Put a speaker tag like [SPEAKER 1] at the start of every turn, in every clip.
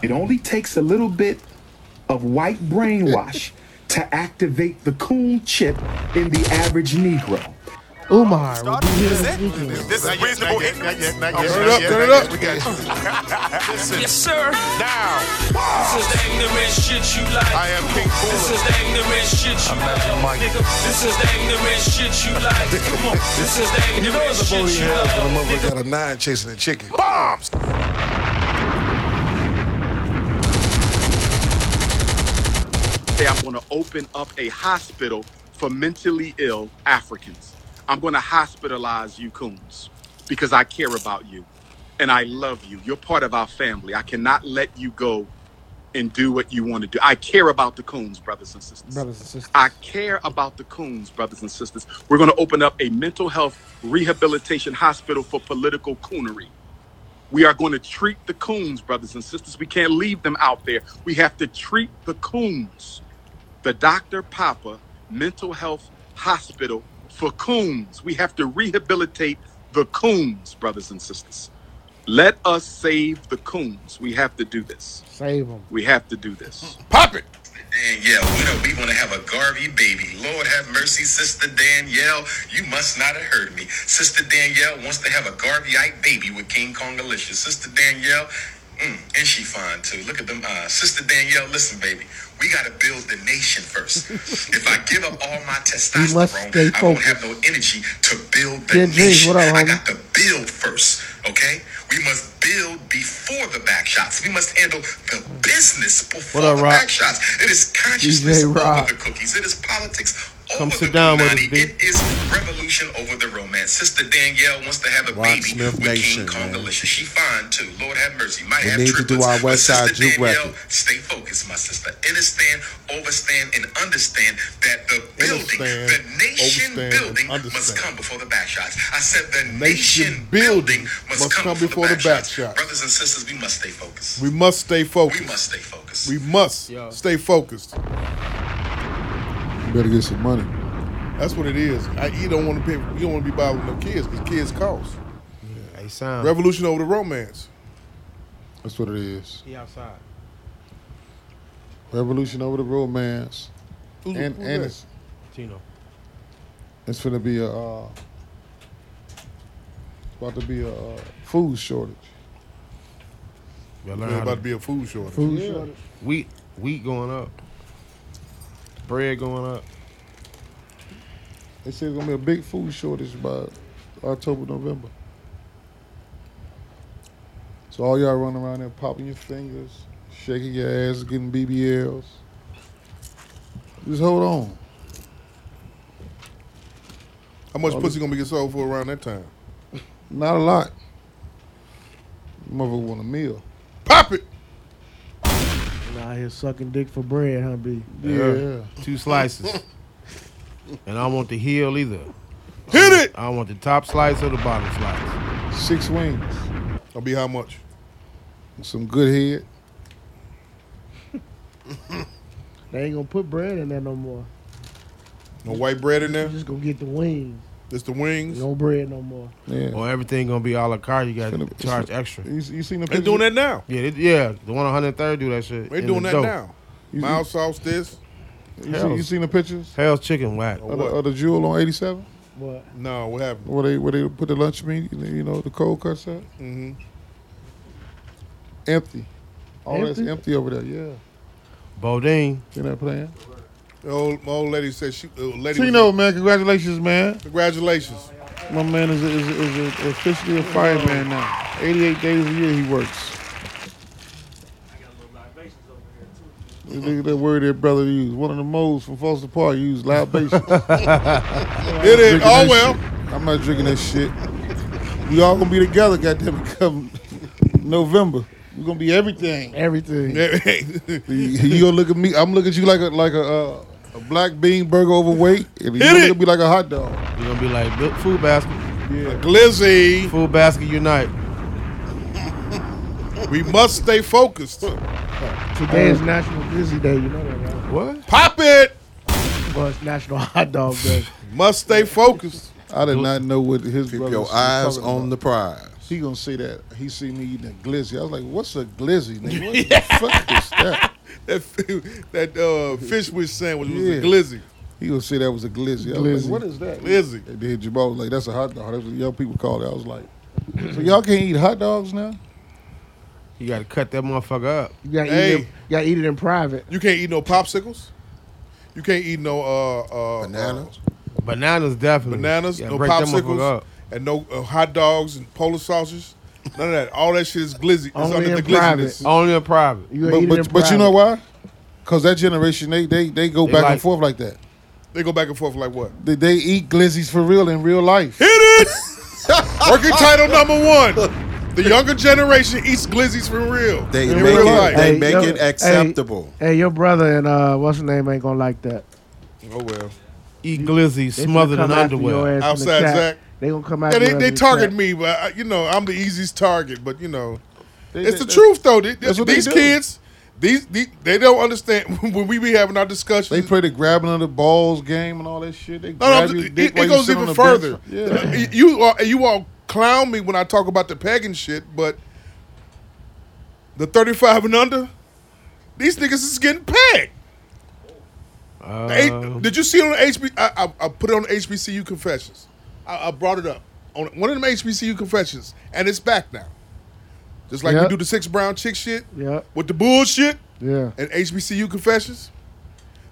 [SPEAKER 1] It only takes a little bit of white brainwash to activate the coon chip in the average Negro.
[SPEAKER 2] Umar will
[SPEAKER 3] Started?
[SPEAKER 2] be here
[SPEAKER 3] Is
[SPEAKER 2] this
[SPEAKER 3] it?
[SPEAKER 2] weekend.
[SPEAKER 3] This is reasonable ignorance.
[SPEAKER 4] Turn it up, turn it up. We got
[SPEAKER 5] Yes, sir.
[SPEAKER 3] Now,
[SPEAKER 5] This is the ignorant shit you like.
[SPEAKER 4] I am King
[SPEAKER 5] This
[SPEAKER 4] Cooler.
[SPEAKER 5] is the ignorant shit you like. Nigga, this is the ignorant shit you like. Come on. This is the
[SPEAKER 4] You know
[SPEAKER 5] ignorant
[SPEAKER 4] it's a booty
[SPEAKER 5] shit you
[SPEAKER 4] hell
[SPEAKER 5] like.
[SPEAKER 4] when a motherfucker got a nine chasing a chicken. Bombs!
[SPEAKER 6] say I'm going to open up a hospital for mentally ill Africans. I'm going to hospitalize you coons because I care about you and I love you. You're part of our family. I cannot let you go and do what you want to do. I care about the coons, brothers and sisters.
[SPEAKER 2] Brothers and sisters.
[SPEAKER 6] I care about the coons, brothers and sisters. We're going to open up a mental health rehabilitation hospital for political coonery. We are going to treat the coons, brothers and sisters. We can't leave them out there. We have to treat the coons. The Dr. Papa Mental Health Hospital for coons. We have to rehabilitate the coons, brothers and sisters. Let us save the coons. We have to do this.
[SPEAKER 2] Save him.
[SPEAKER 6] We have to do this.
[SPEAKER 4] Pop it!
[SPEAKER 7] Danielle, we know we want to have a Garvey baby. Lord have mercy, Sister Danielle. You must not have heard me. Sister Danielle wants to have a Garveyite baby with King Kongalicious. Sister Danielle, mm, and she fine too. Look at them eyes. Sister Danielle, listen, baby. We got to build the nation first. if I give up all my
[SPEAKER 2] You must stay
[SPEAKER 7] testosterone, I won't
[SPEAKER 2] focused.
[SPEAKER 7] have no energy to build the
[SPEAKER 2] Kid Drees,
[SPEAKER 7] nation.
[SPEAKER 2] what up,
[SPEAKER 7] I
[SPEAKER 2] homie?
[SPEAKER 7] got to build first, okay? We must build before the back shots. We must handle the business before
[SPEAKER 4] What up,
[SPEAKER 7] the
[SPEAKER 4] Rock?
[SPEAKER 7] back shots. It is consciousness over
[SPEAKER 2] Rock.
[SPEAKER 7] the cookies. It is politics
[SPEAKER 4] Come
[SPEAKER 7] over
[SPEAKER 4] sit
[SPEAKER 7] the
[SPEAKER 4] down with us,
[SPEAKER 7] humanity.
[SPEAKER 4] B.
[SPEAKER 7] It is revolution over the romance. Sister Danielle wants to have a
[SPEAKER 4] Rock
[SPEAKER 7] baby
[SPEAKER 4] Smith
[SPEAKER 7] with
[SPEAKER 4] Nation,
[SPEAKER 7] King Kong
[SPEAKER 4] man.
[SPEAKER 7] Alicia. She fine too. Lord have mercy. Might
[SPEAKER 4] We
[SPEAKER 7] have
[SPEAKER 4] need to do
[SPEAKER 7] triplets.
[SPEAKER 4] our West
[SPEAKER 7] But
[SPEAKER 4] Side
[SPEAKER 7] Sister
[SPEAKER 4] juke
[SPEAKER 7] Danielle,
[SPEAKER 4] record.
[SPEAKER 7] Stay focused, my sister. Understand, overstand, and understand that the building,
[SPEAKER 4] Understand,
[SPEAKER 7] the nation
[SPEAKER 4] overstand, and
[SPEAKER 7] building must
[SPEAKER 4] understand.
[SPEAKER 7] come before the back shots. I said the
[SPEAKER 4] Nation
[SPEAKER 7] nation,
[SPEAKER 4] building
[SPEAKER 7] building must, come, before the back, shots.
[SPEAKER 4] shots.
[SPEAKER 7] Brothers and sisters, we must stay focused.
[SPEAKER 4] We must stay
[SPEAKER 7] We
[SPEAKER 4] focused.
[SPEAKER 7] must stay focused.
[SPEAKER 4] We must
[SPEAKER 2] Yo.
[SPEAKER 4] stay focused.
[SPEAKER 8] You better get some money.
[SPEAKER 4] That's what it is. I, you don't want to pay. You don't want to be bothered with no kids because kids cost.
[SPEAKER 2] Hey, sound.
[SPEAKER 4] Revolution over the romance.
[SPEAKER 8] That's what it is.
[SPEAKER 2] he outside.
[SPEAKER 8] Revolution over the romance,
[SPEAKER 4] Who's,
[SPEAKER 8] and
[SPEAKER 4] who's
[SPEAKER 8] and
[SPEAKER 4] that?
[SPEAKER 8] it's
[SPEAKER 2] Tino.
[SPEAKER 8] it's gonna be a uh, about to be a uh, food shortage.
[SPEAKER 2] Y'all
[SPEAKER 4] There's
[SPEAKER 2] learn how
[SPEAKER 4] about to
[SPEAKER 2] to-
[SPEAKER 4] be a food shortage.
[SPEAKER 8] Food shortage.
[SPEAKER 2] wheat, wheat going up. Bread going up.
[SPEAKER 8] They said it's gonna be a big food shortage by October, November. So all y'all running around there popping your fingers, shaking your ass, getting BBLs. Just hold on.
[SPEAKER 4] How much pussy gonna be get sold for around that time?
[SPEAKER 8] Not a lot. Mother want a meal.
[SPEAKER 4] Pop it.
[SPEAKER 2] Nah, here sucking dick for bread, huh, B?
[SPEAKER 8] Yeah.
[SPEAKER 9] two slices. and I don't want the heel either.
[SPEAKER 4] Hit it.
[SPEAKER 9] I don't want the top slice or the bottom slice.
[SPEAKER 8] Six wings.
[SPEAKER 4] Gonna be how much?
[SPEAKER 8] Some good head.
[SPEAKER 2] They ain't gonna put bread in there no more.
[SPEAKER 4] No white bread in
[SPEAKER 2] You
[SPEAKER 4] there.
[SPEAKER 2] just gonna get the wings.
[SPEAKER 4] It's the wings.
[SPEAKER 2] No bread no more.
[SPEAKER 8] Yeah.
[SPEAKER 9] Or everything gonna be a la carte. You gotta
[SPEAKER 8] Finna-
[SPEAKER 9] charge extra.
[SPEAKER 8] You, you seen the
[SPEAKER 4] They
[SPEAKER 8] pictures?
[SPEAKER 4] doing that now.
[SPEAKER 9] Yeah, they, yeah. The one on 103rd do that shit.
[SPEAKER 4] They
[SPEAKER 9] in
[SPEAKER 4] doing
[SPEAKER 9] the
[SPEAKER 4] that
[SPEAKER 9] dope.
[SPEAKER 4] now.
[SPEAKER 8] You-
[SPEAKER 4] Mild sauce this.
[SPEAKER 8] You, see, you seen the pictures
[SPEAKER 9] Hell's chicken whack.
[SPEAKER 4] Or
[SPEAKER 8] of the,
[SPEAKER 4] what?
[SPEAKER 8] of the jewel on 87?
[SPEAKER 2] But
[SPEAKER 4] No, what happened?
[SPEAKER 8] Where they where they put the lunch meat, you know, the cold cuts up?
[SPEAKER 4] Mm-hmm.
[SPEAKER 8] Empty. All that's
[SPEAKER 2] Empty?
[SPEAKER 8] empty over there, yeah.
[SPEAKER 9] Bodine.
[SPEAKER 8] You're not playing.
[SPEAKER 4] The old, my old lady said she. Uh, lady was-
[SPEAKER 8] Tino, man, congratulations, man.
[SPEAKER 4] Congratulations.
[SPEAKER 8] My man is, is, is officially a fireman now. 88 days a year he works. Look at that word that brother used. One of the moles from Foster Park used libations.
[SPEAKER 4] It is.
[SPEAKER 8] drinking
[SPEAKER 4] Oh
[SPEAKER 8] that
[SPEAKER 4] well.
[SPEAKER 8] shit. I'm not drinking that shit. We all gonna be together, goddamn it, come November. We're gonna be everything.
[SPEAKER 2] everything.
[SPEAKER 8] You, you gonna look at me, I'm looking at you like a like a uh, a black bean burger overweight, and
[SPEAKER 4] Hit
[SPEAKER 8] you're
[SPEAKER 4] it.
[SPEAKER 8] gonna be like a hot dog.
[SPEAKER 9] You're gonna be like "Look, food basket.
[SPEAKER 8] Yeah.
[SPEAKER 4] Glizzy,
[SPEAKER 9] Food basket unite.
[SPEAKER 4] we must stay focused.
[SPEAKER 2] Today is National Glizzy Day, you know that, right?
[SPEAKER 9] What?
[SPEAKER 4] Pop it.
[SPEAKER 2] Well, it's National Hot Dog Day.
[SPEAKER 4] Must stay focused.
[SPEAKER 8] I did not know what his
[SPEAKER 10] Keep
[SPEAKER 8] brother
[SPEAKER 10] your
[SPEAKER 8] was
[SPEAKER 10] eyes
[SPEAKER 8] talking
[SPEAKER 10] on
[SPEAKER 8] about.
[SPEAKER 10] the prize.
[SPEAKER 8] He gonna say that he see me eating a glizzy. I was like, "What's a glizzy, nigga? What the fuck is that?"
[SPEAKER 4] That fi- that uh, fish with sandwich was
[SPEAKER 8] Yeah.
[SPEAKER 4] a glizzy.
[SPEAKER 8] He gonna say that was a glizzy. I was Glizzy. like, "What is that?"
[SPEAKER 4] Glizzy.
[SPEAKER 8] And then Jamal was like, "That's a hot dog." That's what young people call it. I was like, "So y'all can't eat hot dogs now?"
[SPEAKER 9] You got to cut that motherfucker up.
[SPEAKER 10] You gotta,
[SPEAKER 4] Hey.
[SPEAKER 10] eat it, you gotta eat it in private.
[SPEAKER 4] You can't eat no popsicles. You can't eat no uh, uh,
[SPEAKER 8] Bananas.
[SPEAKER 9] Bananas definitely.
[SPEAKER 4] bananas,
[SPEAKER 9] Yeah,
[SPEAKER 4] no
[SPEAKER 9] break that motherfucker
[SPEAKER 4] popsicles,
[SPEAKER 9] up.
[SPEAKER 4] and no uh, hot dogs and polar sausages. None of that. All that shit is glizzy. It's
[SPEAKER 10] Only
[SPEAKER 4] under
[SPEAKER 10] in
[SPEAKER 4] the glizziness.
[SPEAKER 9] Only in private.
[SPEAKER 10] You gotta
[SPEAKER 8] But
[SPEAKER 10] eat it in
[SPEAKER 8] but, but you
[SPEAKER 10] private.
[SPEAKER 8] know why? Cause that generation they they they go
[SPEAKER 9] They
[SPEAKER 8] back
[SPEAKER 9] like-
[SPEAKER 8] and forth like that.
[SPEAKER 4] They go back and forth like what?
[SPEAKER 8] They, they eat glizzies for real in real life.
[SPEAKER 4] Hit it! Working title number one. The younger generation eats glizzies for real.
[SPEAKER 7] They
[SPEAKER 4] In
[SPEAKER 7] make
[SPEAKER 4] real
[SPEAKER 7] it-
[SPEAKER 4] life.
[SPEAKER 7] they
[SPEAKER 10] Hey,
[SPEAKER 7] make
[SPEAKER 10] yo-
[SPEAKER 7] it
[SPEAKER 10] hey.
[SPEAKER 7] acceptable.
[SPEAKER 10] Hey, your brother and uh, what's his name ain't gonna like that.
[SPEAKER 4] Oh well.
[SPEAKER 9] Eat glizzy
[SPEAKER 10] They finna
[SPEAKER 9] smothered in
[SPEAKER 10] come after your
[SPEAKER 9] underwear.
[SPEAKER 10] ass in the
[SPEAKER 4] Outside
[SPEAKER 10] chat.
[SPEAKER 4] Zach.
[SPEAKER 10] They gonna come out.
[SPEAKER 4] Yeah, they, they target me, but I, you know I'm the easiest target. But you know,
[SPEAKER 8] They-
[SPEAKER 4] it's
[SPEAKER 8] they-
[SPEAKER 4] the truth though. They-
[SPEAKER 8] That's what they
[SPEAKER 4] these
[SPEAKER 8] do.
[SPEAKER 4] kids, these, these they don't understand when we be having our discussions.
[SPEAKER 8] They play the grabbing of the balls game and all that shit. They
[SPEAKER 4] No, no,
[SPEAKER 8] grab your
[SPEAKER 4] it,
[SPEAKER 8] dick
[SPEAKER 4] it
[SPEAKER 8] while you
[SPEAKER 4] goes
[SPEAKER 8] sit on
[SPEAKER 4] even
[SPEAKER 8] the
[SPEAKER 4] further.
[SPEAKER 8] bench. Yeah.
[SPEAKER 4] Uh, You all, you all clown me when I talk about the pegging shit, but the 35 and under, these niggas is getting pegged. The eight- did you see it on HB? I, I, I put it on HBCU Confessions. I, I brought it up on one of them HBCU Confessions, and it's back now. Just like we
[SPEAKER 10] Yep.
[SPEAKER 4] do the six brown chick shit
[SPEAKER 10] Yep.
[SPEAKER 4] with the bullshit
[SPEAKER 10] Yeah.
[SPEAKER 4] and HBCU confessions,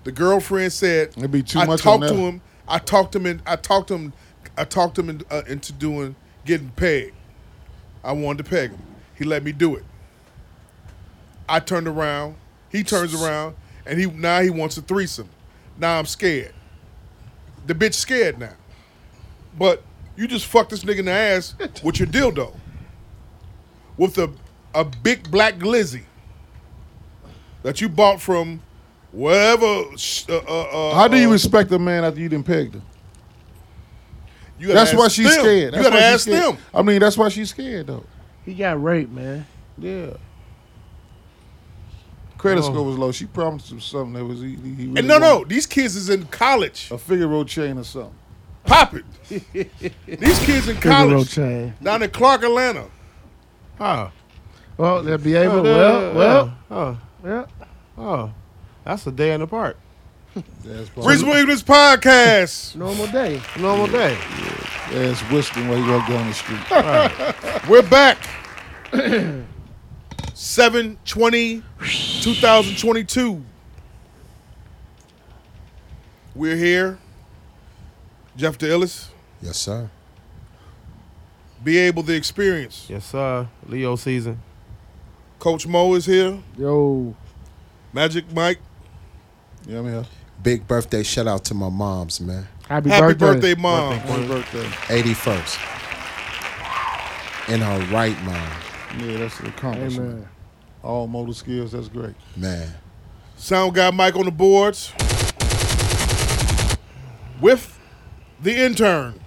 [SPEAKER 4] the girlfriend said,
[SPEAKER 8] It'd be too
[SPEAKER 4] I
[SPEAKER 8] much
[SPEAKER 4] talked
[SPEAKER 8] on
[SPEAKER 4] to
[SPEAKER 8] that.
[SPEAKER 4] him. I talked him in. I talked him. I talked him in, uh, into doing getting pegged. I wanted to peg him. He let me do it. I turned around. He turns around, and he now he wants a threesome. Now I'm scared. The bitch scared now. But you just fucked this nigga in the ass with your dildo, with a a big black glizzy that you bought from wherever. sh- Uh, uh, uh,
[SPEAKER 8] How do you
[SPEAKER 4] uh,
[SPEAKER 8] respect a man after you didn't peg him?
[SPEAKER 4] You gotta
[SPEAKER 8] That's
[SPEAKER 4] ask
[SPEAKER 8] why she's
[SPEAKER 4] them.
[SPEAKER 8] scared. That's
[SPEAKER 4] you gotta
[SPEAKER 8] why she's
[SPEAKER 4] ask
[SPEAKER 8] scared.
[SPEAKER 4] them.
[SPEAKER 8] I mean, that's why she's scared though.
[SPEAKER 10] He got raped, man.
[SPEAKER 8] Yeah. Credit
[SPEAKER 9] Oh.
[SPEAKER 8] score was low. She promised him something that was he. he he really
[SPEAKER 4] And no, no,
[SPEAKER 8] wanted.
[SPEAKER 4] these kids is in college.
[SPEAKER 8] a figure row chain or something.
[SPEAKER 4] Pop it. these kids in
[SPEAKER 10] Figaro
[SPEAKER 4] college
[SPEAKER 10] chain.
[SPEAKER 4] down in Clark, Atlanta.
[SPEAKER 9] Oh.
[SPEAKER 10] Well, they'll be able.
[SPEAKER 9] Oh, yeah,
[SPEAKER 10] well, well,
[SPEAKER 9] Oh,
[SPEAKER 10] yeah.
[SPEAKER 9] oh. That's a day in the park.
[SPEAKER 8] That's
[SPEAKER 4] Reasonable English podcast.
[SPEAKER 10] Normal day.
[SPEAKER 9] Normal day.
[SPEAKER 8] ass whistling while he walk down the street.
[SPEAKER 4] We're back. 720 2022. We're here. Jeff DeIllis,
[SPEAKER 7] Yes, sir.
[SPEAKER 4] Be Able the Experience.
[SPEAKER 9] Yes, sir. Leo season.
[SPEAKER 4] Coach Mo is here.
[SPEAKER 10] Yo.
[SPEAKER 4] Magic Mike.
[SPEAKER 8] Yeah, I'm here.
[SPEAKER 7] Big birthday shout out to my moms, man.
[SPEAKER 10] Happy,
[SPEAKER 4] Happy
[SPEAKER 10] birthday.
[SPEAKER 4] birthday, Mom.
[SPEAKER 8] Happy birthday.
[SPEAKER 7] 81st. In her right mind,
[SPEAKER 8] Yeah, that's an accomplishment.
[SPEAKER 10] Amen.
[SPEAKER 8] All motor skills, that's great.
[SPEAKER 7] man.
[SPEAKER 4] Sound guy Mike on the boards. With the intern.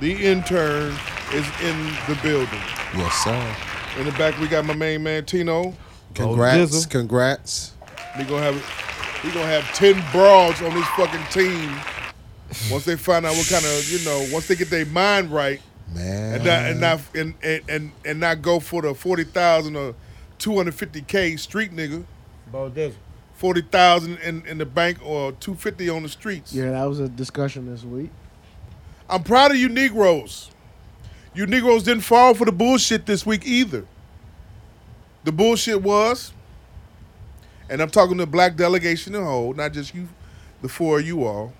[SPEAKER 4] The intern is in the building.
[SPEAKER 7] Yes, sir.
[SPEAKER 9] Oh,
[SPEAKER 4] In the back, we got my main man Tino.
[SPEAKER 7] Congrats,
[SPEAKER 9] Dizzle.
[SPEAKER 7] congrats.
[SPEAKER 4] We gonna have we gonna have ten broads on this fucking team. Once they find out what kind of you know, once they get their mind right,
[SPEAKER 7] Man.
[SPEAKER 4] and not and not and and, and, and not go for the forty thousand or two hundred fifty k street nigga.
[SPEAKER 9] Bo Dizzle.
[SPEAKER 4] forty thousand in, in the bank or two fifty on the streets.
[SPEAKER 10] Yeah, that was a discussion this week.
[SPEAKER 4] I'm proud of you Negroes. You Negroes didn't fall for the bullshit this week either. The bullshit was, and I'm talking to black delegation in whole, not just you, the four of you all.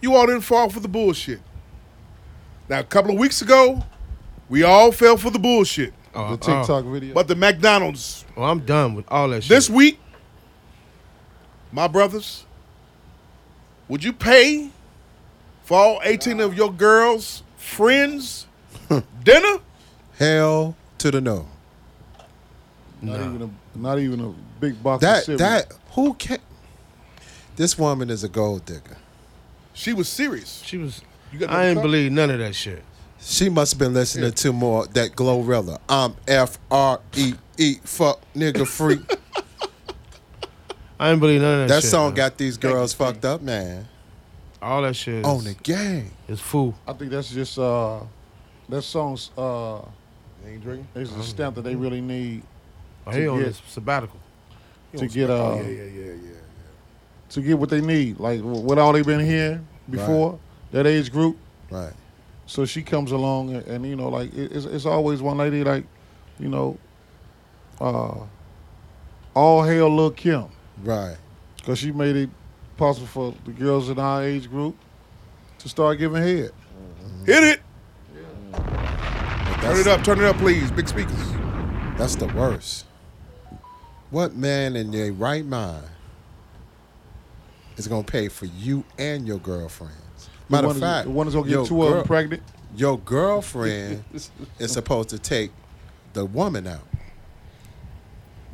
[SPEAKER 4] You all didn't fall for the bullshit. Now a couple of weeks ago, we all fell for the bullshit.
[SPEAKER 8] The TikTok video.
[SPEAKER 4] But the McDonald's
[SPEAKER 9] Well, I'm done with all that shit.
[SPEAKER 4] This week, my brothers, would you pay for all 18 of your girls' friends dinner?
[SPEAKER 7] Hell to the no.
[SPEAKER 8] not even a not even a big box of
[SPEAKER 7] That
[SPEAKER 8] cereal.
[SPEAKER 7] that who can This woman is a gold digger.
[SPEAKER 4] She was serious.
[SPEAKER 9] she was.
[SPEAKER 4] You got
[SPEAKER 9] I ain't
[SPEAKER 4] nothing?
[SPEAKER 9] believe none of that shit.
[SPEAKER 7] She must have been listening to more that Glorilla. I'm F R E E fuck nigga free.
[SPEAKER 9] I ain't believe none of that.
[SPEAKER 7] That
[SPEAKER 9] shit,
[SPEAKER 7] song
[SPEAKER 9] man.
[SPEAKER 7] got these girls fucked up, man.
[SPEAKER 2] All that shit.
[SPEAKER 8] On the gang.
[SPEAKER 2] It's fool.
[SPEAKER 8] I think that's just uh, that song's uh,
[SPEAKER 4] ain't drinking.
[SPEAKER 8] it's a stamp that they really need
[SPEAKER 2] Oh,
[SPEAKER 8] to
[SPEAKER 2] he on
[SPEAKER 8] get-
[SPEAKER 2] his sabbatical.
[SPEAKER 8] to get uh,
[SPEAKER 4] Oh, yeah, yeah, yeah, yeah.
[SPEAKER 8] to get what they need, like wh- what all they been hearing before that age group.
[SPEAKER 4] Right.
[SPEAKER 8] So she comes along, and, and you know, like it, it's, it's always one lady, like you know, uh, all hail Lil Kim,
[SPEAKER 4] Right.
[SPEAKER 8] because she made it possible for the girls in our age group to start giving head.
[SPEAKER 4] Hit it.
[SPEAKER 11] But
[SPEAKER 4] Turn
[SPEAKER 11] that's,
[SPEAKER 4] it up. Turn it up, please. Big speakers.
[SPEAKER 11] that's the worst. What man in their right mind is gonna pay for you and your girlfriends? Matter
[SPEAKER 8] one
[SPEAKER 11] of
[SPEAKER 8] is-
[SPEAKER 11] fact,
[SPEAKER 8] the one is gonna
[SPEAKER 11] your
[SPEAKER 8] get two of them
[SPEAKER 11] girl-
[SPEAKER 8] pregnant.
[SPEAKER 11] your girlfriend is supposed to take the woman out.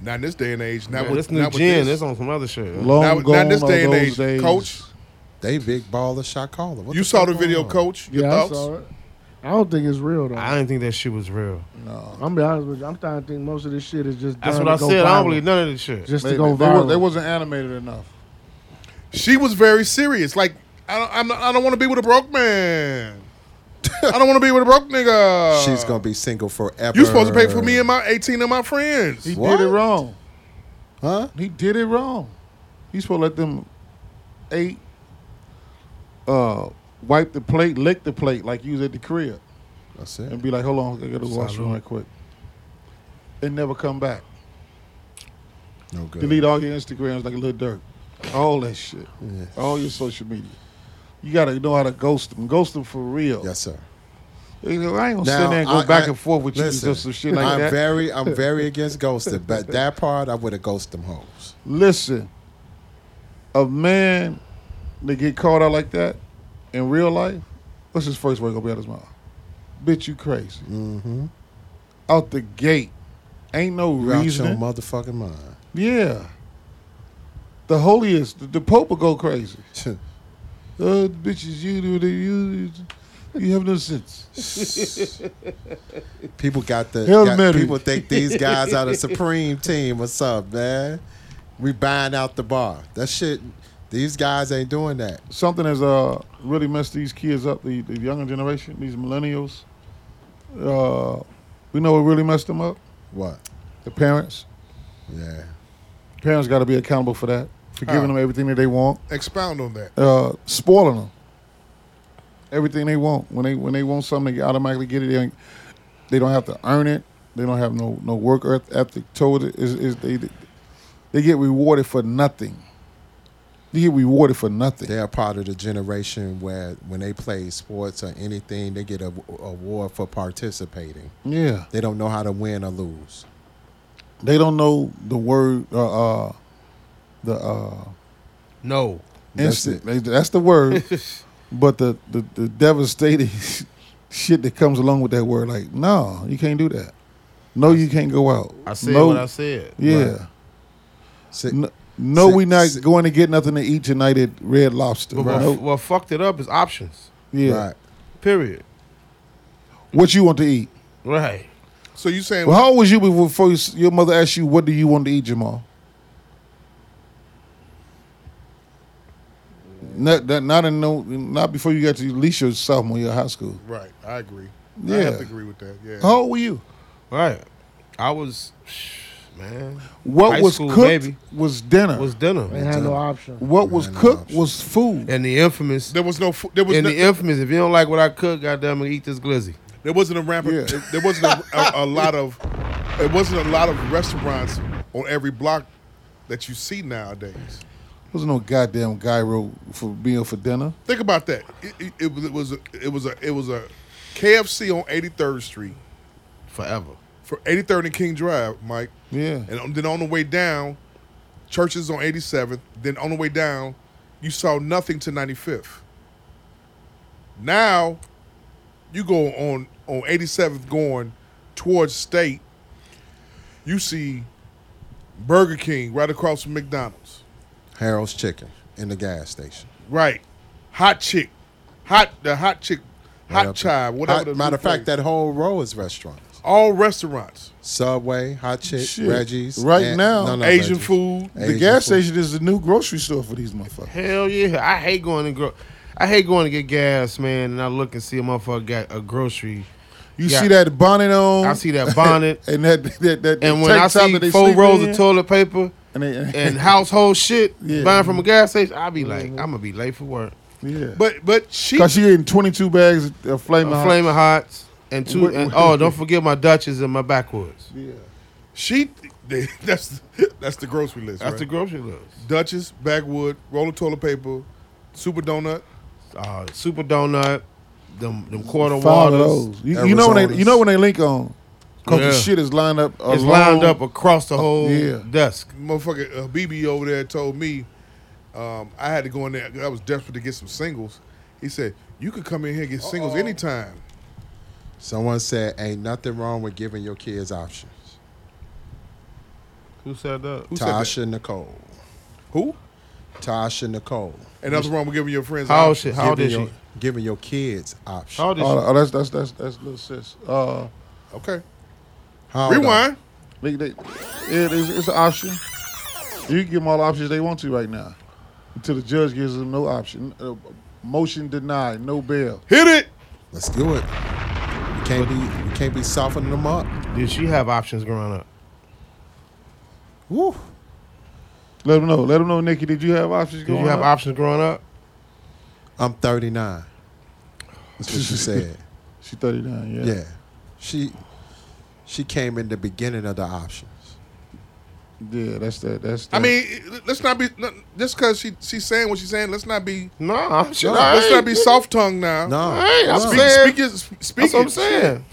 [SPEAKER 4] Not in this day and age. Not
[SPEAKER 2] Man,
[SPEAKER 4] with
[SPEAKER 2] this new
[SPEAKER 4] not with
[SPEAKER 2] gin,
[SPEAKER 4] this.
[SPEAKER 2] this on some other shit. huh?
[SPEAKER 8] Long
[SPEAKER 4] Not, not
[SPEAKER 8] gone
[SPEAKER 4] in this
[SPEAKER 8] are
[SPEAKER 4] day and
[SPEAKER 8] those
[SPEAKER 4] age,
[SPEAKER 8] days.
[SPEAKER 4] Coach.
[SPEAKER 11] They big baller shot caller. What
[SPEAKER 4] You
[SPEAKER 11] the
[SPEAKER 4] saw
[SPEAKER 11] fuck
[SPEAKER 4] the video,
[SPEAKER 11] going on?
[SPEAKER 4] Coach. Your
[SPEAKER 10] yeah,
[SPEAKER 4] thoughts?
[SPEAKER 10] I saw it. I don't think it's real though.
[SPEAKER 2] I
[SPEAKER 10] I,
[SPEAKER 2] didn't think that shit was real.
[SPEAKER 8] No,
[SPEAKER 10] am gonna be honest with you. I'm starting to think most of this shit is just.
[SPEAKER 2] That's
[SPEAKER 10] done
[SPEAKER 2] what I
[SPEAKER 10] to go
[SPEAKER 2] said. I
[SPEAKER 10] viral,
[SPEAKER 2] don't believe none of this shit.
[SPEAKER 10] Just
[SPEAKER 8] they,
[SPEAKER 10] to go
[SPEAKER 8] they- they wa-
[SPEAKER 10] viral.
[SPEAKER 8] they wasn't animated enough.
[SPEAKER 4] She was very serious. Like I don't, I'm not, I don't want to be with a broke man. I don't want to be with a broke nigga.
[SPEAKER 11] She's gonna be single forever.
[SPEAKER 4] You supposed to pay for me and my 18 of my friends.
[SPEAKER 8] He
[SPEAKER 11] What?
[SPEAKER 8] did it wrong.
[SPEAKER 11] huh?
[SPEAKER 8] He did it wrong. He's supposed to let them eight uh, wipe the plate, lick the plate like you was at the crib,
[SPEAKER 11] That's it.
[SPEAKER 8] and be like, "Hold on, I gotta go to the washroom right quick," and never come back.
[SPEAKER 11] No good.
[SPEAKER 8] Delete all your Instagrams like a little dirt, all that shit, all your social media. You gotta know how to ghost them, ghost them for real.
[SPEAKER 11] Yes, sir.
[SPEAKER 8] You know, I ain't gonna
[SPEAKER 11] Now,
[SPEAKER 8] sit there and go
[SPEAKER 11] I-
[SPEAKER 8] back
[SPEAKER 11] I-
[SPEAKER 8] and forth with
[SPEAKER 11] listen,
[SPEAKER 8] you just some shit like
[SPEAKER 11] I'm
[SPEAKER 8] that.
[SPEAKER 11] very, I'm very against ghosting, but that part I would have ghosted them hoes.
[SPEAKER 8] Listen, a man that get called out like that in real life, what's his first word gonna be out his mouth? Bitch, you crazy.
[SPEAKER 11] Mm-hmm.
[SPEAKER 8] Out the gate, ain't no
[SPEAKER 11] You out your
[SPEAKER 8] reason.
[SPEAKER 11] motherfucking mind.
[SPEAKER 8] Yeah, the holiest, the, the Pope will go crazy. Uh, bitches, you do the you, you have no sense.
[SPEAKER 11] people got the
[SPEAKER 8] Hail
[SPEAKER 11] got-
[SPEAKER 8] Mary.
[SPEAKER 11] people think these guys are the supreme team. What's up, man? We buying out the bar. That shit. These guys ain't doing that.
[SPEAKER 8] Something that's uh really messed these kids up, the, the younger generation, these millennials. Uh, we know what really messed them up.
[SPEAKER 11] What?
[SPEAKER 8] The parents.
[SPEAKER 11] Yeah.
[SPEAKER 8] Parents got to be accountable for that, for giving
[SPEAKER 4] How?
[SPEAKER 8] them everything that they want,
[SPEAKER 4] Expound on that.
[SPEAKER 8] uh, spoiling them. Everything they want when they when they want something, they automatically get it. They, ain't- they don't have to earn it. They don't have no no work eth- ethic toward it. Is is they they get rewarded for nothing. They get rewarded for nothing.
[SPEAKER 11] They're a part of the generation where when they play sports or anything, they get a a award for participating.
[SPEAKER 8] Yeah,
[SPEAKER 11] They don't know how to win or lose.
[SPEAKER 8] they don't know the word. Uh, uh, the uh,
[SPEAKER 2] No.
[SPEAKER 11] That's
[SPEAKER 8] instant. That's, the word. but the, the the devastating shit that comes along with that word, like, no, you can't do that. No, you can't go out.
[SPEAKER 2] I said
[SPEAKER 8] no,
[SPEAKER 2] what I said.
[SPEAKER 8] Yeah.
[SPEAKER 11] Right. Sit-
[SPEAKER 8] No, no
[SPEAKER 11] Sit-
[SPEAKER 8] we not
[SPEAKER 11] sit-
[SPEAKER 8] going to get nothing to eat tonight at Red Lobster.
[SPEAKER 2] But
[SPEAKER 8] Right.
[SPEAKER 2] what, what fucked it up is options.
[SPEAKER 8] yeah.
[SPEAKER 11] Right.
[SPEAKER 2] Period.
[SPEAKER 8] What you want to eat?
[SPEAKER 2] Right.
[SPEAKER 4] So you saying
[SPEAKER 8] Well, how old was you before you, your mother asked you, what do you want to eat, Jamal? Not, not, not in no, not before you got to at least your sophomore year of high school.
[SPEAKER 4] right? I agree. I
[SPEAKER 8] Yeah.
[SPEAKER 4] have to agree with that. Yeah.
[SPEAKER 8] How old were you?
[SPEAKER 2] Right. I was, man,
[SPEAKER 8] What
[SPEAKER 2] High
[SPEAKER 8] was
[SPEAKER 2] school,
[SPEAKER 8] cooked
[SPEAKER 2] maybe.
[SPEAKER 8] was dinner.
[SPEAKER 2] was dinner.
[SPEAKER 10] They had no option.
[SPEAKER 8] what was
[SPEAKER 11] Man, no
[SPEAKER 8] cooked
[SPEAKER 11] option.
[SPEAKER 8] was food.
[SPEAKER 2] And the infamous,
[SPEAKER 4] There was no. fu- There was
[SPEAKER 2] and
[SPEAKER 4] no,
[SPEAKER 2] the infamous, if you don't like what I cook, goddamn it, eat this glizzy.
[SPEAKER 4] There wasn't a rampant.
[SPEAKER 8] Yeah.
[SPEAKER 4] There, there wasn't a, a, a lot of. It wasn't a lot of restaurants on every block that you see nowadays.
[SPEAKER 8] There was no goddamn gyro for meal for dinner.
[SPEAKER 4] Think about that. It, it, it was- it was a, it was a it was a KFC on 83rd Street
[SPEAKER 2] Forever.
[SPEAKER 4] for 83rd and King Drive, Mike.
[SPEAKER 8] Yeah.
[SPEAKER 4] And on- then on the way down, churches on 87th. Then on the way down, you saw nothing to 95th. Now, you go on on 87th going towards State. You see Burger King right across from McDonald's.
[SPEAKER 11] Harold's Chicken in the gas station.
[SPEAKER 4] Right, hot chick, hot the hot chick, hot
[SPEAKER 11] Whatever.
[SPEAKER 4] chive, whatever.
[SPEAKER 11] Hot-
[SPEAKER 4] the
[SPEAKER 11] matter of
[SPEAKER 4] place.
[SPEAKER 11] fact, that whole row is restaurants.
[SPEAKER 4] all restaurants,
[SPEAKER 11] Subway, Hot Chick,
[SPEAKER 8] Shit.
[SPEAKER 11] Reggie's.
[SPEAKER 8] Right
[SPEAKER 11] and-
[SPEAKER 8] now,
[SPEAKER 11] no, no,
[SPEAKER 4] Asian
[SPEAKER 11] Reggie's.
[SPEAKER 4] food.
[SPEAKER 8] The
[SPEAKER 11] Asian
[SPEAKER 8] gas
[SPEAKER 11] food.
[SPEAKER 8] station is the new grocery store for these motherfuckers.
[SPEAKER 2] Hell yeah. I hate going to grow. I hate going to get gas, man, and I look and see a motherfucker got a grocery.
[SPEAKER 8] You
[SPEAKER 2] got-
[SPEAKER 8] see that bonnet on?
[SPEAKER 2] I see that bonnet.
[SPEAKER 8] and that that that.
[SPEAKER 2] and when I
[SPEAKER 8] tank top
[SPEAKER 2] see
[SPEAKER 8] that they
[SPEAKER 2] four
[SPEAKER 8] sleep
[SPEAKER 2] rolls
[SPEAKER 8] in,
[SPEAKER 2] of toilet paper
[SPEAKER 8] and, they,
[SPEAKER 2] and household shit
[SPEAKER 8] Yeah.
[SPEAKER 2] buying from a gas station, I be like, I'm gonna be late for work.
[SPEAKER 8] yeah,
[SPEAKER 4] But but she
[SPEAKER 8] because she getting twenty two bags of flaming
[SPEAKER 2] A
[SPEAKER 8] hot.
[SPEAKER 2] flaming hots and two.
[SPEAKER 8] What-
[SPEAKER 2] And, oh, don't forget my Dutches and my backwoods.
[SPEAKER 8] Yeah,
[SPEAKER 4] she they, that's that's the grocery list.
[SPEAKER 2] That's
[SPEAKER 4] right?
[SPEAKER 2] the grocery list.
[SPEAKER 4] Duchess, Bagwood, roll of toilet paper, super donut.
[SPEAKER 2] Uh, Super donut, them them quarter
[SPEAKER 8] five of
[SPEAKER 2] waters.
[SPEAKER 8] those. You, you know when they
[SPEAKER 4] Arizona's.
[SPEAKER 8] you know when they link on because
[SPEAKER 2] Yeah.
[SPEAKER 8] the shit is lined up.
[SPEAKER 2] It's
[SPEAKER 8] along-
[SPEAKER 2] lined up across the whole
[SPEAKER 8] yeah.
[SPEAKER 2] desk.
[SPEAKER 4] Motherfucker, uh, BB over there told me um, I had to go in there. 'cause I was desperate to get some singles. He said you could come in here and get singles anytime.
[SPEAKER 11] Someone said, "Ain't nothing wrong with giving your kids options."
[SPEAKER 2] Who said that?
[SPEAKER 4] Who said that?
[SPEAKER 11] Tasha Nicole.
[SPEAKER 4] Who?
[SPEAKER 11] Tasha Nicole.
[SPEAKER 4] And that's wrong with giving your friends.
[SPEAKER 2] How
[SPEAKER 4] options.
[SPEAKER 2] shit? How
[SPEAKER 11] giving
[SPEAKER 2] did
[SPEAKER 11] your,
[SPEAKER 2] she?
[SPEAKER 11] Giving your kids options.
[SPEAKER 2] How did she?
[SPEAKER 8] Oh, oh, that's that's that's that's little sis. Uh,
[SPEAKER 4] Okay.
[SPEAKER 11] How old are-
[SPEAKER 4] Rewind.
[SPEAKER 8] they, they, it is it's an option. You can give them all the options they want to right now, until the judge gives them no option. Uh, motion denied, no bail.
[SPEAKER 4] Hit it.
[SPEAKER 11] Let's do it. We can't be. We can't be softening them up.
[SPEAKER 2] Did she have options growing up?
[SPEAKER 11] Woo.
[SPEAKER 8] Let them know. Let them know, Nikki. Did you have options?
[SPEAKER 2] Did
[SPEAKER 8] going
[SPEAKER 2] you have
[SPEAKER 8] up?
[SPEAKER 2] options growing up?
[SPEAKER 11] I'm 39. That's what she said.
[SPEAKER 8] She thirty nine. Yeah.
[SPEAKER 11] Yeah. She. She came in the beginning of the options.
[SPEAKER 8] Yeah, That's that. That's. That.
[SPEAKER 4] I mean, let's not be let- just because she she's saying what she's saying. Let's not be
[SPEAKER 2] No, I'm sure.
[SPEAKER 4] let's not be soft tongued now.
[SPEAKER 11] No.
[SPEAKER 2] Hey, I'm
[SPEAKER 11] no.
[SPEAKER 4] Speak,
[SPEAKER 2] saying.
[SPEAKER 4] speak, is- speak
[SPEAKER 2] That's what I'm
[SPEAKER 4] is-
[SPEAKER 2] saying.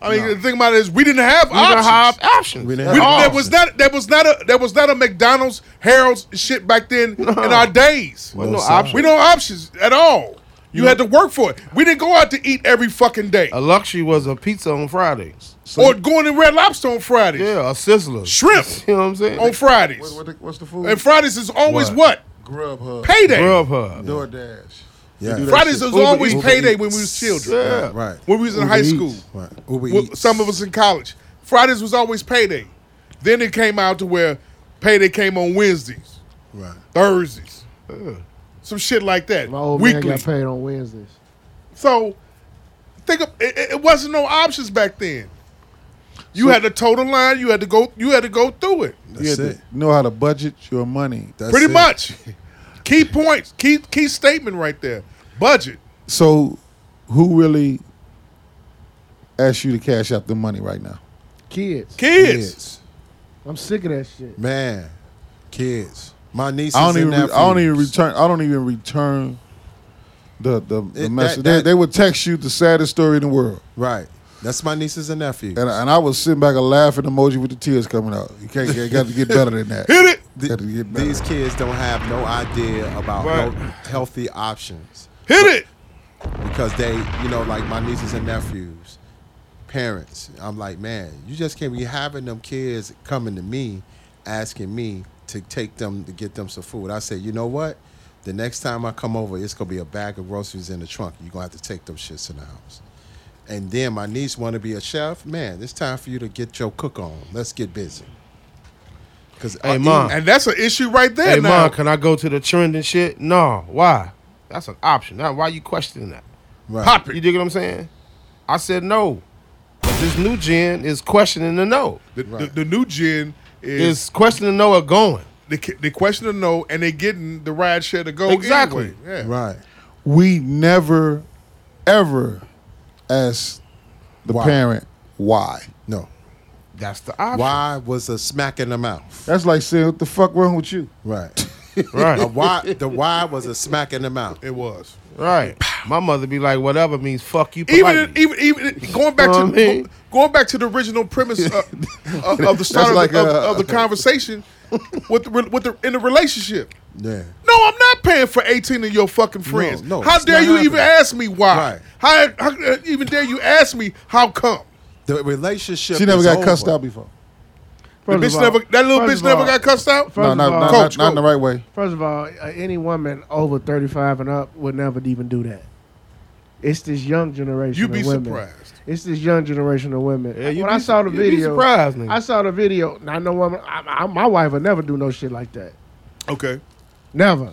[SPEAKER 4] I mean, the thing about it is we didn't have
[SPEAKER 2] You gotta
[SPEAKER 4] options.
[SPEAKER 2] have options.
[SPEAKER 11] We didn't
[SPEAKER 4] We,
[SPEAKER 11] have
[SPEAKER 4] there was not there was not a there was not a McDonald's Harold's shit back then in our days.
[SPEAKER 2] Well, no
[SPEAKER 11] sir.
[SPEAKER 2] options.
[SPEAKER 4] We don't have options at all. You had to work for it. We didn't go out to eat every fucking day
[SPEAKER 2] A luxury was a pizza on Fridays.
[SPEAKER 4] or going to Red Lobster on Fridays.
[SPEAKER 2] Yeah, a sizzler.
[SPEAKER 4] Shrimp
[SPEAKER 2] You know what I'm saying?
[SPEAKER 4] on Fridays.
[SPEAKER 8] What- what the- what's the food?
[SPEAKER 4] and Fridays is always
[SPEAKER 2] What?
[SPEAKER 4] what,
[SPEAKER 8] Grubhub,
[SPEAKER 4] payday.
[SPEAKER 2] Grubhub.
[SPEAKER 8] DoorDash.
[SPEAKER 11] Yeah.
[SPEAKER 8] do that
[SPEAKER 4] Fridays
[SPEAKER 8] shit.
[SPEAKER 4] was
[SPEAKER 2] Uber
[SPEAKER 4] always
[SPEAKER 2] Eats.
[SPEAKER 4] payday when we was children.
[SPEAKER 2] Yeah.
[SPEAKER 11] Right.
[SPEAKER 4] When we was in
[SPEAKER 8] Uber
[SPEAKER 4] high
[SPEAKER 8] Eats.
[SPEAKER 4] school.
[SPEAKER 11] Right. Uber
[SPEAKER 4] Well,
[SPEAKER 11] Eats.
[SPEAKER 4] some of us in college. Fridays was always payday. Then it came out to where payday came on Wednesdays,
[SPEAKER 11] Right.
[SPEAKER 4] Thursdays, some shit like that.
[SPEAKER 10] My old
[SPEAKER 4] Weekly.
[SPEAKER 10] man got paid on Wednesdays.
[SPEAKER 4] So think of it, it- it wasn't no options back then. You had to toe the line. You had to go. You had to go through it.
[SPEAKER 8] you
[SPEAKER 11] That's
[SPEAKER 8] had
[SPEAKER 11] it.
[SPEAKER 8] to know how to budget your money.
[SPEAKER 11] That's
[SPEAKER 4] pretty
[SPEAKER 11] it.
[SPEAKER 4] much. key points. Key key statement right there. Budget.
[SPEAKER 8] So, who really asked you to cash out the money right now?
[SPEAKER 10] Kids.
[SPEAKER 4] Kids.
[SPEAKER 11] Kids.
[SPEAKER 10] I'm sick of that shit.
[SPEAKER 11] Man. Kids. My niece.
[SPEAKER 8] I don't even.
[SPEAKER 11] And
[SPEAKER 8] re- I don't even
[SPEAKER 11] nephews.
[SPEAKER 8] return. I don't even return the the, the
[SPEAKER 11] It-
[SPEAKER 8] message.
[SPEAKER 11] that- that-
[SPEAKER 8] they, they would text you the saddest story in the world,
[SPEAKER 11] Right. That's my nieces and nephews.
[SPEAKER 8] and, and I was sitting back a laughing emoji with the tears coming out. You can't. You got to get better than that.
[SPEAKER 4] Hit it.
[SPEAKER 11] The-
[SPEAKER 8] Got to get better.
[SPEAKER 11] these kids don't have no idea about
[SPEAKER 2] Right.
[SPEAKER 11] no healthy options
[SPEAKER 4] Hit it.
[SPEAKER 11] because they, you know, like my nieces and nephews, parents. I'm like, man, you just can't be having them kids coming to me, asking me to take them to get them some food. I say, you know what? The next time I come over, it's gonna be a bag of groceries in the trunk. You're gonna have to take them shits in the house. And then my niece want to be a chef. Man, it's time for you to get your cook on. Let's get busy. Cause
[SPEAKER 2] Hey,
[SPEAKER 11] I-
[SPEAKER 2] Mom.
[SPEAKER 4] Uh, And that's an issue right there.
[SPEAKER 2] Hey,
[SPEAKER 4] now.
[SPEAKER 2] mom, can I go to the trend and shit? No. Why? That's an option. Now, why you questioning that?
[SPEAKER 11] Right.
[SPEAKER 4] Pop
[SPEAKER 2] You
[SPEAKER 4] it.
[SPEAKER 2] dig what I'm saying? I said no. But this new gen is questioning the no.
[SPEAKER 4] The, the, the new gen is
[SPEAKER 2] Is questioning no or going.
[SPEAKER 4] they, ca- they question the no and they getting the ride share to go
[SPEAKER 2] Exactly.
[SPEAKER 4] anyway. Yeah.
[SPEAKER 11] Right.
[SPEAKER 8] we never, ever, asked the
[SPEAKER 11] Why?
[SPEAKER 8] parent why.
[SPEAKER 11] No.
[SPEAKER 2] That's the option.
[SPEAKER 11] Why was a smack in the mouth?
[SPEAKER 8] That's like saying, "What the fuck wrong with you?"
[SPEAKER 11] Right. a
[SPEAKER 2] Right.
[SPEAKER 11] why the why was a smack in the mouth.
[SPEAKER 4] It was
[SPEAKER 2] right. My mother be like, whatever means fuck you.
[SPEAKER 4] even
[SPEAKER 2] Politely.
[SPEAKER 4] even even going back
[SPEAKER 2] Know
[SPEAKER 4] to
[SPEAKER 2] what I mean?
[SPEAKER 4] going back to the original premise of, of, of the
[SPEAKER 8] That's
[SPEAKER 4] start of,
[SPEAKER 8] like,
[SPEAKER 4] the, of,
[SPEAKER 8] uh,
[SPEAKER 4] of the conversation with the, re- with the in the relationship.
[SPEAKER 11] Yeah.
[SPEAKER 4] No, I'm not paying for 18 of your fucking friends.
[SPEAKER 11] no,
[SPEAKER 4] how
[SPEAKER 11] it's
[SPEAKER 4] dare
[SPEAKER 11] not
[SPEAKER 4] you even
[SPEAKER 11] happening.
[SPEAKER 4] ask me why?
[SPEAKER 11] Right.
[SPEAKER 4] How, how uh, even dare you ask me how come?
[SPEAKER 11] The relationship
[SPEAKER 8] She never
[SPEAKER 11] is
[SPEAKER 8] got
[SPEAKER 11] over.
[SPEAKER 8] cussed out before.
[SPEAKER 4] The
[SPEAKER 10] First
[SPEAKER 4] bitch
[SPEAKER 10] of all-
[SPEAKER 4] never that little
[SPEAKER 10] first
[SPEAKER 4] bitch
[SPEAKER 10] of
[SPEAKER 4] never
[SPEAKER 10] all-
[SPEAKER 4] got cussed out.
[SPEAKER 8] No,
[SPEAKER 10] First
[SPEAKER 8] not,
[SPEAKER 10] of all-
[SPEAKER 8] not,
[SPEAKER 4] Coach,
[SPEAKER 8] not, not in the
[SPEAKER 4] coach.
[SPEAKER 8] right way.
[SPEAKER 10] First of all, uh, any woman over 35 and up would never even do that. It's this young generation.
[SPEAKER 4] You'd be
[SPEAKER 10] of women.
[SPEAKER 4] surprised.
[SPEAKER 10] It's this young generation of women.
[SPEAKER 2] Yeah, you'd
[SPEAKER 10] when
[SPEAKER 2] be
[SPEAKER 10] I saw
[SPEAKER 2] su-
[SPEAKER 10] the
[SPEAKER 2] you'd be
[SPEAKER 10] video,
[SPEAKER 2] surprised, nigga.
[SPEAKER 10] I saw the video. and I know woman. I, I, my wife would never do no shit like that.
[SPEAKER 4] Okay,
[SPEAKER 10] Never.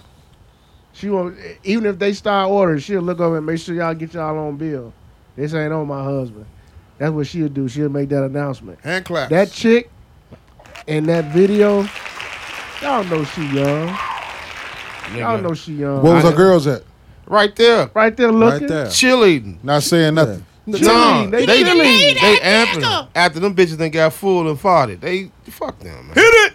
[SPEAKER 10] She won't. Even if they start ordering, she'll look over and make sure y'all get y'all on bill. This ain't on my husband. That's what she'll do. She'll make that announcement.
[SPEAKER 4] Hand clap.
[SPEAKER 10] That chick in that video, y'all know she young. Y'all know she young.
[SPEAKER 8] What was our girls at?
[SPEAKER 2] Right there.
[SPEAKER 10] Right there looking.
[SPEAKER 8] Right there.
[SPEAKER 2] Chilling.
[SPEAKER 8] Not saying nothing.
[SPEAKER 2] Nah,
[SPEAKER 10] They
[SPEAKER 2] they they,
[SPEAKER 10] chilling.
[SPEAKER 2] they, amping after them bitches done got full and farted. They fuck them, man.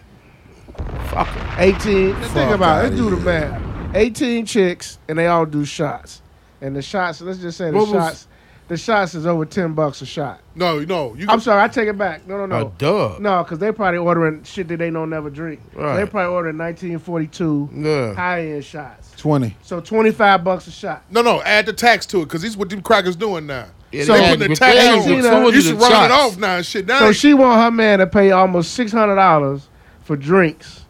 [SPEAKER 10] 18. Let's think
[SPEAKER 8] Fuck
[SPEAKER 10] about it. Let's
[SPEAKER 8] outta
[SPEAKER 10] do the
[SPEAKER 8] here.
[SPEAKER 10] math. 18 chicks, and they all do shots. And the shots, let's just say the
[SPEAKER 2] What was-
[SPEAKER 10] shots, the shots is over 10 bucks a shot.
[SPEAKER 4] No, no. Oh, You
[SPEAKER 10] I'm sorry, I take it back. No, no, no.
[SPEAKER 2] A dub.
[SPEAKER 10] No, because they probably ordering shit that they don't never drink.
[SPEAKER 2] Right.
[SPEAKER 10] They probably ordering 1942
[SPEAKER 2] Yeah.
[SPEAKER 10] high end shots.
[SPEAKER 8] 20.
[SPEAKER 10] So 25 bucks a shot.
[SPEAKER 4] no, no. Add the tax to it because he's what them crackers doing now.
[SPEAKER 2] Yeah,
[SPEAKER 10] So-
[SPEAKER 2] they had
[SPEAKER 4] Putting the
[SPEAKER 2] to-
[SPEAKER 4] tax
[SPEAKER 2] they had
[SPEAKER 10] on it.
[SPEAKER 2] to- someone
[SPEAKER 4] you
[SPEAKER 2] did
[SPEAKER 4] should
[SPEAKER 2] the
[SPEAKER 4] round it
[SPEAKER 2] shots.
[SPEAKER 4] off now. and Shit, now
[SPEAKER 10] So she want her man to pay almost $600 for drinks.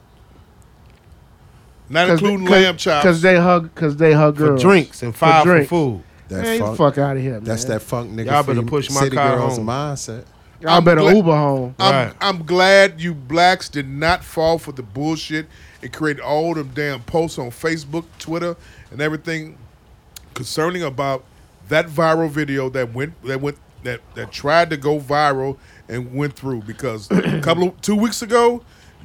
[SPEAKER 4] not including lamb chops.
[SPEAKER 10] Because they hug, because they hug
[SPEAKER 2] for
[SPEAKER 10] girls.
[SPEAKER 2] drinks and five for,
[SPEAKER 10] drinks.
[SPEAKER 2] food.
[SPEAKER 7] That
[SPEAKER 10] Man,
[SPEAKER 7] funk-
[SPEAKER 10] fuck out of here, man.
[SPEAKER 7] That's that funk nigga.
[SPEAKER 2] Y'all better
[SPEAKER 7] fem-
[SPEAKER 2] push my
[SPEAKER 7] city
[SPEAKER 2] car
[SPEAKER 7] girls
[SPEAKER 2] home.
[SPEAKER 7] mindset.
[SPEAKER 10] Y'all better
[SPEAKER 4] I'm gla-
[SPEAKER 10] Uber home.
[SPEAKER 4] I'm,
[SPEAKER 2] Right.
[SPEAKER 4] I'm glad you blacks did not fall for the bullshit and create all them damn posts on Facebook, Twitter, and everything concerning about that viral video that went that went that that tried to go viral and went through because a couple of, two weeks ago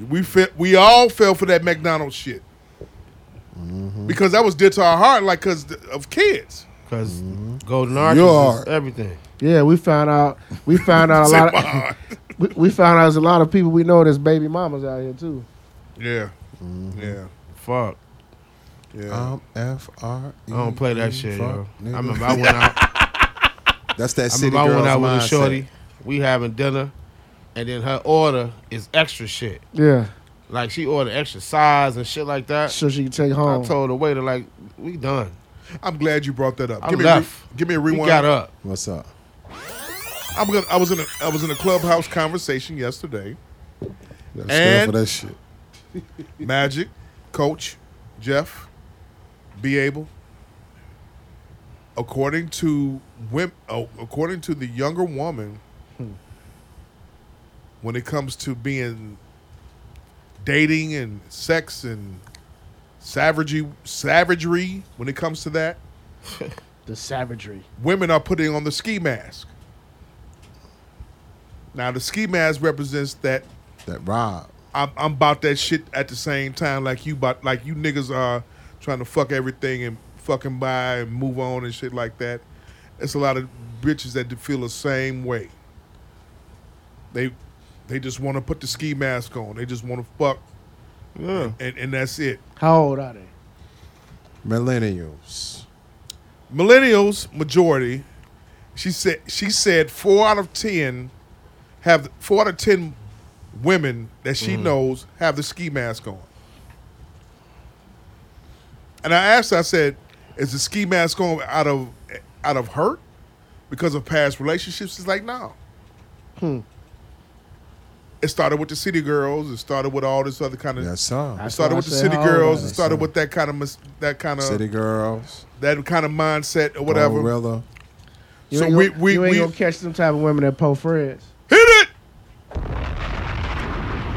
[SPEAKER 4] we fit, we all fell for that McDonald's shit
[SPEAKER 10] Mm-hmm.
[SPEAKER 4] because that was dear to our heart like because of kids.
[SPEAKER 2] Because Golden Arches
[SPEAKER 8] You
[SPEAKER 2] is
[SPEAKER 8] are.
[SPEAKER 2] everything.
[SPEAKER 10] Yeah, we found out. We found out a lot. Of, we, we found out there's a lot of people we know that's baby mamas out here too.
[SPEAKER 4] Yeah, yeah,
[SPEAKER 2] Fuck.
[SPEAKER 4] yeah.
[SPEAKER 7] Um, F R E.
[SPEAKER 2] I don't play that shit, yo.
[SPEAKER 7] Fuck,
[SPEAKER 2] I
[SPEAKER 7] nigga.
[SPEAKER 2] remember I went out. I
[SPEAKER 7] That's that city
[SPEAKER 2] remember I
[SPEAKER 7] girls
[SPEAKER 2] went out with a
[SPEAKER 7] mindset.
[SPEAKER 2] shorty. We having dinner, and then her order is extra shit.
[SPEAKER 10] Yeah,
[SPEAKER 2] Like she ordered extra size and shit like that.
[SPEAKER 10] so she can take
[SPEAKER 2] I
[SPEAKER 10] home.
[SPEAKER 2] told the waiter like, we done.
[SPEAKER 4] I'm glad you brought that up.
[SPEAKER 2] I
[SPEAKER 4] give me a
[SPEAKER 2] left.
[SPEAKER 4] re- give me a
[SPEAKER 2] We
[SPEAKER 4] rewind.
[SPEAKER 2] got up.
[SPEAKER 7] What's up?
[SPEAKER 4] I'm gonna, I was in a I was in a clubhouse conversation yesterday.
[SPEAKER 8] Gotta stand
[SPEAKER 4] And-
[SPEAKER 8] for that shit.
[SPEAKER 4] Magic, Coach, Jeff, be able. According to wim, oh, according to the younger woman, when it comes to being dating and sex and savagery, savagery, when it comes to that,
[SPEAKER 10] the savagery.
[SPEAKER 4] women are putting on the ski mask. Now the ski mask represents that
[SPEAKER 7] That Rob.
[SPEAKER 4] I'm, I'm about that shit at the same time like you about like you niggas are trying to fuck everything and fucking buy and move on and shit like that. It's a lot of bitches that feel the same way. They they just want to put the ski mask on. They just want to fuck
[SPEAKER 2] Yeah.
[SPEAKER 4] and, and that's it.
[SPEAKER 10] How old are they?
[SPEAKER 7] Millennials.
[SPEAKER 4] millennials majority she said she said four out of ten have four out of ten women that she knows have the ski mask on and i asked her, i said is the ski mask on out of out of hurt because of past relationships she's like no
[SPEAKER 10] Hmm.
[SPEAKER 4] it started with the city girls it started with all this other kind of
[SPEAKER 7] Yes, sir.
[SPEAKER 4] it
[SPEAKER 10] That's
[SPEAKER 4] started
[SPEAKER 10] why I
[SPEAKER 4] with the
[SPEAKER 10] said
[SPEAKER 4] city
[SPEAKER 10] how old are
[SPEAKER 4] girls. It
[SPEAKER 10] they?
[SPEAKER 4] started with that kind of mis- that kind of
[SPEAKER 7] City girls.
[SPEAKER 4] that kind of mindset or whatever.
[SPEAKER 7] Glorilla.
[SPEAKER 10] You
[SPEAKER 4] So
[SPEAKER 10] ain't
[SPEAKER 4] we-
[SPEAKER 10] gonna-
[SPEAKER 4] we-
[SPEAKER 10] you ain't
[SPEAKER 4] we-
[SPEAKER 10] gonna catch them type of women at Poe Fred's.
[SPEAKER 4] Hit it.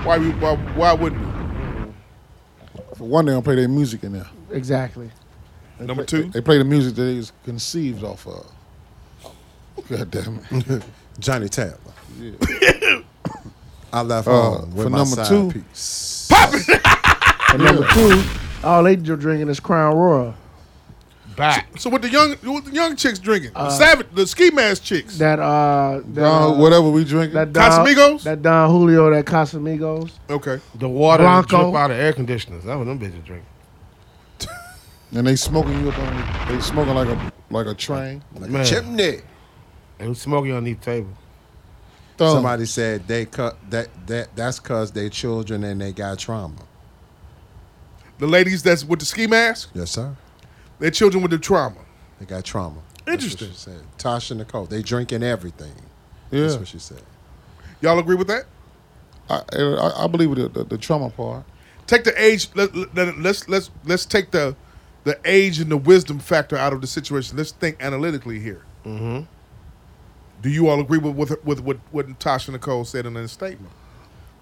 [SPEAKER 4] Why we why, why wouldn't we?
[SPEAKER 8] For one, they don't play their music in there.
[SPEAKER 10] Exactly.
[SPEAKER 4] Number
[SPEAKER 8] They,
[SPEAKER 4] two,
[SPEAKER 8] they play the music that they was conceived off of. God damn it.
[SPEAKER 7] Johnny Taylor. I left
[SPEAKER 8] Uh,
[SPEAKER 7] home
[SPEAKER 8] for
[SPEAKER 7] with my
[SPEAKER 8] number
[SPEAKER 7] side
[SPEAKER 8] two-
[SPEAKER 7] piece.
[SPEAKER 10] And number two, all they ju- drinking is Crown Royal.
[SPEAKER 2] Back.
[SPEAKER 4] so what the young what the young chicks drinking? The Savage, the ski mask chicks.
[SPEAKER 10] Uh, That uh, that,
[SPEAKER 8] Uh,
[SPEAKER 10] uh,
[SPEAKER 8] whatever we drinking.
[SPEAKER 10] that Don,
[SPEAKER 4] Casamigos?
[SPEAKER 10] that Don Julio, that Casamigos.
[SPEAKER 4] okay,
[SPEAKER 2] The water that
[SPEAKER 10] Bronco.
[SPEAKER 2] drip out of air conditioners. That's what them bitches drink.
[SPEAKER 8] and they smoking you up on the, they smoking like a like a train.
[SPEAKER 7] Like
[SPEAKER 2] Man.
[SPEAKER 7] a chimney.
[SPEAKER 2] They was smoking on these tables.
[SPEAKER 8] Thumb.
[SPEAKER 7] Somebody said they cut that that that's cause they children and they got trauma.
[SPEAKER 4] the ladies that's with the ski mask,
[SPEAKER 7] Yes, sir.
[SPEAKER 4] their children with the trauma.
[SPEAKER 7] They got trauma.
[SPEAKER 4] Interesting.
[SPEAKER 7] That's what she said. Tasha Nicole. They drinking everything. That's
[SPEAKER 8] Yeah.
[SPEAKER 7] what she said.
[SPEAKER 4] Y'all agree with that?
[SPEAKER 8] I, I, I believe with the, the, the trauma part.
[SPEAKER 4] Take the age. Let, let, let's let's let's take the the age and the wisdom factor out of the situation. Let's think analytically here. Mm-hmm. Do you all agree with with with, with what Tasha Nicole said in her statement?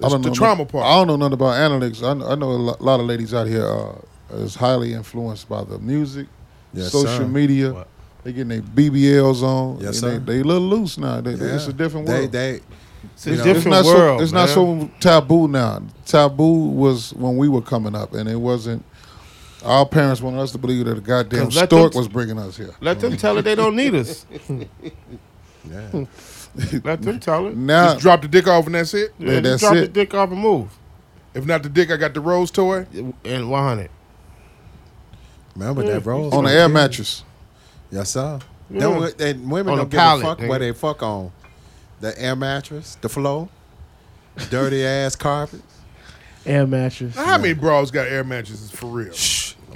[SPEAKER 8] I don't
[SPEAKER 4] the
[SPEAKER 8] know
[SPEAKER 4] trauma
[SPEAKER 8] noth-
[SPEAKER 4] part.
[SPEAKER 8] I don't know nothing about analytics. I know, I know a lo- lot of ladies out here uh, is highly influenced by the music,
[SPEAKER 11] Yes,
[SPEAKER 8] social
[SPEAKER 11] sir.
[SPEAKER 8] media. They getting their BBLs on.
[SPEAKER 11] Yes,
[SPEAKER 8] and they,
[SPEAKER 11] sir.
[SPEAKER 8] they a little loose now. They, It's a different
[SPEAKER 11] They-
[SPEAKER 8] world.
[SPEAKER 11] they-
[SPEAKER 8] it's
[SPEAKER 11] It's a different
[SPEAKER 8] not
[SPEAKER 11] world,
[SPEAKER 8] So, it's not
[SPEAKER 11] man.
[SPEAKER 8] so taboo now. Taboo was when we were coming up, and it wasn't. Our parents wanted us to believe that a goddamn
[SPEAKER 2] 'Cause let them
[SPEAKER 8] stork
[SPEAKER 2] t-
[SPEAKER 8] was bringing us here.
[SPEAKER 2] Let them tell it they don't need us.
[SPEAKER 8] Yeah.
[SPEAKER 2] Let them tell it.
[SPEAKER 8] Now-
[SPEAKER 4] just drop the dick off and that's it.
[SPEAKER 2] Yeah, just drop the dick off and move.
[SPEAKER 4] If not the dick, I got the rose toy
[SPEAKER 2] and one hundred.
[SPEAKER 11] Remember
[SPEAKER 10] Mm.
[SPEAKER 11] that rose
[SPEAKER 8] on the
[SPEAKER 11] right
[SPEAKER 8] air
[SPEAKER 11] there?
[SPEAKER 8] mattress.
[SPEAKER 11] Yes, sir.
[SPEAKER 8] Yeah.
[SPEAKER 11] Them wo- and women
[SPEAKER 8] On a
[SPEAKER 11] don't give a
[SPEAKER 8] pallet,
[SPEAKER 11] fuck
[SPEAKER 8] nigga.
[SPEAKER 11] where they fuck on. The air mattress, the floor, dirty ass carpet.
[SPEAKER 10] Air mattress.
[SPEAKER 4] Now, how many bras got air mattresses for real?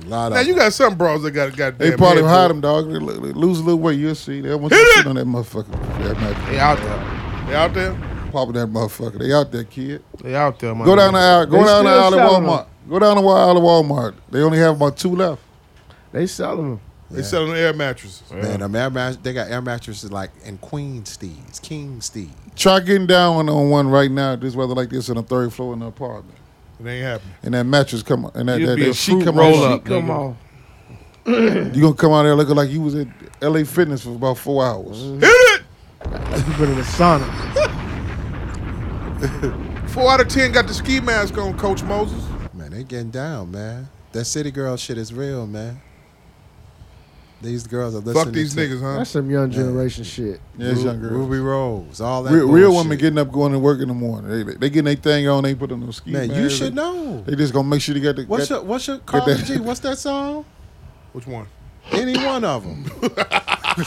[SPEAKER 11] A lot
[SPEAKER 4] Now
[SPEAKER 11] of
[SPEAKER 4] you got some bras that got got.
[SPEAKER 8] They probably hide them, dog. They lo- they lose a little weight. You'll see. They want you shit on that motherfucker. Air mattress.
[SPEAKER 2] They out there.
[SPEAKER 4] They out there.
[SPEAKER 8] Popping that motherfucker. They out there, kid.
[SPEAKER 2] They out there. My
[SPEAKER 8] Go down the aisle. Go
[SPEAKER 10] They
[SPEAKER 8] down the
[SPEAKER 10] still
[SPEAKER 8] aisle at
[SPEAKER 10] selling
[SPEAKER 8] Walmart.
[SPEAKER 10] 'em.
[SPEAKER 8] Go down the aisle at Walmart. They only have about two left.
[SPEAKER 10] They selling them.
[SPEAKER 4] They selling air mattresses.
[SPEAKER 11] man, them air mat- they got air mattresses like in Queen Steeds, King Steeds.
[SPEAKER 8] Try getting down on one right now. This weather like this on the third floor in the apartment,
[SPEAKER 4] It ain't happening.
[SPEAKER 8] and that mattress come and that,
[SPEAKER 2] You'd
[SPEAKER 8] that,
[SPEAKER 2] be
[SPEAKER 8] that
[SPEAKER 2] a
[SPEAKER 8] sheet
[SPEAKER 2] fruit
[SPEAKER 8] come
[SPEAKER 2] roll
[SPEAKER 8] out.
[SPEAKER 2] up,
[SPEAKER 8] Sheet come
[SPEAKER 2] nigga.
[SPEAKER 8] out. You gonna come out there looking like you was at L.A. Fitness for about four hours.
[SPEAKER 10] Like Mm-hmm. you been in the sauna.
[SPEAKER 4] Four out of ten got the ski mask on, Coach Moses.
[SPEAKER 11] Man, they getting down, man. That city girl shit is real, man. These girls are listening.
[SPEAKER 4] Fuck these
[SPEAKER 11] to
[SPEAKER 4] niggas, huh?
[SPEAKER 10] That's some young generation shit.
[SPEAKER 8] Yeah, it's
[SPEAKER 11] Ru-
[SPEAKER 8] young girls.
[SPEAKER 11] Ruby Rose, all that.
[SPEAKER 8] Real, real women
[SPEAKER 11] bullshit.
[SPEAKER 8] getting up, going to work in the morning. They, they, they getting their thing on. They put on those ski
[SPEAKER 11] Man, you
[SPEAKER 8] masks.
[SPEAKER 11] should know.
[SPEAKER 8] They just gonna make sure they got the.
[SPEAKER 11] What's
[SPEAKER 8] got,
[SPEAKER 11] your What's your
[SPEAKER 8] that-
[SPEAKER 11] Carly G? What's that song?
[SPEAKER 4] Which one?
[SPEAKER 11] Any one of them.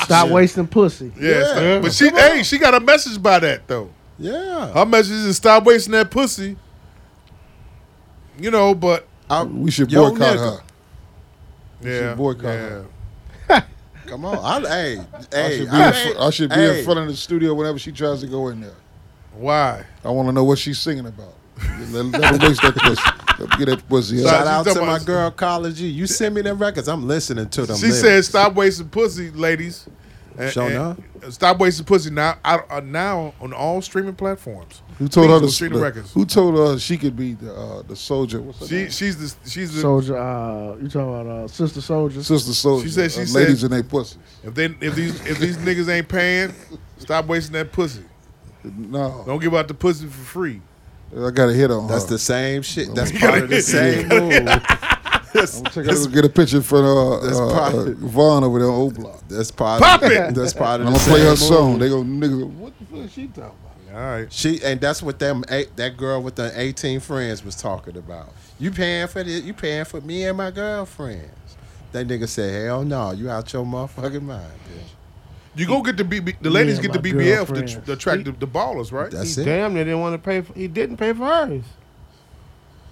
[SPEAKER 10] Stop wasting pussy.
[SPEAKER 4] Yeah, it's
[SPEAKER 11] Yeah.
[SPEAKER 4] not- but she, hey, she got a message by that though.
[SPEAKER 11] Yeah.
[SPEAKER 4] Her message is stop wasting that pussy. You know, but
[SPEAKER 11] I-
[SPEAKER 8] we should
[SPEAKER 11] Yo, nigga.
[SPEAKER 8] boycott her.
[SPEAKER 4] yeah,
[SPEAKER 8] should boycott
[SPEAKER 4] yeah.
[SPEAKER 8] her.
[SPEAKER 11] Come on. I, hey,
[SPEAKER 8] I
[SPEAKER 11] hey,
[SPEAKER 8] should be, in, fr- I should be
[SPEAKER 11] hey.
[SPEAKER 8] in front of the studio whenever she tries to go in there.
[SPEAKER 4] Why?
[SPEAKER 8] I want to know what she's singing about. Let, let her waste that pussy. Let her Get that pussy.
[SPEAKER 11] Shout
[SPEAKER 8] up.
[SPEAKER 4] Nah,
[SPEAKER 11] out
[SPEAKER 4] she's
[SPEAKER 11] to
[SPEAKER 4] talking
[SPEAKER 11] my
[SPEAKER 4] about-
[SPEAKER 11] girl Carly G. You send me them records. I'm listening to them.
[SPEAKER 4] She
[SPEAKER 11] lyrics.
[SPEAKER 4] said, "Stop wasting pussy, ladies." And-
[SPEAKER 11] Sure
[SPEAKER 4] and- Stop wasting pussy now. Out, uh, now on all streaming platforms.
[SPEAKER 8] Who told
[SPEAKER 4] Please
[SPEAKER 8] her
[SPEAKER 4] go
[SPEAKER 8] to
[SPEAKER 4] stream
[SPEAKER 8] the-
[SPEAKER 4] the records?
[SPEAKER 8] Who told her she could be the uh, the soldier? What's her
[SPEAKER 4] She,
[SPEAKER 8] name?
[SPEAKER 4] she's the she's the.
[SPEAKER 10] Soldier, uh, you talking about uh, sister soldiers?
[SPEAKER 8] Sister soldier.
[SPEAKER 4] She said she
[SPEAKER 8] uh,
[SPEAKER 4] said-
[SPEAKER 8] ladies and they pussies.
[SPEAKER 4] if they if these if these niggas ain't paying, stop wasting that pussy.
[SPEAKER 8] No,
[SPEAKER 4] Don't give out the pussy for free.
[SPEAKER 8] I got a hit on
[SPEAKER 11] That's
[SPEAKER 8] her.
[SPEAKER 11] the same shit. That's part of the same move.
[SPEAKER 8] I'm gonna take her to get a picture for uh,
[SPEAKER 11] That's
[SPEAKER 8] uh,
[SPEAKER 11] probably-
[SPEAKER 8] uh, Vaughn over there on O Block.
[SPEAKER 11] That's part.
[SPEAKER 4] Pop
[SPEAKER 11] of,
[SPEAKER 4] it!
[SPEAKER 11] That's part
[SPEAKER 8] I'm
[SPEAKER 11] of the
[SPEAKER 8] gonna play
[SPEAKER 11] same
[SPEAKER 8] her
[SPEAKER 11] move.
[SPEAKER 8] song. They go niggas. go, What the fuck is she talking about?
[SPEAKER 4] All right.
[SPEAKER 11] She and that's what them eight, that girl with the eighteen friends was talking about. You paying for this? You paying for me and my girlfriends? That nigga said, "Hell no, you out your motherfucking mind, bitch."
[SPEAKER 4] You go get the BB. The ladies
[SPEAKER 10] Yeah,
[SPEAKER 4] get the
[SPEAKER 10] my
[SPEAKER 4] BBL for the,
[SPEAKER 10] girlfriend.
[SPEAKER 4] the track the, the ballers, right?
[SPEAKER 11] That's
[SPEAKER 2] He
[SPEAKER 11] it.
[SPEAKER 2] damn near didn't want to pay for he didn't pay for hers.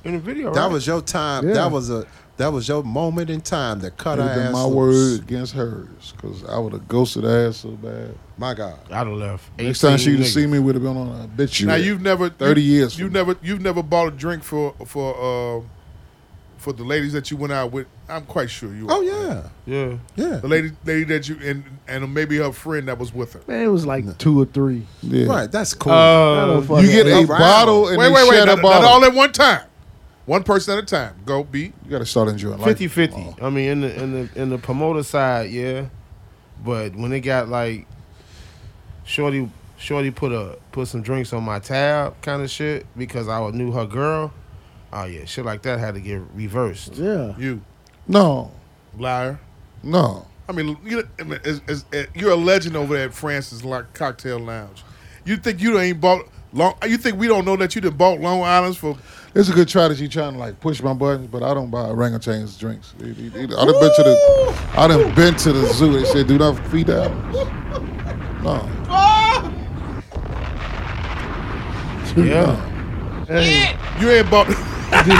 [SPEAKER 2] In the video,
[SPEAKER 11] That
[SPEAKER 2] right?
[SPEAKER 11] was your time.
[SPEAKER 10] Yeah.
[SPEAKER 11] That was a that was your moment in time that cut
[SPEAKER 8] It
[SPEAKER 11] her
[SPEAKER 8] would have
[SPEAKER 11] ass.
[SPEAKER 8] been my
[SPEAKER 11] loose.
[SPEAKER 8] word against hers because I would have ghosted her ass so bad.
[SPEAKER 11] My God.
[SPEAKER 2] I'd have left.
[SPEAKER 8] Next time she would
[SPEAKER 2] 18
[SPEAKER 8] have seen
[SPEAKER 2] niggas.
[SPEAKER 8] me, would have been on a bitch.
[SPEAKER 4] Now you've never
[SPEAKER 8] 30
[SPEAKER 4] you-
[SPEAKER 8] years
[SPEAKER 4] You've
[SPEAKER 8] from
[SPEAKER 4] never you've never bought a drink for for uh for the ladies that you went out with. I'm quite sure you.
[SPEAKER 11] Oh
[SPEAKER 4] are.
[SPEAKER 11] yeah,
[SPEAKER 2] Yeah.
[SPEAKER 11] yeah.
[SPEAKER 4] The lady lady that you and and maybe her friend that was with her.
[SPEAKER 10] Man, it was like two or three.
[SPEAKER 8] yeah.
[SPEAKER 11] Right. That's cool.
[SPEAKER 2] Uh,
[SPEAKER 10] Motherfucker.
[SPEAKER 8] You get a
[SPEAKER 11] Around.
[SPEAKER 8] bottle and
[SPEAKER 4] wait
[SPEAKER 8] they
[SPEAKER 4] wait wait!
[SPEAKER 8] share the
[SPEAKER 4] Not, not
[SPEAKER 8] bottle.
[SPEAKER 4] all at one time. One person at a time. Go beat.
[SPEAKER 8] you gotta start enjoying life.
[SPEAKER 2] 50 50. I mean, in the in the in the promoter side, yeah. But when it got like Shorty Shorty put a put some drinks on my tab kind of shit because I knew her girl. Oh yeah, shit like that had to get reversed.
[SPEAKER 10] Yeah.
[SPEAKER 4] You
[SPEAKER 8] No,
[SPEAKER 4] liar.
[SPEAKER 8] no.
[SPEAKER 4] I mean, you, I mean it's, it's, it- you're a legend over there at Francis like Cocktail Lounge. You think you done ain't bought long? You think we don't know that you done bought Long Island's for?
[SPEAKER 8] It's a good try that you trying to like push my buttons, but I don't buy orangutans drinks. It- it- it- I done been to the, I done been to the zoo. They said do not feed the animals. No,
[SPEAKER 4] Ah!
[SPEAKER 2] Yeah.
[SPEAKER 10] Hey,
[SPEAKER 4] You ain't bought.
[SPEAKER 10] do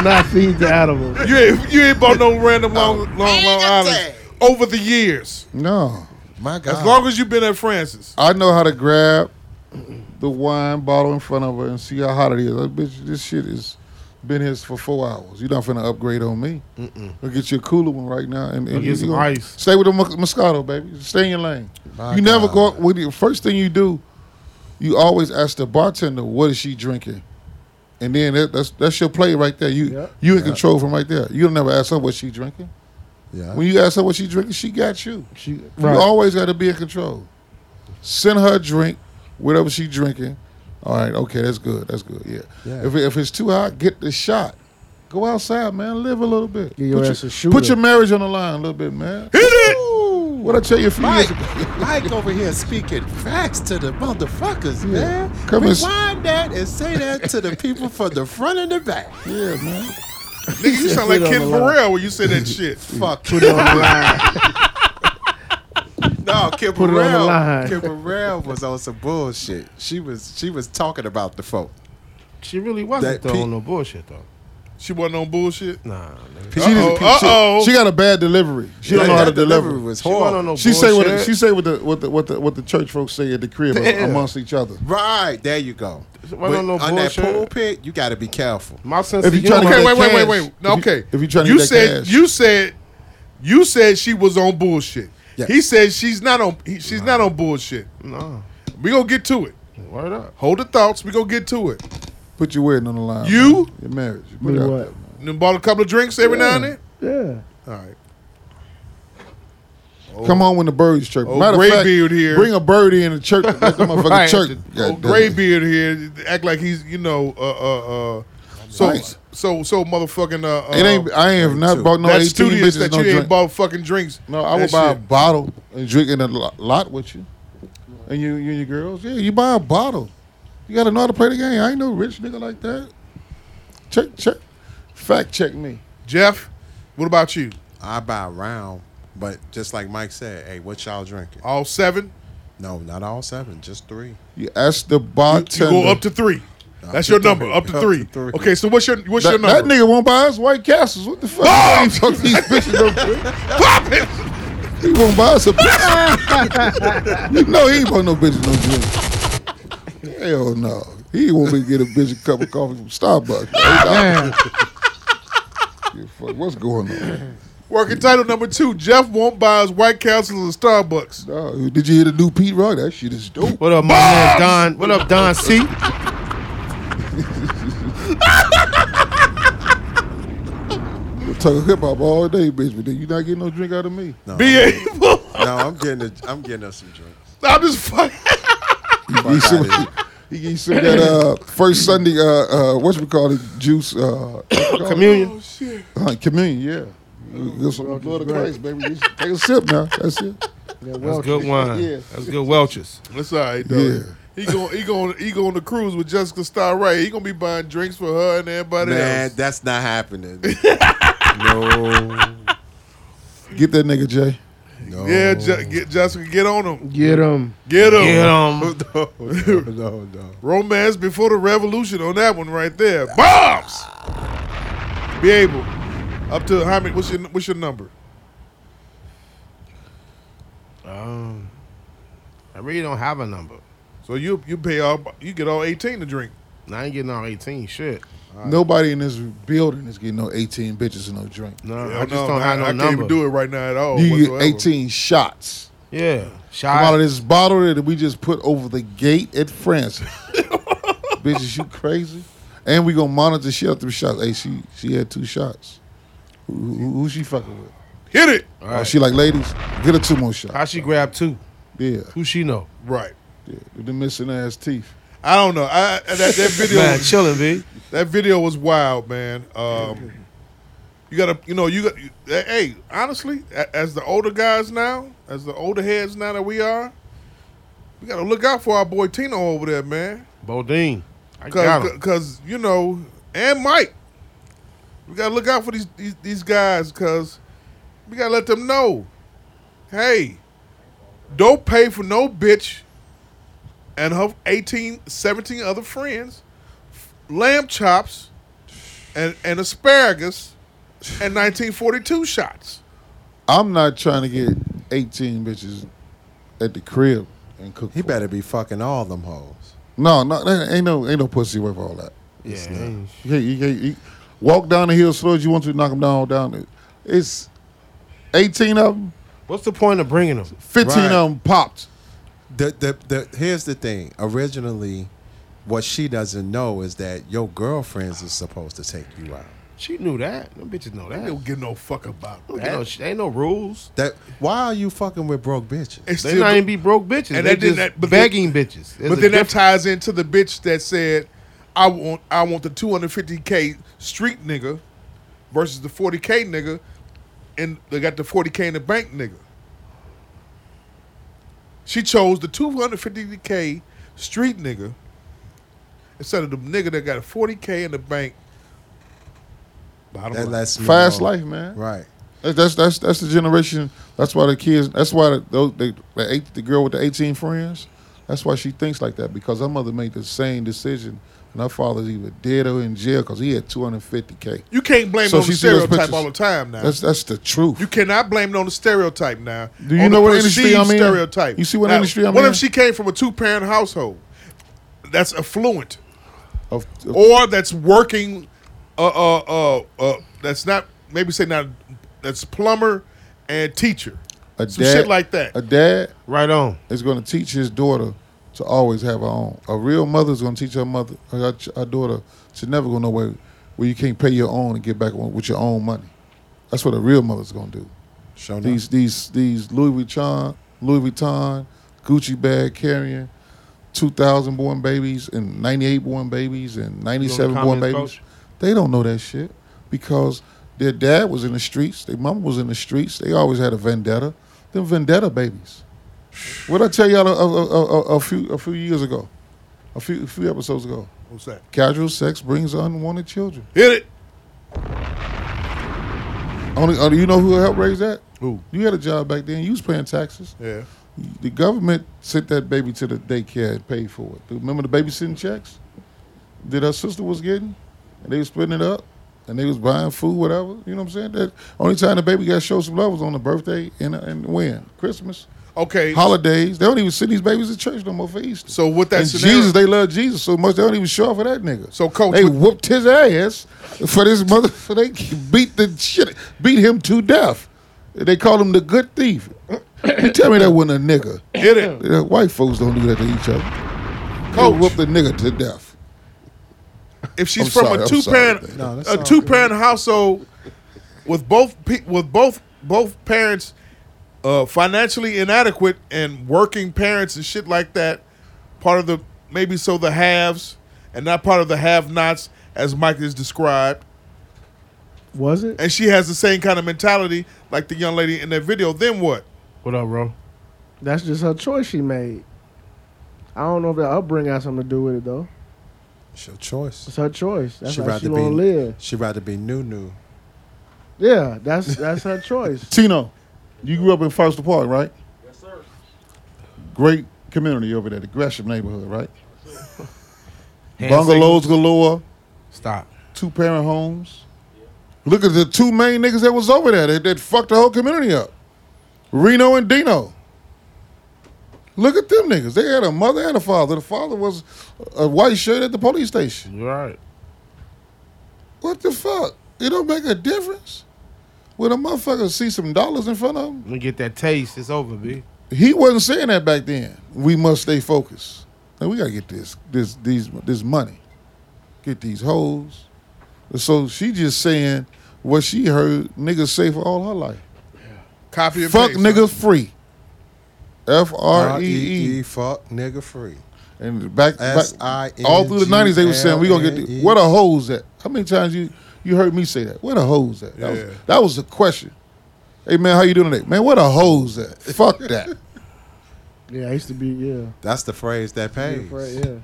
[SPEAKER 10] not feed the animals.
[SPEAKER 4] You ain't, you ain't bought no random Long Long Long Island over the years.
[SPEAKER 8] no.
[SPEAKER 11] my God.
[SPEAKER 4] As long as you've been at Francis,
[SPEAKER 8] I know how to grab the wine bottle in front of her and see how hot it is. Like, bitch, this shit is been here for four hours. You're not finna upgrade on me. Mm-mm. I'll get you a cooler one right now and, and
[SPEAKER 2] get
[SPEAKER 8] you
[SPEAKER 2] some
[SPEAKER 8] gonna-
[SPEAKER 2] ice.
[SPEAKER 8] Stay with the Mos- Moscato, baby. Stay in your lane.
[SPEAKER 11] My
[SPEAKER 8] you never
[SPEAKER 11] God.
[SPEAKER 8] go out with the first thing you do. You always ask the bartender, "What is she drinking?" and then that, that's that's your play right there. You you in
[SPEAKER 11] Yeah.
[SPEAKER 8] control from right there. You'll never ask her what she drinking.
[SPEAKER 11] Yeah.
[SPEAKER 8] When you ask her what she drinking, she got you.
[SPEAKER 10] She
[SPEAKER 8] You always got to be in control. Send her a drink, whatever she drinking. All right, okay, that's good. That's good. Yeah.
[SPEAKER 11] Yeah.
[SPEAKER 8] If if it's too hot, get the shot. Go outside, man. Live a little bit.
[SPEAKER 10] Get your
[SPEAKER 8] put,
[SPEAKER 10] ass a
[SPEAKER 8] your,
[SPEAKER 10] shooter.
[SPEAKER 8] put your marriage on the line a little bit, man. Hit
[SPEAKER 11] it.
[SPEAKER 8] What I tell you a few
[SPEAKER 11] Mike,
[SPEAKER 8] years ago.
[SPEAKER 11] Mike over here speaking facts to the motherfuckers, man.
[SPEAKER 8] Come and s-
[SPEAKER 11] Rewind that and say that to the people from the front and the back.
[SPEAKER 8] Yeah, man.
[SPEAKER 4] Nigga, you sound like Ken Burrell when you say that shit. Fuck.
[SPEAKER 11] Put it on the line. no, Kim
[SPEAKER 10] Put it on the line.
[SPEAKER 11] Burrell. Kim Burrell was on some bullshit. She was she was talking about the folk.
[SPEAKER 2] She really wasn't
[SPEAKER 11] That
[SPEAKER 2] though,
[SPEAKER 11] pe-
[SPEAKER 2] on no bullshit though.
[SPEAKER 4] She wasn't on bullshit.
[SPEAKER 2] Nah, nigga.
[SPEAKER 8] She, didn't-
[SPEAKER 4] Uh-oh,
[SPEAKER 8] she-
[SPEAKER 4] uh-oh.
[SPEAKER 8] she got a bad delivery. She don't know how to
[SPEAKER 11] That
[SPEAKER 8] deliver.
[SPEAKER 11] delivery was
[SPEAKER 2] She wasn't
[SPEAKER 11] horrible.
[SPEAKER 2] on no
[SPEAKER 8] She say
[SPEAKER 2] bullshit.
[SPEAKER 8] what she say what the what the what the, what the church folks say at the crib
[SPEAKER 2] Yeah.
[SPEAKER 8] amongst each other.
[SPEAKER 11] Right there, you go.
[SPEAKER 2] Wasn't
[SPEAKER 11] But
[SPEAKER 2] on no
[SPEAKER 11] on that
[SPEAKER 2] bullshit.
[SPEAKER 11] pulpit, you got to be careful.
[SPEAKER 2] My sense
[SPEAKER 8] If
[SPEAKER 2] of
[SPEAKER 8] you tryna
[SPEAKER 2] humor.
[SPEAKER 8] get
[SPEAKER 4] Okay, wait,
[SPEAKER 8] that
[SPEAKER 4] wait, wait,
[SPEAKER 8] cash.
[SPEAKER 4] wait. No,
[SPEAKER 8] If you-
[SPEAKER 4] okay.
[SPEAKER 8] if you tryna get
[SPEAKER 4] you
[SPEAKER 8] that
[SPEAKER 4] said
[SPEAKER 8] cash.
[SPEAKER 4] you said you said she was on bullshit.
[SPEAKER 11] Yeah.
[SPEAKER 4] He said she's not on. He, she's not on bullshit.
[SPEAKER 2] Nah,
[SPEAKER 4] We gonna get to it.
[SPEAKER 2] word up.
[SPEAKER 4] Hold the thoughts. We gonna get to it.
[SPEAKER 8] Put your wedding on the line.
[SPEAKER 4] You?
[SPEAKER 8] man. your marriage. You put
[SPEAKER 10] Me
[SPEAKER 8] it out
[SPEAKER 10] what?
[SPEAKER 4] And then bought a couple of drinks every now and then.
[SPEAKER 10] Yeah.
[SPEAKER 4] All right.
[SPEAKER 8] there. Come on when the birds chirp.
[SPEAKER 4] Oh,
[SPEAKER 8] Matter of fact,
[SPEAKER 4] Greybeard here.
[SPEAKER 8] bring a birdie in the church. Let the motherfucker
[SPEAKER 2] Right.
[SPEAKER 8] chirp. God
[SPEAKER 4] Old
[SPEAKER 8] damn it.
[SPEAKER 4] Graybeard here act like he's you know uh uh uh. So
[SPEAKER 8] Right.
[SPEAKER 4] so so motherfucking uh. uh
[SPEAKER 8] It ain't. I ain't have not bought no
[SPEAKER 4] that
[SPEAKER 8] eighteen
[SPEAKER 4] studious
[SPEAKER 8] bitches
[SPEAKER 4] that
[SPEAKER 8] no
[SPEAKER 4] you
[SPEAKER 8] drink.
[SPEAKER 4] ain't bought fucking drinks.
[SPEAKER 8] no, I would
[SPEAKER 4] That
[SPEAKER 8] buy a
[SPEAKER 4] shit.
[SPEAKER 8] bottle and drink in a lo- lot with you, and you, you and your girls. Yeah, you buy a bottle. You got to know how to play the game. I ain't no rich nigga like that. Check, check, fact check me.
[SPEAKER 4] Jeff, what about you?
[SPEAKER 11] I buy round, but just like Mike said, hey, what y'all drinking?
[SPEAKER 4] All seven.
[SPEAKER 11] No, not all seven, just three.
[SPEAKER 8] You ask the
[SPEAKER 4] You
[SPEAKER 8] bartender.
[SPEAKER 4] go up to three. That's
[SPEAKER 11] to
[SPEAKER 4] your
[SPEAKER 11] three.
[SPEAKER 4] number. Up to
[SPEAKER 11] Up
[SPEAKER 4] three.
[SPEAKER 11] to three.
[SPEAKER 4] Okay, so what's your what's your
[SPEAKER 8] that, that
[SPEAKER 4] number? Ah!
[SPEAKER 8] nigga won't buy us White Castles. What the fuck? Why you talk to these bitches no drink?
[SPEAKER 4] Pop it.
[SPEAKER 8] He won't buy us a bitch. you know he ain't bought no bitches no drink. Hell no. He won't be get a bitch a cup of coffee from Starbucks. man. Yeah, fuck, what's going on?
[SPEAKER 4] Working title number two. Jeff won't buy his White Castle and Starbucks.
[SPEAKER 8] Dog, did you hear the new Pete Rock? That shit is dope.
[SPEAKER 2] What up, my man Don? What up, Don C?
[SPEAKER 8] We're talking hip hop all day, bitch, but then you not getting no drink out of me.
[SPEAKER 11] No,
[SPEAKER 4] Be able.
[SPEAKER 11] no, I'm getting a, I'm getting us some drinks.
[SPEAKER 4] I'm just fucking.
[SPEAKER 8] He get some, he get some of that uh, first Sunday, uh, uh, what's we call it, juice. Uh,
[SPEAKER 2] Communion.
[SPEAKER 10] Oh,
[SPEAKER 8] Uh, communion, yeah. Give some of the blood of Christ, baby. Just take a sip now. That's it.
[SPEAKER 2] That's good wine.
[SPEAKER 8] Yeah.
[SPEAKER 2] That's good Welch's.
[SPEAKER 4] That's all right, though.
[SPEAKER 8] Yeah.
[SPEAKER 4] He going he going he going to cruise with Jessica Star Right. He gonna be buying drinks for her and everybody
[SPEAKER 11] Man,
[SPEAKER 4] else.
[SPEAKER 11] that's not happening. no,
[SPEAKER 8] Get that nigga, Jay.
[SPEAKER 11] no.
[SPEAKER 4] Yeah,
[SPEAKER 8] Oh.
[SPEAKER 4] Je- get Jessica, get on him.
[SPEAKER 10] Get him.
[SPEAKER 4] Get him.
[SPEAKER 2] Get um,
[SPEAKER 11] no, no, no, no.
[SPEAKER 4] Romance before the revolution on that one right there. Bombs. Be able. Up to how many? What's your what's your number?
[SPEAKER 2] um, I really don't have a number.
[SPEAKER 4] So you you pay all you get all eighteen to drink.
[SPEAKER 2] And I ain't getting all 18. Shit.
[SPEAKER 8] Nobody in this building is getting no 18 bitches and no drink.
[SPEAKER 2] No,
[SPEAKER 4] Hell
[SPEAKER 2] I just don't have no
[SPEAKER 4] I, I
[SPEAKER 2] number.
[SPEAKER 4] can't even do it right now at all.
[SPEAKER 8] You get
[SPEAKER 4] whatsoever.
[SPEAKER 8] 18 shots.
[SPEAKER 2] Yeah.
[SPEAKER 8] Come out of
[SPEAKER 2] Shy.
[SPEAKER 8] this bottle that we just put over the gate at Francis. Bitches, you crazy? And we gonna monitor shit out them shots. Hey, she she had two shots. Who, who, who she fucking with?
[SPEAKER 4] Hit it.
[SPEAKER 2] All
[SPEAKER 8] Oh,
[SPEAKER 2] right.
[SPEAKER 8] she like ladies. Get her two more shots.
[SPEAKER 2] How she grabbed two?
[SPEAKER 8] Yeah,
[SPEAKER 2] Who she know?
[SPEAKER 4] Right.
[SPEAKER 8] yeah. With the missing ass teeth.
[SPEAKER 4] I don't know. I that, that video
[SPEAKER 2] Man, chilling, B.
[SPEAKER 4] that video was wild, man. Um, you gotta you know you got you- hey honestly a- as the older guys now as the older heads now that we are, we gotta look out for our boy Tino over there, man.
[SPEAKER 2] Bodine. I got
[SPEAKER 4] Cause,
[SPEAKER 2] him.
[SPEAKER 4] cause you know, and Mike, we gotta look out for these these, these guys. Cause we gotta let them know, hey, don't pay for no bitch and her 18, 17 other friends, lamb chops, and and asparagus, and nineteen forty two shots.
[SPEAKER 8] I'm not trying to get 18 bitches at the crib and cook.
[SPEAKER 11] He
[SPEAKER 8] for 'em.
[SPEAKER 11] better be fucking all them hoes.
[SPEAKER 8] No, no, that ain't no, ain't no pussy worth all that.
[SPEAKER 2] Yeah.
[SPEAKER 8] You can't, you can't, you- walk down the hill slow as you want to, knock them down, down. it. It's 18 of them,
[SPEAKER 2] What's the point of bringing them?
[SPEAKER 8] 15
[SPEAKER 11] Right.
[SPEAKER 8] of them popped.
[SPEAKER 11] The, the, the, here's the thing. Originally, What she doesn't know is that your girlfriends is supposed to take you out.
[SPEAKER 2] She knew that. Them bitches know that. They
[SPEAKER 4] don't give no fuck about
[SPEAKER 2] that. ain't no rules.
[SPEAKER 11] That why are you fucking with broke bitches?
[SPEAKER 4] It's
[SPEAKER 2] They
[SPEAKER 4] still-
[SPEAKER 2] not even be broke bitches.
[SPEAKER 4] And
[SPEAKER 2] they
[SPEAKER 4] that did
[SPEAKER 2] just
[SPEAKER 4] that- but
[SPEAKER 2] begging
[SPEAKER 4] then-
[SPEAKER 2] bitches. There's
[SPEAKER 4] But
[SPEAKER 2] a
[SPEAKER 4] then that
[SPEAKER 2] difference.
[SPEAKER 4] ties into the bitch that said, "I want, I want the 250k street nigga versus the 40k nigga, and they got the 40k in the bank nigga." She chose the 250k street nigga instead of the nigga that got a 40k in the bank. Bottom
[SPEAKER 11] That
[SPEAKER 4] line.
[SPEAKER 11] lets me
[SPEAKER 8] Fast
[SPEAKER 11] know.
[SPEAKER 8] life, man.
[SPEAKER 11] Right.
[SPEAKER 8] That's that's that's, that's the generation. That's why the kids. That's why the, those- the, the, eight, the girl with the eighteen friends. That's why she thinks like that because her mother made the same decision, and her father's either dead or in jail because he had two hundred fifty k.
[SPEAKER 4] You can't blame it on the stereotype all the time now.
[SPEAKER 8] That's that's the truth.
[SPEAKER 4] You cannot blame it on the stereotype now.
[SPEAKER 8] Do you
[SPEAKER 4] On
[SPEAKER 8] know
[SPEAKER 4] the
[SPEAKER 8] what industry
[SPEAKER 4] perceived
[SPEAKER 8] I'm in?
[SPEAKER 4] Stereotype.
[SPEAKER 8] You see what
[SPEAKER 4] Now,
[SPEAKER 8] industry I'm
[SPEAKER 4] what
[SPEAKER 8] in?
[SPEAKER 4] if she came from a two parent household? That's affluent,
[SPEAKER 8] Of- of-
[SPEAKER 4] or that's working. Uh, uh, uh, uh, that's not maybe say not. That's plumber and teacher.
[SPEAKER 8] a
[SPEAKER 4] Some
[SPEAKER 8] dad,
[SPEAKER 4] shit like that.
[SPEAKER 8] A dad,
[SPEAKER 2] right on,
[SPEAKER 8] is going to teach his daughter to always have her own. A real mother's going to teach her mother, her, her daughter, she's never going to know where, where you can't pay your own and get back on- with your own money. That's what a real mother's going to do.
[SPEAKER 11] Show
[SPEAKER 8] these these these Louis Vuitton, Louis Vuitton, Gucci bag carrying, two thousand born babies and ninety eight born babies and ninety seven born
[SPEAKER 2] comment,
[SPEAKER 8] babies.
[SPEAKER 2] Coach?
[SPEAKER 8] They don't know that shit because their dad was in the streets, their mom was in the streets. They always had a vendetta. Them vendetta babies. What I tell y'all a, a, a, a- a few a few years ago, a few a few episodes ago.
[SPEAKER 4] What's that?
[SPEAKER 8] Casual sex brings unwanted children.
[SPEAKER 4] Hit it.
[SPEAKER 8] Only, only you know who helped raise that?
[SPEAKER 4] Who?
[SPEAKER 8] You had a job back then. You was paying taxes.
[SPEAKER 4] Yeah.
[SPEAKER 8] The government sent that baby to the daycare and paid for it. Remember the babysitting checks that her sister was getting, and they was splitting it up, and they was buying food, whatever. You know what I'm saying? That only time the baby got to show some love was on the birthday and uh, and when Christmas.
[SPEAKER 4] Okay.
[SPEAKER 8] Holidays, they don't even send these babies to church no more for Easter.
[SPEAKER 4] So with that
[SPEAKER 8] and
[SPEAKER 4] scenario-
[SPEAKER 8] Jesus, they love Jesus so much they don't even show up for that nigga.
[SPEAKER 4] So coach,
[SPEAKER 8] they whooped his ass for this mother. For they beat the shit, beat him to death. They called him the good thief. You tell me that wasn't a nigga.
[SPEAKER 4] Hit it.
[SPEAKER 8] The white folks don't do that to each other. They
[SPEAKER 4] Coach.
[SPEAKER 8] whoop the nigga to death.
[SPEAKER 4] If she's
[SPEAKER 8] I'm
[SPEAKER 4] from
[SPEAKER 8] sorry,
[SPEAKER 4] a
[SPEAKER 8] I'm
[SPEAKER 4] two
[SPEAKER 8] sorry.
[SPEAKER 4] parent
[SPEAKER 8] No, that's
[SPEAKER 4] a
[SPEAKER 8] all
[SPEAKER 4] two parent household with both pe- with both both parents uh, financially inadequate and working parents and shit like that, part of the maybe so the haves and not part of the have nots as Mike is described.
[SPEAKER 10] Was it?
[SPEAKER 4] And she has the same kind of mentality like the young lady in that video. Then what?
[SPEAKER 2] What up, bro?
[SPEAKER 10] That's just her choice she made. I don't know if that upbringing has something to do with it though.
[SPEAKER 11] It's your choice.
[SPEAKER 10] It's her choice. That's
[SPEAKER 11] she
[SPEAKER 10] how she
[SPEAKER 11] rather
[SPEAKER 10] want to
[SPEAKER 11] be
[SPEAKER 10] live.
[SPEAKER 11] she rather be new new.
[SPEAKER 10] Yeah, that's that's her choice.
[SPEAKER 8] Tino, you grew up in Foster Park, right?
[SPEAKER 6] Yes, sir.
[SPEAKER 8] Great community over there, the Gresham neighborhood, right?
[SPEAKER 2] Hand
[SPEAKER 8] Bungalows galore,
[SPEAKER 2] Stop.
[SPEAKER 8] two parent homes. Look at the two main niggas that was over there that, that fucked the whole community up Reno and Dino. Look at them niggas. They had a mother and a father. The father was a white shirt at the police station.
[SPEAKER 2] You're right.
[SPEAKER 8] What the fuck? It don't make a difference. When a motherfucker see some dollars in front of him,
[SPEAKER 2] Let me get that taste. It's over, B.
[SPEAKER 8] he wasn't saying that back then. We must stay focused. Now we gotta get this, this, these, this money. Get these hoes. So she just saying what she heard niggas say for all her life.
[SPEAKER 4] Copy and
[SPEAKER 8] Fuck
[SPEAKER 4] paste,
[SPEAKER 8] nigga
[SPEAKER 4] huh?
[SPEAKER 8] free. F R E E.
[SPEAKER 11] R.E.E., Fuck nigga free.
[SPEAKER 8] And back, back
[SPEAKER 11] S.I.N.G.L.A.N.E..
[SPEAKER 8] all through the nineties they were saying we gonna get the, where the hoes at. How many times you you heard me say that? Where the hoes at? That,
[SPEAKER 4] Yeah.
[SPEAKER 8] was, that was the question. Hey man, how you doing today? Man, where the hoes at? Fuck that.
[SPEAKER 10] Yeah, I used to be yeah.
[SPEAKER 11] That's the phrase that pays.
[SPEAKER 10] Right, yeah.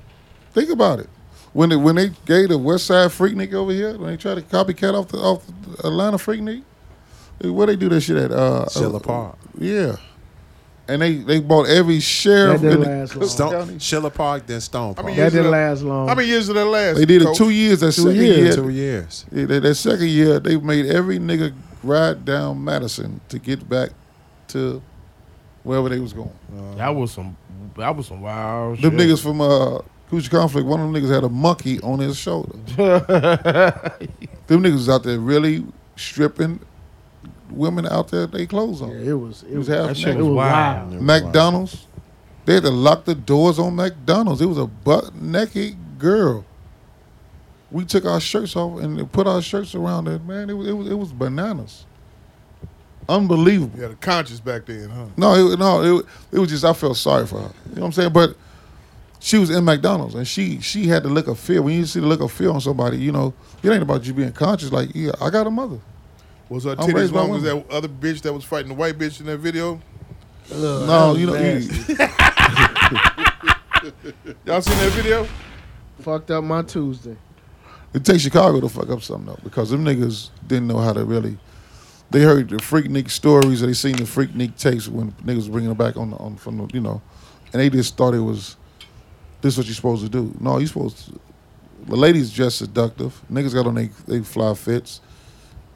[SPEAKER 8] Think about it. When they, when they gave the West Side Freak Nick over here, when they tried to copycat off the off the Atlanta Freak Nick, eh, where they do that shit at? Uh,
[SPEAKER 11] Schiller
[SPEAKER 8] uh,
[SPEAKER 11] Park.
[SPEAKER 8] Yeah. And they, they bought every sheriff.
[SPEAKER 10] That
[SPEAKER 8] in
[SPEAKER 10] didn't
[SPEAKER 8] the
[SPEAKER 10] last long.
[SPEAKER 8] Cook County.
[SPEAKER 11] Stone, Schiller Park, then Stone Park.
[SPEAKER 4] many
[SPEAKER 10] That
[SPEAKER 4] years
[SPEAKER 10] didn't
[SPEAKER 4] did-
[SPEAKER 10] last long.
[SPEAKER 4] How many years did that last?
[SPEAKER 8] They did it
[SPEAKER 4] Coach?
[SPEAKER 8] two years. That
[SPEAKER 11] two
[SPEAKER 8] second
[SPEAKER 11] years.
[SPEAKER 8] year,
[SPEAKER 11] Two years.
[SPEAKER 8] yeah, that, that second year, they made every nigga ride down Madison to get back to wherever they was going.
[SPEAKER 11] Uh,
[SPEAKER 2] That was some. That was some wild.
[SPEAKER 8] Them
[SPEAKER 2] shit.
[SPEAKER 8] niggas from uh, Coochie Conflict, one of them niggas had a monkey on his shoulder. them niggas was out there really stripping women out there they clothes on.
[SPEAKER 10] Yeah, it was it
[SPEAKER 8] It was
[SPEAKER 10] was,
[SPEAKER 8] half
[SPEAKER 2] That shit
[SPEAKER 8] naked.
[SPEAKER 2] was
[SPEAKER 10] was
[SPEAKER 2] wild.
[SPEAKER 10] wild.
[SPEAKER 8] McDonald's. They had to lock the doors on McDonald's. It was a butt naked girl. We took our shirts off and put our shirts around it. Man, it was it was, it was bananas. Unbelievable.
[SPEAKER 4] You had a conscience back then, huh?
[SPEAKER 8] No, it, no, it, it was just I felt sorry for her. You know what I'm saying? But she was in McDonald's and she she had the look of fear. When you see the look of fear on somebody, you know it ain't about you being conscious. Like, yeah, I got a mother.
[SPEAKER 4] Was her
[SPEAKER 8] I'm raised
[SPEAKER 4] titties
[SPEAKER 8] by
[SPEAKER 4] long as
[SPEAKER 8] women.
[SPEAKER 4] that other bitch that was fighting the white bitch in that video?
[SPEAKER 8] no, you know, you,
[SPEAKER 4] Y'all seen that video?
[SPEAKER 10] Fucked up my Tuesday.
[SPEAKER 8] it takes Chicago to fuck up something though because them niggas didn't know how to really. They heard the freak Nick stories or they seen the freak Nick tapes when niggas was bringing it back on the, on from the you know, and they just thought it was, this what you supposed to do. No, you supposed to. The ladies dress seductive. Niggas got on they they fly fits.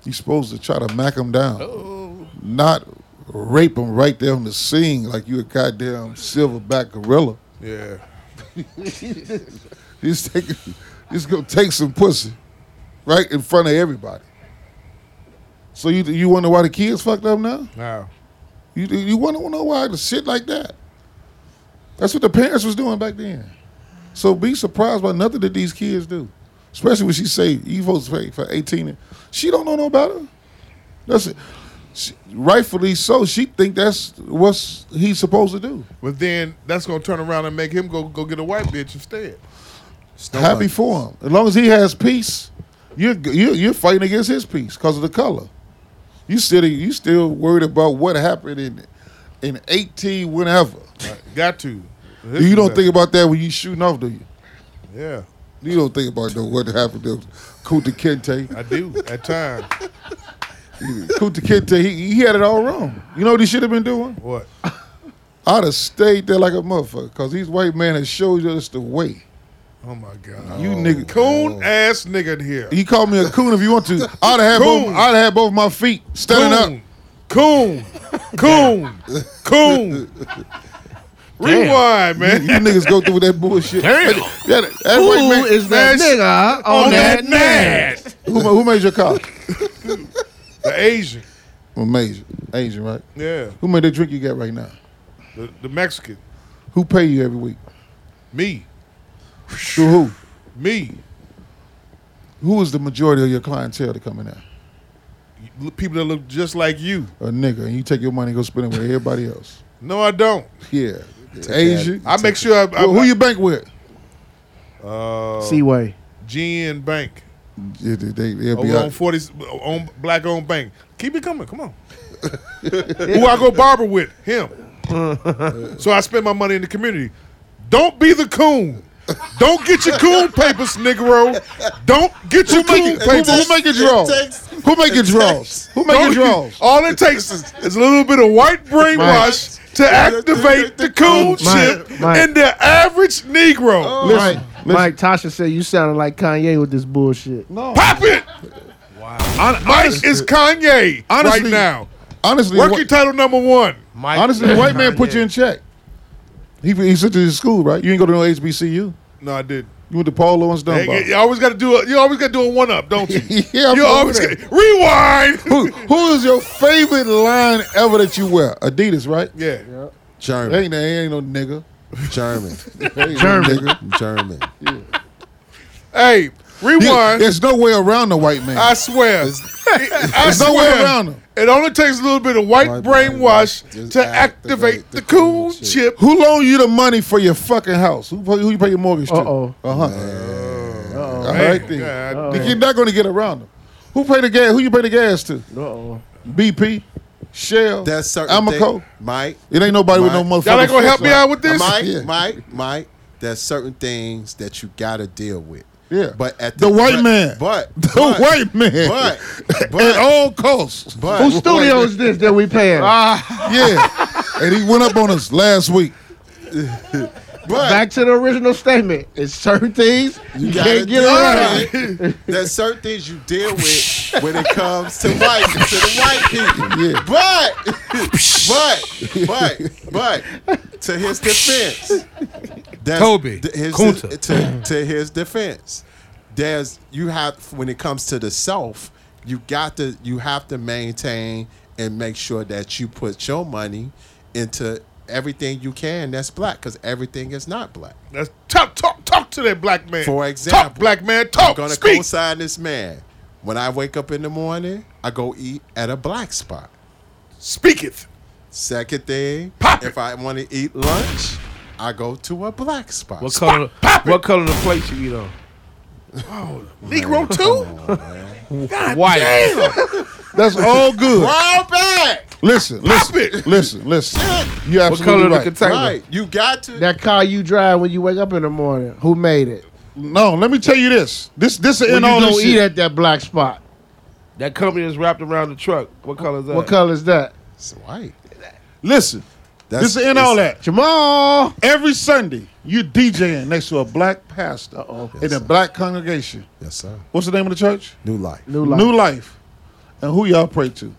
[SPEAKER 8] You supposed to try to mac them down, not rape them right there on the scene like you a goddamn silverback gorilla.
[SPEAKER 4] Yeah.
[SPEAKER 8] Just take, just go take some pussy, right in front of everybody. So you you wonder why the kids fucked up now?
[SPEAKER 4] No.
[SPEAKER 8] You you wonder know why the shit like that? That's what the parents was doing back then. So be surprised by nothing that these kids do, especially when she say you folks pay for eighteen. and-" She don't know no better. That's it. She, rightfully so, she think that's what's he's supposed to do.
[SPEAKER 4] But then that's gonna turn around and make him go go get a white bitch instead.
[SPEAKER 8] happy for him. As long as he has peace, you're you're, you're fighting against his peace because of the color. You still you still worried about what happened in in eighteen whenever.
[SPEAKER 4] Got to.
[SPEAKER 8] you don't think about that when you shooting off, do you?
[SPEAKER 4] Yeah,
[SPEAKER 8] You don't think about though what happened to Kuta Kente.
[SPEAKER 4] I do at times.
[SPEAKER 8] Kuta Kente, he, he had it all wrong. You know what he should have been doing?
[SPEAKER 4] What?
[SPEAKER 8] I'd have stayed there like a motherfucker because these white man has showed us the way.
[SPEAKER 4] Oh my god.
[SPEAKER 8] You nigga.
[SPEAKER 4] Coon ass nigga here.
[SPEAKER 8] You call me a coon if you want to. I'd have had both.
[SPEAKER 4] Coon.
[SPEAKER 8] I'd have had both my feet standing up.
[SPEAKER 4] Coon. Coon. Coon. Rewind, man.
[SPEAKER 8] You, you niggas go through that bullshit.
[SPEAKER 4] Damn.
[SPEAKER 8] That, that, that
[SPEAKER 10] Who
[SPEAKER 8] white man,
[SPEAKER 10] is that
[SPEAKER 8] man,
[SPEAKER 10] nigga on that net?
[SPEAKER 8] Who, ma- who made your car?
[SPEAKER 4] The Asian.
[SPEAKER 8] Well, major, Asian, right?
[SPEAKER 4] Yeah.
[SPEAKER 8] Who made the drink you got right now?
[SPEAKER 4] The, the Mexican.
[SPEAKER 8] Who pay you every week?
[SPEAKER 4] Me.
[SPEAKER 8] Through who?
[SPEAKER 4] Me.
[SPEAKER 8] Who is the majority of your clientele to come in there?
[SPEAKER 4] People that look just like you.
[SPEAKER 8] A nigga, and you take your money and go spend it with everybody else.
[SPEAKER 4] No, I don't.
[SPEAKER 8] Yeah, Asian.
[SPEAKER 4] I make sure I, I,
[SPEAKER 8] Well, who you bank with?
[SPEAKER 4] uh
[SPEAKER 10] Seaway.
[SPEAKER 4] GN Bank.
[SPEAKER 8] Yeah, they, they, they'll be
[SPEAKER 4] Over Oh, on
[SPEAKER 8] out.
[SPEAKER 4] forty on black owned bank. Keep it coming. Come on. Who I go barber with? Him. so I spend my money in the community. Don't be the coon. Don't get your coon papers, Negro. Don't get your coon
[SPEAKER 8] Who, who,
[SPEAKER 4] papers.
[SPEAKER 8] who make your draws? Who make your draws? Who make
[SPEAKER 4] Don't-
[SPEAKER 8] your draws?
[SPEAKER 4] All it takes is, is a little bit of white brainwash to activate the coon chip
[SPEAKER 10] Oh, Mike.
[SPEAKER 4] in the average Negro.
[SPEAKER 10] Mike, Mike, Tasha said you sounded like Kanye with this bullshit.
[SPEAKER 8] No.
[SPEAKER 4] Pop it! Wow. Mike is Kanye
[SPEAKER 8] Honestly,
[SPEAKER 4] right now.
[SPEAKER 8] Honestly,
[SPEAKER 4] Working
[SPEAKER 8] what-
[SPEAKER 4] title number one.
[SPEAKER 2] Mike,
[SPEAKER 8] Honestly, the white man put you in check. He he sent you to school, right? You ain't go to no HBCU. You
[SPEAKER 4] No, I didn't.
[SPEAKER 8] went to Paul Lawrence
[SPEAKER 4] Hey,
[SPEAKER 8] Dunbar.
[SPEAKER 4] you always got to do a you always got to do a one up, don't you?
[SPEAKER 8] Yeah, I'm
[SPEAKER 4] you
[SPEAKER 8] over
[SPEAKER 4] always
[SPEAKER 8] that.
[SPEAKER 4] got, rewind.
[SPEAKER 8] who who is your favorite line ever that you wear? Adidas, right?
[SPEAKER 4] yeah.
[SPEAKER 11] German.
[SPEAKER 8] Ain't there ain't no nigga.
[SPEAKER 11] German.
[SPEAKER 8] Ain't
[SPEAKER 10] German.
[SPEAKER 8] No nigga.
[SPEAKER 11] German.
[SPEAKER 4] Hey, rewind.
[SPEAKER 8] You- there's no way around the white man.
[SPEAKER 4] I swear. I
[SPEAKER 8] There's no way
[SPEAKER 4] swear.
[SPEAKER 8] around him.
[SPEAKER 4] It only takes a little bit of white,
[SPEAKER 11] White
[SPEAKER 4] brainwash
[SPEAKER 11] brainwash. Just
[SPEAKER 4] to
[SPEAKER 11] activate
[SPEAKER 4] activate the coon chip.
[SPEAKER 8] who loan you the money for your fucking house? Who, who you pay your mortgage to?
[SPEAKER 10] Uh-oh.
[SPEAKER 8] Uh-huh. All right then.
[SPEAKER 4] Oh, God.
[SPEAKER 8] You're not going to get around them. Who pay the gas? Who you pay the gas to?
[SPEAKER 10] Uh-oh.
[SPEAKER 8] BP, Shell,
[SPEAKER 11] That's certain.
[SPEAKER 8] Amoco.
[SPEAKER 11] thing- Mike.
[SPEAKER 8] It ain't nobody with no
[SPEAKER 11] Mike.
[SPEAKER 8] motherfucking.
[SPEAKER 4] Y'all ain't gonna help me
[SPEAKER 8] foresight.
[SPEAKER 4] out with this.
[SPEAKER 11] Mike,
[SPEAKER 8] Yeah.
[SPEAKER 11] Mike, Mike. There's certain things that you gotta deal with.
[SPEAKER 8] Yeah.
[SPEAKER 11] But at the,
[SPEAKER 8] The white
[SPEAKER 11] but-
[SPEAKER 8] man.
[SPEAKER 11] But
[SPEAKER 8] The
[SPEAKER 11] but-
[SPEAKER 8] white man.
[SPEAKER 11] But
[SPEAKER 8] At
[SPEAKER 11] but
[SPEAKER 8] all costs. Ah.
[SPEAKER 11] but
[SPEAKER 10] Whose studio is this that we paying?
[SPEAKER 8] Yeah. and he went up on us last week.
[SPEAKER 11] but
[SPEAKER 10] Back to the original statement. It's certain things you,
[SPEAKER 11] gotta
[SPEAKER 10] can't get
[SPEAKER 11] deal
[SPEAKER 10] around.
[SPEAKER 11] with it. There's certain things you deal with when it comes to white to the white people.
[SPEAKER 8] Yeah.
[SPEAKER 11] But but but but to his defense, that's-
[SPEAKER 9] Kobe,
[SPEAKER 11] th- his-
[SPEAKER 9] Kunta.
[SPEAKER 11] to, to his defense, there's you have when it comes to the self, you got to you have to maintain and make sure that you put your money into everything you can that's black because everything is not black.
[SPEAKER 4] That's talk, talk, talk Talk to that black man.
[SPEAKER 11] For example,
[SPEAKER 4] talk, black man, talk.
[SPEAKER 11] I'm gonna
[SPEAKER 4] speak.
[SPEAKER 11] co-sign this man. When I wake up in the morning, I go eat at a black spot.
[SPEAKER 4] Speaketh.
[SPEAKER 11] Second thing, if I want to eat lunch, I go to a black spot.
[SPEAKER 2] What color? what color the plate you eat on?
[SPEAKER 4] Oh, Negro too? God
[SPEAKER 2] White.
[SPEAKER 4] damn.
[SPEAKER 8] That's all good.
[SPEAKER 11] Brown bag.
[SPEAKER 8] Listen, listen, listen, listen. You
[SPEAKER 10] What color
[SPEAKER 8] absolutely
[SPEAKER 10] the
[SPEAKER 8] right.
[SPEAKER 10] container?
[SPEAKER 11] Right. You got to.
[SPEAKER 10] That car you drive when you wake up in the morning. Who made it?
[SPEAKER 8] No, let me tell you this. This this
[SPEAKER 10] when
[SPEAKER 8] and
[SPEAKER 10] you
[SPEAKER 8] all
[SPEAKER 10] don't
[SPEAKER 8] this
[SPEAKER 10] eat
[SPEAKER 8] shit.
[SPEAKER 10] at that black spot.
[SPEAKER 2] That company is wrapped around the truck. What color is that?
[SPEAKER 10] What color is that?
[SPEAKER 11] It's white.
[SPEAKER 8] Listen,
[SPEAKER 11] That's-
[SPEAKER 8] this is in all that.
[SPEAKER 10] Jamal.
[SPEAKER 8] Every Sunday, you DJing next to a black pastor in a black congregation.
[SPEAKER 11] Yes, sir.
[SPEAKER 8] What's the name of the church?
[SPEAKER 11] New life.
[SPEAKER 10] New life.
[SPEAKER 8] New Life. And who y'all pray to?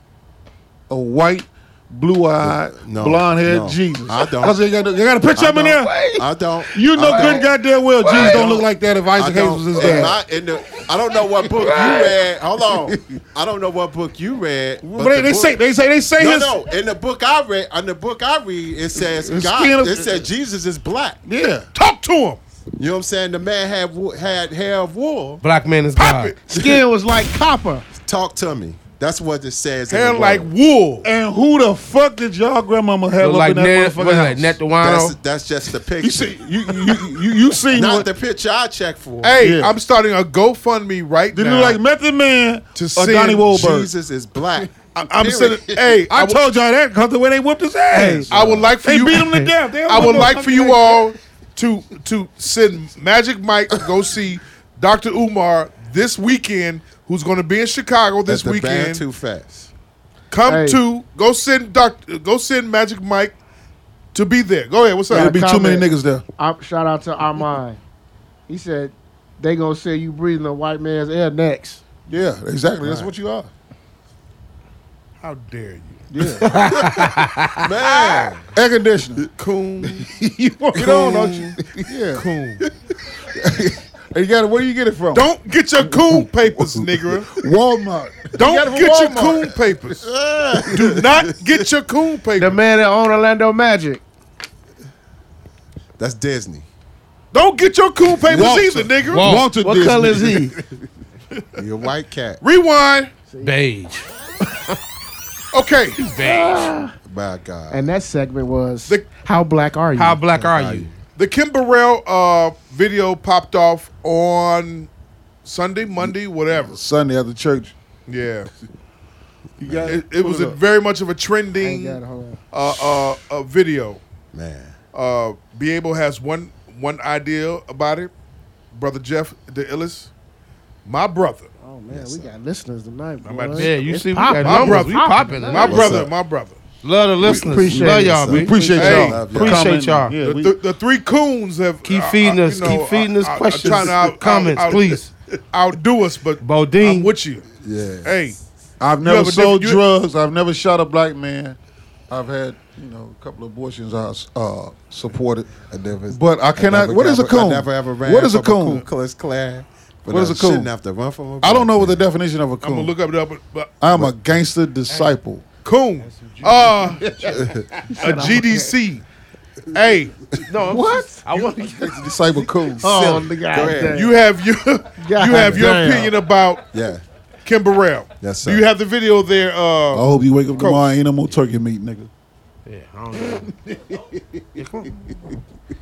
[SPEAKER 8] A white, blue-eyed,
[SPEAKER 11] No,
[SPEAKER 8] blonde-haired
[SPEAKER 11] no.
[SPEAKER 8] Jesus.
[SPEAKER 11] I don't.
[SPEAKER 8] I said, you got, to, you got to picture
[SPEAKER 11] I
[SPEAKER 8] him in
[SPEAKER 11] don't.
[SPEAKER 8] there.
[SPEAKER 11] I don't.
[SPEAKER 8] You know
[SPEAKER 11] I
[SPEAKER 8] good
[SPEAKER 11] don't.
[SPEAKER 8] goddamn well Jesus don't
[SPEAKER 11] don't.
[SPEAKER 8] look like that if
[SPEAKER 11] I
[SPEAKER 8] Isaac Hayes
[SPEAKER 11] don't,
[SPEAKER 8] was his
[SPEAKER 11] in
[SPEAKER 8] dad.
[SPEAKER 11] my, in the, I don't know what book you read. Hold on. I don't know what book you read.
[SPEAKER 8] But they,
[SPEAKER 11] the
[SPEAKER 8] they
[SPEAKER 11] book-
[SPEAKER 8] say they say they say
[SPEAKER 11] no,
[SPEAKER 8] his
[SPEAKER 11] no. In the book I read, in the book I read, it says
[SPEAKER 8] His skin
[SPEAKER 11] God.
[SPEAKER 8] of-
[SPEAKER 11] It said Jesus is black.
[SPEAKER 8] yeah.
[SPEAKER 4] Talk to him.
[SPEAKER 11] You know what I'm saying? The man had wo- had hair of wool.
[SPEAKER 2] Black man is God.
[SPEAKER 10] Skin was like copper.
[SPEAKER 11] Talk to me. That's what it says. in
[SPEAKER 4] Hair
[SPEAKER 11] the
[SPEAKER 4] like
[SPEAKER 11] Bible.
[SPEAKER 4] wool.
[SPEAKER 8] And who the fuck did y'all grandmama have
[SPEAKER 2] Look
[SPEAKER 8] up
[SPEAKER 2] like
[SPEAKER 8] in that
[SPEAKER 2] Ned,
[SPEAKER 8] motherfucking
[SPEAKER 2] what is that,
[SPEAKER 8] house?
[SPEAKER 2] Ned
[SPEAKER 11] That's
[SPEAKER 2] DeWano.
[SPEAKER 11] that's just the
[SPEAKER 8] you
[SPEAKER 11] picture.
[SPEAKER 8] see, you you you, you seen
[SPEAKER 11] Not
[SPEAKER 8] what?
[SPEAKER 11] the picture I check for.
[SPEAKER 4] Hey,
[SPEAKER 8] Yeah.
[SPEAKER 4] I'm starting a GoFundMe right
[SPEAKER 8] did it
[SPEAKER 4] now.
[SPEAKER 8] look like Method Man
[SPEAKER 4] To
[SPEAKER 8] or
[SPEAKER 4] send
[SPEAKER 8] Donnie Wahlberg?
[SPEAKER 11] Jesus is black.
[SPEAKER 4] I- I'm
[SPEAKER 11] Period.
[SPEAKER 4] sending. Hey,
[SPEAKER 8] I,
[SPEAKER 4] I would-
[SPEAKER 8] told y'all that because the way they whooped his ass.
[SPEAKER 4] I would like for
[SPEAKER 8] they
[SPEAKER 4] you.
[SPEAKER 8] beat him to death. They don't
[SPEAKER 4] I would
[SPEAKER 8] want no
[SPEAKER 4] like for
[SPEAKER 8] fucking
[SPEAKER 4] you
[SPEAKER 8] thing.
[SPEAKER 4] all to to send Magic Mike to go see Dr. Umar this weekend, who's going to be in Chicago
[SPEAKER 11] That's
[SPEAKER 4] this
[SPEAKER 11] the band
[SPEAKER 4] weekend.
[SPEAKER 11] too fast.
[SPEAKER 4] Come
[SPEAKER 10] Hey.
[SPEAKER 4] to go send Doctor go send Magic Mike to be there. Go ahead. What's
[SPEAKER 8] There'll
[SPEAKER 4] up?
[SPEAKER 8] be too many niggas there.
[SPEAKER 10] I, shout out to Armand. He said they gonna say you breathing a white man's air next.
[SPEAKER 8] Yeah, exactly. That's what you are.
[SPEAKER 4] How dare you?
[SPEAKER 11] Man,
[SPEAKER 8] Air conditioning.
[SPEAKER 4] Coon,
[SPEAKER 8] you want it on, don't you? Yeah.
[SPEAKER 4] coon.
[SPEAKER 8] You got it. Where do you get it from?
[SPEAKER 4] Don't get your coon papers, nigga.
[SPEAKER 8] Walmart. You got it
[SPEAKER 4] Don't
[SPEAKER 8] from
[SPEAKER 4] get your
[SPEAKER 8] Walmart.
[SPEAKER 4] coon papers. Do not get your coon
[SPEAKER 10] The
[SPEAKER 4] papers.
[SPEAKER 10] man that owned Orlando Magic.
[SPEAKER 11] that's Disney.
[SPEAKER 4] Don't get your coon papers
[SPEAKER 8] Walter.
[SPEAKER 4] either, nigga.
[SPEAKER 8] Walter
[SPEAKER 2] What
[SPEAKER 8] Disney.
[SPEAKER 2] color is he?
[SPEAKER 11] You're a white cat.
[SPEAKER 4] Rewind.
[SPEAKER 2] Beige.
[SPEAKER 4] Okay.
[SPEAKER 2] Beige.
[SPEAKER 11] By God.
[SPEAKER 10] And that segment was
[SPEAKER 4] The-
[SPEAKER 10] how black are you?
[SPEAKER 2] How black are you?
[SPEAKER 4] The Kim Burrell uh, video popped off on Sunday, Monday, whatever.
[SPEAKER 8] Sunday at the church.
[SPEAKER 4] Yeah.
[SPEAKER 8] You got
[SPEAKER 4] It, it was a very much of a trending
[SPEAKER 10] got it,
[SPEAKER 4] uh,
[SPEAKER 10] hold
[SPEAKER 4] uh, uh, video.
[SPEAKER 11] Man.
[SPEAKER 4] Uh, Be Able has one one idea about it. Brother Jeff, the illest. My brother.
[SPEAKER 10] on. Oh man, we got listeners tonight,
[SPEAKER 4] I'm about
[SPEAKER 10] boy.
[SPEAKER 4] to
[SPEAKER 2] Yeah, you see, we
[SPEAKER 10] popping.
[SPEAKER 2] got
[SPEAKER 10] My
[SPEAKER 2] numbers. We
[SPEAKER 10] brother-
[SPEAKER 2] popping.
[SPEAKER 4] My
[SPEAKER 2] Love
[SPEAKER 4] brother,
[SPEAKER 11] up?
[SPEAKER 4] my brother.
[SPEAKER 2] the listeners.
[SPEAKER 10] appreciate
[SPEAKER 2] Love
[SPEAKER 10] it,
[SPEAKER 2] y'all,
[SPEAKER 10] sir.
[SPEAKER 2] B.
[SPEAKER 8] Appreciate
[SPEAKER 4] Hey,
[SPEAKER 8] y'all.
[SPEAKER 2] appreciate
[SPEAKER 8] Comment.
[SPEAKER 2] y'all.
[SPEAKER 8] Yeah,
[SPEAKER 4] The,
[SPEAKER 8] we-
[SPEAKER 4] the, the three coons have
[SPEAKER 2] Keep
[SPEAKER 4] uh,
[SPEAKER 2] feeding
[SPEAKER 4] uh,
[SPEAKER 2] us.
[SPEAKER 4] you know,
[SPEAKER 2] keep feeding
[SPEAKER 4] uh,
[SPEAKER 2] us
[SPEAKER 4] uh,
[SPEAKER 2] questions.
[SPEAKER 4] trying to out-
[SPEAKER 2] comments,
[SPEAKER 4] out- out-
[SPEAKER 2] please.
[SPEAKER 4] Outdo us, but
[SPEAKER 2] Bodine.
[SPEAKER 4] I'm with you.
[SPEAKER 11] Yeah.
[SPEAKER 4] Hey,
[SPEAKER 8] I've
[SPEAKER 4] have
[SPEAKER 8] never
[SPEAKER 4] a
[SPEAKER 8] sold
[SPEAKER 4] diff- you-
[SPEAKER 8] drugs. I've never shot a black man. I've had, you know, a couple of abortions I uh, supported.
[SPEAKER 11] I never,
[SPEAKER 8] But I cannot-
[SPEAKER 11] never
[SPEAKER 8] what is a
[SPEAKER 11] ever- I
[SPEAKER 8] coon?
[SPEAKER 11] never ever ran
[SPEAKER 8] What is a
[SPEAKER 11] from
[SPEAKER 8] coon?
[SPEAKER 11] Ku Klux Klan, but
[SPEAKER 8] What is
[SPEAKER 11] I
[SPEAKER 8] a coon?
[SPEAKER 11] shouldn't have to run from a
[SPEAKER 8] I don't know what the
[SPEAKER 11] black
[SPEAKER 8] definition of a
[SPEAKER 4] I'm gonna
[SPEAKER 8] coon.
[SPEAKER 4] look up that, but
[SPEAKER 8] I'm a gangster disciple.
[SPEAKER 4] Coon. Uh, a GDC. Hey,
[SPEAKER 2] No, what? I want to.
[SPEAKER 8] Disciple coon.
[SPEAKER 10] Oh,
[SPEAKER 11] Silly.
[SPEAKER 10] the guy.
[SPEAKER 11] Go ahead.
[SPEAKER 10] damn.
[SPEAKER 4] you have your you have your
[SPEAKER 10] damn.
[SPEAKER 4] opinion about
[SPEAKER 11] man.
[SPEAKER 4] Kim Burrell.
[SPEAKER 11] Yes,
[SPEAKER 4] Do
[SPEAKER 11] sir.
[SPEAKER 4] you have the video there?
[SPEAKER 8] I
[SPEAKER 4] Uh,
[SPEAKER 8] hope you wake up tomorrow. Ain't no more turkey meat, nigga.
[SPEAKER 2] Yeah, I don't know.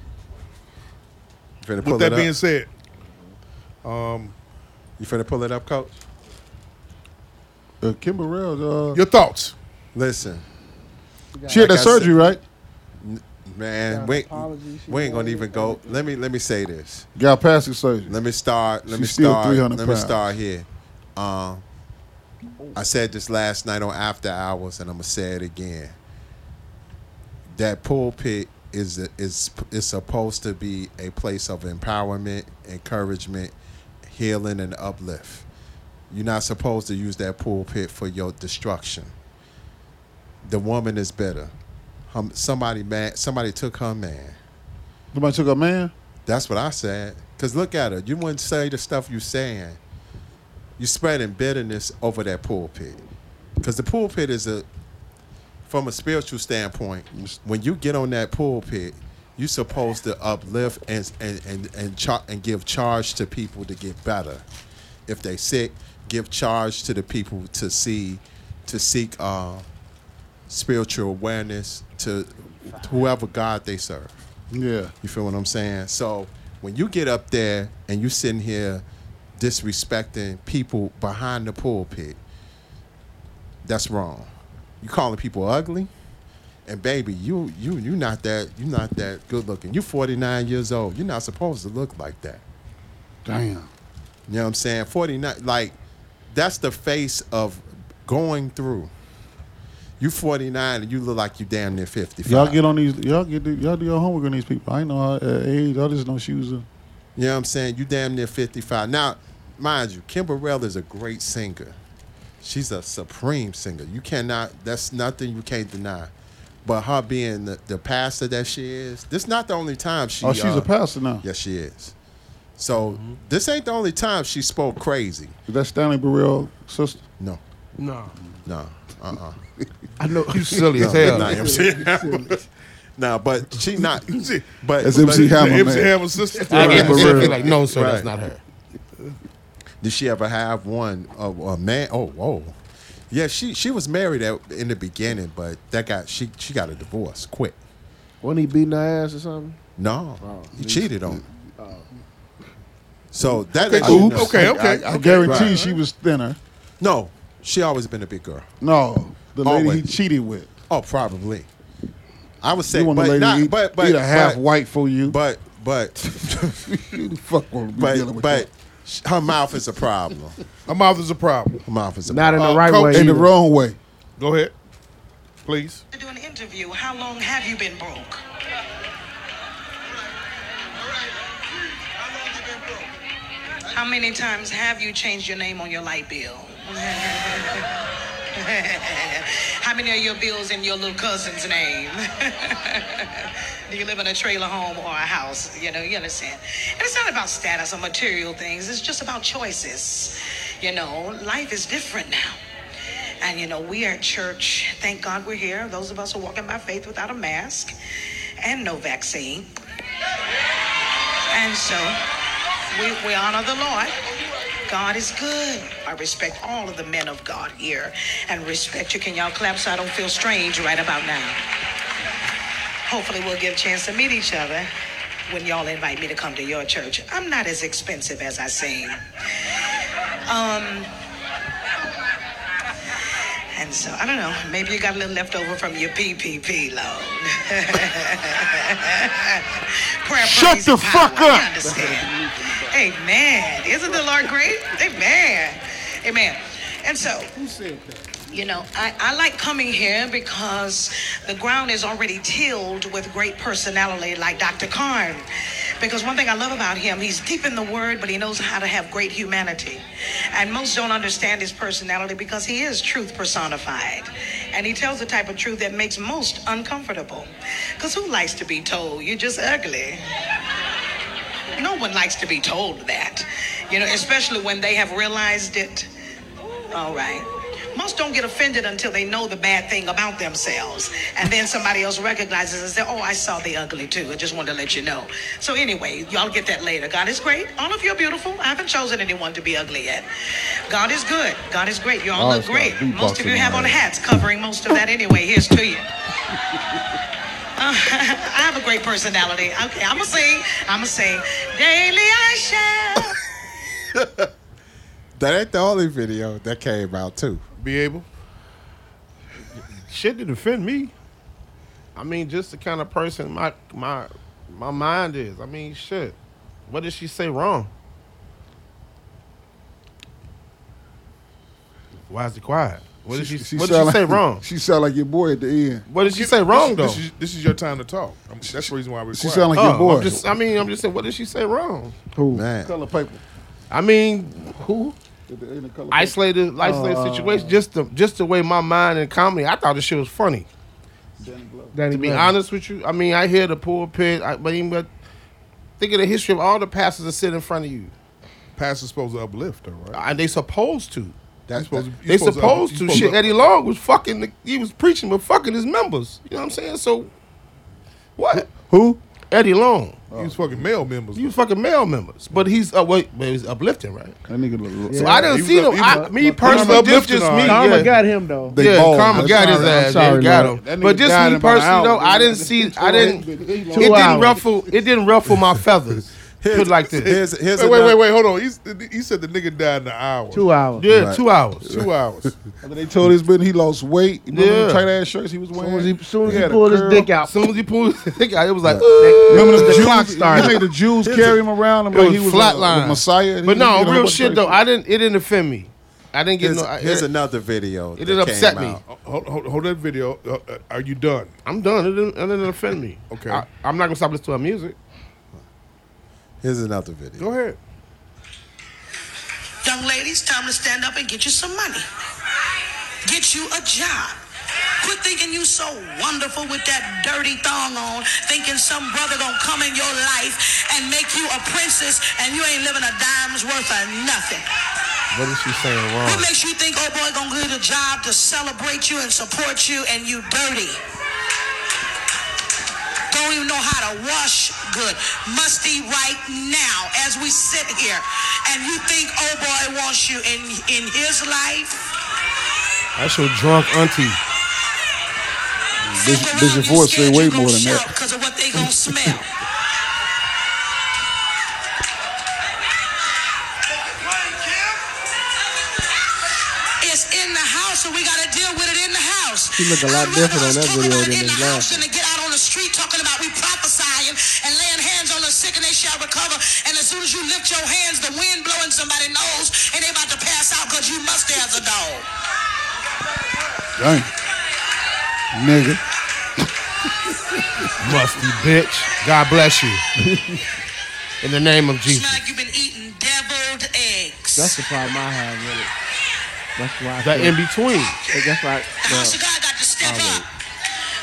[SPEAKER 11] Yeah. You finna pull
[SPEAKER 4] with
[SPEAKER 11] it
[SPEAKER 4] that being
[SPEAKER 11] up? Um,
[SPEAKER 4] said,
[SPEAKER 11] You finna pull it up, coach?
[SPEAKER 8] Uh, Kim Burrell, uh,
[SPEAKER 4] your thoughts.
[SPEAKER 11] Listen,
[SPEAKER 8] she had
[SPEAKER 11] like
[SPEAKER 8] that
[SPEAKER 11] I
[SPEAKER 8] surgery, right?
[SPEAKER 11] man, we,
[SPEAKER 10] apology, she
[SPEAKER 11] we ain't gonna
[SPEAKER 10] wanted
[SPEAKER 11] even
[SPEAKER 10] it.
[SPEAKER 11] go. Let me let me say this.
[SPEAKER 8] Got plastic surgery.
[SPEAKER 11] Let me start. Let
[SPEAKER 8] She's
[SPEAKER 11] me
[SPEAKER 8] still
[SPEAKER 11] start.
[SPEAKER 8] 300
[SPEAKER 11] Let me
[SPEAKER 8] pounds.
[SPEAKER 11] start here. Um, I said this last night on After Hours, and I'm gonna say it again. That pulpit is is is supposed to be a place of empowerment, encouragement, healing, and uplift. You're not supposed to use that pulpit for your destruction. The woman is better. Hum, somebody mad. Somebody took her man.
[SPEAKER 8] Somebody took a man.
[SPEAKER 11] That's what I said. Cause look at her. You wouldn't say the stuff you saying. You spreading bitterness over that pulpit. Cause the pulpit is a, from a spiritual standpoint, when you get on that pulpit, you supposed to uplift and and and and, char- and give charge to people to get better. If they sick, give charge to the people to see to seek uh, spiritual awareness to whoever God they serve.
[SPEAKER 8] Yeah.
[SPEAKER 11] You feel what I'm saying? So when you get up there and you sitting here disrespecting people behind the pulpit, that's wrong. You calling people ugly? And baby, you you you not that you not that good looking. You 49 years old. You're not supposed to look like that.
[SPEAKER 8] Damn.
[SPEAKER 11] You know what I'm saying? 49 like that's the face of going through. You 49 and you look like you damn near 55.
[SPEAKER 8] Y'all get on these. Y'all get. the- Y'all do your homework on these people. I ain't know how uh, age. I just know she was a.
[SPEAKER 11] You know what I'm saying? You damn near 55. Now, mind you, Kim Burrell is a great singer. She's a supreme singer. You cannot, that's nothing you can't deny. But her being the, the pastor that she is, this not the only time she.
[SPEAKER 8] oh, she's
[SPEAKER 11] uh,
[SPEAKER 8] a pastor now.
[SPEAKER 11] Yes, she is. So this ain't the only time she spoke crazy.
[SPEAKER 8] Is that Stanley Burrell sister?
[SPEAKER 11] No,
[SPEAKER 2] No.
[SPEAKER 11] no, uh-uh.
[SPEAKER 2] I know you silly as
[SPEAKER 11] No,
[SPEAKER 2] hell.
[SPEAKER 11] not MC Hammer. Nah, but she not. But
[SPEAKER 8] That's MC
[SPEAKER 11] but-
[SPEAKER 8] Hammer, The MC man.
[SPEAKER 4] Hammer sister.
[SPEAKER 2] I
[SPEAKER 11] Right.
[SPEAKER 2] get Burrell. Like, no, sir,
[SPEAKER 11] Right.
[SPEAKER 2] that's not her.
[SPEAKER 11] Did she ever have one of a man? Oh, whoa. Yeah, she she was married at, in the beginning, but that got she she got a divorce quick.
[SPEAKER 10] Wasn't he beating her ass or something?
[SPEAKER 11] No,
[SPEAKER 10] Oh,
[SPEAKER 11] he
[SPEAKER 10] geez.
[SPEAKER 11] cheated on. her. So that
[SPEAKER 8] Okay,
[SPEAKER 11] lets you
[SPEAKER 8] oops.
[SPEAKER 11] know-
[SPEAKER 8] Okay, okay, I- I okay. guarantee she was thinner.
[SPEAKER 11] No, she always been a big girl.
[SPEAKER 8] No, the lady he
[SPEAKER 11] Always.
[SPEAKER 8] cheated with.
[SPEAKER 11] Oh, probably. I would say,
[SPEAKER 8] You want the
[SPEAKER 11] but
[SPEAKER 8] lady to
[SPEAKER 11] not,
[SPEAKER 8] eat-
[SPEAKER 11] but but
[SPEAKER 8] eat a half
[SPEAKER 11] but-
[SPEAKER 8] white for you.
[SPEAKER 11] But but
[SPEAKER 8] fuck won't be dealing
[SPEAKER 11] but
[SPEAKER 8] with
[SPEAKER 11] but sh- her mouth is a problem.
[SPEAKER 4] Her mouth is a problem.
[SPEAKER 11] Her mouth is a
[SPEAKER 10] Not in the
[SPEAKER 11] problem. Oh,
[SPEAKER 10] right way.
[SPEAKER 8] in the
[SPEAKER 10] either.
[SPEAKER 8] wrong way.
[SPEAKER 4] Go ahead, please.
[SPEAKER 12] to do an interview. How long have you been broke? How many times have you changed your name on your light bill? How many of your bills in your little cousin's name? Do you live in a trailer home or a house? You know, you understand. And it's not about status or material things. It's just about choices. You know, life is different now. And you know, we are church. Thank God we're here. Those of us who are walking by faith without a mask and no vaccine. And so we, we honor the Lord. God is good. I respect all of the men of God here and respect you. Can y'all clap so I don't feel strange right about now? Hopefully, we'll get a chance to meet each other when y'all invite me to come to your church. I'm not as expensive as I seem. Um, and so, I don't know, maybe you got a little left over from your PPP loan. Prayer
[SPEAKER 5] Shut
[SPEAKER 12] praise,
[SPEAKER 5] the
[SPEAKER 12] and power,
[SPEAKER 5] fuck up.
[SPEAKER 12] You understand? Amen. Isn't the Lord great? Amen. Amen. And so, you know, I, I like coming here because the ground is already tilled with great personality like Dr. Karn. Because one thing I love about him, he's deep in the word, but he knows how to have great humanity. And most don't understand his personality because he is truth personified. And he tells the type of truth that makes most uncomfortable. Because who likes to be told, you're just ugly? No one likes to be told that, you know, especially when they have realized it. All right. Most don't get offended until they know the bad thing about themselves. And then somebody else recognizes and says, Oh, I saw the ugly too. I just wanted to let you know. So, anyway, y'all get that later. God is great. All of you are beautiful. I haven't chosen anyone to be ugly yet. God is good. God is great. You all
[SPEAKER 5] Oh,
[SPEAKER 12] look
[SPEAKER 5] it's got
[SPEAKER 12] great.
[SPEAKER 5] beatboxing
[SPEAKER 12] Most of you have
[SPEAKER 5] in
[SPEAKER 12] on
[SPEAKER 5] there.
[SPEAKER 12] hats covering most of that anyway. Here's to you. Uh, I have a great personality. Okay, I'm gonna sing. I'm gonna sing. Daily I shall.
[SPEAKER 11] That ain't the only video that came out too.
[SPEAKER 4] Be able.
[SPEAKER 2] Shit to defend me. I mean, just the kind of person my my my mind is. I mean, shit. What did she say wrong? Why is it quiet? What did she, What did
[SPEAKER 8] sound
[SPEAKER 2] she say
[SPEAKER 8] like-
[SPEAKER 2] wrong?
[SPEAKER 8] She sound like your boy at the end.
[SPEAKER 2] What did she say wrong though?
[SPEAKER 4] This is, this is your time to talk. I'm, that's the reason why we're.
[SPEAKER 8] She
[SPEAKER 4] quiet.
[SPEAKER 8] sound like your
[SPEAKER 2] Oh,
[SPEAKER 8] boy.
[SPEAKER 2] I'm just, I mean, I'm just saying. What did she say wrong?
[SPEAKER 8] Who?
[SPEAKER 11] Man.
[SPEAKER 8] Color paper.
[SPEAKER 2] I mean, who?
[SPEAKER 8] At the end of color paper.
[SPEAKER 2] Isolated, isolated
[SPEAKER 8] Uh,
[SPEAKER 2] situation. Just the just the way my mind and comedy. I thought the shit was funny.
[SPEAKER 10] Danny
[SPEAKER 2] to be
[SPEAKER 10] Glover.
[SPEAKER 2] honest with you, I mean, I hear the pulpit, I, but even but think of the history of all the pastors that sit in front of you.
[SPEAKER 4] Pastor's supposed to uplift, though, right?
[SPEAKER 2] Are they supposed to?
[SPEAKER 4] That's supposed. to-
[SPEAKER 2] They
[SPEAKER 4] you
[SPEAKER 2] supposed,
[SPEAKER 4] you
[SPEAKER 2] to. Shit, Eddie Long was fucking. The, he was preaching, but fucking his members. You know what I'm saying? So, what?
[SPEAKER 8] Who?
[SPEAKER 2] Eddie Long.
[SPEAKER 4] He was fucking male members.
[SPEAKER 2] You fucking male members, but he's uh, wait, but he's uplifting, right?
[SPEAKER 8] That nigga look.
[SPEAKER 2] So I didn't see them. I, me personally,
[SPEAKER 10] Karma
[SPEAKER 2] this just me.
[SPEAKER 10] Karma
[SPEAKER 2] yeah.
[SPEAKER 10] got him though.
[SPEAKER 2] yeah, Karma got his ass. yeah, got him. But just me personally though, I didn't see. I didn't. It
[SPEAKER 10] Two
[SPEAKER 2] didn't
[SPEAKER 10] hours.
[SPEAKER 2] ruffle. It didn't ruffle my feathers. Put it like this.
[SPEAKER 4] wait, wait, wait, wait, hold on. He's, he said the nigga died in an hour.
[SPEAKER 10] Two hours.
[SPEAKER 2] Yeah, two hours.
[SPEAKER 4] Two hours.
[SPEAKER 8] After they told his business he lost weight. You remember
[SPEAKER 2] Yeah.
[SPEAKER 8] the tight ass shirts he was wearing?
[SPEAKER 10] Soon as he, soon as he
[SPEAKER 8] had a
[SPEAKER 10] pulled his
[SPEAKER 8] curl.
[SPEAKER 10] dick out,
[SPEAKER 2] soon as he pulled his dick out, it was like.
[SPEAKER 8] Remember the,
[SPEAKER 2] The
[SPEAKER 8] Jews?
[SPEAKER 2] clock started.
[SPEAKER 8] He made the Jews carry him around. him
[SPEAKER 2] It
[SPEAKER 8] like
[SPEAKER 2] was
[SPEAKER 8] he was a-
[SPEAKER 2] flatline.
[SPEAKER 8] a Messiah.
[SPEAKER 2] But
[SPEAKER 8] He-
[SPEAKER 2] no,
[SPEAKER 8] you know,
[SPEAKER 2] real
[SPEAKER 8] what-
[SPEAKER 2] shit though. I didn't. It didn't offend me. I didn't get
[SPEAKER 11] Here's,
[SPEAKER 2] no. I-
[SPEAKER 11] here's
[SPEAKER 2] it-
[SPEAKER 11] another video.
[SPEAKER 2] It
[SPEAKER 11] that
[SPEAKER 2] didn't upset
[SPEAKER 11] came
[SPEAKER 2] me.
[SPEAKER 11] out.
[SPEAKER 4] Hold, hold, hold that video. Uh, uh, are you done?
[SPEAKER 2] I'm done. It didn't, it didn't offend me.
[SPEAKER 4] Okay.
[SPEAKER 2] I, I'm not gonna stop listening to her music.
[SPEAKER 11] Here's another video.
[SPEAKER 4] Go ahead.
[SPEAKER 5] Young ladies, time to stand up and get you some money. Get you a job. Quit thinking you so wonderful with that dirty thong on, thinking some brother gonna come in your life and make you a princess and you ain't living a dime's worth of nothing.
[SPEAKER 2] What is she saying wrong?
[SPEAKER 5] What makes you think old boy gonna get a job to celebrate you and support you and you dirty? Don't even know how to wash good. Musty right now as we sit here. And you think old boy wants you in in his life?
[SPEAKER 2] That's your drunk auntie.
[SPEAKER 8] Bishop, Bishop Ford said way more than that.
[SPEAKER 5] Because of what they gonna smell. It's in the house, and we gotta deal with it in the house.
[SPEAKER 10] he looked a lot different on that video than his last.
[SPEAKER 5] Option to get out on the street talking about we prophesying and laying hands on the sick and they shall recover. And as soon as you lift your hands, the wind blowing somebody nose and they about to pass out because you must as a dog.
[SPEAKER 8] Dang. Nigga.
[SPEAKER 2] Musty bitch. God bless you. In the name of
[SPEAKER 5] It's
[SPEAKER 2] Jesus.
[SPEAKER 5] like you've been eating deviled eggs.
[SPEAKER 10] That's the problem I have with it. That's why. I
[SPEAKER 2] That
[SPEAKER 10] feel-
[SPEAKER 2] in between.
[SPEAKER 10] That's why.
[SPEAKER 5] The house of
[SPEAKER 10] Well,
[SPEAKER 5] God got to step up.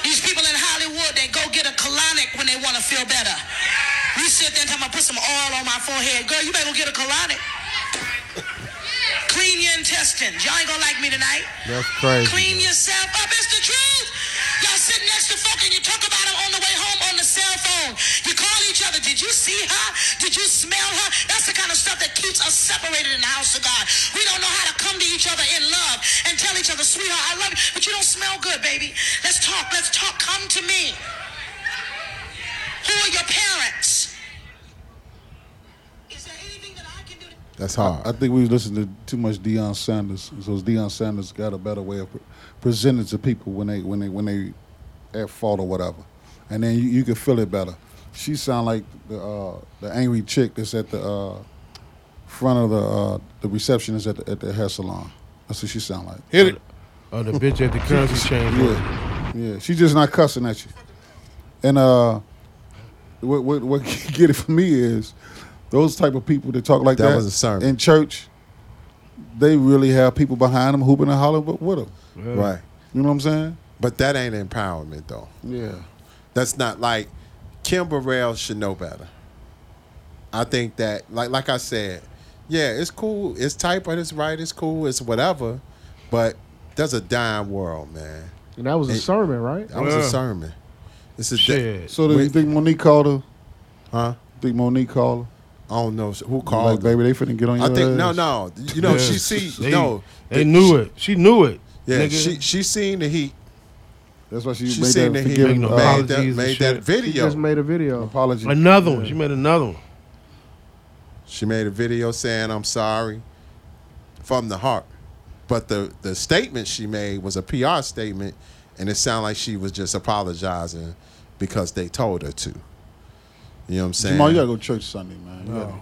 [SPEAKER 5] These people in Hollywood, they go get a colonic when they want to feel better. You sit there and tell me, put some oil on my forehead. Girl, you better go get a colonic. Clean your intestines. Y'all ain't gonna like me tonight.
[SPEAKER 2] That's crazy.
[SPEAKER 5] Clean yourself up. It's the truth. Y'all sitting next to folk and you talk about them on the way home on the cell phone. You call each other. Did you see her? Did you smell her? That's the kind of stuff that keeps us separated in the house of God. We don't know how to come to each other in love and tell each other, sweetheart, I love you, but you don't smell good, baby. Let's talk. Let's talk. Come to me. Who are your parents?
[SPEAKER 11] That's hard.
[SPEAKER 8] I think we was listening to too much Deion Sanders. So Deion Sanders got a better way of pre- presenting to people when they when they when they at fault or whatever, and then you, you can feel it better. She sound like the uh, the angry chick that's at the uh, front of the uh, the receptionist at the, at the hair salon. That's what she sound like.
[SPEAKER 4] Hit it.
[SPEAKER 2] Oh, the bitch at the currency change.
[SPEAKER 8] Yeah, yeah. She's just not cussing at you. And uh, what what what get it for me is those type of people that talk like
[SPEAKER 11] That
[SPEAKER 8] that,
[SPEAKER 11] was a sermon.
[SPEAKER 8] in church. They really have people behind them hooping and hollering with- with them.
[SPEAKER 11] Right.
[SPEAKER 8] You know what I'm saying?
[SPEAKER 11] But that ain't empowerment though.
[SPEAKER 8] Yeah.
[SPEAKER 11] That's not like Kim Burrell should know better. I think that like like I said, yeah, it's cool. It's type and it's right, it's cool, it's whatever. But that's a dime world, man.
[SPEAKER 10] and that was a
[SPEAKER 11] It-
[SPEAKER 10] sermon, right?
[SPEAKER 11] That was
[SPEAKER 2] Yeah.
[SPEAKER 11] a sermon. It's a
[SPEAKER 2] Shit.
[SPEAKER 8] So do you
[SPEAKER 11] Wait.
[SPEAKER 8] think Monique called her?
[SPEAKER 11] huh?
[SPEAKER 8] Think Monique called
[SPEAKER 11] I don't know who
[SPEAKER 8] her? Like,
[SPEAKER 11] called. her.
[SPEAKER 8] baby, they finna get on your
[SPEAKER 11] I think no,
[SPEAKER 8] ass.
[SPEAKER 11] no. You know,
[SPEAKER 2] Yeah.
[SPEAKER 11] she see
[SPEAKER 2] They-
[SPEAKER 11] no.
[SPEAKER 2] They knew it. She knew it.
[SPEAKER 11] Yeah,
[SPEAKER 2] nigga.
[SPEAKER 11] she she seen the heat.
[SPEAKER 8] That's why she,
[SPEAKER 11] She
[SPEAKER 8] made
[SPEAKER 11] seen
[SPEAKER 8] that
[SPEAKER 11] that he
[SPEAKER 8] forgiving
[SPEAKER 2] make no
[SPEAKER 8] uh,
[SPEAKER 11] Made that,
[SPEAKER 2] Apologies and
[SPEAKER 11] made
[SPEAKER 2] shit.
[SPEAKER 11] that
[SPEAKER 10] She
[SPEAKER 11] video.
[SPEAKER 10] just made a video.
[SPEAKER 8] apology.
[SPEAKER 2] another one. She made another one.
[SPEAKER 11] She made a video saying I'm sorry from the heart. But the the statement she made was a PR statement and it sounded like she was just apologizing because they told her to. You know what I'm saying?
[SPEAKER 8] Jamal, you gotta go to church Sunday, man. You gotta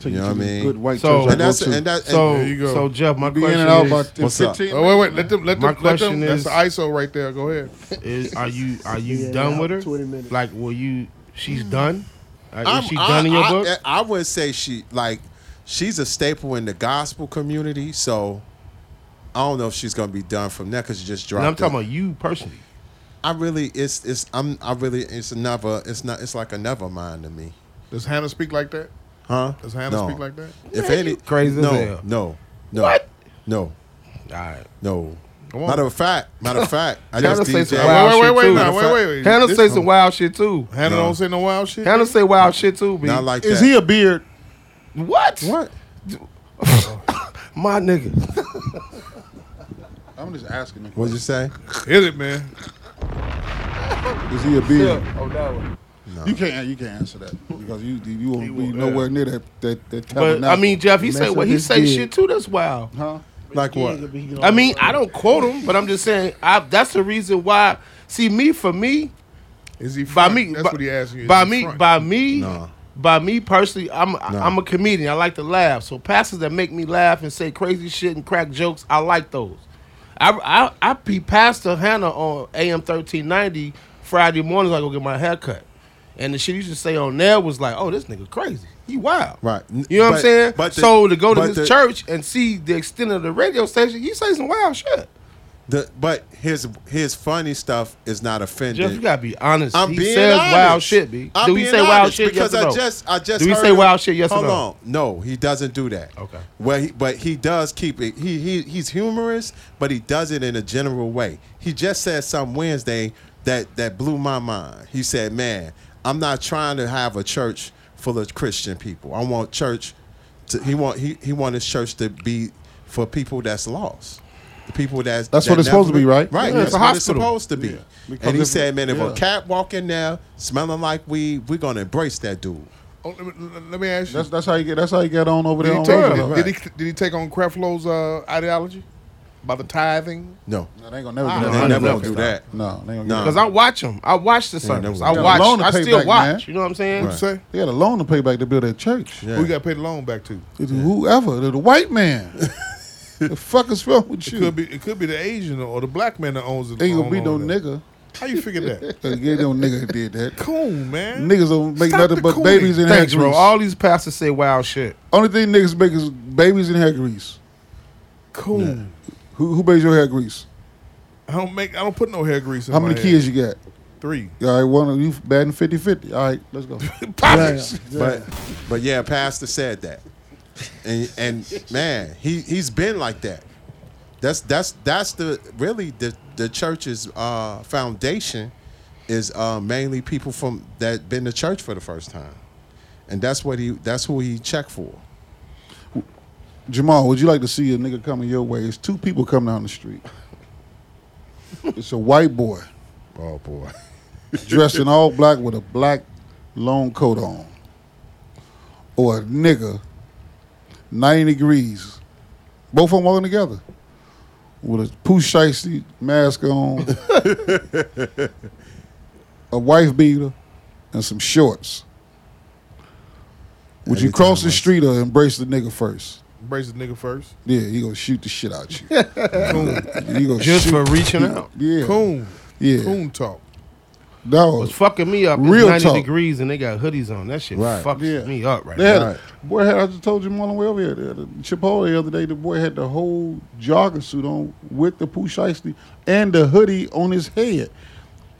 [SPEAKER 8] take
[SPEAKER 11] You
[SPEAKER 8] you
[SPEAKER 11] know
[SPEAKER 8] to
[SPEAKER 11] what I
[SPEAKER 8] this
[SPEAKER 11] mean?
[SPEAKER 8] good white
[SPEAKER 2] So-
[SPEAKER 8] church. I
[SPEAKER 11] and that's
[SPEAKER 8] go to.
[SPEAKER 11] and that and
[SPEAKER 2] So,
[SPEAKER 4] There you go.
[SPEAKER 2] so Jeff, my
[SPEAKER 8] be in
[SPEAKER 2] question
[SPEAKER 8] and out
[SPEAKER 2] is,
[SPEAKER 8] about
[SPEAKER 11] What's up?
[SPEAKER 8] 15
[SPEAKER 4] Oh, wait, wait. Let them. Let
[SPEAKER 2] My
[SPEAKER 4] them. Let
[SPEAKER 2] question
[SPEAKER 4] them.
[SPEAKER 2] is-
[SPEAKER 4] that's the ISO right there. Go ahead.
[SPEAKER 2] is are you are you
[SPEAKER 10] Yeah,
[SPEAKER 2] done with her?
[SPEAKER 10] 20 minutes.
[SPEAKER 2] Like, were you? She's done. Like,
[SPEAKER 11] I'm-
[SPEAKER 2] Uh, is she done in your
[SPEAKER 11] I,
[SPEAKER 2] book?
[SPEAKER 11] I, I would say she like she's a staple in the gospel community, so I don't know if she's gonna be done from there because she just dropped.
[SPEAKER 2] and I'm
[SPEAKER 11] it.
[SPEAKER 2] talking about you personally.
[SPEAKER 11] I really it's it's I'm I really it's another it's not it's like a never mind to me.
[SPEAKER 4] Does Hannah speak like that?
[SPEAKER 11] Huh?
[SPEAKER 4] Does Hannah speak like that?
[SPEAKER 11] If any
[SPEAKER 2] crazy as
[SPEAKER 11] no,
[SPEAKER 2] hell.
[SPEAKER 11] no, no,
[SPEAKER 2] What?
[SPEAKER 11] no,
[SPEAKER 2] All right.
[SPEAKER 11] no,
[SPEAKER 2] Come on.
[SPEAKER 11] Matter of fact, matter of fact, I
[SPEAKER 2] Hannah
[SPEAKER 11] just
[SPEAKER 2] say some
[SPEAKER 11] DJ.
[SPEAKER 2] wild
[SPEAKER 4] Wait, wait,
[SPEAKER 2] shit
[SPEAKER 4] wait,
[SPEAKER 2] too.
[SPEAKER 4] now, wait, wait, wait.
[SPEAKER 2] Hannah
[SPEAKER 4] This-
[SPEAKER 2] say some wild shit too.
[SPEAKER 4] Hannah don't say no wild shit.
[SPEAKER 2] Hannah say wild shit too. B.
[SPEAKER 11] Not like
[SPEAKER 2] Is
[SPEAKER 11] that.
[SPEAKER 2] he a beard? What?
[SPEAKER 11] What?
[SPEAKER 2] My nigga.
[SPEAKER 8] I'm just asking.
[SPEAKER 11] What'd you say?
[SPEAKER 4] Hit it, man.
[SPEAKER 8] Is he a beard?
[SPEAKER 2] Oh, that one.
[SPEAKER 8] You can't. You can't answer that because you you won't be nowhere near that that that.
[SPEAKER 2] But I
[SPEAKER 8] tabernacle.
[SPEAKER 2] mean, Jeff, he say what he say shit too. That's wild.
[SPEAKER 8] Huh?
[SPEAKER 11] Like what?
[SPEAKER 2] I mean, I don't quote him, but I'm just saying I, that's the reason why. See, me for me,
[SPEAKER 4] is he
[SPEAKER 2] by me?
[SPEAKER 4] That's
[SPEAKER 2] by,
[SPEAKER 4] what he asking you. Is
[SPEAKER 2] By
[SPEAKER 4] he
[SPEAKER 2] me,
[SPEAKER 4] front?
[SPEAKER 2] by me,
[SPEAKER 11] No.
[SPEAKER 2] by me personally, I'm
[SPEAKER 11] No.
[SPEAKER 2] I'm a comedian. I like to laugh. So passes that make me laugh and say crazy shit and crack jokes, I like those. I I, I be Pastor Hannah on AM thirteen ninety Friday mornings. I go get my hair cut, and the shit you should say on there was like, "Oh, this nigga crazy. He wild."
[SPEAKER 11] Right.
[SPEAKER 2] You know what I'm
[SPEAKER 11] But-
[SPEAKER 2] saying?
[SPEAKER 11] but the-
[SPEAKER 2] so to go to
[SPEAKER 11] but
[SPEAKER 2] his
[SPEAKER 11] the-
[SPEAKER 2] church and see the extent of the radio station, he say some wild shit.
[SPEAKER 11] The, but his his funny stuff is not offending.
[SPEAKER 2] Jeff, you gotta be honest.
[SPEAKER 11] I'm
[SPEAKER 2] he
[SPEAKER 11] being
[SPEAKER 2] says
[SPEAKER 11] honest.
[SPEAKER 2] wild shit, B.
[SPEAKER 11] I'm
[SPEAKER 2] do he
[SPEAKER 11] being
[SPEAKER 2] say wild
[SPEAKER 11] honest
[SPEAKER 2] shit?
[SPEAKER 11] Because
[SPEAKER 2] yes or
[SPEAKER 11] I
[SPEAKER 2] no?
[SPEAKER 11] just I just
[SPEAKER 2] do he
[SPEAKER 11] heard
[SPEAKER 2] say
[SPEAKER 11] him-
[SPEAKER 2] wild shit? Yes
[SPEAKER 11] Hold
[SPEAKER 2] or no?
[SPEAKER 11] on. No, he doesn't do that.
[SPEAKER 2] Okay.
[SPEAKER 11] Well, he, but he does keep it. He he he's humorous, but he does it in a general way. He just said something Wednesday that that blew my mind. He said, "Man, I'm not trying to have a church full of Christian people. I want church. To, he want he he want his church to be for people that's lost." The people that's
[SPEAKER 8] That's what
[SPEAKER 11] that
[SPEAKER 8] it's supposed
[SPEAKER 11] never-
[SPEAKER 8] to be, right?
[SPEAKER 11] Right,
[SPEAKER 8] Yeah,
[SPEAKER 11] that's
[SPEAKER 8] it's a
[SPEAKER 11] what it's
[SPEAKER 8] hospital.
[SPEAKER 11] supposed to be.
[SPEAKER 8] Yeah, because
[SPEAKER 11] and he
[SPEAKER 8] if-
[SPEAKER 11] said, "Man, if
[SPEAKER 8] yeah.
[SPEAKER 11] a cat walk in there smelling like weed, we're gonna embrace that dude."
[SPEAKER 4] Oh, let, me, let me ask you.
[SPEAKER 8] That's that's how you get. That's how you get on over
[SPEAKER 4] did,
[SPEAKER 8] there.
[SPEAKER 4] he
[SPEAKER 8] On
[SPEAKER 4] take,
[SPEAKER 8] Roosevelt.
[SPEAKER 4] did, he, did he take on Creflo's uh, ideology about the tithing?
[SPEAKER 11] No,
[SPEAKER 8] No, they ain't gonna never
[SPEAKER 2] Ah,
[SPEAKER 8] do
[SPEAKER 11] they
[SPEAKER 8] that.
[SPEAKER 11] never gonna do that.
[SPEAKER 8] No, they ain't
[SPEAKER 11] Nah.
[SPEAKER 8] gonna.
[SPEAKER 2] Because I watch them. I watch the service.
[SPEAKER 11] never
[SPEAKER 2] I
[SPEAKER 11] will.
[SPEAKER 8] Got a
[SPEAKER 2] watch.
[SPEAKER 8] loan to
[SPEAKER 2] I
[SPEAKER 8] pay
[SPEAKER 2] still
[SPEAKER 8] back,
[SPEAKER 2] watch.
[SPEAKER 8] man.
[SPEAKER 2] You know what I'm saying?
[SPEAKER 11] Right.
[SPEAKER 4] Say,
[SPEAKER 8] They had a loan to pay back to build that church.
[SPEAKER 11] Yeah.
[SPEAKER 4] who you got to pay the loan back to?
[SPEAKER 8] It's Whoever, the, the white man. the fuck is wrong with
[SPEAKER 4] It
[SPEAKER 8] you?
[SPEAKER 4] could be it could be the Asian or the black man that owns it.
[SPEAKER 8] Ain't gonna be
[SPEAKER 4] own
[SPEAKER 8] no
[SPEAKER 4] all that.
[SPEAKER 8] nigga.
[SPEAKER 4] How you figure that?
[SPEAKER 8] Cause yeah, no nigga that did that.
[SPEAKER 4] Cool, man.
[SPEAKER 8] Niggas don't make
[SPEAKER 4] Stop
[SPEAKER 8] nothing
[SPEAKER 4] the
[SPEAKER 8] but
[SPEAKER 4] cooning.
[SPEAKER 8] babies in hair
[SPEAKER 2] Thanks, bro.
[SPEAKER 8] grease.
[SPEAKER 2] All these pastors say wild shit.
[SPEAKER 8] Only thing niggas make is babies in hair grease.
[SPEAKER 4] Cool.
[SPEAKER 8] Who who bathes your hair grease?
[SPEAKER 4] I don't make. I don't put no hair grease. in
[SPEAKER 8] How
[SPEAKER 4] my
[SPEAKER 8] many
[SPEAKER 4] hair.
[SPEAKER 8] kids you got?
[SPEAKER 4] Three.
[SPEAKER 8] All right, one of you batting 50-50. All right, let's go.
[SPEAKER 4] Poppers.
[SPEAKER 11] But but yeah, Pastor said that, and and man, he he's been like that. That's that's that's the really the the church's uh, foundation is uh, mainly people from that been to church for the first time, and that's what he that's who he checked for.
[SPEAKER 8] Jamal, would you like to see a nigga coming your way? It's two people coming down the street. It's a white boy
[SPEAKER 11] Oh boy,
[SPEAKER 8] dressed in all black with a black long coat on. Or a nigga, 90 degrees. Both of them walking together. With a poo shiesty mask on, a wife beater, and some shorts. Would
[SPEAKER 11] Every
[SPEAKER 8] you cross
[SPEAKER 11] time
[SPEAKER 8] the
[SPEAKER 11] I-
[SPEAKER 8] street or embrace the nigga first?
[SPEAKER 4] Embrace the nigga first.
[SPEAKER 8] Yeah, he gonna shoot the shit out you. He gonna
[SPEAKER 2] Just
[SPEAKER 8] shoot-
[SPEAKER 2] for reaching out.
[SPEAKER 8] Yeah,
[SPEAKER 4] Coon.
[SPEAKER 8] yeah,
[SPEAKER 4] Coon talk.
[SPEAKER 8] dog.
[SPEAKER 2] It's fucking me up. It's
[SPEAKER 8] Real
[SPEAKER 2] 90
[SPEAKER 8] talk.
[SPEAKER 2] degrees and they got hoodies on. That shit
[SPEAKER 11] Right.
[SPEAKER 2] fucks
[SPEAKER 8] Yeah.
[SPEAKER 2] me up right
[SPEAKER 8] They had
[SPEAKER 2] now.
[SPEAKER 8] a, boy had I just told you Marlon way over here. The the Chipotle the other day, the boy had the whole jogging suit on with the poo shiesty and the hoodie on his head.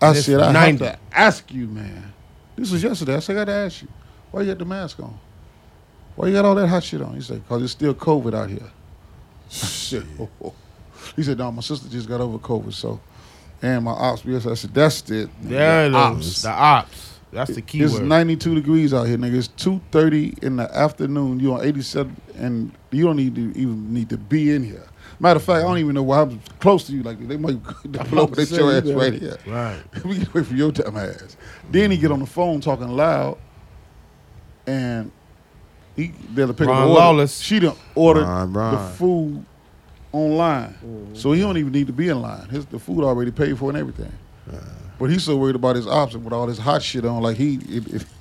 [SPEAKER 8] I
[SPEAKER 2] This
[SPEAKER 8] said, I have
[SPEAKER 2] 90.
[SPEAKER 8] to ask you, man. This was yesterday. I said, I got to ask you, why you got the mask on? Why you got all that hot shit on? He said, cause it's still COVID out here. I said, He said, no, my sister just got over COVID, so and my ops. Yes, I said, that's it.
[SPEAKER 2] There it
[SPEAKER 8] Ops.
[SPEAKER 2] is. The ops. That's the key
[SPEAKER 8] It's
[SPEAKER 2] word.
[SPEAKER 8] 92 degrees out here, nigga. It's 2:30 in the afternoon. You on 87, and you don't need to even need to be in here. Matter of fact, I don't even know why I'm close to you like this. They might pull over they your ass right here.
[SPEAKER 2] right.
[SPEAKER 8] we get away from your dumb ass. Then he get on the phone talking loud, and he they'll pick up
[SPEAKER 2] Ron
[SPEAKER 8] an order.
[SPEAKER 2] Lawless.
[SPEAKER 8] She done ordered
[SPEAKER 11] Ron,
[SPEAKER 8] the
[SPEAKER 11] Ron.
[SPEAKER 8] food online,
[SPEAKER 2] Mm-hmm.
[SPEAKER 8] so he don't even need to be in line. His the food already paid for and everything. But he's so worried about his option with all this hot shit on. Like he, it, it,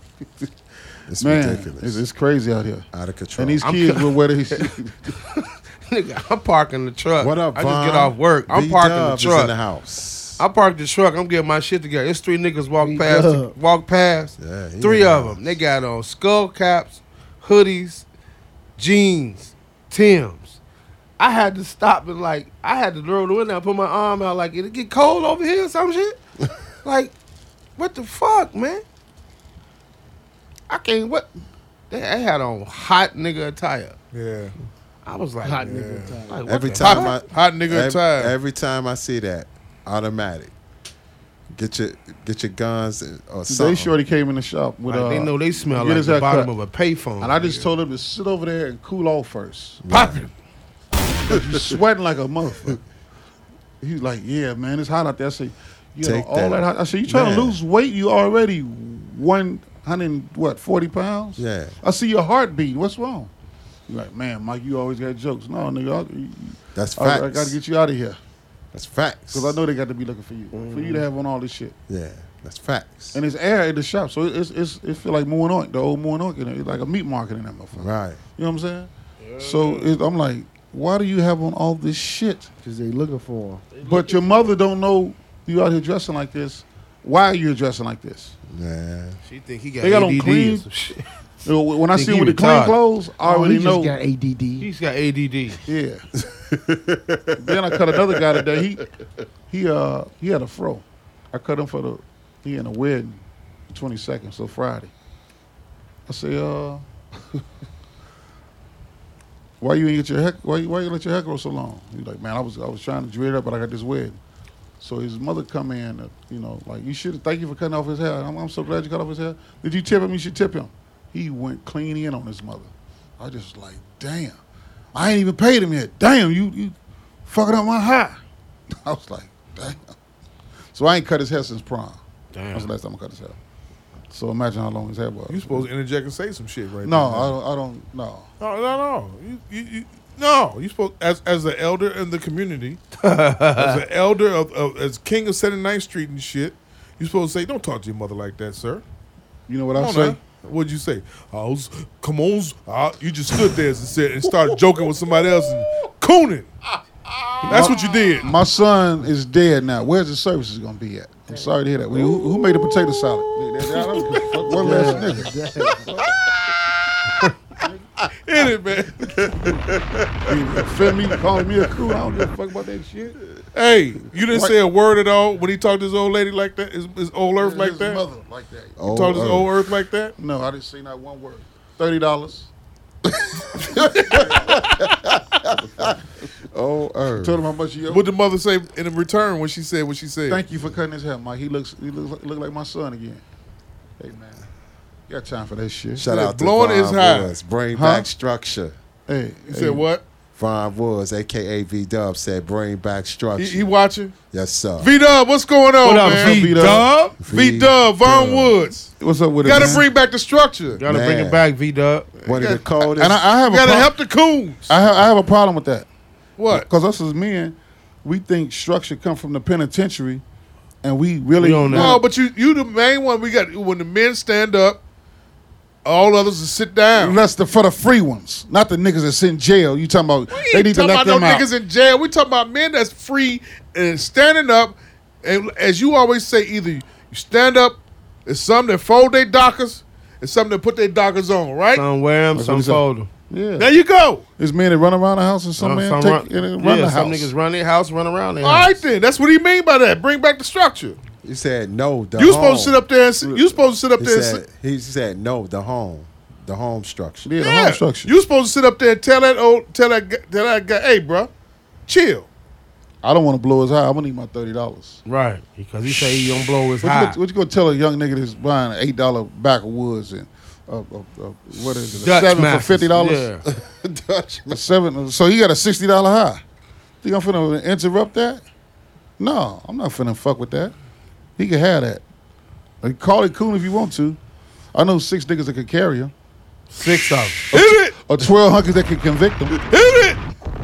[SPEAKER 11] It's
[SPEAKER 8] man,
[SPEAKER 11] ridiculous,
[SPEAKER 8] It's, it's crazy out here.
[SPEAKER 11] out of control.
[SPEAKER 8] And these
[SPEAKER 2] I'm
[SPEAKER 8] kids with whether he's
[SPEAKER 2] Nigga, I'm parking the truck.
[SPEAKER 11] what up?
[SPEAKER 2] I just get
[SPEAKER 11] Von?
[SPEAKER 2] off work. I'm parking the
[SPEAKER 11] B-Dub is in
[SPEAKER 2] truck.
[SPEAKER 11] the house.
[SPEAKER 2] I parked the truck. I'm getting my shit together. It's three niggas walk past.
[SPEAKER 10] up.
[SPEAKER 2] Walk past.
[SPEAKER 11] Yeah, he
[SPEAKER 2] three
[SPEAKER 11] in the
[SPEAKER 2] of them. They got on skull caps, hoodies, jeans, Tim's. I had to stop and like I had to throw the window and put my arm out like it get cold over here or some shit. like, what the fuck, man? I can't. What? They, they had on hot nigga attire.
[SPEAKER 4] Yeah.
[SPEAKER 2] I was like,
[SPEAKER 10] Hot
[SPEAKER 2] yeah.
[SPEAKER 10] nigga attire.
[SPEAKER 2] Like, what
[SPEAKER 11] Every
[SPEAKER 2] the
[SPEAKER 11] time
[SPEAKER 2] fuck?
[SPEAKER 11] I
[SPEAKER 4] hot nigga
[SPEAKER 11] every,
[SPEAKER 4] time.
[SPEAKER 11] Every time I see that, automatic. Get your get your guns and- or something.
[SPEAKER 8] They shorty came in the shop with
[SPEAKER 11] Like,
[SPEAKER 8] uh,
[SPEAKER 11] they know they smell
[SPEAKER 8] get
[SPEAKER 11] like
[SPEAKER 8] his
[SPEAKER 11] the
[SPEAKER 8] hair
[SPEAKER 11] bottom
[SPEAKER 8] cut.
[SPEAKER 11] of a payphone,
[SPEAKER 8] And I just
[SPEAKER 11] nigga.
[SPEAKER 8] told him to sit over there and cool off first.
[SPEAKER 11] Popping.
[SPEAKER 8] you sweating like a motherfucker. He's like, yeah, man, it's hot out there. I said, you know,
[SPEAKER 11] Take
[SPEAKER 8] all that.
[SPEAKER 11] that.
[SPEAKER 8] hot. I said, you trying to
[SPEAKER 11] Man.
[SPEAKER 8] lose weight? You already one hundred and what forty pounds?
[SPEAKER 11] Yeah.
[SPEAKER 8] I see your heart beating. What's wrong? You're like, man, Mike, you always got jokes. No, nigga, I,
[SPEAKER 11] That's
[SPEAKER 8] I, I
[SPEAKER 11] facts.
[SPEAKER 8] got to get you out of here.
[SPEAKER 11] That's facts. Mm-hmm.
[SPEAKER 8] Because I know they got to be looking for you, for you to have on all this shit.
[SPEAKER 11] Yeah, that's facts.
[SPEAKER 8] And it's air in the shop, so it's it's it feel like moon oink, the old moon oink, in there. It's like a meat market in that motherfucker.
[SPEAKER 11] Right.
[SPEAKER 8] You know what I'm saying? So it, I'm like, why do you have on all this shit?
[SPEAKER 10] Because they looking for
[SPEAKER 8] But your mother don't know you out here dressing like this. Why are you dressing like this?
[SPEAKER 11] Yeah.
[SPEAKER 2] She think he got
[SPEAKER 8] They got on
[SPEAKER 2] ADD or
[SPEAKER 8] clean.
[SPEAKER 2] some shit.
[SPEAKER 8] You know, When I
[SPEAKER 2] Think
[SPEAKER 8] see
[SPEAKER 2] he
[SPEAKER 8] him with the clean
[SPEAKER 2] retarded.
[SPEAKER 8] clothes,
[SPEAKER 2] Oh,
[SPEAKER 10] Oh,
[SPEAKER 8] I already know.
[SPEAKER 2] He's got ADD.
[SPEAKER 8] Yeah. then I cut another guy today. He he uh he had a fro. I cut him for the he in a wedding, twenty second, so Friday. I say, uh why you ain't get your heck why you why you let your hair grow so long? He's like, Man, I was I was trying to dread it up, but I got this wedding. So his mother come in, uh, you know, like you should thank you for cutting off his hair. I'm, I'm so glad you cut off his hair. Did you tip him? You should tip him. He went clean in on his mother. I just like, damn. I ain't even paid him yet. Damn, you you fucking up my high. I was like, damn. So I ain't cut his hair since prom.
[SPEAKER 2] Damn.
[SPEAKER 8] That's the last time I cut his hair. So imagine how long his hair was.
[SPEAKER 4] You supposed to interject and say some shit right
[SPEAKER 8] No,
[SPEAKER 4] there.
[SPEAKER 8] I don't, I don't. No.
[SPEAKER 4] No, no, no. You, you, you, no. You spoke as as the elder in the community, as the elder of, of as king of 79th Street and shit. You supposed to say, "Don't talk to your mother like that, sir."
[SPEAKER 8] You know what
[SPEAKER 4] Come
[SPEAKER 8] I
[SPEAKER 4] on
[SPEAKER 8] say?
[SPEAKER 4] now. What'd you say? I was, come on, s- I- you just stood there and said and started joking with somebody else and cooning. That's what you did.
[SPEAKER 8] My son is dead now. Where's the services gonna be at? I'm sorry to hear that. Who, who made the potato salad? One last nigga.
[SPEAKER 4] In it, man.
[SPEAKER 8] you offend me calling me a crew. I don't give a fuck about that shit.
[SPEAKER 4] Hey, you didn't say a word at all when he talked to his old lady like that, his, his old earth like
[SPEAKER 8] His
[SPEAKER 4] that.
[SPEAKER 8] mother like that.
[SPEAKER 4] You talked to his old earth like that.
[SPEAKER 8] Oh, No, I didn't say not one word. Thirty dollars.
[SPEAKER 11] Oh, er.
[SPEAKER 8] Told him how much you owe.
[SPEAKER 4] What did mother say in return when she said what she said?
[SPEAKER 8] Thank you for cutting his hair, Mike. He looks he looks like, look like my son again. Hey man, you got time for that shit?
[SPEAKER 11] Shout out to
[SPEAKER 4] blowing
[SPEAKER 11] Von
[SPEAKER 4] is high.
[SPEAKER 11] Woods. Bring
[SPEAKER 8] Huh?
[SPEAKER 11] back structure.
[SPEAKER 8] Hey,
[SPEAKER 4] You said what?
[SPEAKER 11] Von Woods, aka V Dub, said bring back structure.
[SPEAKER 4] He, he watching.
[SPEAKER 11] yes, sir.
[SPEAKER 4] V Dub, what's going on,
[SPEAKER 11] What up,
[SPEAKER 4] man?
[SPEAKER 11] V Dub?
[SPEAKER 4] V Dub, Von Woods.
[SPEAKER 8] What's up with it?
[SPEAKER 4] Gotta
[SPEAKER 8] man?
[SPEAKER 4] bring back the structure.
[SPEAKER 2] Gotta bring
[SPEAKER 11] Man.
[SPEAKER 2] it back, V Dub.
[SPEAKER 11] One of the coldest.
[SPEAKER 8] And I, I have a
[SPEAKER 4] Gotta
[SPEAKER 8] pro-
[SPEAKER 4] help the coons.
[SPEAKER 8] I have I have a problem with that.
[SPEAKER 4] What?
[SPEAKER 8] Because us as men, we think structure come from the penitentiary, and we really
[SPEAKER 2] We don't know.
[SPEAKER 4] No, but you you the main one. We got when the men stand up, all others will sit down.
[SPEAKER 8] Unless the for the free ones, not the niggas that's in jail. You talking about
[SPEAKER 4] We
[SPEAKER 8] they
[SPEAKER 4] ain't
[SPEAKER 8] need to
[SPEAKER 4] talking
[SPEAKER 8] let
[SPEAKER 4] about
[SPEAKER 8] them
[SPEAKER 4] no
[SPEAKER 8] out.
[SPEAKER 4] niggas in jail. We talking about men that's free and standing up. And as you always say, either you stand up, it's some that fold their dockers, and some that put their dockers on. Right?
[SPEAKER 2] Some wear 'em,
[SPEAKER 8] That's what
[SPEAKER 2] some
[SPEAKER 8] he said.
[SPEAKER 2] fold 'em.
[SPEAKER 8] yeah,
[SPEAKER 4] There you go.
[SPEAKER 8] it's men that run around the house, and some
[SPEAKER 2] Um,
[SPEAKER 8] men
[SPEAKER 2] some
[SPEAKER 8] take
[SPEAKER 2] run,
[SPEAKER 8] and run
[SPEAKER 2] yeah,
[SPEAKER 8] the
[SPEAKER 2] some
[SPEAKER 8] house.
[SPEAKER 2] niggas run their house, run around their
[SPEAKER 4] All
[SPEAKER 2] house.
[SPEAKER 4] right then. That's what he mean by that. Bring back the structure.
[SPEAKER 11] you said no. The
[SPEAKER 4] You
[SPEAKER 11] home.
[SPEAKER 4] supposed to sit up there. And sit, you supposed to sit up
[SPEAKER 11] He
[SPEAKER 4] there. And
[SPEAKER 11] said,
[SPEAKER 4] sit,
[SPEAKER 11] he said no. The home, the home structure.
[SPEAKER 8] yeah, the
[SPEAKER 4] yeah.
[SPEAKER 8] home structure.
[SPEAKER 4] You supposed to sit up there and tell that old, tell that, gu- tell that guy, hey, bro, chill.
[SPEAKER 8] I don't want to blow his high. I'm gonna need my thirty dollars.
[SPEAKER 2] Right. Because he say he don't blow his
[SPEAKER 8] What you,
[SPEAKER 2] high.
[SPEAKER 8] gonna, what you gonna tell a young nigga that's buying an eight dollar bag of woods and uh, uh, uh, what is it? a
[SPEAKER 2] Dutch
[SPEAKER 8] seven
[SPEAKER 2] Masters,
[SPEAKER 8] for fifty dollars.
[SPEAKER 2] yeah.
[SPEAKER 8] A seven. So he got a sixty dollar high. Think I'm finna interrupt that? No, I'm not finna fuck with that. He can have that. Like, call it coon if you want to. I know six niggas that can carry him,
[SPEAKER 2] Six of 'em.
[SPEAKER 4] Hit it.
[SPEAKER 8] or twelve hunkers that can convict him.
[SPEAKER 4] Hit it.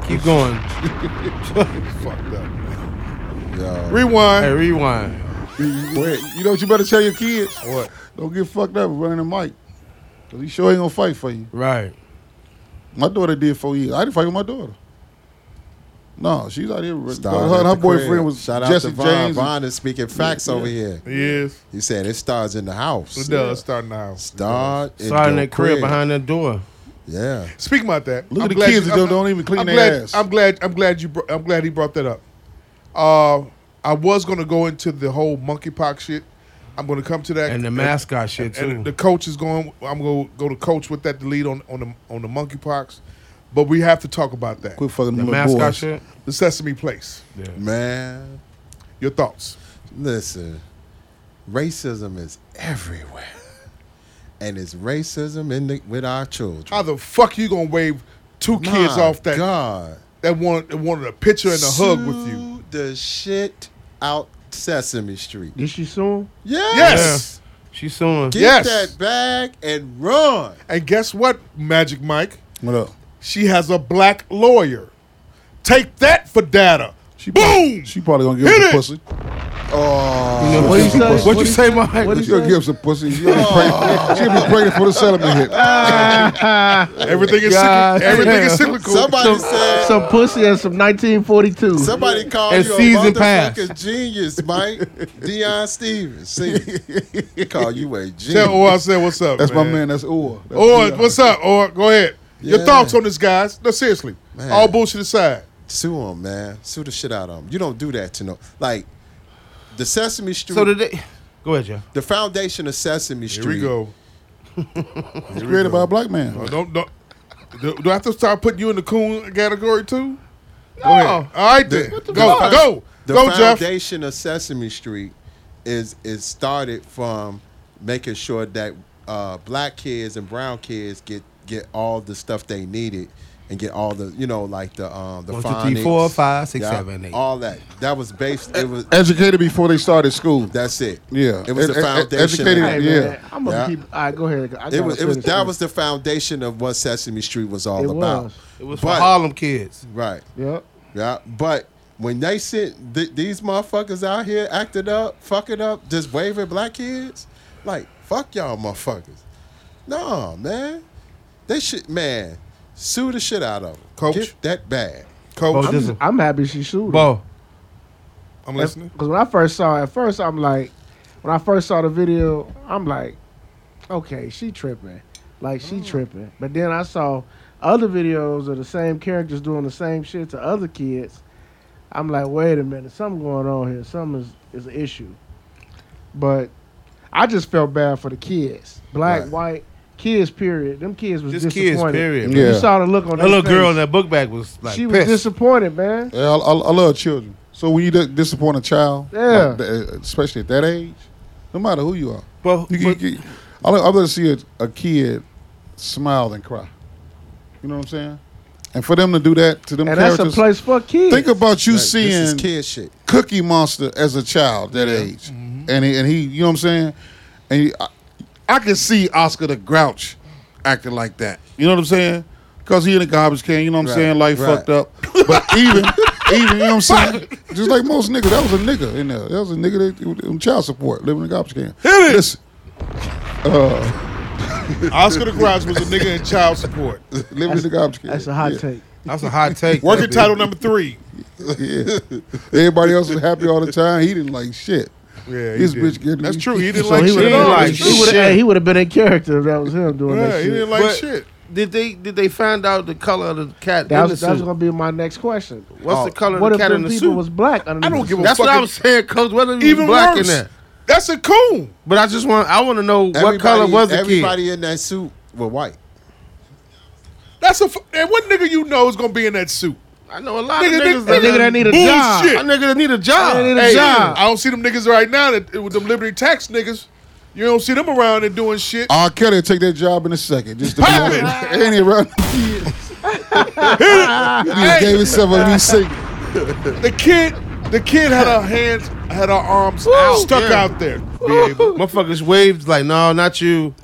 [SPEAKER 2] Keep going.
[SPEAKER 4] Fucked up.
[SPEAKER 11] Yo,
[SPEAKER 4] Rewind.
[SPEAKER 2] Hey, rewind.
[SPEAKER 8] Wait, you know what you better tell your kids?
[SPEAKER 4] What?
[SPEAKER 8] Don't get fucked up with running the mic, cause he sure ain't gonna fight for you.
[SPEAKER 2] Right.
[SPEAKER 8] My daughter did four years. I didn't fight with my daughter. No, she's out here.
[SPEAKER 11] Start
[SPEAKER 8] her
[SPEAKER 11] at
[SPEAKER 8] and her
[SPEAKER 11] the
[SPEAKER 8] boyfriend
[SPEAKER 11] crib.
[SPEAKER 8] was
[SPEAKER 11] Shout
[SPEAKER 8] Jesse
[SPEAKER 11] out to Von.
[SPEAKER 8] James.
[SPEAKER 11] Von is speaking facts
[SPEAKER 8] Yeah,
[SPEAKER 11] over
[SPEAKER 8] yeah.
[SPEAKER 11] here.
[SPEAKER 4] Yes.
[SPEAKER 11] He said it starts in the house.
[SPEAKER 4] It does start now.
[SPEAKER 11] Start in
[SPEAKER 2] Starting
[SPEAKER 11] the
[SPEAKER 2] that crib, behind that door.
[SPEAKER 11] Yeah.
[SPEAKER 4] Speaking about that,
[SPEAKER 8] Look
[SPEAKER 4] I'm
[SPEAKER 8] at the
[SPEAKER 4] glad
[SPEAKER 8] kids
[SPEAKER 4] you-
[SPEAKER 8] that don't,
[SPEAKER 4] I'm-
[SPEAKER 8] don't even clean
[SPEAKER 4] I'm
[SPEAKER 8] their
[SPEAKER 4] glad,
[SPEAKER 8] ass.
[SPEAKER 4] I'm glad. I'm glad you. Br- I'm glad he brought that up. Uh, I was gonna go into the whole monkeypox shit. I'm gonna come to that.
[SPEAKER 2] And the mascot shit, too.
[SPEAKER 4] And the coach is going. I'm gonna go to coach with that to lead on on the on the monkeypox. But we have to talk about that.
[SPEAKER 8] Quit fucking The them little mascot boys. shit?
[SPEAKER 4] The Sesame Place.
[SPEAKER 11] Man.
[SPEAKER 4] Your thoughts?
[SPEAKER 11] Listen, racism is everywhere. And it's racism in the, with our children.
[SPEAKER 4] How the fuck you gonna wave two kids
[SPEAKER 11] My
[SPEAKER 4] off that
[SPEAKER 11] God.
[SPEAKER 4] that wanted, wanted a picture and a hug with you?
[SPEAKER 11] Sue The shit out Sesame Street.
[SPEAKER 10] Did she sue him?
[SPEAKER 11] Yes.
[SPEAKER 4] Yes.
[SPEAKER 2] She's suing.
[SPEAKER 11] Get
[SPEAKER 4] yes.
[SPEAKER 11] that bag and run.
[SPEAKER 4] And guess what, Magic Mike?
[SPEAKER 8] What up?
[SPEAKER 4] She has a black lawyer. Take that for data. She Boom!
[SPEAKER 8] She probably gonna give
[SPEAKER 4] Hit
[SPEAKER 8] us a
[SPEAKER 4] it.
[SPEAKER 8] pussy. Oh,
[SPEAKER 4] You know, what'd you say? What'd you say, Mike? Oh. What'd you
[SPEAKER 8] She's gonna
[SPEAKER 4] say?
[SPEAKER 8] give us a pussy. She'll be, pregnant. She'll be pregnant for the settlement hit.
[SPEAKER 4] Ah. everything is
[SPEAKER 10] God
[SPEAKER 4] cyclical. Everything
[SPEAKER 10] damn.
[SPEAKER 4] is cyclical.
[SPEAKER 11] Somebody
[SPEAKER 10] some,
[SPEAKER 11] said-
[SPEAKER 10] some pussy and some 1942.
[SPEAKER 11] Somebody called
[SPEAKER 10] And
[SPEAKER 11] you a
[SPEAKER 10] season pass.
[SPEAKER 11] motherfucking genius, Mike. Deion Stevens. See, call you a genius.
[SPEAKER 4] Tell Or I said, what's up?
[SPEAKER 8] That's my
[SPEAKER 4] man.
[SPEAKER 8] man. That's Or. That's
[SPEAKER 4] Or
[SPEAKER 8] Or.
[SPEAKER 4] what's up? Or go ahead. Your
[SPEAKER 11] Yeah.
[SPEAKER 4] thoughts on this, guys? No, seriously.
[SPEAKER 11] Man.
[SPEAKER 4] All bullshit aside.
[SPEAKER 11] Sue him, man. Sue the shit out of him. You don't do that to no. Like the Sesame Street.
[SPEAKER 2] So did they? Go ahead, Joe.
[SPEAKER 11] The foundation of Sesame Street.
[SPEAKER 4] Here we go.
[SPEAKER 8] It's created by a black man.
[SPEAKER 4] Oh, don't, don't, do, do I have to start putting you in the coon category too? No. Oh, All right then.
[SPEAKER 11] The-
[SPEAKER 4] Go,
[SPEAKER 11] the-
[SPEAKER 4] go,
[SPEAKER 11] The
[SPEAKER 4] go, Jeff.
[SPEAKER 11] foundation of Sesame Street is is started from making sure that uh, black kids and brown kids get get all the stuff they needed and get all the you know like the um the
[SPEAKER 2] One, two, three, four, five, six, seven, eight.
[SPEAKER 11] all that that was based it was
[SPEAKER 8] Educated before they started school.
[SPEAKER 11] that's it
[SPEAKER 8] Yeah.
[SPEAKER 11] it was
[SPEAKER 4] e-
[SPEAKER 11] the
[SPEAKER 8] Ed- ed-
[SPEAKER 11] foundation
[SPEAKER 8] Educated.
[SPEAKER 11] of-
[SPEAKER 8] yeah.
[SPEAKER 10] I'm gonna
[SPEAKER 11] Yeah.
[SPEAKER 10] keep. All right, go ahead. I
[SPEAKER 11] it
[SPEAKER 10] gotta
[SPEAKER 11] was, it was
[SPEAKER 10] finish
[SPEAKER 11] that
[SPEAKER 10] this.
[SPEAKER 11] was the foundation of what Sesame Street was all
[SPEAKER 10] It
[SPEAKER 11] about.
[SPEAKER 10] was.
[SPEAKER 2] It was
[SPEAKER 11] But-
[SPEAKER 2] for Harlem kids.
[SPEAKER 11] Right.
[SPEAKER 10] Yep.
[SPEAKER 11] Yeah. But when they sit th- these motherfuckers out here acting up, fucking up, just waving black kids, like fuck y'all motherfuckers. Nah, man. They should man sue the shit out of them.
[SPEAKER 4] Coach?
[SPEAKER 11] Get that bad.
[SPEAKER 4] Coach,
[SPEAKER 10] I'm,
[SPEAKER 2] this-
[SPEAKER 10] I'm happy she sued.
[SPEAKER 2] Bo,
[SPEAKER 4] I'm listening.
[SPEAKER 10] Because when I first saw it, at first I'm like, when I first saw the video, I'm like, okay, she tripping, like
[SPEAKER 2] Mm.
[SPEAKER 10] she tripping. But then I saw other videos of the same characters doing the same shit to other kids. I'm like, wait a minute, something going on here. Something is, is an issue. But I just felt bad for the kids, black,
[SPEAKER 11] Right.
[SPEAKER 10] white, kids. Period. Them kids was
[SPEAKER 2] Just kids,
[SPEAKER 10] disappointed.
[SPEAKER 2] period.
[SPEAKER 8] Yeah.
[SPEAKER 10] You saw the look on
[SPEAKER 2] That little
[SPEAKER 10] face.
[SPEAKER 2] girl in that book bag was like
[SPEAKER 10] she was
[SPEAKER 2] pissed.
[SPEAKER 10] disappointed, man.
[SPEAKER 8] Yeah, I, I, I love children. So when you di- disappoint a child,
[SPEAKER 10] Yeah.
[SPEAKER 8] like that, especially at that age, no matter who you are,
[SPEAKER 2] But-
[SPEAKER 8] you, can-
[SPEAKER 2] but-
[SPEAKER 8] you can- I love, I love to see a, a kid smile and cry. You know what I'm saying? And for them to do that to them
[SPEAKER 10] And that's
[SPEAKER 8] characters,
[SPEAKER 10] a place for kids.
[SPEAKER 8] think about you
[SPEAKER 11] Like, this is
[SPEAKER 8] seeing
[SPEAKER 11] kid shit.
[SPEAKER 8] Cookie Monster as a child that age,
[SPEAKER 10] Mm-hmm.
[SPEAKER 8] and he, and he, you know what I'm saying? And he, I, I could see Oscar the Grouch acting like that. You know what I'm saying? Cause he in a garbage can. You know what I'm
[SPEAKER 11] Right,
[SPEAKER 8] saying? Life
[SPEAKER 11] right.
[SPEAKER 8] fucked up, but even. Even you know what I'm saying, just like most niggas, that was a nigga in there. That was a nigga that on child support, living in a garbage can. Hit it. Listen, Uh,
[SPEAKER 4] Oscar the Grouch was a nigga in child support.
[SPEAKER 8] living in a garbage can.
[SPEAKER 10] That's a hot
[SPEAKER 8] Yeah.
[SPEAKER 10] take.
[SPEAKER 2] That's a hot take.
[SPEAKER 4] Working title number three.
[SPEAKER 8] Yeah. Everybody else was happy all the time. He didn't like shit.
[SPEAKER 4] Yeah, he
[SPEAKER 8] This
[SPEAKER 4] did.
[SPEAKER 8] bitch getting
[SPEAKER 4] That's true. He didn't
[SPEAKER 10] So
[SPEAKER 4] like
[SPEAKER 10] he
[SPEAKER 4] shit.
[SPEAKER 10] would
[SPEAKER 4] at
[SPEAKER 10] have
[SPEAKER 4] all.
[SPEAKER 10] like,
[SPEAKER 4] That's
[SPEAKER 10] he
[SPEAKER 4] true.
[SPEAKER 10] would have, he would have been in character if that was him doing
[SPEAKER 4] Yeah,
[SPEAKER 10] that
[SPEAKER 4] he
[SPEAKER 10] shit.
[SPEAKER 4] didn't like
[SPEAKER 2] But
[SPEAKER 4] shit.
[SPEAKER 2] Did they did they find out the color of the cat in the
[SPEAKER 10] That's,
[SPEAKER 2] suit?
[SPEAKER 10] that's gonna be my next question.
[SPEAKER 2] What's
[SPEAKER 11] Oh.
[SPEAKER 2] the color
[SPEAKER 10] What
[SPEAKER 2] of the
[SPEAKER 10] if
[SPEAKER 2] cat
[SPEAKER 10] them
[SPEAKER 2] in the
[SPEAKER 10] people
[SPEAKER 2] suit?
[SPEAKER 10] was black? I
[SPEAKER 4] don't give a
[SPEAKER 2] that's what
[SPEAKER 4] fucking-
[SPEAKER 2] I was saying, Coach. Whether he
[SPEAKER 4] Even
[SPEAKER 2] was black
[SPEAKER 4] worse.
[SPEAKER 2] in there.
[SPEAKER 4] That's a coon.
[SPEAKER 2] But I just want I want to know what color was the kid.
[SPEAKER 11] everybody in that suit were white.
[SPEAKER 4] That's a. f- And what nigga you know is gonna be in that suit?
[SPEAKER 2] I know a lot
[SPEAKER 4] Nigga,
[SPEAKER 2] of niggas
[SPEAKER 4] nigga-
[SPEAKER 10] That nigga that need a job.
[SPEAKER 4] Bullshit.
[SPEAKER 2] I nigga that need a job.
[SPEAKER 10] That need a
[SPEAKER 2] Hey,
[SPEAKER 10] job.
[SPEAKER 4] I don't see them niggas right now that with them Liberty Tax niggas. You don't see them around and doing shit.
[SPEAKER 11] Oh,
[SPEAKER 8] R. Kelly will take that job in a second. Just to be honest. Ain't he around the kids? he just gave himself up to be singing.
[SPEAKER 4] The kid, the kid had her hands, had her arms out, stuck
[SPEAKER 2] yeah.
[SPEAKER 4] out there. Be able-
[SPEAKER 2] Motherfuckers waved like, no, not you,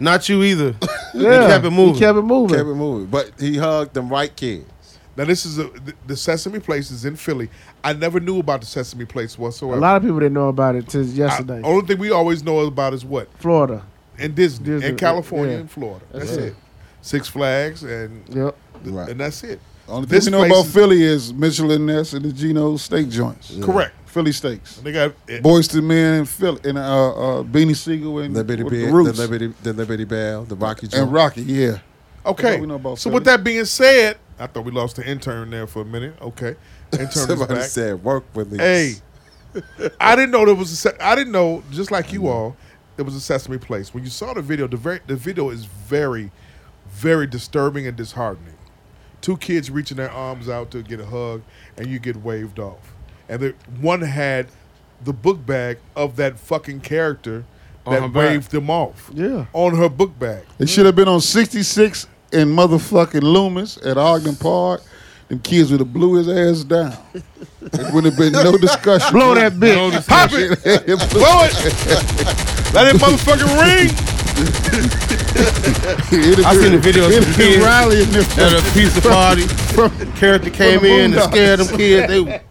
[SPEAKER 2] not you either.
[SPEAKER 10] Yeah,
[SPEAKER 2] He kept it moving.
[SPEAKER 10] He kept it moving.
[SPEAKER 11] Every movie, but he hugged them white kids.
[SPEAKER 4] Now this is a, the, the Sesame Place is in Philly. I never knew about the Sesame Place
[SPEAKER 10] a
[SPEAKER 4] whatsoever.
[SPEAKER 10] lot of people didn't know about it till
[SPEAKER 4] I-
[SPEAKER 10] yesterday.
[SPEAKER 4] only thing we always know about is what
[SPEAKER 10] Florida.
[SPEAKER 4] in Disney,
[SPEAKER 10] Disney,
[SPEAKER 4] in California,
[SPEAKER 10] yeah.
[SPEAKER 4] and Florida.
[SPEAKER 10] That's
[SPEAKER 4] That's,
[SPEAKER 10] it.
[SPEAKER 4] it. Six Flags and
[SPEAKER 10] Yep.
[SPEAKER 11] Right.
[SPEAKER 4] and that's it.
[SPEAKER 8] Only thing
[SPEAKER 4] This
[SPEAKER 8] we know
[SPEAKER 4] place
[SPEAKER 8] about
[SPEAKER 4] is-
[SPEAKER 8] Philly is Mitchell and Ness and the Geno steak joints.
[SPEAKER 4] Correct.
[SPEAKER 8] Philly steaks.
[SPEAKER 4] They got it-
[SPEAKER 8] Boys to Men and Philly and uh, uh, Beanie Siegel and
[SPEAKER 11] Liberty
[SPEAKER 8] with
[SPEAKER 11] Bell,
[SPEAKER 8] the
[SPEAKER 11] the,
[SPEAKER 8] Roots
[SPEAKER 11] Liberty, the Liberty Bell, the Rocky Joe.
[SPEAKER 8] and Rocky. Yeah,
[SPEAKER 4] Okay.
[SPEAKER 8] what we know about
[SPEAKER 4] so
[SPEAKER 8] Philly.
[SPEAKER 4] with that being said, I thought we lost the intern there for a minute. Okay, intern is
[SPEAKER 11] Somebody
[SPEAKER 4] back.
[SPEAKER 11] said work release.
[SPEAKER 4] Hey, I didn't know there was a. Se- I didn't know just like you all, there was a Sesame Place. When you saw the video, the very, the video is very, very disturbing and disheartening. two kids reaching their arms out to get a hug, and you get waved off. And the, one had the book bag of that fucking character
[SPEAKER 8] On her
[SPEAKER 4] that
[SPEAKER 8] back.
[SPEAKER 4] waved them off. Yeah, on her book bag.
[SPEAKER 8] They should have been on 66 and motherfucking Loomis at Ogden Park. Them kids would have blew his ass down. It would have been no discussion.
[SPEAKER 4] Blow that bitch.
[SPEAKER 8] No
[SPEAKER 4] Pop
[SPEAKER 8] discussion.
[SPEAKER 4] it. Blow it. Let it motherfucking ring.
[SPEAKER 2] I seen the video of
[SPEAKER 8] It'd
[SPEAKER 2] some
[SPEAKER 8] have been
[SPEAKER 2] kids
[SPEAKER 8] Riley in this
[SPEAKER 2] at a pizza
[SPEAKER 8] from-
[SPEAKER 2] party. Character came
[SPEAKER 8] the
[SPEAKER 2] in and
[SPEAKER 8] Boondocks.
[SPEAKER 2] scared them kids. They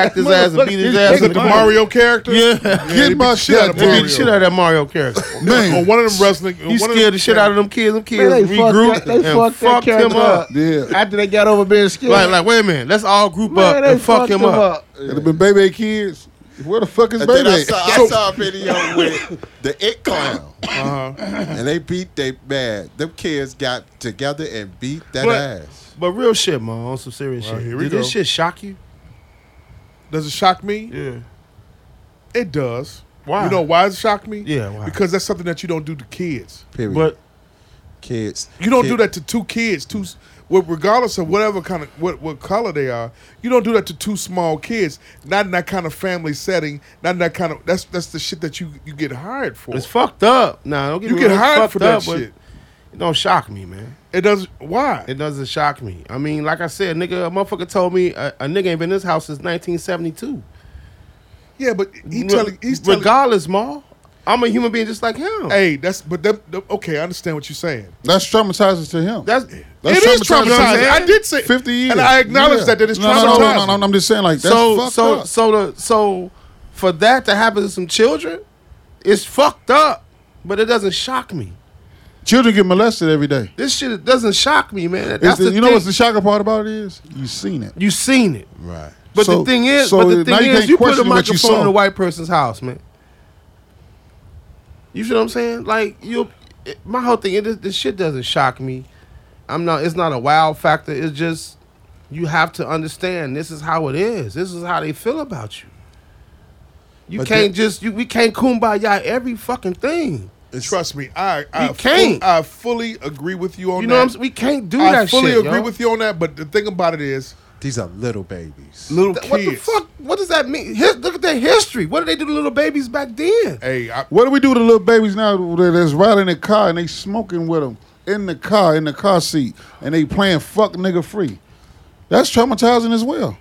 [SPEAKER 2] tacked his ass and beat his ass.
[SPEAKER 4] Is it the Mario character?
[SPEAKER 2] Yeah.
[SPEAKER 4] Yeah, they beat shit out of
[SPEAKER 2] They beat
[SPEAKER 4] Mario.
[SPEAKER 2] the shit out of that Mario character.
[SPEAKER 4] Man. On one of them wrestling.
[SPEAKER 2] He scared the shit out of them kids. Them kids
[SPEAKER 10] Man, they fucked
[SPEAKER 2] regrouped
[SPEAKER 10] that- they
[SPEAKER 2] and
[SPEAKER 10] fucked
[SPEAKER 2] fucked,
[SPEAKER 10] that character
[SPEAKER 2] him up.
[SPEAKER 10] up. After they got over being scared.
[SPEAKER 2] Like, like, wait a minute. Let's all group
[SPEAKER 10] Man,
[SPEAKER 2] up
[SPEAKER 10] they
[SPEAKER 2] and fuck
[SPEAKER 10] fucked
[SPEAKER 2] him
[SPEAKER 10] him
[SPEAKER 2] up.
[SPEAKER 10] up.
[SPEAKER 8] It'd have been baby kids. Where the fuck is
[SPEAKER 11] And then
[SPEAKER 8] baby?
[SPEAKER 11] I saw, I saw a video with the It Clown, and they beat they man. Them kids got together and beat that
[SPEAKER 2] But-
[SPEAKER 11] ass.
[SPEAKER 2] But real shit, man. On some serious
[SPEAKER 4] Well,
[SPEAKER 2] shit.
[SPEAKER 4] here we
[SPEAKER 2] Did this
[SPEAKER 4] go.
[SPEAKER 2] shit shock you?
[SPEAKER 4] Does it shock me?
[SPEAKER 2] Yeah.
[SPEAKER 4] It does.
[SPEAKER 2] Why?
[SPEAKER 4] You know why it shocked me?
[SPEAKER 2] Yeah, why?
[SPEAKER 4] Because that's something that you don't do to kids.
[SPEAKER 11] Period.
[SPEAKER 2] But
[SPEAKER 11] kids,
[SPEAKER 4] You don't
[SPEAKER 11] Kid-
[SPEAKER 4] do that to two kids, two s- well, regardless of whatever kind of what, what color they are. You don't do that to two small kids. Not in that kind of family setting. Not in that kind of that's that's the shit that you you get hired for.
[SPEAKER 2] It's fucked up. Nah, don't get
[SPEAKER 4] You
[SPEAKER 2] me
[SPEAKER 4] get
[SPEAKER 2] wrong, it's
[SPEAKER 4] hired
[SPEAKER 2] fucked
[SPEAKER 4] for that
[SPEAKER 2] up, but
[SPEAKER 4] shit.
[SPEAKER 2] It don't shock me, man.
[SPEAKER 4] It doesn't. Why?
[SPEAKER 2] It doesn't shock me. I mean, like I said, nigga, a motherfucker told me a, a nigga ain't been in this house since 1972.
[SPEAKER 4] Yeah, but he
[SPEAKER 2] Re-
[SPEAKER 4] telling he's telling
[SPEAKER 2] regardless, ma. I'm a human being just like him.
[SPEAKER 4] Hey, that's but that, that- okay. I understand what you're saying.
[SPEAKER 8] That's traumatizing to him.
[SPEAKER 2] That's
[SPEAKER 8] That's
[SPEAKER 4] it is
[SPEAKER 8] traumatizing. You know what I'm
[SPEAKER 4] traumatizing. I
[SPEAKER 8] saying?
[SPEAKER 4] did say
[SPEAKER 8] 50 years.
[SPEAKER 4] and I acknowledge
[SPEAKER 8] Yeah.
[SPEAKER 4] that that it's
[SPEAKER 8] No,
[SPEAKER 4] traumatizing.
[SPEAKER 8] no, no, no, no, no, I'm just saying, like, that's
[SPEAKER 2] so
[SPEAKER 8] fucked
[SPEAKER 2] so
[SPEAKER 8] up.
[SPEAKER 2] so the so for that to happen to some children, it's fucked up. But it doesn't shock me.
[SPEAKER 8] Children get molested every day.
[SPEAKER 2] This shit doesn't shock me, man.
[SPEAKER 8] It's
[SPEAKER 2] That's
[SPEAKER 8] the-
[SPEAKER 2] the,
[SPEAKER 8] you know
[SPEAKER 2] thing.
[SPEAKER 8] what's the shocker part about it is? You seen it.
[SPEAKER 2] You seen it.
[SPEAKER 11] Right.
[SPEAKER 2] But
[SPEAKER 8] So-
[SPEAKER 2] the thing is,
[SPEAKER 8] so
[SPEAKER 2] but the
[SPEAKER 8] now
[SPEAKER 2] thing
[SPEAKER 8] you
[SPEAKER 2] is,
[SPEAKER 8] can't
[SPEAKER 2] you put a
[SPEAKER 8] question what you
[SPEAKER 2] microphone
[SPEAKER 8] saw.
[SPEAKER 2] in a white person's house, man. You see what I'm saying? Like you, it- my whole thing. It, this shit doesn't shock me. I'm not. It's not a wow factor. It's just you have to understand. This is how it is. This is how they feel about you. You
[SPEAKER 4] But
[SPEAKER 2] can't
[SPEAKER 4] then-
[SPEAKER 2] just. You, we can't kumbaya every fucking thing.
[SPEAKER 4] Trust me, I I,
[SPEAKER 2] You can't.
[SPEAKER 4] fu- I fully agree with you on
[SPEAKER 2] You
[SPEAKER 4] that.
[SPEAKER 2] know what I'm saying? We can't do
[SPEAKER 4] I
[SPEAKER 2] that
[SPEAKER 4] fully
[SPEAKER 2] shit,
[SPEAKER 4] agree
[SPEAKER 2] yo.
[SPEAKER 4] with you on that. But the thing about it is,
[SPEAKER 11] These are little babies.
[SPEAKER 4] little
[SPEAKER 2] Th- What the
[SPEAKER 4] kids.
[SPEAKER 2] fuck? What does that mean? His, look at their history. What did they do to little babies back then?
[SPEAKER 4] Hey, I,
[SPEAKER 8] What do we do to little babies now that- that's riding the car and they smoking with them in the car, in the car seat, and they playing fuck nigga free? That's traumatizing as well.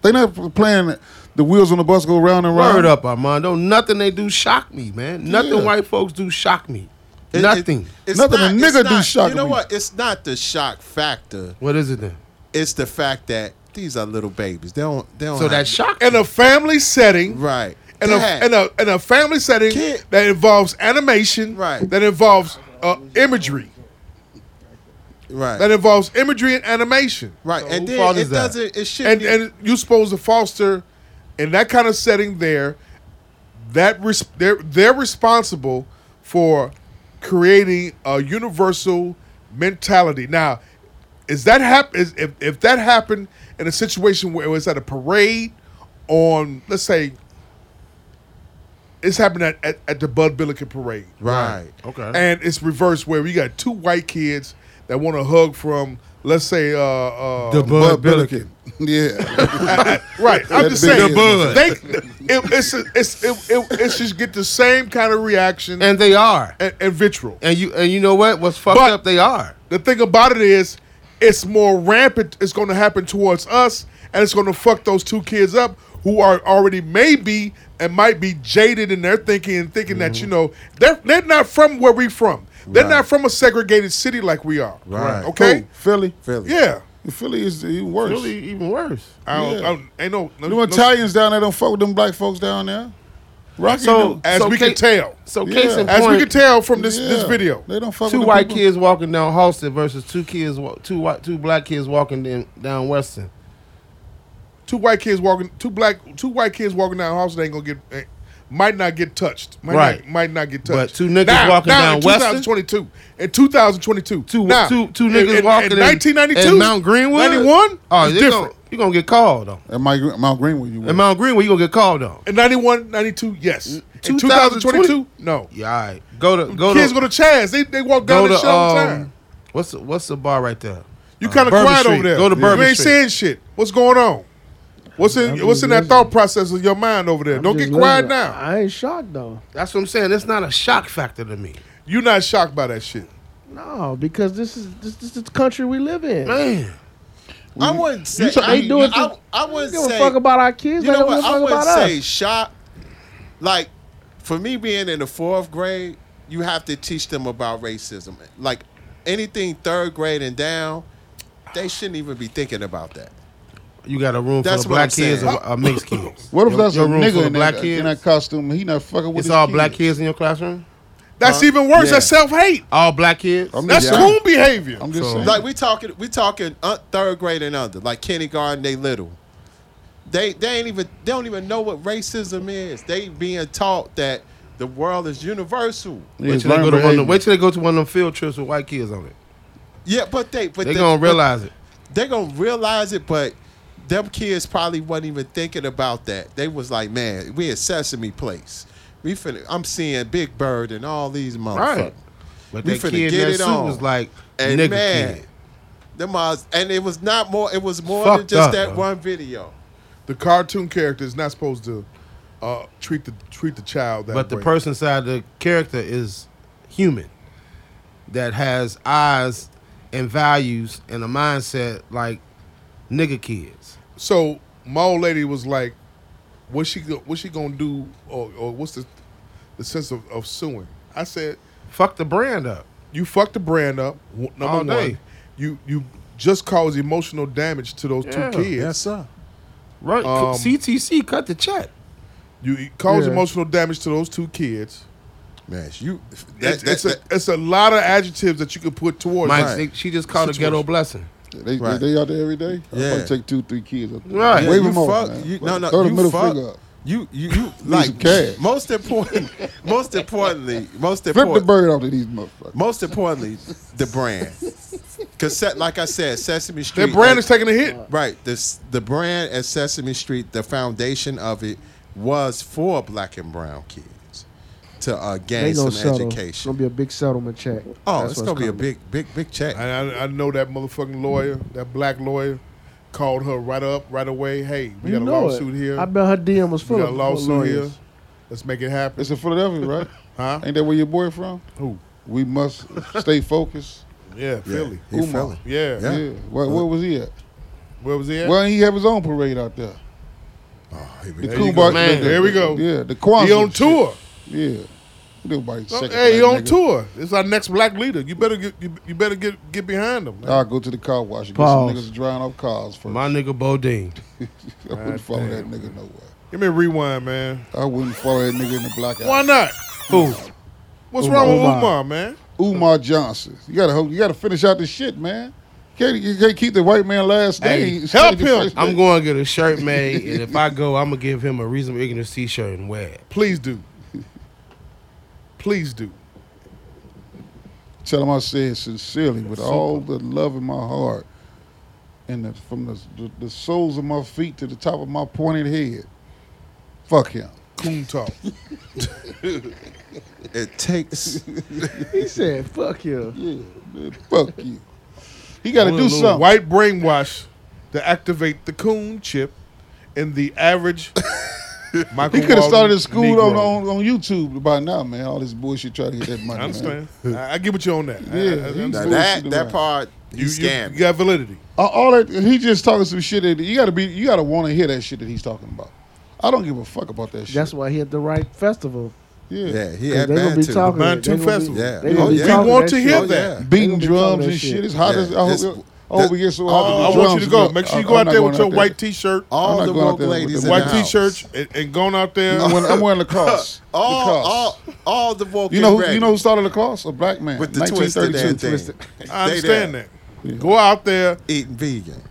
[SPEAKER 8] They not playing the wheels on the bus go round and round.
[SPEAKER 2] Word up, Armando. Nothing they do shock me, man. Nothing
[SPEAKER 8] Yeah.
[SPEAKER 2] white folks do shock me.
[SPEAKER 11] It- it-
[SPEAKER 2] Nothing.
[SPEAKER 11] it's
[SPEAKER 8] Nothing a
[SPEAKER 11] it's
[SPEAKER 8] nigga do
[SPEAKER 11] not-
[SPEAKER 8] shock
[SPEAKER 11] You know
[SPEAKER 8] me.
[SPEAKER 11] what? It's not the shock factor.
[SPEAKER 2] what is it then?
[SPEAKER 11] It's the fact that these are little babies. They don't. They don't.
[SPEAKER 2] So
[SPEAKER 11] have-
[SPEAKER 2] that shock.
[SPEAKER 4] in a family setting,
[SPEAKER 11] Right.
[SPEAKER 4] in
[SPEAKER 11] That.
[SPEAKER 4] a in a in a family setting
[SPEAKER 11] Kid.
[SPEAKER 4] that involves animation,
[SPEAKER 11] Right.
[SPEAKER 4] That involves uh, imagery.
[SPEAKER 11] right.
[SPEAKER 4] That involves imagery and animation.
[SPEAKER 11] right. and
[SPEAKER 2] who
[SPEAKER 11] then
[SPEAKER 2] fault
[SPEAKER 11] it
[SPEAKER 2] is that?
[SPEAKER 11] doesn't. It should.
[SPEAKER 4] and
[SPEAKER 11] be,
[SPEAKER 4] and you're supposed to foster in that kind of setting there that res- they're they're responsible for creating a universal mentality now is that hap- is, if, if that happened in a situation where it was at a parade on let's say it's happened at, at, at the bud billiken parade
[SPEAKER 11] right.
[SPEAKER 2] Okay.
[SPEAKER 4] and it's reversed where we got two white kids that want a hug from let's say uh, uh
[SPEAKER 8] Oh, Bud Billiken. yeah.
[SPEAKER 4] Right. I'm
[SPEAKER 8] That
[SPEAKER 4] just
[SPEAKER 8] big
[SPEAKER 4] saying.
[SPEAKER 8] is the
[SPEAKER 4] They, it, it's, it's, it, it, it's just get the same kind of reaction and,
[SPEAKER 2] and they are.
[SPEAKER 4] and, vitriol.
[SPEAKER 2] And you and you know what? What's fucked
[SPEAKER 4] But-
[SPEAKER 2] up? They are.
[SPEAKER 4] The thing about it is, it's more rampant. It's going to happen towards us, and it's going to fuck those two kids up who are already maybe and might be jaded in their thinking and thinking that you know they're they're not from where we from. They're not from a segregated city like we are.
[SPEAKER 11] Right.
[SPEAKER 4] Okay.
[SPEAKER 8] Who? Philly.
[SPEAKER 11] Philly.
[SPEAKER 4] Yeah.
[SPEAKER 8] Philly is even worse.
[SPEAKER 2] Really, even worse.
[SPEAKER 4] I don't,
[SPEAKER 8] Yeah.
[SPEAKER 4] I don't, ain't no, no,
[SPEAKER 8] Them Italians down there don't fuck with them black folks down there. Rocky
[SPEAKER 2] So,
[SPEAKER 8] so,
[SPEAKER 4] as
[SPEAKER 2] so
[SPEAKER 4] we
[SPEAKER 2] ca-
[SPEAKER 4] can tell.
[SPEAKER 2] So case
[SPEAKER 8] Yeah.
[SPEAKER 2] in
[SPEAKER 4] as we
[SPEAKER 2] point,
[SPEAKER 4] can tell from this this video.
[SPEAKER 8] They don't fuck
[SPEAKER 2] two
[SPEAKER 8] with them
[SPEAKER 2] white
[SPEAKER 8] people.
[SPEAKER 2] kids walking down Halsted versus two kids, wa- two white, two black kids walking in, down Weston.
[SPEAKER 4] two white kids walking, two black, two white kids walking down the house. They ain't gonna get, eh, might not get touched. Might
[SPEAKER 2] Right.
[SPEAKER 4] Not, might not get
[SPEAKER 2] But
[SPEAKER 4] touched.
[SPEAKER 2] two niggas
[SPEAKER 4] now,
[SPEAKER 2] walking
[SPEAKER 4] now
[SPEAKER 2] down
[SPEAKER 4] in
[SPEAKER 2] Weston?
[SPEAKER 4] 2022. In 2022.
[SPEAKER 2] Two,
[SPEAKER 4] now,
[SPEAKER 2] two, two
[SPEAKER 4] in-
[SPEAKER 2] niggas
[SPEAKER 4] in,
[SPEAKER 2] walking
[SPEAKER 4] in
[SPEAKER 2] in
[SPEAKER 4] 1992.
[SPEAKER 2] in Mount Greenwood,
[SPEAKER 4] 91.
[SPEAKER 2] Oh,
[SPEAKER 4] it's
[SPEAKER 2] you
[SPEAKER 4] different.
[SPEAKER 2] gonna, you gonna get called on.
[SPEAKER 8] At my, Mount Greenwood, you
[SPEAKER 2] In
[SPEAKER 8] were.
[SPEAKER 2] Mount Greenwood, you gonna get called on.
[SPEAKER 4] In 91, 92, yes. In 2022,
[SPEAKER 2] 2022?
[SPEAKER 4] no.
[SPEAKER 2] Yeah, all right. Go to go
[SPEAKER 4] Kids
[SPEAKER 2] to
[SPEAKER 4] go to Chaz. They, they walk
[SPEAKER 2] go
[SPEAKER 4] down the
[SPEAKER 2] to
[SPEAKER 9] um,
[SPEAKER 4] show all the time.
[SPEAKER 2] um, what's the, what's the bar right there?
[SPEAKER 4] You
[SPEAKER 9] Uh,
[SPEAKER 4] kind of
[SPEAKER 2] Bourbon
[SPEAKER 4] quiet
[SPEAKER 2] Street.
[SPEAKER 4] over there.
[SPEAKER 2] Go to
[SPEAKER 4] You
[SPEAKER 2] Bourbon
[SPEAKER 4] ain't
[SPEAKER 2] Street.
[SPEAKER 4] saying shit. What's going on? What's in
[SPEAKER 2] I'm
[SPEAKER 4] What's in that
[SPEAKER 2] just
[SPEAKER 4] thought process of your mind over there? Don't get quiet now.
[SPEAKER 10] I ain't shocked though.
[SPEAKER 9] That's what I'm saying. It's not a shock factor to me.
[SPEAKER 4] You're not shocked by that shit.
[SPEAKER 10] No, because this is this, this is the country we live in. Man,
[SPEAKER 11] I wouldn't say.
[SPEAKER 10] they
[SPEAKER 11] I,
[SPEAKER 10] do it.
[SPEAKER 11] I,
[SPEAKER 10] to-
[SPEAKER 11] I
[SPEAKER 10] they
[SPEAKER 11] wouldn't
[SPEAKER 10] give
[SPEAKER 11] say.
[SPEAKER 10] a fuck about our kids.
[SPEAKER 11] You
[SPEAKER 10] they
[SPEAKER 11] know
[SPEAKER 10] don't
[SPEAKER 11] what?
[SPEAKER 10] give a
[SPEAKER 11] I
[SPEAKER 10] fuck
[SPEAKER 11] wouldn't
[SPEAKER 10] about
[SPEAKER 11] say
[SPEAKER 10] us.
[SPEAKER 11] shock. Like for me, being in the fourth grade, you have to teach them about racism. Like anything third grade and down, they shouldn't even be thinking about that.
[SPEAKER 9] You got a room
[SPEAKER 11] That's
[SPEAKER 9] for the
[SPEAKER 11] what
[SPEAKER 9] black
[SPEAKER 11] I'm saying.
[SPEAKER 9] kids or or mixed kids.
[SPEAKER 8] What if
[SPEAKER 9] Your-
[SPEAKER 8] that's
[SPEAKER 9] your
[SPEAKER 8] a
[SPEAKER 9] room for
[SPEAKER 8] nigga
[SPEAKER 9] the
[SPEAKER 8] in
[SPEAKER 9] black
[SPEAKER 8] that,
[SPEAKER 9] kids?
[SPEAKER 8] in that costume? He not fucking with
[SPEAKER 9] It's
[SPEAKER 8] his
[SPEAKER 9] all
[SPEAKER 8] kids.
[SPEAKER 9] black kids in your classroom.
[SPEAKER 4] That's
[SPEAKER 8] Huh?
[SPEAKER 4] even worse.
[SPEAKER 8] Yeah.
[SPEAKER 4] That's self hate.
[SPEAKER 9] All black kids.
[SPEAKER 4] That's
[SPEAKER 11] Yeah.
[SPEAKER 4] coon behavior.
[SPEAKER 8] I'm just
[SPEAKER 11] So-
[SPEAKER 8] saying.
[SPEAKER 11] Like we talking, we talking uh, third grade and under, like kindergarten. They little. They they ain't even they don't even know what racism is. They being taught that the world is universal.
[SPEAKER 9] Wait till, they go to one of them, wait till they go to one of them field trips with white kids on it.
[SPEAKER 11] Yeah, but they but
[SPEAKER 9] They gonna realize it.
[SPEAKER 11] They gonna realize it, but them kids probably wasn't even thinking about that. They was like, man, we at Sesame Place. We finna, I'm seeing Big Bird and all these motherfuckers.
[SPEAKER 9] Right. But
[SPEAKER 11] we
[SPEAKER 9] that
[SPEAKER 11] finna
[SPEAKER 9] kid in
[SPEAKER 11] get
[SPEAKER 9] that
[SPEAKER 11] it
[SPEAKER 9] suit
[SPEAKER 11] on.
[SPEAKER 9] was like,
[SPEAKER 11] and
[SPEAKER 9] nigga
[SPEAKER 11] man,
[SPEAKER 9] kid.
[SPEAKER 11] them eyes, and it was not more. It was more than
[SPEAKER 4] Fucked
[SPEAKER 11] just
[SPEAKER 4] up,
[SPEAKER 11] that
[SPEAKER 4] bro.
[SPEAKER 11] one video.
[SPEAKER 4] The cartoon character is not supposed to uh, treat the treat the child that
[SPEAKER 9] but the
[SPEAKER 4] way.
[SPEAKER 9] person side of the character is human that has eyes and values and a mindset like nigga kids.
[SPEAKER 4] So my old lady was like, "What's she go- What's she gonna do? Or, or what's the the sense of, of suing?" I said,
[SPEAKER 9] "Fuck the brand up.
[SPEAKER 4] You fucked the brand up. w- Number
[SPEAKER 9] All
[SPEAKER 4] one,
[SPEAKER 9] day.
[SPEAKER 4] you you just caused emotional damage to those
[SPEAKER 9] Yeah.
[SPEAKER 4] two kids.
[SPEAKER 9] Yes, sir. Right.
[SPEAKER 4] Um,
[SPEAKER 9] CTC cut the check.
[SPEAKER 4] You caused
[SPEAKER 9] Yeah.
[SPEAKER 4] emotional damage to those two kids.
[SPEAKER 11] Man, you
[SPEAKER 4] it's, it's a, it's a lot of adjectives that you could put towards.
[SPEAKER 9] Mike,
[SPEAKER 4] that
[SPEAKER 9] they- she just called it ghetto
[SPEAKER 4] situation.
[SPEAKER 9] blessing.
[SPEAKER 8] They,
[SPEAKER 4] Right.
[SPEAKER 8] they out there every day.
[SPEAKER 11] Yeah.
[SPEAKER 8] I take two, three kids. Up there.
[SPEAKER 9] Right.
[SPEAKER 11] Yeah,
[SPEAKER 8] Wave
[SPEAKER 11] you
[SPEAKER 8] them off,
[SPEAKER 11] fuck-
[SPEAKER 8] man.
[SPEAKER 11] you- no, no,
[SPEAKER 8] Throw the
[SPEAKER 11] you
[SPEAKER 8] middle
[SPEAKER 11] fuck-
[SPEAKER 8] finger up.
[SPEAKER 11] You you you like
[SPEAKER 8] some cash.
[SPEAKER 11] most important. Most importantly, most
[SPEAKER 8] Flip the
[SPEAKER 11] important.
[SPEAKER 8] bird off to these motherfuckers.
[SPEAKER 11] Most importantly, the brand. Because, like I said, Sesame Street.
[SPEAKER 4] Their brand is taking a hit.
[SPEAKER 11] Right. This the brand at Sesame Street. The foundation of it was for black and brown kids to uh,
[SPEAKER 10] They
[SPEAKER 11] gain
[SPEAKER 10] gonna
[SPEAKER 11] some
[SPEAKER 10] settle. It's
[SPEAKER 11] education.
[SPEAKER 10] gonna be a big settlement check.
[SPEAKER 11] Oh,
[SPEAKER 10] That's
[SPEAKER 11] it's
[SPEAKER 10] what's
[SPEAKER 11] gonna be a
[SPEAKER 10] coming.
[SPEAKER 11] big, big, big check.
[SPEAKER 4] And I, I know that motherfucking lawyer, that black lawyer, called her right up, right away. Hey, we
[SPEAKER 10] You
[SPEAKER 4] got a
[SPEAKER 10] know it.
[SPEAKER 4] lawsuit here.
[SPEAKER 10] I bet her DM was full
[SPEAKER 4] we got
[SPEAKER 10] of
[SPEAKER 4] a
[SPEAKER 10] full of
[SPEAKER 4] lawsuit here.
[SPEAKER 10] lawyers.
[SPEAKER 4] Let's make it happen.
[SPEAKER 8] It's in Philadelphia, right?
[SPEAKER 4] Huh?
[SPEAKER 8] Ain't that where your boy from?
[SPEAKER 4] Who?
[SPEAKER 8] We must stay focused.
[SPEAKER 4] Yeah, Philly.
[SPEAKER 8] he Umar. Philly.
[SPEAKER 4] Yeah.
[SPEAKER 8] Yeah. Where, where was he at?
[SPEAKER 4] Where was he at?
[SPEAKER 8] Well, he have his own parade out there. The
[SPEAKER 4] There you
[SPEAKER 8] Kumba-
[SPEAKER 4] go.
[SPEAKER 8] the-
[SPEAKER 4] Man.
[SPEAKER 8] the-
[SPEAKER 4] There we go.
[SPEAKER 8] Yeah, the Kwanzaa.
[SPEAKER 4] He on
[SPEAKER 8] shit.
[SPEAKER 4] tour.
[SPEAKER 8] Yeah. Nobody
[SPEAKER 4] Oh,
[SPEAKER 8] second
[SPEAKER 4] hey,
[SPEAKER 8] that
[SPEAKER 4] he on
[SPEAKER 8] nigga.
[SPEAKER 4] tour. It's our next black leader. You better get you, you better get get behind him. man.
[SPEAKER 8] I'll go to the car wash and get
[SPEAKER 9] Pause.
[SPEAKER 8] some niggas drying off cars first.
[SPEAKER 9] My nigga Bodine.
[SPEAKER 8] I wouldn't follow
[SPEAKER 4] damn.
[SPEAKER 8] that nigga nowhere.
[SPEAKER 4] Give me a rewind, man.
[SPEAKER 8] I wouldn't follow that nigga in the black
[SPEAKER 4] Why not?
[SPEAKER 9] Who?
[SPEAKER 4] What's
[SPEAKER 8] Umar.
[SPEAKER 4] wrong with
[SPEAKER 8] Umar.
[SPEAKER 4] Umar, man?
[SPEAKER 8] Umar Johnson. You gotta hope. You gotta finish out this shit, man. You can't, you can't keep the white man last
[SPEAKER 9] Hey,
[SPEAKER 8] name.
[SPEAKER 4] help him.
[SPEAKER 9] I'm going to get a shirt made, and if I go, I'm gonna give him a reasonable ignorance T-shirt and wear it.
[SPEAKER 4] Please do. Please do.
[SPEAKER 8] Tell him I said sincerely, with all the love in my heart, and the, from the, the, the soles of my feet to the top of my pointed head. Fuck him.
[SPEAKER 4] Coon talk.
[SPEAKER 11] It takes.
[SPEAKER 10] He said, "Fuck you."
[SPEAKER 8] Yeah, man, fuck you. He got to do
[SPEAKER 4] Little
[SPEAKER 8] something.
[SPEAKER 4] White brainwash to activate the coon chip in the average. Michael
[SPEAKER 8] He could have
[SPEAKER 4] Walden
[SPEAKER 8] started his school on,
[SPEAKER 4] Negro.
[SPEAKER 8] on on YouTube by now, man. All this bullshit trying to get that money.
[SPEAKER 4] I
[SPEAKER 8] man.
[SPEAKER 4] understand. I, I get what you on that. I-
[SPEAKER 8] Yeah,
[SPEAKER 4] I- I
[SPEAKER 8] he's
[SPEAKER 4] understand.
[SPEAKER 11] Now that
[SPEAKER 8] bullshit
[SPEAKER 11] that
[SPEAKER 8] around.
[SPEAKER 11] part, you,
[SPEAKER 4] you, you,
[SPEAKER 11] scammed.
[SPEAKER 4] you got validity.
[SPEAKER 8] Uh, all that he just talking some shit. That, you gotta be, you gotta want to hear that shit that he's talking about. I don't give a fuck about that shit.
[SPEAKER 10] That's why he at the right festival.
[SPEAKER 8] yeah.
[SPEAKER 11] yeah, he
[SPEAKER 10] 'Cause
[SPEAKER 11] had
[SPEAKER 10] they gonna
[SPEAKER 11] bad
[SPEAKER 10] be
[SPEAKER 11] too.
[SPEAKER 10] talking.
[SPEAKER 4] Man,
[SPEAKER 10] they
[SPEAKER 4] two
[SPEAKER 10] gonna be-
[SPEAKER 4] festivals.
[SPEAKER 11] Yeah.
[SPEAKER 10] they gonna
[SPEAKER 11] Oh,
[SPEAKER 10] be
[SPEAKER 11] yeah.
[SPEAKER 4] We
[SPEAKER 10] talking
[SPEAKER 4] want
[SPEAKER 10] that
[SPEAKER 4] to
[SPEAKER 10] shit.
[SPEAKER 4] hear
[SPEAKER 11] Oh,
[SPEAKER 4] that.
[SPEAKER 11] yeah.
[SPEAKER 8] beating
[SPEAKER 10] They gonna be talking
[SPEAKER 8] drums
[SPEAKER 10] that
[SPEAKER 8] and shit.
[SPEAKER 10] shit.
[SPEAKER 8] It's hot
[SPEAKER 11] Yeah,
[SPEAKER 8] as I hope,
[SPEAKER 11] it's-
[SPEAKER 8] it- I hope it gets so hot. that the
[SPEAKER 4] I want
[SPEAKER 8] drums
[SPEAKER 4] you to go.
[SPEAKER 8] go.
[SPEAKER 4] Make sure you
[SPEAKER 8] I-
[SPEAKER 4] go
[SPEAKER 8] I'm
[SPEAKER 4] out
[SPEAKER 8] not
[SPEAKER 4] there
[SPEAKER 8] going
[SPEAKER 4] with your
[SPEAKER 8] out
[SPEAKER 4] white T-shirt,
[SPEAKER 8] I'm
[SPEAKER 11] All
[SPEAKER 8] not
[SPEAKER 11] the
[SPEAKER 8] going out
[SPEAKER 11] woke
[SPEAKER 8] there with
[SPEAKER 11] ladies
[SPEAKER 8] the
[SPEAKER 11] in
[SPEAKER 4] white
[SPEAKER 11] the house.
[SPEAKER 4] T-shirt, and, and going out there.
[SPEAKER 8] I'm wearing, I'm wearing lacrosse.
[SPEAKER 11] All,
[SPEAKER 8] Lacrosse.
[SPEAKER 11] all, all the woke.
[SPEAKER 8] you know,
[SPEAKER 11] and
[SPEAKER 8] who, you
[SPEAKER 11] ready
[SPEAKER 8] know who started lacrosse? A black man.
[SPEAKER 11] with the twisted
[SPEAKER 8] 1932.
[SPEAKER 11] and thing.
[SPEAKER 4] I
[SPEAKER 11] They
[SPEAKER 4] understand
[SPEAKER 11] there
[SPEAKER 4] that. Go out there,
[SPEAKER 11] eating vegan.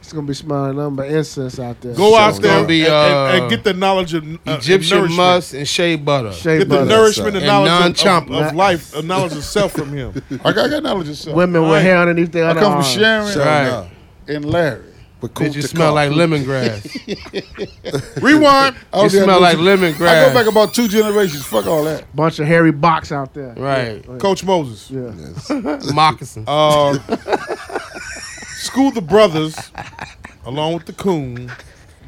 [SPEAKER 10] It's gonna be smelling nothing but incense out there.
[SPEAKER 4] go out
[SPEAKER 9] it's
[SPEAKER 4] there,
[SPEAKER 9] gonna be,
[SPEAKER 4] and, and- and
[SPEAKER 9] uh,
[SPEAKER 4] get the knowledge of uh, and
[SPEAKER 9] Egyptian
[SPEAKER 4] nourishment.
[SPEAKER 9] must and shea butter.
[SPEAKER 10] Shea
[SPEAKER 4] Get the
[SPEAKER 10] butter.
[SPEAKER 4] nourishment and
[SPEAKER 9] And
[SPEAKER 4] knowledge of- of,
[SPEAKER 9] non-chomper.
[SPEAKER 4] of life, of knowledge of self from him.
[SPEAKER 8] I got, I got knowledge of self.
[SPEAKER 10] Women with hair underneath their
[SPEAKER 8] I
[SPEAKER 10] other
[SPEAKER 8] come from
[SPEAKER 10] arm.
[SPEAKER 8] Sharon
[SPEAKER 9] Right.
[SPEAKER 8] and Larry.
[SPEAKER 11] But cool
[SPEAKER 9] Bitch, you smell like lemongrass.
[SPEAKER 4] Rewind.
[SPEAKER 8] I
[SPEAKER 9] you
[SPEAKER 8] was there
[SPEAKER 9] smell like
[SPEAKER 8] doing- I go back
[SPEAKER 9] lemongrass.
[SPEAKER 8] about two generations. Fuck all that.
[SPEAKER 10] Bunch of hairy box out there.
[SPEAKER 9] Right.
[SPEAKER 4] Coach Moses.
[SPEAKER 10] Yeah.
[SPEAKER 9] Moccasin.
[SPEAKER 4] Uh, School the brothers, along with the coon.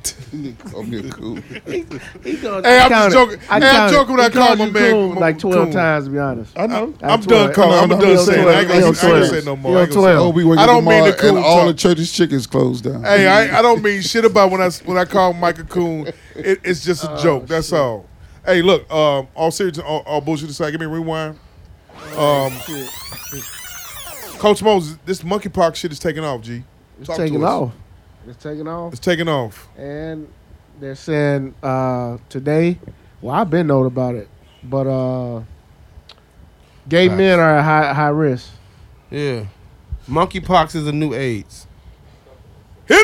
[SPEAKER 10] He gonna-
[SPEAKER 4] Hey,
[SPEAKER 10] I
[SPEAKER 4] I'm just
[SPEAKER 10] counted. I
[SPEAKER 4] joking. hey, I'm
[SPEAKER 10] counted.
[SPEAKER 4] joking when I
[SPEAKER 10] He
[SPEAKER 4] call
[SPEAKER 10] called
[SPEAKER 4] my
[SPEAKER 10] you
[SPEAKER 4] man
[SPEAKER 10] coon
[SPEAKER 4] my
[SPEAKER 10] like 12
[SPEAKER 4] coon.
[SPEAKER 10] times, to be honest.
[SPEAKER 4] I know.
[SPEAKER 10] I
[SPEAKER 4] I'm
[SPEAKER 10] twirl.
[SPEAKER 4] done calling. I'm
[SPEAKER 10] No,
[SPEAKER 4] done
[SPEAKER 10] he on
[SPEAKER 4] saying.
[SPEAKER 10] twirl.
[SPEAKER 4] I ain't
[SPEAKER 10] He
[SPEAKER 4] gonna, I
[SPEAKER 10] on
[SPEAKER 4] ain't gonna
[SPEAKER 10] twirl.
[SPEAKER 4] say no
[SPEAKER 10] He
[SPEAKER 4] more.
[SPEAKER 10] on
[SPEAKER 4] I, ain't gonna say
[SPEAKER 10] twirl.
[SPEAKER 4] no
[SPEAKER 8] Oh,
[SPEAKER 4] more.
[SPEAKER 8] we working
[SPEAKER 4] I don't mean
[SPEAKER 8] tomorrow,
[SPEAKER 4] the coon.
[SPEAKER 8] and all the
[SPEAKER 4] talk.
[SPEAKER 8] churches chickens closed down.
[SPEAKER 4] Hey, I, I don't mean shit about when I when I call Mike a coon. It, it's just
[SPEAKER 10] Oh,
[SPEAKER 4] a joke. That's all. Hey, look. Um, all serious, all, all bullshit aside, give me a rewind. Um, Coach Moses, this monkeypox shit is taking off. G,
[SPEAKER 10] It's
[SPEAKER 4] Talk to
[SPEAKER 10] taking
[SPEAKER 4] us.
[SPEAKER 10] off. It's taking off.
[SPEAKER 4] It's taking off.
[SPEAKER 10] And they're saying uh, today, well, I've been known about it, but uh, gay
[SPEAKER 2] Facts.
[SPEAKER 10] men are at high, high risk.
[SPEAKER 2] Yeah. Monkeypox is a new AIDS.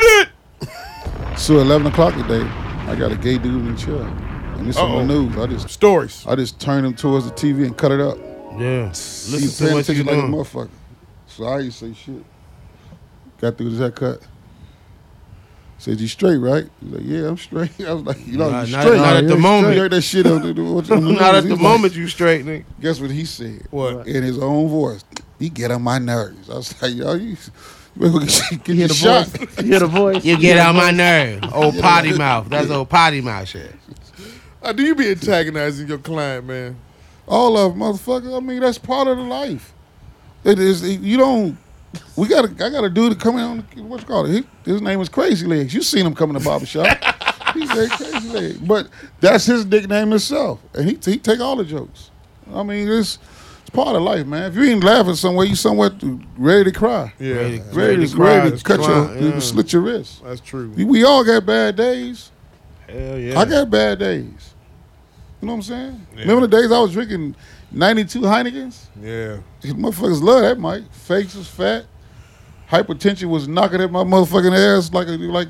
[SPEAKER 8] So eleven o'clock today, I got a gay dude in the chair, and it's on the
[SPEAKER 4] Uh-oh.
[SPEAKER 8] news. I just
[SPEAKER 4] stories.
[SPEAKER 8] I just turned him towards the TV and cut it up.
[SPEAKER 2] Yeah.
[SPEAKER 8] he
[SPEAKER 2] Listen to what
[SPEAKER 8] paying
[SPEAKER 2] you
[SPEAKER 8] attention like a
[SPEAKER 2] doing.
[SPEAKER 8] motherfucker. So I ain't say shit. Got through his haircut. Said you straight, right? He's like, yeah, I'm straight. I was like, you know,
[SPEAKER 2] Nah,
[SPEAKER 8] you
[SPEAKER 2] not-
[SPEAKER 8] straight.
[SPEAKER 2] not at the
[SPEAKER 8] You
[SPEAKER 2] moment.
[SPEAKER 8] heard that shit on the- on the
[SPEAKER 2] Not at
[SPEAKER 8] news.
[SPEAKER 2] the
[SPEAKER 8] He's
[SPEAKER 2] moment you straight, nigga.
[SPEAKER 8] Like, Guess what he said?
[SPEAKER 4] What?
[SPEAKER 8] In his own voice, he get on my nerves. I was like, yo, you, you better get, get your
[SPEAKER 10] the
[SPEAKER 8] shot.
[SPEAKER 10] voice. You hear the voice.
[SPEAKER 2] You get
[SPEAKER 10] hear
[SPEAKER 2] out
[SPEAKER 10] the
[SPEAKER 2] my
[SPEAKER 10] voice.
[SPEAKER 2] nerve. Old potty mouth. That's old potty mouth shit.
[SPEAKER 4] Uh, do you be antagonizing your client, man?
[SPEAKER 8] All of 'em, motherfucker. I mean, that's part of the life. It is. it- you don't. We got. to I got a dude coming on. What's it called? He, his name is Crazy Legs. You seen him coming to barber shop. He's a Crazy Legs, but that's his nickname itself, and he he take all the jokes. I mean, it's it's part of life, man. If you ain't laughing somewhere, you somewhere to- ready to cry.
[SPEAKER 4] Yeah,
[SPEAKER 8] Ready, to,
[SPEAKER 2] cry,
[SPEAKER 8] ready to cut
[SPEAKER 2] clown,
[SPEAKER 8] your,
[SPEAKER 2] yeah.
[SPEAKER 8] slit your wrist.
[SPEAKER 4] that's true.
[SPEAKER 8] We- We all got bad days.
[SPEAKER 2] Hell yeah.
[SPEAKER 8] I got bad days. You know what I'm saying? Remember the days I was drinking 92 Heinekens?
[SPEAKER 4] Yeah,
[SPEAKER 8] These motherfuckers love that, Mike. Fakes was fat. Hypertension was knocking at my motherfucking ass like like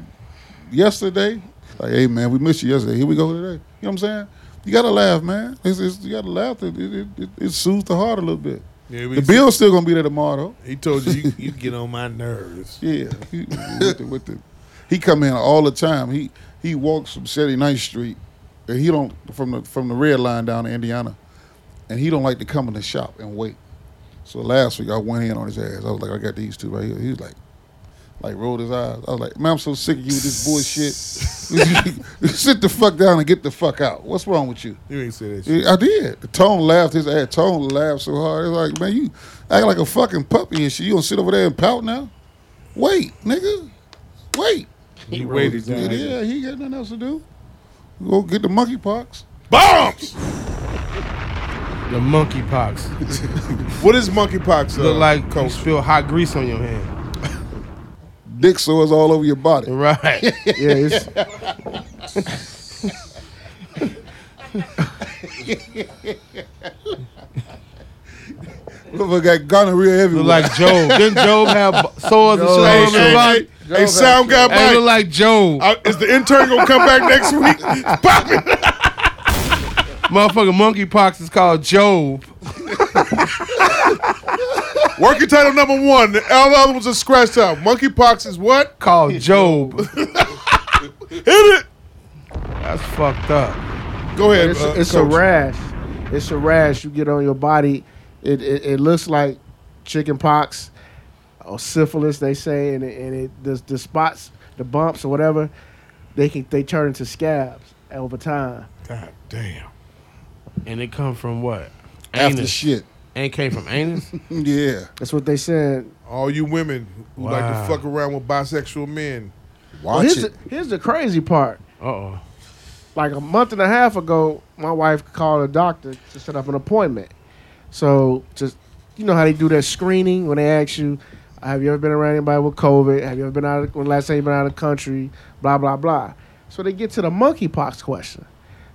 [SPEAKER 8] yesterday. Like, hey man, we missed you yesterday. Here we go today. You know what I'm saying? You gotta laugh, man. It's, it's, you gotta laugh. It, it, it, it soothes the heart a little bit.
[SPEAKER 4] yeah.
[SPEAKER 8] The bill's still gonna be there tomorrow.
[SPEAKER 4] He told you, you you get on my nerves.
[SPEAKER 8] Yeah, he, with the, with the, he come in all the time. He he walks from 79th Street, and he don't from the from the red line down to Indiana, and he don't like to come in the shop and wait. So last week I went in on his ass. I was like, I got these two right here. He was like, like rolled his eyes. I was like, man, I'm so sick of you with this bullshit. Sit the fuck down and get the fuck out. What's wrong with you?
[SPEAKER 4] You ain't say that shit.
[SPEAKER 8] Yeah, I did. Tone laughed his ass. Tone laughed so hard. It's like, man, you act like a fucking puppy and shit. You gonna sit over there and pout now? Wait, nigga. Wait.
[SPEAKER 4] He waited.
[SPEAKER 8] Yeah,
[SPEAKER 4] dude.
[SPEAKER 8] he got nothing else to do. Go get the monkeypox.
[SPEAKER 4] Bombs.
[SPEAKER 2] The monkeypox.
[SPEAKER 4] What is monkeypox? Uh,
[SPEAKER 2] Look like you
[SPEAKER 4] coach.
[SPEAKER 2] spill hot grease on your hand.
[SPEAKER 8] Dick sores all over your body.
[SPEAKER 2] Right.
[SPEAKER 10] Yeah, it's,
[SPEAKER 8] Motherfucker got gonorrhea everywhere.
[SPEAKER 2] Look like Job. Didn't Job have b- sores and shit
[SPEAKER 4] Hey,
[SPEAKER 2] on him?
[SPEAKER 4] hey,
[SPEAKER 2] Hey,
[SPEAKER 4] hey, hey, sound guy
[SPEAKER 2] hey, look
[SPEAKER 4] Mike.
[SPEAKER 2] like Job.
[SPEAKER 4] Uh, is the intern gonna come back next week? Pop it.
[SPEAKER 2] Motherfucking monkeypox is called Job.
[SPEAKER 4] Working title number one. All the other ones are scratched out. Monkeypox is what?
[SPEAKER 2] Called Job.
[SPEAKER 4] Hit it.
[SPEAKER 2] That's fucked up.
[SPEAKER 4] Go ahead.
[SPEAKER 10] it's,
[SPEAKER 4] uh,
[SPEAKER 10] it's a
[SPEAKER 4] coach.
[SPEAKER 10] rash. It's a rash you get on your body. It it, it looks like chicken pox or syphilis, they say, and it, and it the, the spots, the bumps or whatever, they can they turn into scabs over time.
[SPEAKER 4] God damn.
[SPEAKER 2] And it come from what?
[SPEAKER 8] After
[SPEAKER 2] Anus.
[SPEAKER 8] shit.
[SPEAKER 2] And it came from anus?
[SPEAKER 8] Yeah.
[SPEAKER 10] That's what they said.
[SPEAKER 4] All you women who like
[SPEAKER 2] Wow.
[SPEAKER 4] to fuck around with bisexual men.
[SPEAKER 10] Well,
[SPEAKER 8] Watch
[SPEAKER 10] here's
[SPEAKER 8] it.
[SPEAKER 10] the, here's the crazy part.
[SPEAKER 2] Uh-oh.
[SPEAKER 10] like a month and a half ago, my wife called a doctor to set up an appointment. So just you know how they do that screening when they ask you, "Have you ever been around anybody with COVID? Have you ever been out? Of, when last time you been out of the country? Blah blah blah." So they get to the monkeypox question.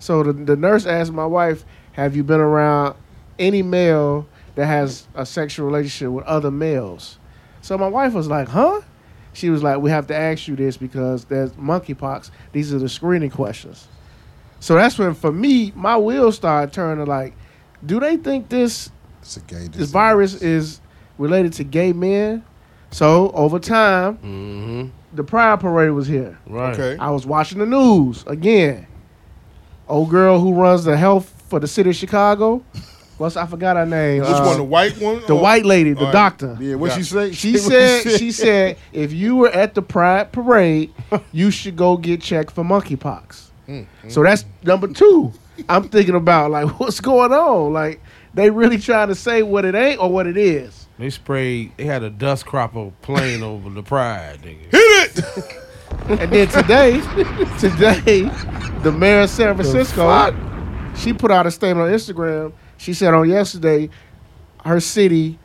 [SPEAKER 10] So the, the nurse asked my wife, "Have you been around any male that has a sexual relationship with other males?" So my wife was like, "Huh?" She was like, "We have to ask you this because there's monkeypox. These are the screening questions." So that's when, for me, my wheels started turning. Like, do they think this
[SPEAKER 11] It's a gay
[SPEAKER 10] this
[SPEAKER 11] disease.
[SPEAKER 10] virus is related to gay men? So over time, the Pride Parade was here.
[SPEAKER 2] Right.
[SPEAKER 4] Okay.
[SPEAKER 10] I was watching the news again. Old girl who runs the health for the city of Chicago What's I forgot her name? uh,
[SPEAKER 4] Which one, Uh, the white one
[SPEAKER 10] The
[SPEAKER 4] or-
[SPEAKER 10] white lady, the
[SPEAKER 4] All right.
[SPEAKER 10] doctor.
[SPEAKER 4] Yeah, what'd she say?
[SPEAKER 10] She
[SPEAKER 4] What she
[SPEAKER 10] said.
[SPEAKER 4] said?
[SPEAKER 10] She said if you were at the Pride Parade, you should go get checked for monkeypox.
[SPEAKER 4] Mm,
[SPEAKER 10] So that's number two. I'm thinking about like what's going on. Like they really trying to say what it ain't or what it is.
[SPEAKER 2] They sprayed. They had a dust cropper plane over the pride, nigga.
[SPEAKER 4] Hit it.
[SPEAKER 10] And then today, today, the mayor of San Francisco, she put out a statement on Instagram. She said on yesterday, her city,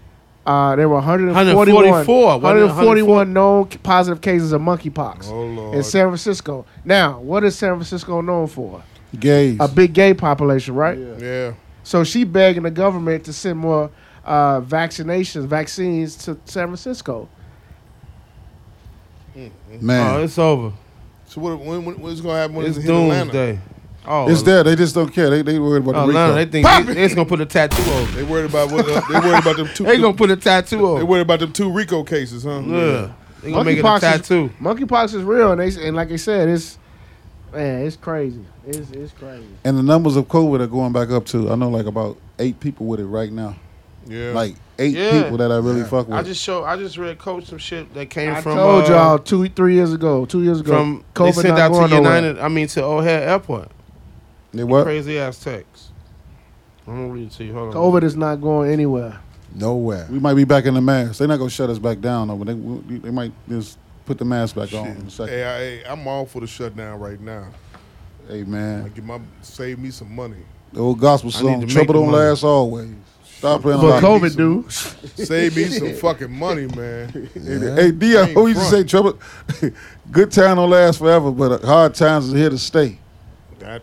[SPEAKER 10] uh, there were 141,
[SPEAKER 2] 144, wasn't it?
[SPEAKER 10] 141 known c- positive cases of monkeypox
[SPEAKER 2] Oh,
[SPEAKER 10] in San Francisco. Now, what is San Francisco known for?
[SPEAKER 8] Gays.
[SPEAKER 10] A big gay population, right?
[SPEAKER 4] Yeah.
[SPEAKER 10] So she begging the government to send more uh, vaccinations, vaccines to San Francisco.
[SPEAKER 8] Man.
[SPEAKER 2] Oh, it's over.
[SPEAKER 4] So what? When, when, what's gonna happen when
[SPEAKER 2] It's
[SPEAKER 4] it's, in Atlanta?
[SPEAKER 2] doomsday. Oh,
[SPEAKER 8] it's there. They just don't care. They they worried about the
[SPEAKER 2] Atlanta,
[SPEAKER 8] Rico.
[SPEAKER 2] they think
[SPEAKER 4] Pop
[SPEAKER 2] they, they just gonna put a tattoo over.
[SPEAKER 4] They worried about what? Uh, they worried about them two.
[SPEAKER 2] They gonna put a tattoo over.
[SPEAKER 4] They worried about them two Rico cases, huh?
[SPEAKER 2] Yeah. They gonna make it a
[SPEAKER 10] Monkeypox
[SPEAKER 2] tattoo.
[SPEAKER 10] is monkeypox is real, and they and like I said, it's man, it's crazy. It's it's crazy.
[SPEAKER 8] And the numbers of COVID are going back up too. I know like about eight people with it right now.
[SPEAKER 4] Yeah.
[SPEAKER 8] Like eight
[SPEAKER 9] Yeah.
[SPEAKER 8] people that I really fuck with.
[SPEAKER 9] I just show. I just read coach some shit that came
[SPEAKER 10] I
[SPEAKER 9] from.
[SPEAKER 10] told
[SPEAKER 9] uh,
[SPEAKER 10] y'all two, three years ago, two years ago,
[SPEAKER 9] from they
[SPEAKER 10] COVID
[SPEAKER 9] sent
[SPEAKER 10] not
[SPEAKER 9] out to
[SPEAKER 10] going nowhere.
[SPEAKER 9] United. I mean to O'Hare Airport.
[SPEAKER 8] They what?
[SPEAKER 9] Crazy ass text. I'm gonna read it to you. Hold on.
[SPEAKER 10] COVID is not going anywhere.
[SPEAKER 11] Nowhere.
[SPEAKER 8] We might be back in the mask. They're not gonna shut us back down though. But they we- they might just put the mask back
[SPEAKER 4] um,
[SPEAKER 8] on. In a second.
[SPEAKER 4] Hey, I, hey, I'm all for the shutdown right now.
[SPEAKER 8] Hey
[SPEAKER 4] I
[SPEAKER 8] man,
[SPEAKER 4] get my save me some money.
[SPEAKER 8] the old gospel
[SPEAKER 4] I
[SPEAKER 8] song.
[SPEAKER 4] need to
[SPEAKER 8] Trouble
[SPEAKER 4] make the
[SPEAKER 8] don't
[SPEAKER 4] money.
[SPEAKER 8] last always. Stop playing.
[SPEAKER 10] But
[SPEAKER 8] like
[SPEAKER 10] COVID, dude.
[SPEAKER 4] Save me some fucking money, man.
[SPEAKER 8] Hey, Dia, who used to say trouble? Good time don't last forever, but hard times is here to stay.
[SPEAKER 4] That,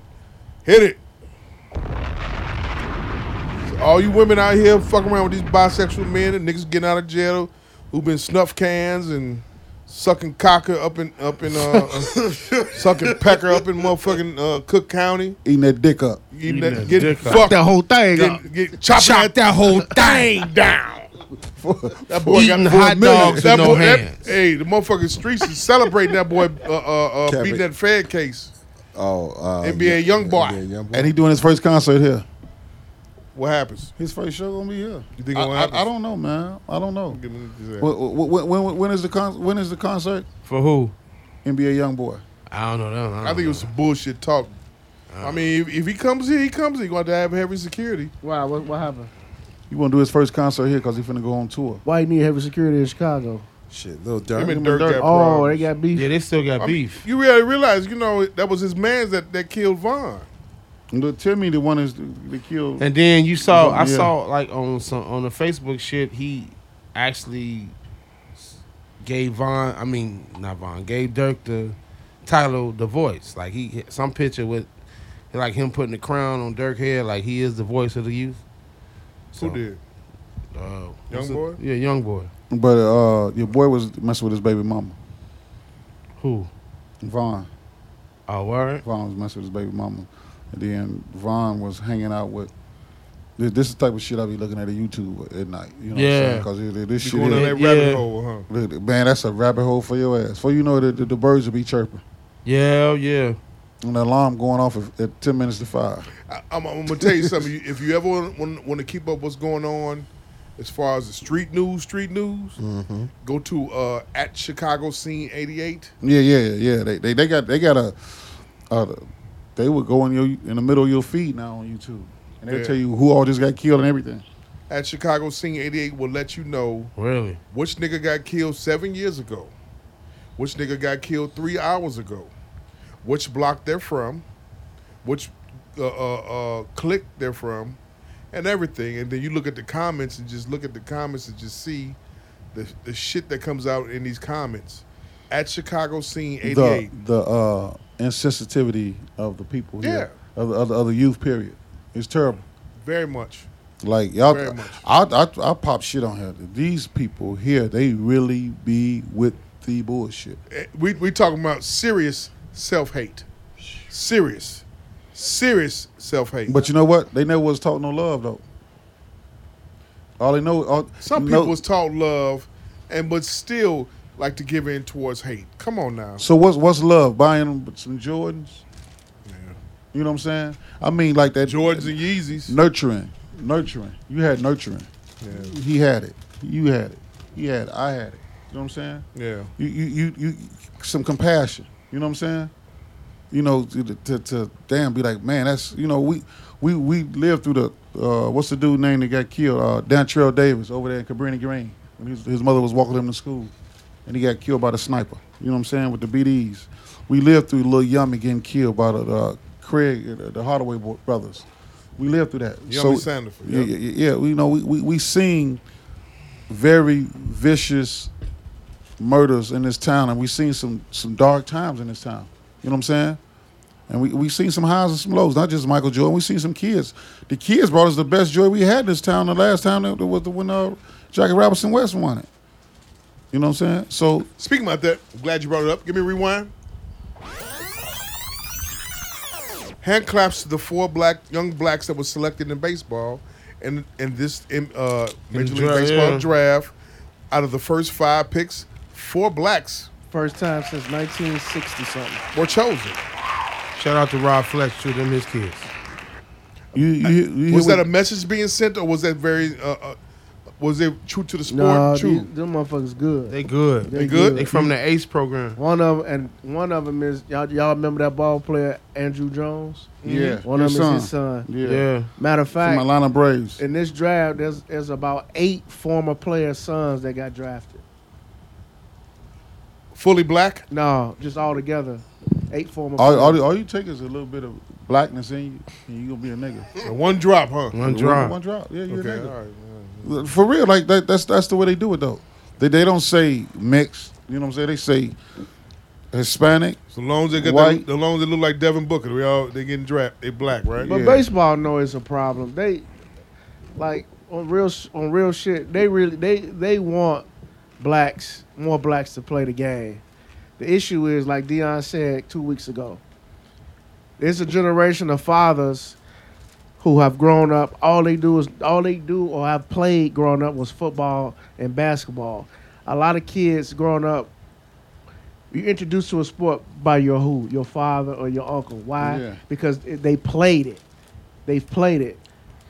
[SPEAKER 4] hit it. So all you women out here fucking around with these bisexual men and niggas getting out of jail who've been snuff cans and sucking cocker up in up in uh, sucking pecker up in motherfucking uh, Cook County.
[SPEAKER 8] Eating that dick up.
[SPEAKER 4] Eating that, getting
[SPEAKER 8] dick up.
[SPEAKER 4] fucked
[SPEAKER 10] That whole thing
[SPEAKER 4] Get,
[SPEAKER 10] up.
[SPEAKER 4] get, chopping
[SPEAKER 10] Chop
[SPEAKER 4] that, whole thing down. that boy
[SPEAKER 2] Eating
[SPEAKER 4] got for a
[SPEAKER 2] hot
[SPEAKER 4] million.
[SPEAKER 2] dogs with
[SPEAKER 4] That
[SPEAKER 2] no
[SPEAKER 4] boy- that-
[SPEAKER 2] hands.
[SPEAKER 4] hey, the motherfucking streets is celebrating that boy uh, uh, uh,
[SPEAKER 8] Kevin.
[SPEAKER 4] beating that Fed case.
[SPEAKER 11] Oh, uh,
[SPEAKER 4] NBA young boy.
[SPEAKER 8] And he doing his first concert here.
[SPEAKER 4] What happens?
[SPEAKER 8] His first show gonna be here.
[SPEAKER 4] You think
[SPEAKER 8] I,
[SPEAKER 4] what
[SPEAKER 8] I-
[SPEAKER 4] happens?
[SPEAKER 8] I don't know, man. I don't know.
[SPEAKER 4] Give me- give me that.
[SPEAKER 8] When, when, when, when is the con- when is the concert?
[SPEAKER 2] For who?
[SPEAKER 8] NBA young boy.
[SPEAKER 2] I don't know. I, don't
[SPEAKER 4] I think it
[SPEAKER 2] know.
[SPEAKER 4] was some bullshit talk. I mean, if, if he comes here, he comes. He going to have heavy security.
[SPEAKER 10] Wow, what, what happened?
[SPEAKER 8] He want to do his first concert here because he finna go on tour.
[SPEAKER 10] Why you need heavy security in Chicago?
[SPEAKER 11] Shit, little
[SPEAKER 4] Him
[SPEAKER 11] dirt.
[SPEAKER 4] and Dirk, got
[SPEAKER 10] Oh,
[SPEAKER 4] problems.
[SPEAKER 10] they got beef.
[SPEAKER 2] Yeah, they still got
[SPEAKER 4] I mean,
[SPEAKER 2] beef.
[SPEAKER 4] You really realize, you know, that was his man's that, that killed Vaughn.
[SPEAKER 8] And the Timmy, the one is the killed.
[SPEAKER 2] And then you saw, I
[SPEAKER 8] Yeah.
[SPEAKER 2] saw like on some on the Facebook shit, he actually s- gave Von, I mean not Von, gave Dirk the title the voice. Like he some picture with like him putting the crown on Dirk head, like he is the voice of the youth.
[SPEAKER 4] Who did?
[SPEAKER 2] Uh,
[SPEAKER 4] Young
[SPEAKER 2] what's it-
[SPEAKER 4] boy?
[SPEAKER 2] Yeah, young boy.
[SPEAKER 8] But uh, your boy was messing with his baby mama.
[SPEAKER 2] Who?
[SPEAKER 8] Vaughn.
[SPEAKER 2] Oh, word.
[SPEAKER 8] Vaughn was messing with his baby mama. And then Vaughn was hanging out with. This, this is the type of shit I be looking at on YouTube at night. You know
[SPEAKER 2] Yeah.
[SPEAKER 8] what I'm saying? Because this
[SPEAKER 4] You
[SPEAKER 8] shit
[SPEAKER 4] going down
[SPEAKER 8] is.
[SPEAKER 4] that rabbit
[SPEAKER 2] Yeah.
[SPEAKER 4] hole, huh?
[SPEAKER 8] Look, Man, that's a rabbit hole for your ass. For you know, the, the, the birds will be chirping.
[SPEAKER 2] Yeah, yeah.
[SPEAKER 8] And the alarm going off at, at 10 minutes to 5.
[SPEAKER 4] I, I'm, I'm gonna tell you something. You- If you ever want, want to keep up what's going on, as far as the street news, street news, go to uh, at Chicago Scene 88.
[SPEAKER 8] Yeah, yeah, yeah. yeah. They, they, they got they got a. a they would go in your in the middle of your feed now on YouTube, and they'll
[SPEAKER 4] Yeah.
[SPEAKER 8] tell you who all just got killed and everything.
[SPEAKER 4] At Chicago Scene 88 will let you know
[SPEAKER 2] Really?
[SPEAKER 4] which nigga got killed seven years ago, which nigga got killed three hours ago, which block they're from, which uh, uh, uh, clique they're from, and everything. And then you look at the comments and just look at the comments and just see the, the shit that comes out in these comments. At Chicago Scene 88.
[SPEAKER 8] The the uh, insensitivity of the people here, of the, of, the, of the youth. Period. It's terrible.
[SPEAKER 4] Very much.
[SPEAKER 8] Like y'all,
[SPEAKER 4] Very much.
[SPEAKER 8] I, I I pop shit on here. These people here, they really be with the bullshit.
[SPEAKER 4] Eh, We we talking about serious self hate, serious, serious self hate.
[SPEAKER 8] But you know what? They never was taught no love though. All they know, all,
[SPEAKER 4] Some
[SPEAKER 8] no-
[SPEAKER 4] people was taught love, and but still like to give in towards hate. Come on now.
[SPEAKER 8] So what's what's love? Buying them some Jordans. You know what I'm saying? I mean, like that
[SPEAKER 4] Jordans and Yeezys.
[SPEAKER 8] nurturing. Nurturing. You had nurturing.
[SPEAKER 4] Yeah.
[SPEAKER 8] He had it. You had it. He had it. I had it. You know what I'm saying?
[SPEAKER 4] Yeah.
[SPEAKER 8] You you you, you some compassion. You know what I'm saying? You know, to, to, to damn be like, man, that's you know, we we we lived through the uh, what's the dude name that got killed? Uh Dantrell Davis over there in Cabrini Green when his, his mother was walking him to school and he got killed by the sniper. You know what I'm saying? With the BDs. We lived through Lil Yummy getting killed by the uh, Craig, uh, the Hardaway bro- brothers. We lived through that.
[SPEAKER 4] Yummy Sandiford,
[SPEAKER 8] Yeah,
[SPEAKER 4] yeah.
[SPEAKER 8] yeah, yeah, yeah. We, you know, we, we, we seen very vicious murders in this town, and we seen some some dark times in this town. You know what I'm saying? And we we seen some highs and some lows, not just Michael Jordan. We seen some kids. The kids brought us the best joy we had in this town. The last time that was the when uh, Jackie Robinson West won it. You know what I'm saying? So
[SPEAKER 4] Speaking about that, I'm glad you brought it up. Give me a rewind. Hand claps to the four black young blacks that were selected in baseball in in this in, uh,
[SPEAKER 2] In
[SPEAKER 4] Major
[SPEAKER 2] the
[SPEAKER 4] League
[SPEAKER 2] draft,
[SPEAKER 4] Baseball
[SPEAKER 2] yeah.
[SPEAKER 4] draft. Out of the first five picks, four blacks
[SPEAKER 10] First time since 1960 something.
[SPEAKER 4] were chosen.
[SPEAKER 2] Shout out to Rob Flex, too, them his kids.
[SPEAKER 8] You, you,
[SPEAKER 4] was that a message being sent, or was that very? Uh, uh, was it true to the sport?
[SPEAKER 10] Nah,
[SPEAKER 4] true.
[SPEAKER 10] these- them motherfuckers good.
[SPEAKER 2] They good.
[SPEAKER 4] They good? They from
[SPEAKER 2] the ACE program.
[SPEAKER 10] One of and one of them is y'all. Y'all remember that ball player Andrew Jones?
[SPEAKER 8] Yeah,
[SPEAKER 10] One of
[SPEAKER 8] his
[SPEAKER 10] them is his
[SPEAKER 8] son.
[SPEAKER 10] son.
[SPEAKER 8] Yeah. Yeah.
[SPEAKER 10] Matter of
[SPEAKER 8] From
[SPEAKER 10] fact,
[SPEAKER 8] Atlanta Braves.
[SPEAKER 10] In this draft, there's there's about eight former player sons that got drafted.
[SPEAKER 4] Fully black?
[SPEAKER 10] No, Uh, just all together. Eight former.
[SPEAKER 8] all, all,
[SPEAKER 10] players.
[SPEAKER 8] all you take is a little bit of blackness in you, and you gonna be a nigga.
[SPEAKER 4] One drop, huh?
[SPEAKER 8] One drop. One drop. Yeah, you're a
[SPEAKER 4] okay,
[SPEAKER 8] nigga.
[SPEAKER 4] all right.
[SPEAKER 8] For real, like that, that's that's the way they do it though. They they don't say mixed. You know what I'm saying? They say Hispanic.
[SPEAKER 4] So long as they got
[SPEAKER 8] white.
[SPEAKER 4] the long as they look like Devin Booker, we all they getting drafted. They black, right?
[SPEAKER 10] But baseball know it's a problem. They like on real sh- on real shit. They really they they want blacks more blacks to play the game. The issue is like Dion said two weeks ago. There's a generation of fathers who have grown up. All they do is all they do or have played growing up was football and basketball. A lot of kids growing up. You introduced to a sport by your who, your father or your uncle. Why?
[SPEAKER 8] Yeah.
[SPEAKER 10] Because it- they played it. They've played it.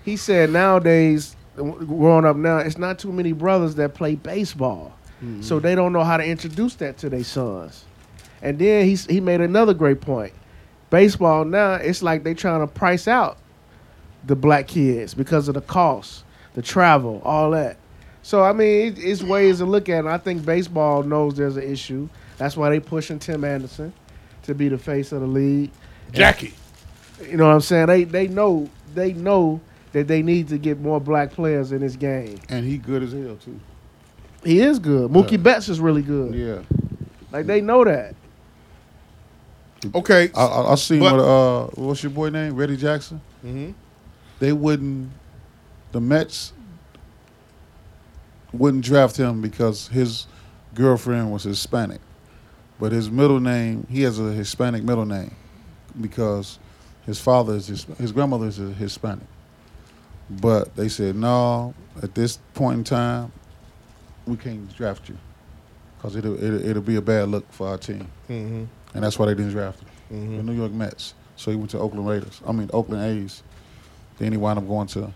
[SPEAKER 10] He said nowadays, w- growing up now, it's not too many brothers that play baseball, so they don't know how to introduce that to their sons. And then he s- he made another great point. Baseball now, it's like they trying to price out the black kids because of the cost, the travel, all that. So I mean, it, it's ways to look at it. And I think baseball knows there's an issue. That's why they pushing Tim Anderson to be the face of the league.
[SPEAKER 4] Jackie.
[SPEAKER 10] You know what I'm saying? They they know they know that they need to get more black players in this game.
[SPEAKER 8] And he good as hell too.
[SPEAKER 10] He is good. Mookie Betts is really good.
[SPEAKER 8] Yeah.
[SPEAKER 10] Like they know that.
[SPEAKER 4] Okay.
[SPEAKER 8] I, I, I seen
[SPEAKER 10] But-
[SPEAKER 8] what uh what's your boy name? Reddy Jackson.
[SPEAKER 4] Mm-hmm.
[SPEAKER 8] They wouldn't. The Mets wouldn't draft him because his girlfriend was Hispanic, but his middle name he has a Hispanic middle name because his father is his, his grandmother is Hispanic. But they said no. At this point in time, we can't draft you because it'll, it'll it'll be a bad look for our team,
[SPEAKER 4] Mhm.
[SPEAKER 8] and that's why they didn't draft him.
[SPEAKER 4] Mm-hmm.
[SPEAKER 8] The New York Mets. So he went to Oakland Raiders. I mean Oakland A's. Then he wound up going to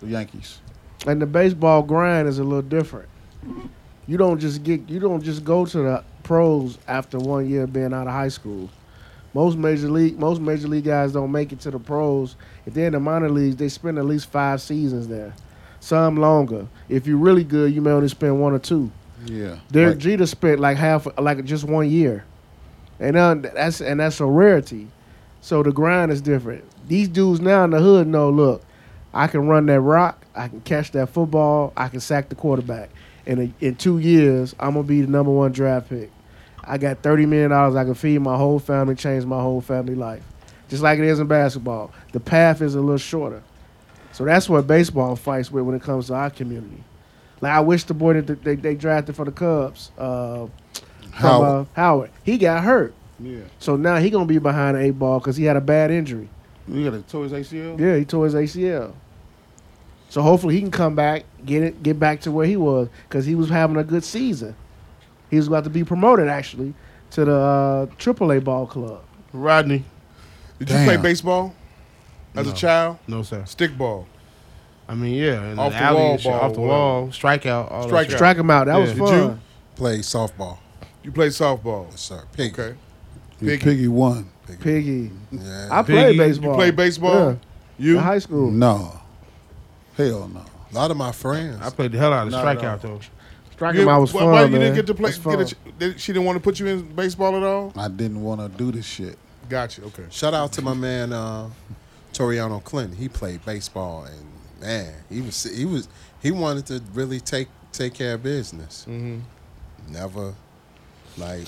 [SPEAKER 8] the Yankees.
[SPEAKER 10] and the baseball grind is a little different. You don't just get you don't just go to the pros after one year of being out of high school. Most major league most major league guys don't make it to the pros. If they're in the minor leagues, they spend at least five seasons there. Some longer. If you're really good, you may only spend one or two.
[SPEAKER 8] Yeah.
[SPEAKER 10] Derek Jeter spent like half, like just one year, and uh, that's and that's a rarity. So the grind is different. These dudes now in the hood know. Look, I can run that rock. I can catch that football. I can sack the quarterback. And in- in two years, I'm gonna be the number one draft pick. I got thirty million dollars. I can feed my whole family, change my whole family life, just like it is in basketball. The path is a little shorter. So that's what baseball fights with when it comes to our community. Like I wish the boy that th- they, they drafted for the Cubs, uh, from,
[SPEAKER 8] Howard.
[SPEAKER 10] uh, Howard, he got hurt.
[SPEAKER 8] Yeah.
[SPEAKER 10] So now he gonna be behind the eight ball because he had a bad injury.
[SPEAKER 8] You got a tore his ACL?
[SPEAKER 10] Yeah, he tore his ACL. So hopefully he can come back, get it, get back to where he was because he was having a good season. He was about to be promoted actually to the uh, AAA ball club.
[SPEAKER 2] Rodney,
[SPEAKER 4] Did
[SPEAKER 10] Damn.
[SPEAKER 4] you play baseball as
[SPEAKER 2] No.
[SPEAKER 4] a child?
[SPEAKER 2] No, sir.
[SPEAKER 4] Stickball.
[SPEAKER 2] I mean, yeah, and
[SPEAKER 10] Off
[SPEAKER 2] the
[SPEAKER 10] the
[SPEAKER 2] alley
[SPEAKER 10] wall
[SPEAKER 2] and shit,
[SPEAKER 10] ball,
[SPEAKER 2] off the
[SPEAKER 10] whatever.
[SPEAKER 2] wall, strikeout, all
[SPEAKER 4] Strike
[SPEAKER 2] that.
[SPEAKER 10] Strike 'em out. That was
[SPEAKER 2] Did
[SPEAKER 10] fun.
[SPEAKER 2] you-
[SPEAKER 11] Play softball.
[SPEAKER 4] You play softball.
[SPEAKER 11] Sorry,
[SPEAKER 4] Okay.
[SPEAKER 8] Piggy. Piggy won.
[SPEAKER 10] Piggy.
[SPEAKER 8] I
[SPEAKER 4] played Piggy. You baseball. played baseball? Yeah. You? In high
[SPEAKER 10] school?
[SPEAKER 8] No. Hell no.
[SPEAKER 11] A lot of my friends.
[SPEAKER 2] I played the hell out of
[SPEAKER 8] No,
[SPEAKER 2] strikeout
[SPEAKER 8] no.
[SPEAKER 2] though.
[SPEAKER 10] Strikeout was
[SPEAKER 4] why,
[SPEAKER 10] fun,
[SPEAKER 4] Why you
[SPEAKER 10] man.
[SPEAKER 4] didn't get to play?
[SPEAKER 10] It's
[SPEAKER 4] Get a, ch- did- she didn't want to put you in baseball at all.
[SPEAKER 8] I didn't want to do this shit.
[SPEAKER 4] Gotcha. Okay.
[SPEAKER 11] Shout out to my man uh, Toriano Clinton. He played baseball and man, he was he was he wanted to really take take care of business. Mm-hmm. Never like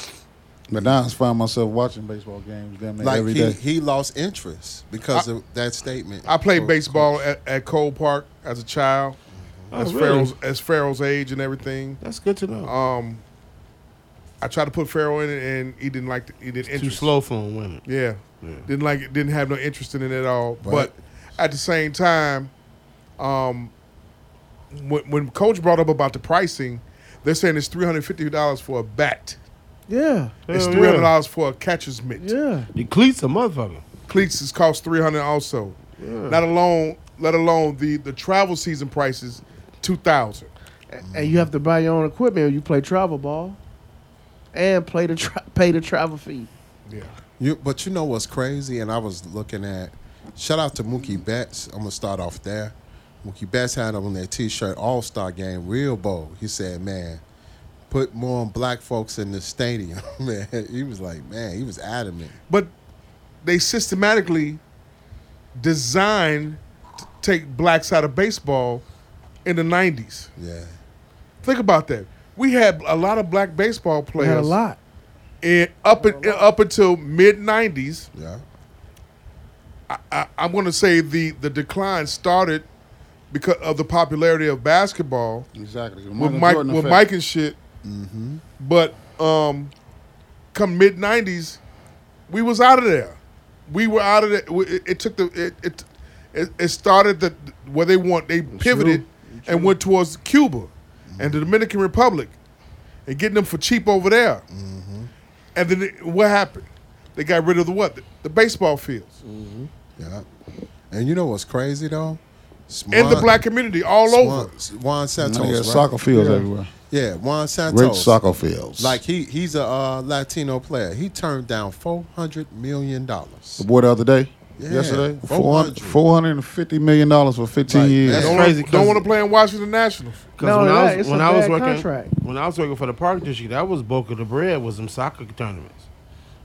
[SPEAKER 8] But now I just find myself watching baseball games damn near
[SPEAKER 11] like
[SPEAKER 8] every
[SPEAKER 11] he,
[SPEAKER 8] day.
[SPEAKER 11] he lost interest because of that statement.
[SPEAKER 4] I played
[SPEAKER 11] Or-
[SPEAKER 4] baseball at, at Cole Park as a child,
[SPEAKER 11] Oh,
[SPEAKER 4] as
[SPEAKER 11] really?
[SPEAKER 4] Farrell's as Farrell's age and everything.
[SPEAKER 2] That's good to know.
[SPEAKER 4] Um, I tried to put Farrell in it, and he didn't like. The, he didn't
[SPEAKER 2] It's too
[SPEAKER 4] interest.
[SPEAKER 2] slow for him women.
[SPEAKER 4] Yeah. Didn't like it. Didn't have no interest in it at all.
[SPEAKER 2] But-
[SPEAKER 4] But, at the same time, um, when, when Coach brought up about the pricing, they're saying it's three hundred fifty dollars for a bat.
[SPEAKER 10] Yeah.
[SPEAKER 4] it's
[SPEAKER 2] Hell
[SPEAKER 4] three hundred
[SPEAKER 2] yeah.
[SPEAKER 4] dollars for a catcher's mitt.
[SPEAKER 10] Yeah.
[SPEAKER 2] The cleats a motherfucker.
[SPEAKER 4] Cleats is cost three hundred also.
[SPEAKER 2] Yeah.
[SPEAKER 4] Not alone, let alone the the travel season prices, two thousand.
[SPEAKER 10] And you have to buy your own equipment. You play travel ball, and play the tra- pay the travel fee.
[SPEAKER 4] Yeah.
[SPEAKER 11] You, but you know what's crazy? And I was looking at, shout out to Mookie Betts. I'm going to start off there. Mookie Betts had on their t shirt, All Star Game, real bold. He said, man, put more black folks in the stadium. man, he was like, man, he was adamant.
[SPEAKER 4] But they systematically designed to take blacks out of baseball in the nineties.
[SPEAKER 11] Yeah.
[SPEAKER 4] Think about that. We had a lot of black baseball
[SPEAKER 10] We
[SPEAKER 4] players.
[SPEAKER 10] had a lot.
[SPEAKER 4] In, up in, up until mid nineties.
[SPEAKER 11] Yeah.
[SPEAKER 4] I, I, I'm going to say the the decline started because of the popularity of basketball.
[SPEAKER 8] Exactly. The
[SPEAKER 4] With
[SPEAKER 8] Michael
[SPEAKER 4] Mike,
[SPEAKER 8] Jordan
[SPEAKER 4] with
[SPEAKER 8] effect. Mm-hmm.
[SPEAKER 4] Mike and shit. But um, come mid '90s, we was out of there. We were out of there. We- It, it took the it it, it it started the where they want they pivoted and went towards Cuba and the Dominican Republic and getting them for cheap over there. And then it- what happened? They got rid of the what the, the baseball fields.
[SPEAKER 11] Yeah. And you know what's crazy, though?
[SPEAKER 4] in the black community all over.
[SPEAKER 11] Swan, Juan Santos.
[SPEAKER 8] Now you got
[SPEAKER 11] right?
[SPEAKER 8] soccer fields Yeah. everywhere.
[SPEAKER 11] Yeah, Juan Santos.
[SPEAKER 8] Great soccer fields.
[SPEAKER 11] Like he he's a uh, Latino player. He turned down four hundred million dollars.
[SPEAKER 8] The boy the other day,
[SPEAKER 11] Yeah,
[SPEAKER 8] yesterday,
[SPEAKER 11] 400.
[SPEAKER 8] four hundred and fifty million dollars for fifteen years.
[SPEAKER 4] don't Don't want to play in Washington Nationals.
[SPEAKER 2] Because when I was, when I was working,
[SPEAKER 10] contract.
[SPEAKER 2] when I was working for the park district, that was bulk of the bread was them soccer tournaments.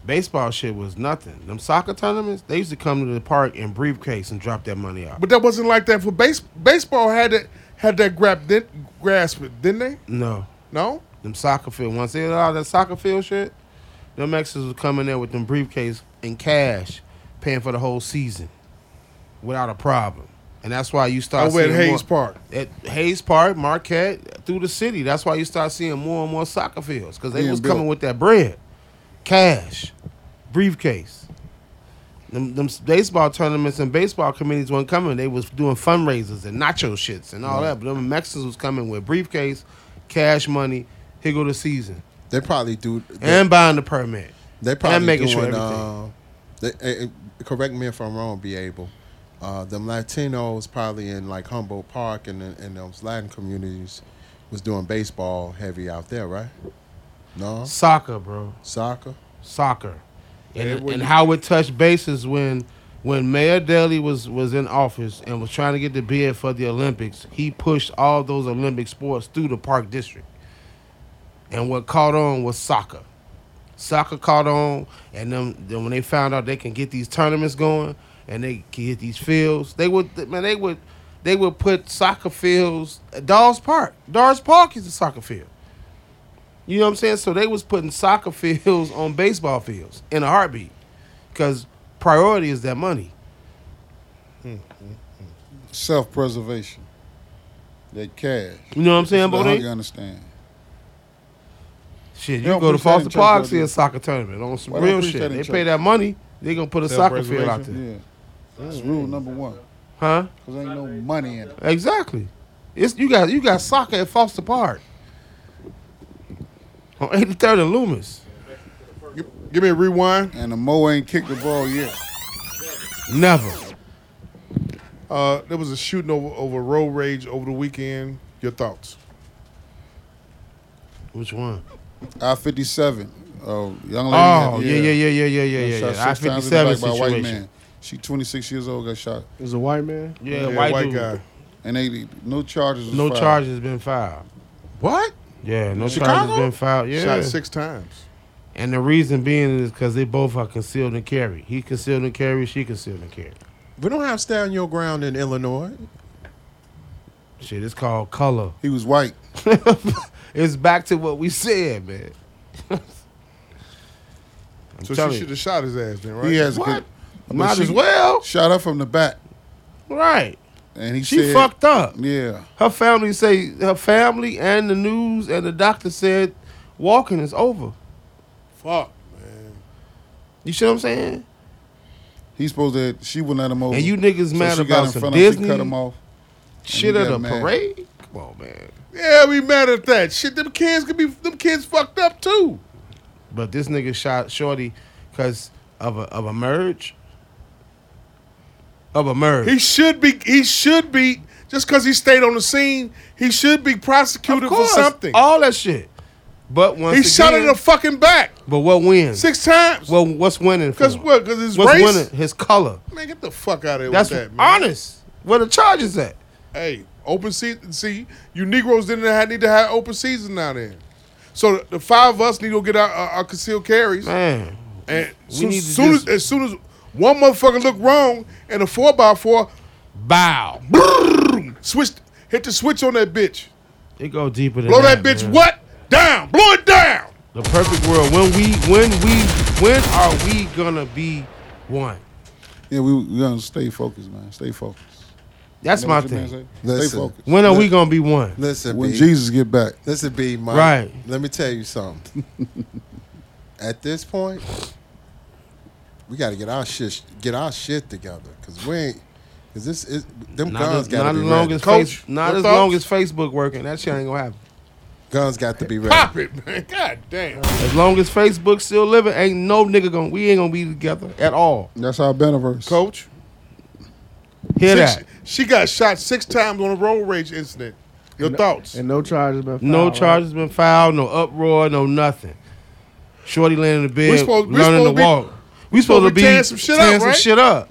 [SPEAKER 2] Baseball shit was nothing. Them soccer tournaments, they used to come to the park in briefcase and drop that money out.
[SPEAKER 4] But that wasn't like that for base. Baseball had that had that grab did, grasp it, didn't they?
[SPEAKER 2] No,
[SPEAKER 4] no.
[SPEAKER 2] Them soccer field. Once they had all that soccer field shit, them exes was coming there with them briefcase and cash, paying for the whole season, without a problem. And that's why you start.
[SPEAKER 4] Over Oh, at
[SPEAKER 2] seeing
[SPEAKER 4] Hayes
[SPEAKER 2] more-
[SPEAKER 4] Park.
[SPEAKER 2] At Hayes Park, Marquette, through the city. That's why you start seeing more and more soccer fields because they
[SPEAKER 8] Being
[SPEAKER 2] was
[SPEAKER 8] built.
[SPEAKER 2] coming with that bread, cash, briefcase. Them, them baseball tournaments and baseball committees weren't coming. They was doing fundraisers and nacho shits and all
[SPEAKER 11] Right.
[SPEAKER 2] that. But them Mexicans was coming with briefcase, cash money. Here go the season.
[SPEAKER 11] They probably do.
[SPEAKER 2] and buying the permit.
[SPEAKER 11] They probably
[SPEAKER 2] and making
[SPEAKER 11] doing,
[SPEAKER 2] sure everything.
[SPEAKER 11] uh, they, eh, eh, correct me if I'm wrong, be able. Uh, them Latinos probably in like Humboldt Park and in, in those Latin communities was doing baseball heavy out there, right? No
[SPEAKER 2] soccer, bro.
[SPEAKER 11] Soccer.
[SPEAKER 2] Soccer.
[SPEAKER 11] Yeah,
[SPEAKER 2] And,
[SPEAKER 11] well,
[SPEAKER 2] and
[SPEAKER 11] you-
[SPEAKER 2] how it touched bases when when Mayor Daley was was in office and was trying to get the bid for the Olympics, he pushed all those Olympic sports through the Park District. And what caught on was soccer. Soccer caught on, and then, then when they found out they can get these tournaments going and they can get these fields, they would man they would they would put soccer fields at Dawes Park. Dawes Park is a soccer field. You know what I'm saying? So they was putting soccer fields on baseball fields in a heartbeat, because priority is that money.
[SPEAKER 8] Mm-hmm. Self preservation. That cash.
[SPEAKER 2] You know what I'm saying,
[SPEAKER 8] That's what
[SPEAKER 2] Bodie?
[SPEAKER 8] I understand.
[SPEAKER 2] Shit,
[SPEAKER 8] They
[SPEAKER 2] you
[SPEAKER 8] don't
[SPEAKER 2] go to
[SPEAKER 8] preach that in
[SPEAKER 2] Foster
[SPEAKER 8] church,
[SPEAKER 2] Park,
[SPEAKER 8] though,
[SPEAKER 2] see
[SPEAKER 8] do
[SPEAKER 2] a
[SPEAKER 8] they?
[SPEAKER 2] soccer tournament on some
[SPEAKER 8] Why they
[SPEAKER 2] real
[SPEAKER 8] preach that
[SPEAKER 2] shit.
[SPEAKER 8] in
[SPEAKER 2] They
[SPEAKER 8] church?
[SPEAKER 2] pay that money, they gonna put a soccer field out there,
[SPEAKER 8] Self-preservation, Yeah. That's rule number one.
[SPEAKER 2] huh?
[SPEAKER 8] Cause ain't no money in it.
[SPEAKER 2] Exactly. It's you got you got soccer at Foster Park on 83rd and Loomis.
[SPEAKER 4] Give me a rewind.
[SPEAKER 8] And the Mo ain't kicked the ball yet.
[SPEAKER 2] Never.
[SPEAKER 4] Uh, there was a shooting over, over road rage over the weekend. Your thoughts?
[SPEAKER 2] Which one?
[SPEAKER 8] I fifty seven. Oh, young lady.
[SPEAKER 2] Oh, yeah, yeah, yeah, yeah, yeah, yeah, yeah, yeah.
[SPEAKER 8] Shot six
[SPEAKER 2] I-
[SPEAKER 8] times in the
[SPEAKER 2] 57
[SPEAKER 8] back by a white
[SPEAKER 2] situation.
[SPEAKER 8] man. She twenty six years old. Got shot.
[SPEAKER 10] Is a white man?
[SPEAKER 2] Yeah, white dude.
[SPEAKER 8] And they no charges. Was
[SPEAKER 2] No
[SPEAKER 8] filed.
[SPEAKER 2] charges been filed.
[SPEAKER 4] What?
[SPEAKER 2] Yeah, no
[SPEAKER 8] Chicago?
[SPEAKER 2] charges been filed. Yeah,
[SPEAKER 4] Shot six times.
[SPEAKER 2] And the reason being is because they both are concealed and carry. He concealed and carry. She concealed and carry.
[SPEAKER 11] We don't have stand your ground in Illinois.
[SPEAKER 2] Shit, it's called color.
[SPEAKER 8] He was white.
[SPEAKER 2] it's back to what we said, man. I'm
[SPEAKER 4] So
[SPEAKER 2] telling
[SPEAKER 4] she
[SPEAKER 2] you.
[SPEAKER 4] should have shot his ass then, right?
[SPEAKER 8] He has
[SPEAKER 4] what?
[SPEAKER 8] A good, I mean,
[SPEAKER 2] Might
[SPEAKER 8] she
[SPEAKER 2] as well.
[SPEAKER 8] Shot her from the back,
[SPEAKER 2] Right.
[SPEAKER 8] and he
[SPEAKER 2] She
[SPEAKER 8] said,
[SPEAKER 2] fucked up.
[SPEAKER 8] Yeah,
[SPEAKER 2] Her family say her family and the news and the doctor said walking is over.
[SPEAKER 4] Fuck.
[SPEAKER 2] You see what I'm saying?
[SPEAKER 8] he's supposed to. She wouldn't let him over.
[SPEAKER 2] And you niggas
[SPEAKER 8] so
[SPEAKER 2] mad
[SPEAKER 8] she
[SPEAKER 2] about
[SPEAKER 8] got in
[SPEAKER 2] some
[SPEAKER 8] front of him, she
[SPEAKER 2] Disney
[SPEAKER 8] cut him off. and
[SPEAKER 2] Shit
[SPEAKER 8] he
[SPEAKER 2] at
[SPEAKER 8] got
[SPEAKER 2] a
[SPEAKER 8] mad.
[SPEAKER 2] parade? Come on, man.
[SPEAKER 4] Yeah, we mad at that. Shit, them kids could be them kids fucked up too.
[SPEAKER 2] But this nigga shot Shorty because of a of a merge. Of a merge.
[SPEAKER 4] He should be. He should be. Just because he stayed on the scene, he should be prosecuted
[SPEAKER 2] Of
[SPEAKER 4] for
[SPEAKER 2] course,
[SPEAKER 4] something.
[SPEAKER 2] All that shit. But once
[SPEAKER 4] he shot her in the fucking back
[SPEAKER 2] But what wins?
[SPEAKER 4] six times.
[SPEAKER 2] Well, what's winning? for
[SPEAKER 4] Because
[SPEAKER 2] him?
[SPEAKER 4] what? Because his
[SPEAKER 2] what's
[SPEAKER 4] race.
[SPEAKER 2] winning? His color.
[SPEAKER 4] Man, get the fuck out of here
[SPEAKER 2] That's
[SPEAKER 4] with that, man.
[SPEAKER 2] honest. Where the charges at?
[SPEAKER 4] Hey, open season. See, you Negroes didn't have, need to have open season now then. So the, the five of us need to get our, our, our concealed carries.
[SPEAKER 2] Man,
[SPEAKER 4] And
[SPEAKER 2] We
[SPEAKER 4] soon,
[SPEAKER 2] need to
[SPEAKER 4] soon
[SPEAKER 2] just-
[SPEAKER 4] as, as soon as one motherfucker look wrong and a four by four,
[SPEAKER 2] bow.
[SPEAKER 4] switch, hit the switch on that bitch.
[SPEAKER 2] It go deeper than
[SPEAKER 4] Blow
[SPEAKER 2] that,
[SPEAKER 4] that bitch
[SPEAKER 2] man.
[SPEAKER 4] what down? Blow it down.
[SPEAKER 2] The perfect world. When we, when we, when are we gonna be one?
[SPEAKER 8] Yeah, we we gonna stay focused, man. Stay focused.
[SPEAKER 2] That's
[SPEAKER 8] You know
[SPEAKER 2] my
[SPEAKER 8] what your man
[SPEAKER 2] thing.
[SPEAKER 8] say? Stay
[SPEAKER 11] Listen.
[SPEAKER 8] focused.
[SPEAKER 2] When are we gonna be one?
[SPEAKER 11] Listen,
[SPEAKER 8] When
[SPEAKER 11] B.
[SPEAKER 8] Jesus get back,
[SPEAKER 11] Listen, B. Mike.
[SPEAKER 2] Right.
[SPEAKER 11] Let me tell you something. At this point, we got to get our shit get our shit together because we ain't because this is them
[SPEAKER 2] Not
[SPEAKER 11] guns
[SPEAKER 2] as,
[SPEAKER 11] got
[SPEAKER 2] not
[SPEAKER 11] to
[SPEAKER 2] as
[SPEAKER 11] be
[SPEAKER 2] long
[SPEAKER 11] ready.
[SPEAKER 2] as
[SPEAKER 4] Coach,
[SPEAKER 2] face, not
[SPEAKER 4] what
[SPEAKER 2] as
[SPEAKER 4] thoughts?
[SPEAKER 2] long as Facebook working. That shit ain't gonna happen.
[SPEAKER 11] guns got to be ready.
[SPEAKER 4] Pop it, man. God damn.
[SPEAKER 2] As long as Facebook still living, ain't no nigga gonna. We ain't gonna be together at all.
[SPEAKER 8] that's our beneverse.
[SPEAKER 4] Coach,
[SPEAKER 2] Hear
[SPEAKER 4] six-
[SPEAKER 2] that?
[SPEAKER 4] she got shot six times on a road rage incident. Your thoughts?
[SPEAKER 10] And no charges been filed.
[SPEAKER 2] No
[SPEAKER 10] right?
[SPEAKER 2] charges been filed. No uproar. No nothing. Shorty laying in the bed,
[SPEAKER 4] We supposed- we
[SPEAKER 2] learning
[SPEAKER 4] supposed to
[SPEAKER 2] to
[SPEAKER 4] be-
[SPEAKER 2] walk. We, supposed, to be tearing some shit, up,
[SPEAKER 4] right?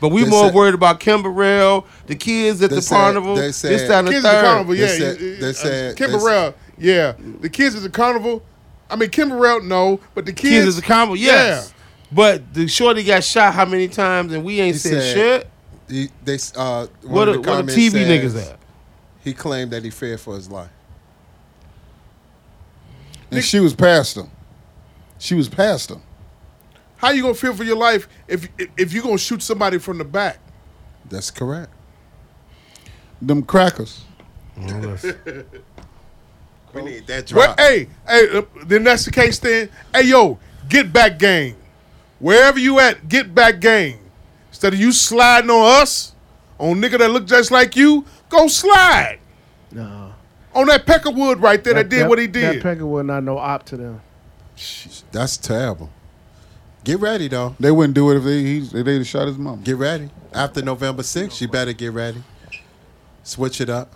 [SPEAKER 2] But we
[SPEAKER 11] They
[SPEAKER 2] more
[SPEAKER 11] said-
[SPEAKER 2] worried about Kimberell, the kids at
[SPEAKER 11] They
[SPEAKER 2] the
[SPEAKER 11] said-
[SPEAKER 2] carnival.
[SPEAKER 11] they
[SPEAKER 2] this
[SPEAKER 11] said-
[SPEAKER 2] that, and the
[SPEAKER 4] kids at the carnival,
[SPEAKER 2] third.
[SPEAKER 4] yeah.
[SPEAKER 11] They said-
[SPEAKER 4] you-
[SPEAKER 11] they
[SPEAKER 4] uh,
[SPEAKER 11] said-
[SPEAKER 4] Kim Burrell, yeah. The kids at the carnival. I mean, Kim Burrell, no, but the kids.
[SPEAKER 2] Kids at the carnival, yes. But the shorty got shot how many times and we ain't
[SPEAKER 11] He
[SPEAKER 2] said,
[SPEAKER 11] said-
[SPEAKER 2] shit.
[SPEAKER 11] He, they uh, one
[SPEAKER 2] What
[SPEAKER 11] of the
[SPEAKER 2] the, what the
[SPEAKER 11] comments
[SPEAKER 2] TV
[SPEAKER 11] says
[SPEAKER 2] niggas at?
[SPEAKER 11] He claimed that he feared for his life.
[SPEAKER 8] And she was past him. She was past him.
[SPEAKER 4] How you gonna feel for your life if if, if you gonna shoot somebody from the back?
[SPEAKER 11] That's correct.
[SPEAKER 8] Them crackers.
[SPEAKER 11] We need that
[SPEAKER 4] Well,
[SPEAKER 11] drop.
[SPEAKER 4] hey, hey, uh, then that's the case. Then, hey, yo, get back game. Wherever you at, get back game. Instead of you sliding on us, on nigga that look just like you, go slide
[SPEAKER 10] No.
[SPEAKER 4] on that Peckerwood right there that, did what he did.
[SPEAKER 10] That Pecker would not no op to them.
[SPEAKER 11] That's terrible. Get ready though.
[SPEAKER 8] They wouldn't do it if they he, if they'd have shot his mom.
[SPEAKER 11] Get ready. After November 6th, you better get ready. Switch it up.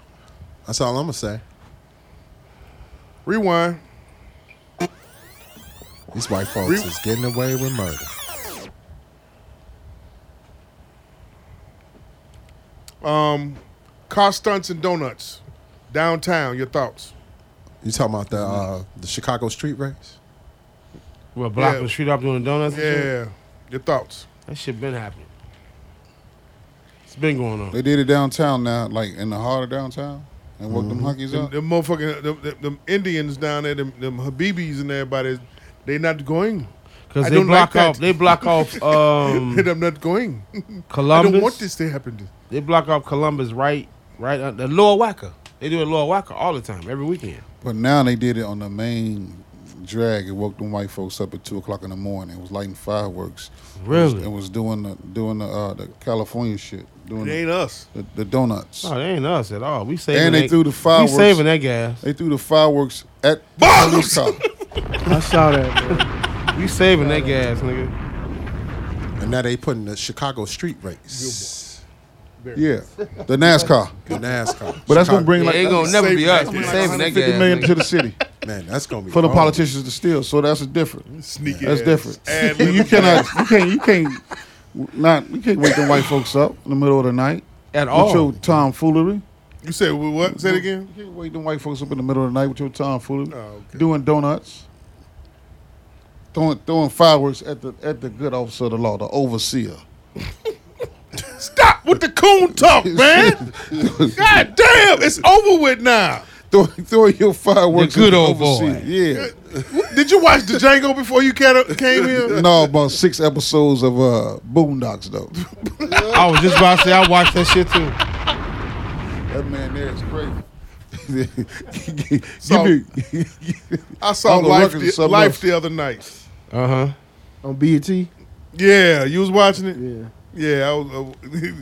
[SPEAKER 11] That's all I'm gonna say.
[SPEAKER 4] Rewind.
[SPEAKER 11] These white folks
[SPEAKER 4] Re-
[SPEAKER 11] is getting away with murder.
[SPEAKER 4] Um, car stunts and donuts, downtown. Your thoughts?
[SPEAKER 11] You talking about the uh, the Chicago street race?
[SPEAKER 2] We're blocking
[SPEAKER 4] Yeah.
[SPEAKER 2] the street up doing donuts. and shit?
[SPEAKER 4] Yeah, your thoughts.
[SPEAKER 2] That shit been happening. It's been going on.
[SPEAKER 8] They did it downtown now, like in the heart of downtown, and worked
[SPEAKER 2] Mm-hmm.
[SPEAKER 8] them hunkies
[SPEAKER 4] Mm-hmm. Them,
[SPEAKER 8] up.
[SPEAKER 4] them motherfucking them, them, them Indians down there, them, them Habibis and everybody, they not going. I
[SPEAKER 2] Cause they
[SPEAKER 4] don't like
[SPEAKER 2] block
[SPEAKER 4] that.
[SPEAKER 2] off. They block off. Um,
[SPEAKER 4] I'm not going.
[SPEAKER 2] Columbus.
[SPEAKER 4] I don't want this to happen.
[SPEAKER 2] They block off Columbus right, right on the Lower Wacker. They do it Lower Wacker all the time, every weekend.
[SPEAKER 8] But now they did it on the main drag. It woke them white folks up at two o'clock in the morning. It was lighting fireworks.
[SPEAKER 2] Really?
[SPEAKER 8] It was doing the doing the uh, the California shit, doing
[SPEAKER 4] It
[SPEAKER 8] the,
[SPEAKER 4] ain't us.
[SPEAKER 8] the, the donuts.
[SPEAKER 2] No, they ain't us at all. We saving.
[SPEAKER 8] And they
[SPEAKER 2] that-
[SPEAKER 8] threw the fireworks.
[SPEAKER 2] We saving that gas.
[SPEAKER 8] They threw the fireworks at the police car.
[SPEAKER 10] I saw that, man.
[SPEAKER 2] We saving that gas, nigga.
[SPEAKER 11] And now they putting the Chicago street race.
[SPEAKER 8] Yeah, the NASCAR.
[SPEAKER 11] The NASCAR.
[SPEAKER 8] But that's gonna bring
[SPEAKER 11] Yeah,
[SPEAKER 8] like
[SPEAKER 11] it gonna never be us. We saving that
[SPEAKER 8] 150
[SPEAKER 11] gas,
[SPEAKER 8] million
[SPEAKER 11] nigga.
[SPEAKER 8] to the city.
[SPEAKER 11] Man, that's gonna be
[SPEAKER 8] for the
[SPEAKER 11] hard.
[SPEAKER 8] politicians to steal. So that's a different.
[SPEAKER 11] Sneaky
[SPEAKER 8] That's
[SPEAKER 11] ass.
[SPEAKER 8] different.
[SPEAKER 11] Ad
[SPEAKER 8] You, you
[SPEAKER 11] lib.
[SPEAKER 8] cannot. You can't. You can't. Not. You can't wake them white folks up in the middle of the night
[SPEAKER 4] At
[SPEAKER 8] with
[SPEAKER 4] all.
[SPEAKER 8] Your tomfoolery.
[SPEAKER 4] You said wh- what? Say it again.
[SPEAKER 8] You can't wake them white folks up in the middle of the night with your tomfoolery.
[SPEAKER 11] Oh,
[SPEAKER 8] Doing donuts. Throwing, throwing fireworks at the at the good officer of the law, the overseer.
[SPEAKER 4] Stop with the coon talk, man. God damn, it's over with now.
[SPEAKER 8] Throw, throw your fireworks.
[SPEAKER 4] The good
[SPEAKER 8] at the
[SPEAKER 4] old boy.
[SPEAKER 8] overseer. Yeah.
[SPEAKER 4] Did you watch the Django before you ca- came here?
[SPEAKER 8] no, about six episodes of uh, Boondocks though.
[SPEAKER 2] I was just about to say I watched that shit too.
[SPEAKER 8] That man there is crazy.
[SPEAKER 4] So, I saw
[SPEAKER 8] Uncle
[SPEAKER 4] life
[SPEAKER 8] Ruckus
[SPEAKER 4] the,
[SPEAKER 8] is something
[SPEAKER 4] life
[SPEAKER 8] else.
[SPEAKER 4] the other night.
[SPEAKER 2] Uh huh.
[SPEAKER 10] On BET.
[SPEAKER 4] Yeah, you was watching it. Yeah, yeah. I was, uh,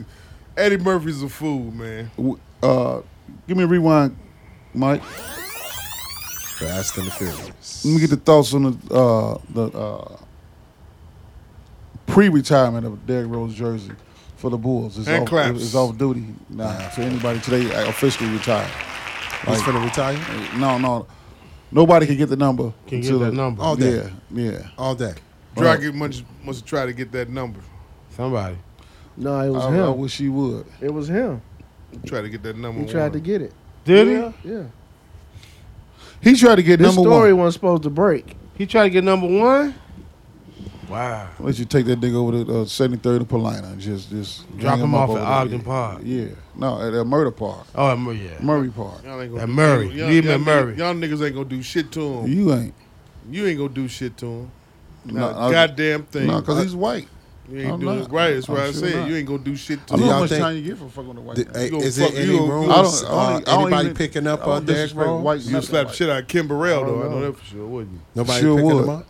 [SPEAKER 4] Eddie Murphy's a fool, man.
[SPEAKER 8] W- Uh, give me a rewind, Mike.
[SPEAKER 11] Fast and the Furious.
[SPEAKER 8] Let me get the thoughts on the uh, the uh, pre-retirement of Derrick Rose jersey for the Bulls. It's
[SPEAKER 11] And
[SPEAKER 8] off,
[SPEAKER 11] claps.
[SPEAKER 8] It's off duty now. So anybody today uh, officially retired.
[SPEAKER 11] He's
[SPEAKER 8] Like, eh,
[SPEAKER 11] finna retire.
[SPEAKER 8] no, no. Nobody can get the number.
[SPEAKER 11] Can get
[SPEAKER 8] until
[SPEAKER 11] that
[SPEAKER 8] the- Oh,
[SPEAKER 11] number. All day.
[SPEAKER 8] Yeah, yeah.
[SPEAKER 4] Oh.
[SPEAKER 11] All day.
[SPEAKER 4] Draggy must must try to get that number.
[SPEAKER 2] Somebody.
[SPEAKER 10] No, it was
[SPEAKER 8] I-
[SPEAKER 10] him.
[SPEAKER 8] I wish he would.
[SPEAKER 10] It was him.
[SPEAKER 4] Try to get that number.
[SPEAKER 10] He tried to get it.
[SPEAKER 2] Did
[SPEAKER 10] yeah, he? Yeah.
[SPEAKER 8] He tried to get
[SPEAKER 10] This
[SPEAKER 8] number
[SPEAKER 10] story
[SPEAKER 8] one.
[SPEAKER 10] wasn't supposed to break.
[SPEAKER 2] He tried to get number one. Wow.
[SPEAKER 8] Let you take that nigga over to uh, 73rd and Polina and just just
[SPEAKER 2] Drop
[SPEAKER 8] hang
[SPEAKER 2] him
[SPEAKER 8] up
[SPEAKER 2] off
[SPEAKER 8] over
[SPEAKER 2] at
[SPEAKER 8] there.
[SPEAKER 2] Ogden Park.
[SPEAKER 8] Yeah, no, at, at Murder Park.
[SPEAKER 2] Oh, at Mur- yeah.
[SPEAKER 8] Murray Park.
[SPEAKER 4] Y'all ain't
[SPEAKER 2] At
[SPEAKER 4] do-
[SPEAKER 2] Murray.
[SPEAKER 4] y'all-
[SPEAKER 2] Leave him
[SPEAKER 4] y'all
[SPEAKER 2] at
[SPEAKER 4] niggas-
[SPEAKER 2] Murray.
[SPEAKER 4] Y'all niggas ain't gonna do shit to him.
[SPEAKER 8] You ain't.
[SPEAKER 4] You ain't gonna do shit to him.
[SPEAKER 8] No,
[SPEAKER 4] Not a
[SPEAKER 8] I-
[SPEAKER 4] goddamn thing.
[SPEAKER 8] No, because he's white.
[SPEAKER 4] You ain't
[SPEAKER 8] I'm
[SPEAKER 4] doing
[SPEAKER 8] not.
[SPEAKER 4] right. That's what
[SPEAKER 8] I'm
[SPEAKER 4] I
[SPEAKER 8] sure
[SPEAKER 4] said.
[SPEAKER 8] not.
[SPEAKER 4] You ain't gonna do shit to
[SPEAKER 8] I
[SPEAKER 4] him.
[SPEAKER 8] don't know how much time you get for fucking the white
[SPEAKER 11] Did-
[SPEAKER 8] man.
[SPEAKER 11] hey,
[SPEAKER 4] You gonna
[SPEAKER 11] is it
[SPEAKER 4] fuck-
[SPEAKER 11] any
[SPEAKER 4] you gonna-
[SPEAKER 11] room?
[SPEAKER 4] I don't-
[SPEAKER 11] Uh,
[SPEAKER 4] I don't- I don't
[SPEAKER 11] anybody
[SPEAKER 4] even-
[SPEAKER 11] picking
[SPEAKER 4] I
[SPEAKER 11] up
[SPEAKER 4] don't
[SPEAKER 11] uh, Derrick
[SPEAKER 4] disrespect
[SPEAKER 11] Rose?
[SPEAKER 4] white You slap shit out of Kim Burrell though. I know that for sure, wouldn't you?
[SPEAKER 11] Nobody
[SPEAKER 8] Sure
[SPEAKER 11] picking
[SPEAKER 8] would.
[SPEAKER 11] him up.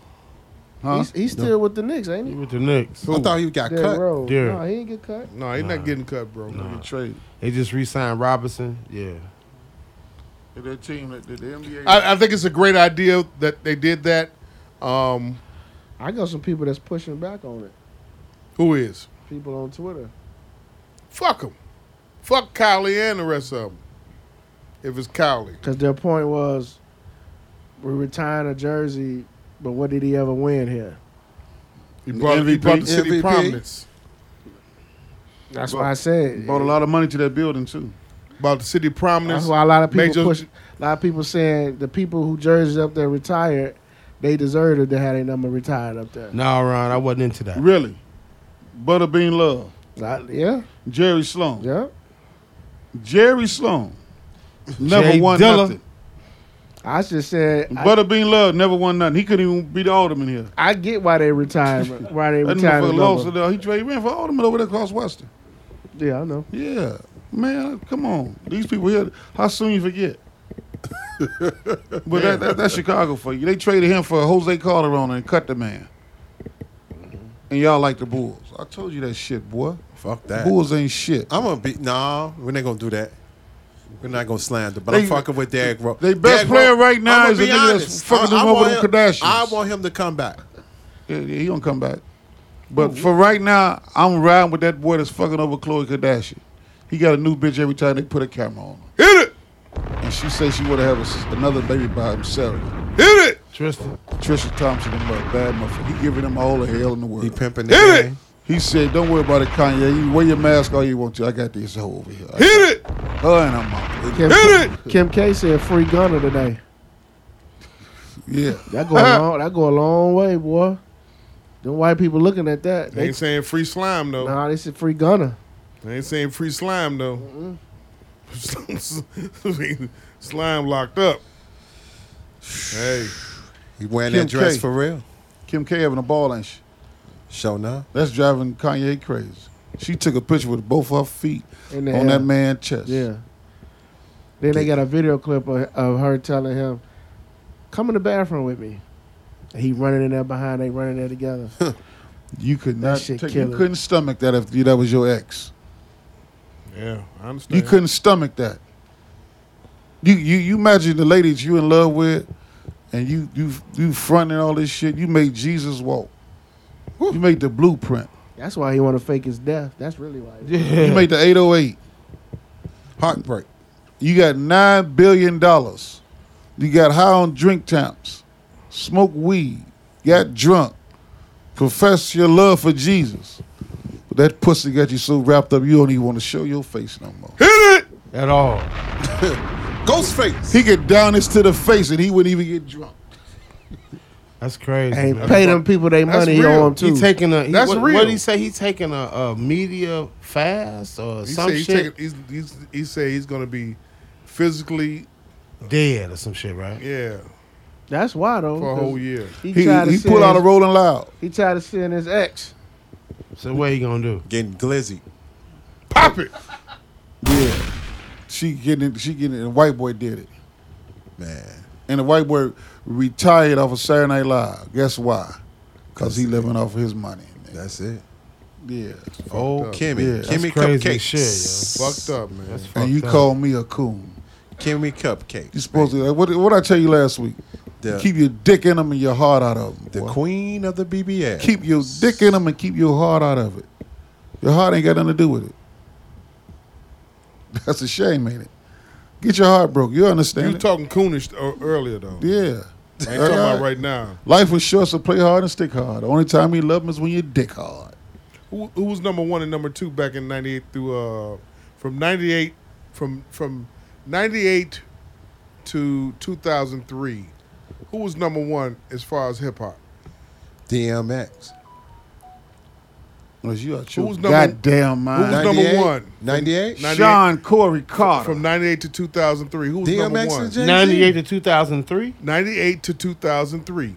[SPEAKER 8] Huh?
[SPEAKER 10] He's, he's still with the Knicks, ain't he?
[SPEAKER 2] With the Knicks.
[SPEAKER 11] I thought he got
[SPEAKER 10] Derrick
[SPEAKER 11] cut.
[SPEAKER 10] Rose.
[SPEAKER 2] Derrick.
[SPEAKER 10] No, he didn't get cut.
[SPEAKER 4] No, he's not getting cut, bro.
[SPEAKER 2] Nah.
[SPEAKER 8] Trade.
[SPEAKER 2] They just re-signed Robinson. Yeah.
[SPEAKER 8] That team, that, the NBA.
[SPEAKER 4] I, I think it's a great idea that they did that. Um,
[SPEAKER 10] I got some people that's pushing back on it.
[SPEAKER 4] who is?
[SPEAKER 10] People on Twitter.
[SPEAKER 4] Fuck him. Fuck Kylie and the rest of them. If it's Kylie,
[SPEAKER 10] Because their point was, we're retiring a jersey, but what did he ever win here?
[SPEAKER 4] he brought, he brought the city
[SPEAKER 8] MVP.
[SPEAKER 4] prominence.
[SPEAKER 10] That's why I said.
[SPEAKER 8] Bought a lot of money to that building too.
[SPEAKER 4] About the city prominence.
[SPEAKER 10] That's why a lot of people
[SPEAKER 4] Major-
[SPEAKER 10] push. A lot of people saying the people who jerseys up there retired, they deserved to have their number retired up there.
[SPEAKER 2] No, Ron, I wasn't into that.
[SPEAKER 8] Really, Butterbean Love,
[SPEAKER 10] Not- yeah,
[SPEAKER 8] Jerry Sloan,
[SPEAKER 10] yeah.
[SPEAKER 8] Jerry Sloan, never
[SPEAKER 2] Jay
[SPEAKER 8] won
[SPEAKER 2] Dilla.
[SPEAKER 8] nothing.
[SPEAKER 10] I just said. I,
[SPEAKER 8] Butterbean Love never won nothing. He couldn't even be the alderman here.
[SPEAKER 10] I get why they retired. Why they
[SPEAKER 8] That
[SPEAKER 10] retired? the
[SPEAKER 8] motherfucker lost
[SPEAKER 10] number.
[SPEAKER 8] it. though. He, tra- he ran for alderman over there across Western.
[SPEAKER 10] Yeah, I know.
[SPEAKER 8] Yeah, man, come on. These people here, how soon you forget? but that, that, that's Chicago for you. They traded him for Jose Calderon and cut the man.
[SPEAKER 10] Mm-hmm.
[SPEAKER 8] And y'all like the Bulls. I told you that shit, boy.
[SPEAKER 11] Fuck that.
[SPEAKER 8] Bulls ain't shit.
[SPEAKER 11] I'm gonna be nah. We're not gonna do that. We're not gonna slander, but
[SPEAKER 8] They-
[SPEAKER 11] I'm fucking with Derrick Rose.
[SPEAKER 8] they best
[SPEAKER 11] Derrick
[SPEAKER 8] player
[SPEAKER 11] Rose-
[SPEAKER 8] right now
[SPEAKER 11] I'ma
[SPEAKER 8] is the
[SPEAKER 11] be
[SPEAKER 8] nigga that's
[SPEAKER 11] honest.
[SPEAKER 8] fucking them over
[SPEAKER 11] want
[SPEAKER 8] them
[SPEAKER 11] him-
[SPEAKER 8] Kardashians.
[SPEAKER 11] I want him to come back.
[SPEAKER 8] Yeah, yeah, he gonna come back. But for right now, I'm riding with that boy that's fucking over Khloe Kardashian. He got a new bitch every time they put a camera on him.
[SPEAKER 4] Hit it!
[SPEAKER 8] And she says she want to have a s another baby by himself.
[SPEAKER 4] Hit it!
[SPEAKER 2] Tristan.
[SPEAKER 8] Trisha Thompson, them mother, bad motherfucker. He giving them all the hell in the world.
[SPEAKER 11] He pimping
[SPEAKER 4] Hit
[SPEAKER 11] the
[SPEAKER 4] it!
[SPEAKER 11] game.
[SPEAKER 8] He said, "Don't worry about it, Kanye. You wear your mask all you want to. I got this hoe over here. I got
[SPEAKER 4] Hit it!
[SPEAKER 8] her and her mama.
[SPEAKER 10] Kim,
[SPEAKER 4] Hit it!
[SPEAKER 10] Kim K said free Gunner today.
[SPEAKER 8] Yeah,
[SPEAKER 10] That go a long. That go a long way, boy. Them white people looking at that.
[SPEAKER 4] They
[SPEAKER 10] They,
[SPEAKER 4] ain't saying free slime though.
[SPEAKER 10] nah, they said free Gunner.
[SPEAKER 4] They ain't saying free slime though. slime locked up. Hey,
[SPEAKER 11] He wearing
[SPEAKER 8] Kim
[SPEAKER 11] that dress
[SPEAKER 8] K.
[SPEAKER 11] for real.
[SPEAKER 8] Kim K having a ball and she.
[SPEAKER 11] Show now.
[SPEAKER 8] That's driving Kanye crazy. She took a picture with both her feet
[SPEAKER 10] In the
[SPEAKER 8] on
[SPEAKER 10] air.
[SPEAKER 8] that man's chest.
[SPEAKER 10] Yeah. Then they got a video clip of, of her telling him, "Come in the bathroom with me." And he running in there behind. They running there together.
[SPEAKER 8] you could not.
[SPEAKER 10] shit
[SPEAKER 8] Take, you
[SPEAKER 10] killer.
[SPEAKER 8] couldn't stomach that if you, that was your ex.
[SPEAKER 4] yeah, I understand.
[SPEAKER 8] You couldn't stomach that. You you you imagine the lady that you in love with, and you you you fronting all this shit. You made Jesus walk. You made the blueprint.
[SPEAKER 10] That's why he want to fake his death. That's really why. He
[SPEAKER 8] You make the 808. Heartbreak. You got $9 billion. You got high on drink taps, smoked weed, got drunk, confessed your love for Jesus. But that pussy got you so wrapped up, you don't even want to show your face no more. Hit it!
[SPEAKER 9] At all.
[SPEAKER 8] Ghostface. He could down this to the face and he wouldn't even get drunk.
[SPEAKER 9] That's crazy.
[SPEAKER 10] Hey,
[SPEAKER 9] man.
[SPEAKER 10] pay them people they
[SPEAKER 9] That's
[SPEAKER 10] money, he
[SPEAKER 9] real.
[SPEAKER 10] owe 'em too.
[SPEAKER 9] He taking a. He,
[SPEAKER 10] That's
[SPEAKER 9] what,
[SPEAKER 10] real.
[SPEAKER 9] What did he say? He taking a, a media fast or
[SPEAKER 4] He
[SPEAKER 9] some
[SPEAKER 4] said he's
[SPEAKER 9] shit.
[SPEAKER 4] taking- he's, he's, he said he's going to be physically
[SPEAKER 9] dead or some shit, right?
[SPEAKER 4] yeah
[SPEAKER 10] That's why though.
[SPEAKER 4] for a
[SPEAKER 10] 'cause
[SPEAKER 4] whole year.
[SPEAKER 10] He, tried to send his-
[SPEAKER 8] Rolling Loud.
[SPEAKER 10] He tried to send his ex.
[SPEAKER 9] So what you gonna do?
[SPEAKER 11] Getting glizzy.
[SPEAKER 4] Pop it.
[SPEAKER 8] Yeah. She getting it, she getting it, and white boy did it.
[SPEAKER 11] Man.
[SPEAKER 8] And the white boy retired off of Saturday Night Live. Guess why? Because he living off of his money.
[SPEAKER 11] That's it.
[SPEAKER 8] Yeah.
[SPEAKER 11] Oh,
[SPEAKER 8] Fucked up.
[SPEAKER 11] Kimmy.
[SPEAKER 8] Yeah.
[SPEAKER 11] Kimmy Cupcake.
[SPEAKER 4] Fucked up, man. That's
[SPEAKER 8] and you call me a coon.
[SPEAKER 11] Kimmy Cupcake.
[SPEAKER 8] You supposed to what? What I tell you last week?
[SPEAKER 11] The-
[SPEAKER 8] keep your dick in them and your heart out of them.
[SPEAKER 11] The queen of the BBL.
[SPEAKER 8] Keep your dick in them and keep your heart out of it. Your heart ain't got nothing to do with it. That's a shame, ain't it? Get your heart broke. You
[SPEAKER 4] You
[SPEAKER 8] understand?
[SPEAKER 4] were
[SPEAKER 8] it?
[SPEAKER 4] talking coonish ear- earlier though.
[SPEAKER 8] yeah.
[SPEAKER 4] I ain't talking about right now.
[SPEAKER 8] Life was short, so play hard and stick hard. The only time you love them is when you dick hard.
[SPEAKER 4] Who, who was number one and number two back in '98 through uh, from '98 from from '98 to 2003? Who was number one as far as hip hop?
[SPEAKER 11] DMX.
[SPEAKER 8] Was you a
[SPEAKER 4] Who was
[SPEAKER 8] true
[SPEAKER 4] number-
[SPEAKER 8] goddamn man?
[SPEAKER 4] Who was number one?
[SPEAKER 11] 98?
[SPEAKER 8] Sean Corey Carter.
[SPEAKER 4] From '98 to 2003, who was
[SPEAKER 11] DMX
[SPEAKER 4] number
[SPEAKER 11] and
[SPEAKER 4] one?
[SPEAKER 11] Jay-Z?
[SPEAKER 9] 98 to 2003.
[SPEAKER 4] 98 to 2003.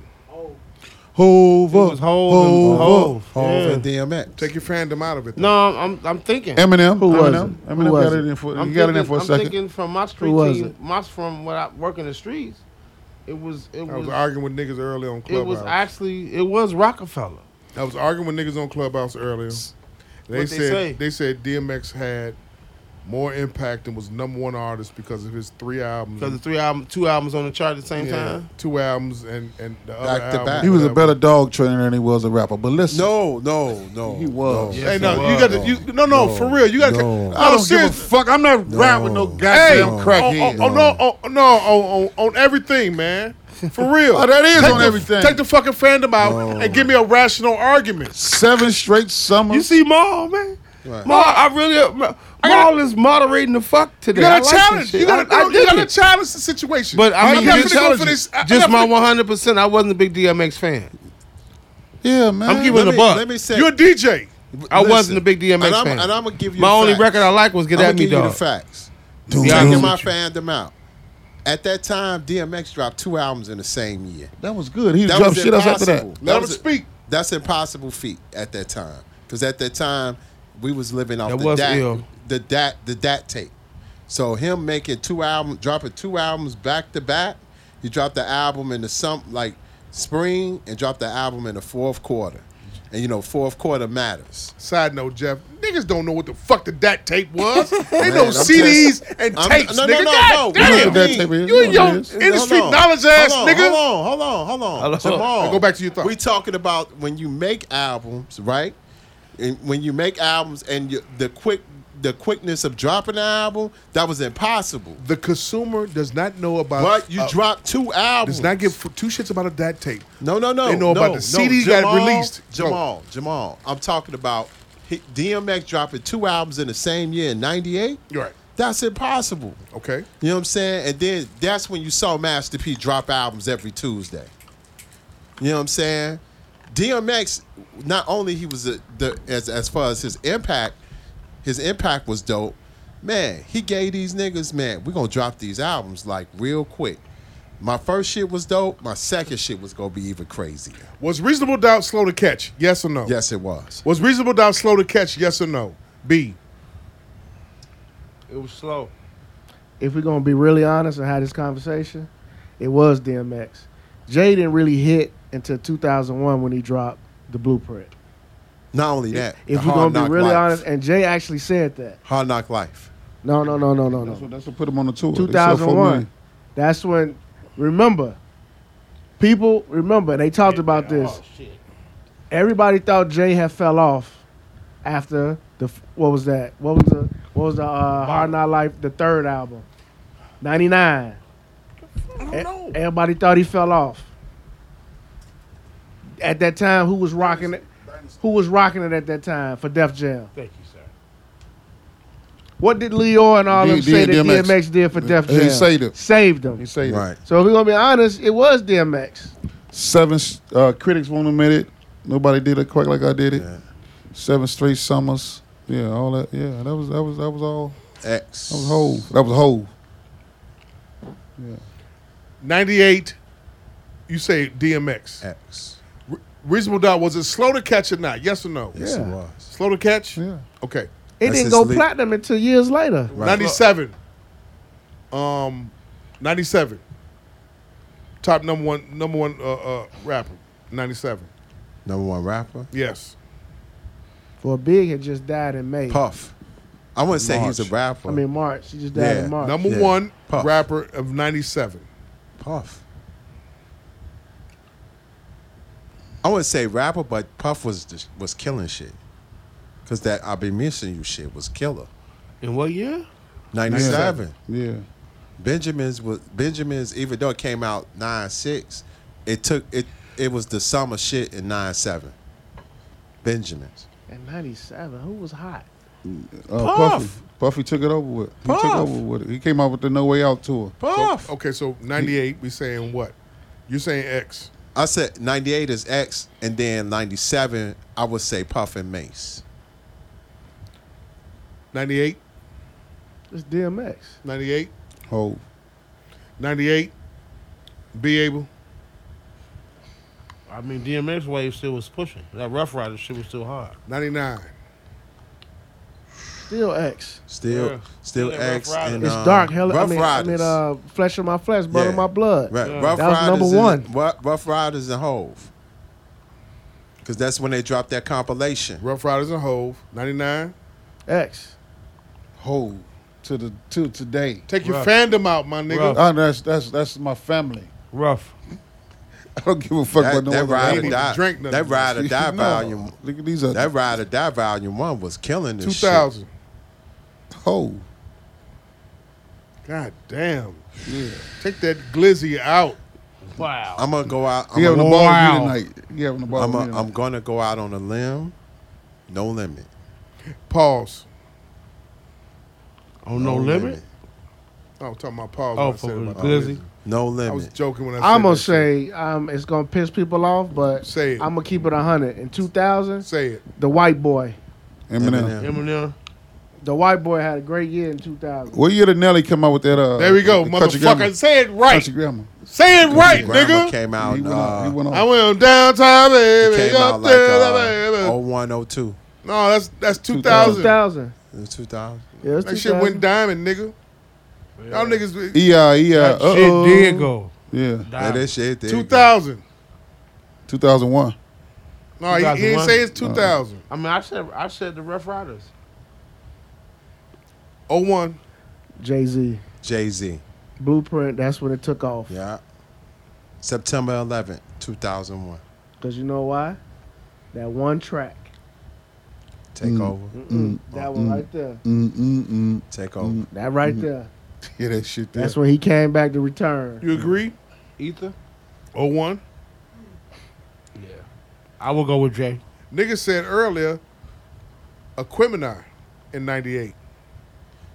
[SPEAKER 8] Hove
[SPEAKER 9] It was Hove. Hove. Hove. Yeah.
[SPEAKER 11] and DMX.
[SPEAKER 4] Take your fandom out of it.
[SPEAKER 9] No, I'm, I'm I'm thinking.
[SPEAKER 8] Eminem.
[SPEAKER 10] Who was
[SPEAKER 8] Eminem.
[SPEAKER 10] it?
[SPEAKER 8] Eminem
[SPEAKER 10] Who was
[SPEAKER 8] got
[SPEAKER 10] it?
[SPEAKER 8] it in for.
[SPEAKER 9] I'm
[SPEAKER 8] you got it in
[SPEAKER 9] thinking-
[SPEAKER 8] for a
[SPEAKER 9] I'm
[SPEAKER 8] second.
[SPEAKER 9] thinking from my street
[SPEAKER 8] was
[SPEAKER 9] team,
[SPEAKER 8] it?
[SPEAKER 9] my from what I work in the streets. It was it
[SPEAKER 4] I was
[SPEAKER 9] was
[SPEAKER 4] arguing with niggas early on
[SPEAKER 9] it
[SPEAKER 4] Clubhouse.
[SPEAKER 9] was actually it was Rockefeller.
[SPEAKER 4] I was arguing with niggas on Clubhouse earlier. They
[SPEAKER 9] What'd they
[SPEAKER 4] said
[SPEAKER 9] say?
[SPEAKER 4] they said DMX had more impact and was number one artist because of his three albums.
[SPEAKER 9] Because the three album, two albums on the chart at the same
[SPEAKER 4] Yeah,
[SPEAKER 9] time.
[SPEAKER 4] two albums and and the other
[SPEAKER 11] Back to
[SPEAKER 4] album,
[SPEAKER 11] back.
[SPEAKER 8] He was a
[SPEAKER 4] whatever.
[SPEAKER 8] better dog trainer than he was a rapper. But listen,
[SPEAKER 11] No, no, no.
[SPEAKER 8] he was.
[SPEAKER 11] No.
[SPEAKER 4] Hey, no, you got to you no no, for real. You got to
[SPEAKER 11] no.
[SPEAKER 4] no,
[SPEAKER 8] I don't give a
[SPEAKER 4] serious.
[SPEAKER 8] fuck. I'm not riding with no
[SPEAKER 4] Hey,
[SPEAKER 8] goddamn
[SPEAKER 4] on- on-
[SPEAKER 8] crackhead.
[SPEAKER 4] on- no, on- no, on, on, on everything, man. For real.
[SPEAKER 8] Oh, that is
[SPEAKER 4] Take
[SPEAKER 8] on
[SPEAKER 4] the-
[SPEAKER 8] everything.
[SPEAKER 4] Take the fucking fandom out and give me a rational argument.
[SPEAKER 8] Seven straight summers.
[SPEAKER 9] You see Maul, man.
[SPEAKER 11] Right.
[SPEAKER 9] Maul, I really Maul is moderating the fuck today.
[SPEAKER 4] You
[SPEAKER 9] I
[SPEAKER 4] got
[SPEAKER 9] like
[SPEAKER 4] to
[SPEAKER 9] this
[SPEAKER 4] challenge.
[SPEAKER 9] shit.
[SPEAKER 4] You got
[SPEAKER 9] I- I
[SPEAKER 4] to you
[SPEAKER 9] dig
[SPEAKER 4] got to
[SPEAKER 9] it.
[SPEAKER 4] challenge the situation.
[SPEAKER 9] But I
[SPEAKER 4] I'm
[SPEAKER 9] mean,
[SPEAKER 4] not
[SPEAKER 9] just,
[SPEAKER 4] finna go for this. I-
[SPEAKER 9] just
[SPEAKER 4] I'm
[SPEAKER 9] my
[SPEAKER 4] not finna-
[SPEAKER 9] 100. percent I wasn't a big DMX fan.
[SPEAKER 8] Yeah, man.
[SPEAKER 9] I'm giving
[SPEAKER 11] Let
[SPEAKER 9] a
[SPEAKER 11] me-
[SPEAKER 9] buck.
[SPEAKER 11] Let me say.
[SPEAKER 4] You're a DJ.
[SPEAKER 9] I
[SPEAKER 11] listen,
[SPEAKER 9] wasn't a big DMX
[SPEAKER 11] and I'm,
[SPEAKER 9] fan.
[SPEAKER 11] And I'm gonna give you
[SPEAKER 9] my
[SPEAKER 11] the
[SPEAKER 9] only
[SPEAKER 11] facts.
[SPEAKER 9] record I liked was Get
[SPEAKER 11] I'm
[SPEAKER 9] At
[SPEAKER 11] gonna
[SPEAKER 9] Me
[SPEAKER 11] give you the
[SPEAKER 9] Dog.
[SPEAKER 11] facts.
[SPEAKER 8] Doom,
[SPEAKER 11] Taking
[SPEAKER 8] doom.
[SPEAKER 11] my fandom out. At that time, DMX dropped two albums in the same year.
[SPEAKER 8] That was good. He
[SPEAKER 11] That
[SPEAKER 8] dropped
[SPEAKER 11] was
[SPEAKER 8] shit else after that.
[SPEAKER 11] impossible.
[SPEAKER 4] Let him
[SPEAKER 11] was a-
[SPEAKER 4] speak.
[SPEAKER 11] That's impossible feat at that time. Because at that time, we was living off
[SPEAKER 9] That
[SPEAKER 11] the
[SPEAKER 9] was
[SPEAKER 11] dat,
[SPEAKER 9] ill.
[SPEAKER 11] the dat the dat tape. So him making two albums, dropping two albums back to back. He dropped the album in the some like spring and dropped the album in the fourth quarter. And you know, fourth quarter matters.
[SPEAKER 4] Side note, Jeff, niggas don't know what the fuck the dat tape was. They
[SPEAKER 11] Man,
[SPEAKER 4] know
[SPEAKER 11] I'm
[SPEAKER 4] CDs
[SPEAKER 11] just-
[SPEAKER 4] and
[SPEAKER 11] I'm-
[SPEAKER 4] tapes,
[SPEAKER 11] no, no,
[SPEAKER 4] nigga.
[SPEAKER 11] no,
[SPEAKER 4] God
[SPEAKER 11] no. You know
[SPEAKER 4] damn.
[SPEAKER 11] what that
[SPEAKER 8] tape is.
[SPEAKER 4] You
[SPEAKER 8] You
[SPEAKER 4] in
[SPEAKER 8] know
[SPEAKER 4] your
[SPEAKER 8] what it is.
[SPEAKER 4] industry
[SPEAKER 11] Hold on.
[SPEAKER 4] knowledge ass,
[SPEAKER 11] hold on,
[SPEAKER 4] nigga.
[SPEAKER 11] Hold on, hold on, hold on.
[SPEAKER 9] Hold on.
[SPEAKER 11] Jamal,
[SPEAKER 4] Go back to your thought.
[SPEAKER 11] We talking about when you make albums, right? And when you make albums and you, the quick the quickness of dropping an album, that was impossible.
[SPEAKER 4] The consumer does not know about.
[SPEAKER 11] But you
[SPEAKER 4] uh,
[SPEAKER 11] dropped two albums.
[SPEAKER 4] Does not give f- two shits about a dat tape.
[SPEAKER 11] No, no, no.
[SPEAKER 4] They
[SPEAKER 11] no,
[SPEAKER 4] know about the CD
[SPEAKER 11] no,
[SPEAKER 4] that released.
[SPEAKER 11] Jamal, Jamal. I'm talking about he- DMX dropping two albums in the same year in '98.
[SPEAKER 4] You're right.
[SPEAKER 11] That's impossible.
[SPEAKER 4] Okay.
[SPEAKER 11] You know what I'm saying? And then that's when you saw Master P drop albums every Tuesday. You know what I'm saying? DMX, not only he was a, the as as far as his impact, his impact was dope. Man, he gave these niggas, man, we're gonna drop these albums like real quick. My first shit was dope. My second shit was gonna be even crazier.
[SPEAKER 4] Was reasonable doubt slow to catch? Yes or no?
[SPEAKER 11] Yes, it was.
[SPEAKER 4] Was reasonable doubt slow to catch? Yes or no? B.
[SPEAKER 9] It was slow.
[SPEAKER 10] If we're gonna be really honest and have this conversation, it was DMX. Jay didn't really hit until 2001 when he dropped the Blueprint.
[SPEAKER 11] Not only that,
[SPEAKER 10] If
[SPEAKER 11] the
[SPEAKER 10] we're
[SPEAKER 11] hard
[SPEAKER 10] gonna
[SPEAKER 11] knock
[SPEAKER 10] be really
[SPEAKER 11] life.
[SPEAKER 10] honest, and Jay actually said that.
[SPEAKER 11] hard knock life.
[SPEAKER 10] No, no, no, no, no,
[SPEAKER 8] That's
[SPEAKER 10] no.
[SPEAKER 8] what, that's what put him on the tour. They sold four
[SPEAKER 10] 2001.
[SPEAKER 8] million.
[SPEAKER 10] That's when. Remember,
[SPEAKER 9] Oh,
[SPEAKER 10] people remember. They talked about this. Everybody thought Jay had fell off after the f- what was that? What was the what was the uh, Hard Not Life the third album? Ninety nine. Everybody thought he fell off. At that time, who was rocking it? Who was rocking it at that time for Def Jam?
[SPEAKER 9] Thank you, sir.
[SPEAKER 10] What did Leo and all
[SPEAKER 8] D-
[SPEAKER 10] them say
[SPEAKER 8] D-
[SPEAKER 10] that
[SPEAKER 8] DMX.
[SPEAKER 10] DMX did for Def Jam?
[SPEAKER 8] He saved him.
[SPEAKER 10] Saved him.
[SPEAKER 8] He saved him.
[SPEAKER 11] Right.
[SPEAKER 10] So if we're gonna be honest, it was DMX.
[SPEAKER 8] Seven uh, critics won't admit it. Nobody did it quite like I did it. Seven straight summers. Yeah, all that. Yeah, that was that was that was all.
[SPEAKER 11] X.
[SPEAKER 8] That was whole. That was whole. Yeah.
[SPEAKER 4] 98, you say DMX.
[SPEAKER 11] X.
[SPEAKER 4] Re- Reasonable Doubt, was it slow to catch or not? Yes or no?
[SPEAKER 11] Yes, it Yeah. was.
[SPEAKER 4] Slow to catch?
[SPEAKER 8] Yeah.
[SPEAKER 4] Okay.
[SPEAKER 10] It didn't go platinum until years later.
[SPEAKER 4] 97. Um, 97. Top number one, number one uh, uh, rapper. 97.
[SPEAKER 11] Number one rapper.
[SPEAKER 4] Yes.
[SPEAKER 10] For Big had just died in May.
[SPEAKER 11] Puff. I wouldn't say he's a rapper.
[SPEAKER 10] I mean March. He just died
[SPEAKER 11] Yeah.
[SPEAKER 10] in March.
[SPEAKER 4] Number
[SPEAKER 11] Yeah.
[SPEAKER 4] one
[SPEAKER 11] Puff.
[SPEAKER 4] rapper of 97.
[SPEAKER 11] Puff. I wouldn't say rapper, but Puff was just- was killing shit. Cause that I've been missing you shit was killer.
[SPEAKER 9] In what year?
[SPEAKER 11] Ninety seven.
[SPEAKER 8] Yeah.
[SPEAKER 11] Benjamin's was Benjamin's even though it came out nine six, it took it it was the summer shit in nine seven. Benjamin's.
[SPEAKER 10] In '97, who was hot?
[SPEAKER 8] Uh, Puffy. Puffy took it over with. He took
[SPEAKER 10] Puff.
[SPEAKER 8] over with it. He came out with the No Way Out tour.
[SPEAKER 4] So- okay, so 98, we saying what? You're saying X.
[SPEAKER 11] I said ninety eight is X and then ninety seven I would say Puff and Mace.
[SPEAKER 4] 98,
[SPEAKER 10] It's DMX.
[SPEAKER 4] 98,
[SPEAKER 8] Whole.
[SPEAKER 4] 98, be able.
[SPEAKER 9] I mean, DMX wave still was pushing. That Rough Rider shit was still hard.
[SPEAKER 4] 99.
[SPEAKER 10] Still X.
[SPEAKER 11] Still
[SPEAKER 9] Yeah.
[SPEAKER 11] still
[SPEAKER 9] Yeah, Rough
[SPEAKER 11] X
[SPEAKER 9] Riders.
[SPEAKER 11] and
[SPEAKER 10] It's
[SPEAKER 11] um,
[SPEAKER 10] dark. Hell, I
[SPEAKER 11] Rough
[SPEAKER 10] mean, I
[SPEAKER 11] Riders.
[SPEAKER 10] mean uh, flesh of my flesh, blood
[SPEAKER 11] Yeah.
[SPEAKER 10] of my blood.
[SPEAKER 11] Right.
[SPEAKER 10] That
[SPEAKER 11] Rough
[SPEAKER 10] was
[SPEAKER 11] Riders
[SPEAKER 10] number
[SPEAKER 11] is-
[SPEAKER 10] one.
[SPEAKER 11] Ru- Rough Riders and Hove. Because that's when they dropped that compilation.
[SPEAKER 4] Rough Riders and Hove. 99.
[SPEAKER 10] X.
[SPEAKER 8] Whole. To the to today.
[SPEAKER 4] Take your fandom out, my nigga.
[SPEAKER 8] Oh, that's that's that's my family.
[SPEAKER 9] Rough.
[SPEAKER 8] I don't give a fuck
[SPEAKER 11] that,
[SPEAKER 8] about no
[SPEAKER 11] that
[SPEAKER 8] other
[SPEAKER 11] ride or
[SPEAKER 8] rapper.
[SPEAKER 11] die.
[SPEAKER 4] drink nothing.
[SPEAKER 11] that ride or die
[SPEAKER 8] No.
[SPEAKER 11] volume.
[SPEAKER 8] Look at these other
[SPEAKER 11] That ride or die volume one was killing this
[SPEAKER 4] 2000.
[SPEAKER 8] Ho.
[SPEAKER 4] God damn. Take that glizzy out.
[SPEAKER 9] Wow.
[SPEAKER 11] shit. I'm gonna go out. I'm
[SPEAKER 8] He having a
[SPEAKER 11] gonna,
[SPEAKER 8] ball
[SPEAKER 9] Wow.
[SPEAKER 8] here tonight. He having a ball
[SPEAKER 11] I'm,
[SPEAKER 8] here
[SPEAKER 11] a,
[SPEAKER 8] tonight.
[SPEAKER 11] I'm gonna go out on a limb. No limit.
[SPEAKER 4] Pause.
[SPEAKER 11] Oh,
[SPEAKER 9] On No, Limit?
[SPEAKER 4] I was talking about pause.
[SPEAKER 9] Oh,
[SPEAKER 4] when I said
[SPEAKER 9] for
[SPEAKER 4] about
[SPEAKER 9] Glizzy.
[SPEAKER 11] No
[SPEAKER 4] I was
[SPEAKER 11] limit.
[SPEAKER 4] joking when I said
[SPEAKER 10] I'm gonna
[SPEAKER 4] that shit.
[SPEAKER 10] say um, it's gonna piss people off, but
[SPEAKER 4] Say it.
[SPEAKER 10] I'm gonna keep it hundred. In 2000,
[SPEAKER 4] Say it.
[SPEAKER 10] the white boy,
[SPEAKER 8] Eminem.
[SPEAKER 9] Eminem.
[SPEAKER 10] the white boy had a great year in 2000.
[SPEAKER 8] What year did Nelly come out with that? Uh,
[SPEAKER 4] There we go,
[SPEAKER 8] Country Grammar?
[SPEAKER 4] motherfucker. Say it right.
[SPEAKER 8] Country Grammar.
[SPEAKER 4] Say it right,
[SPEAKER 11] Grandma
[SPEAKER 4] nigga.
[SPEAKER 11] came out.
[SPEAKER 8] He went on. He
[SPEAKER 11] uh,
[SPEAKER 8] went on.
[SPEAKER 4] I went on downtown,
[SPEAKER 11] it
[SPEAKER 4] baby.
[SPEAKER 11] came
[SPEAKER 4] up
[SPEAKER 11] out like
[SPEAKER 4] there,
[SPEAKER 11] uh,
[SPEAKER 4] baby.
[SPEAKER 11] 01, 02.
[SPEAKER 4] No, that's that's
[SPEAKER 8] 2000.
[SPEAKER 4] 2000.
[SPEAKER 10] 2000.
[SPEAKER 11] It was 2000.
[SPEAKER 10] Yeah, it was
[SPEAKER 4] That
[SPEAKER 10] 2000.
[SPEAKER 4] shit went diamond, nigga. Y'all niggas.
[SPEAKER 8] Yeah, yeah.
[SPEAKER 9] That
[SPEAKER 8] Uh
[SPEAKER 9] shit did go.
[SPEAKER 8] Yeah,
[SPEAKER 11] Yeah, that shit. there you go.
[SPEAKER 4] 2000.
[SPEAKER 8] 2001.
[SPEAKER 4] No, he, he didn't
[SPEAKER 9] 2001.
[SPEAKER 4] say it's
[SPEAKER 2] Uh-uh.
[SPEAKER 4] 2000.
[SPEAKER 9] I mean, I said I said the Rough Riders.
[SPEAKER 4] 01.
[SPEAKER 10] Jay Z,
[SPEAKER 11] Jay Z.
[SPEAKER 10] Blueprint. That's when it took off.
[SPEAKER 11] Yeah. September 11th, 2001.
[SPEAKER 10] Cause you know why? That one track.
[SPEAKER 11] Take over.
[SPEAKER 10] That one right there.
[SPEAKER 8] Mm mm mm.
[SPEAKER 11] Take over.
[SPEAKER 10] That right there.
[SPEAKER 8] Mm-hmm. Yeah, that shit. There.
[SPEAKER 10] That's when he came back to return.
[SPEAKER 4] You agree?
[SPEAKER 9] Ether.
[SPEAKER 4] 01.
[SPEAKER 9] Yeah. Oh I will go with Jay.
[SPEAKER 4] Nigga said earlier, Equimini in 98.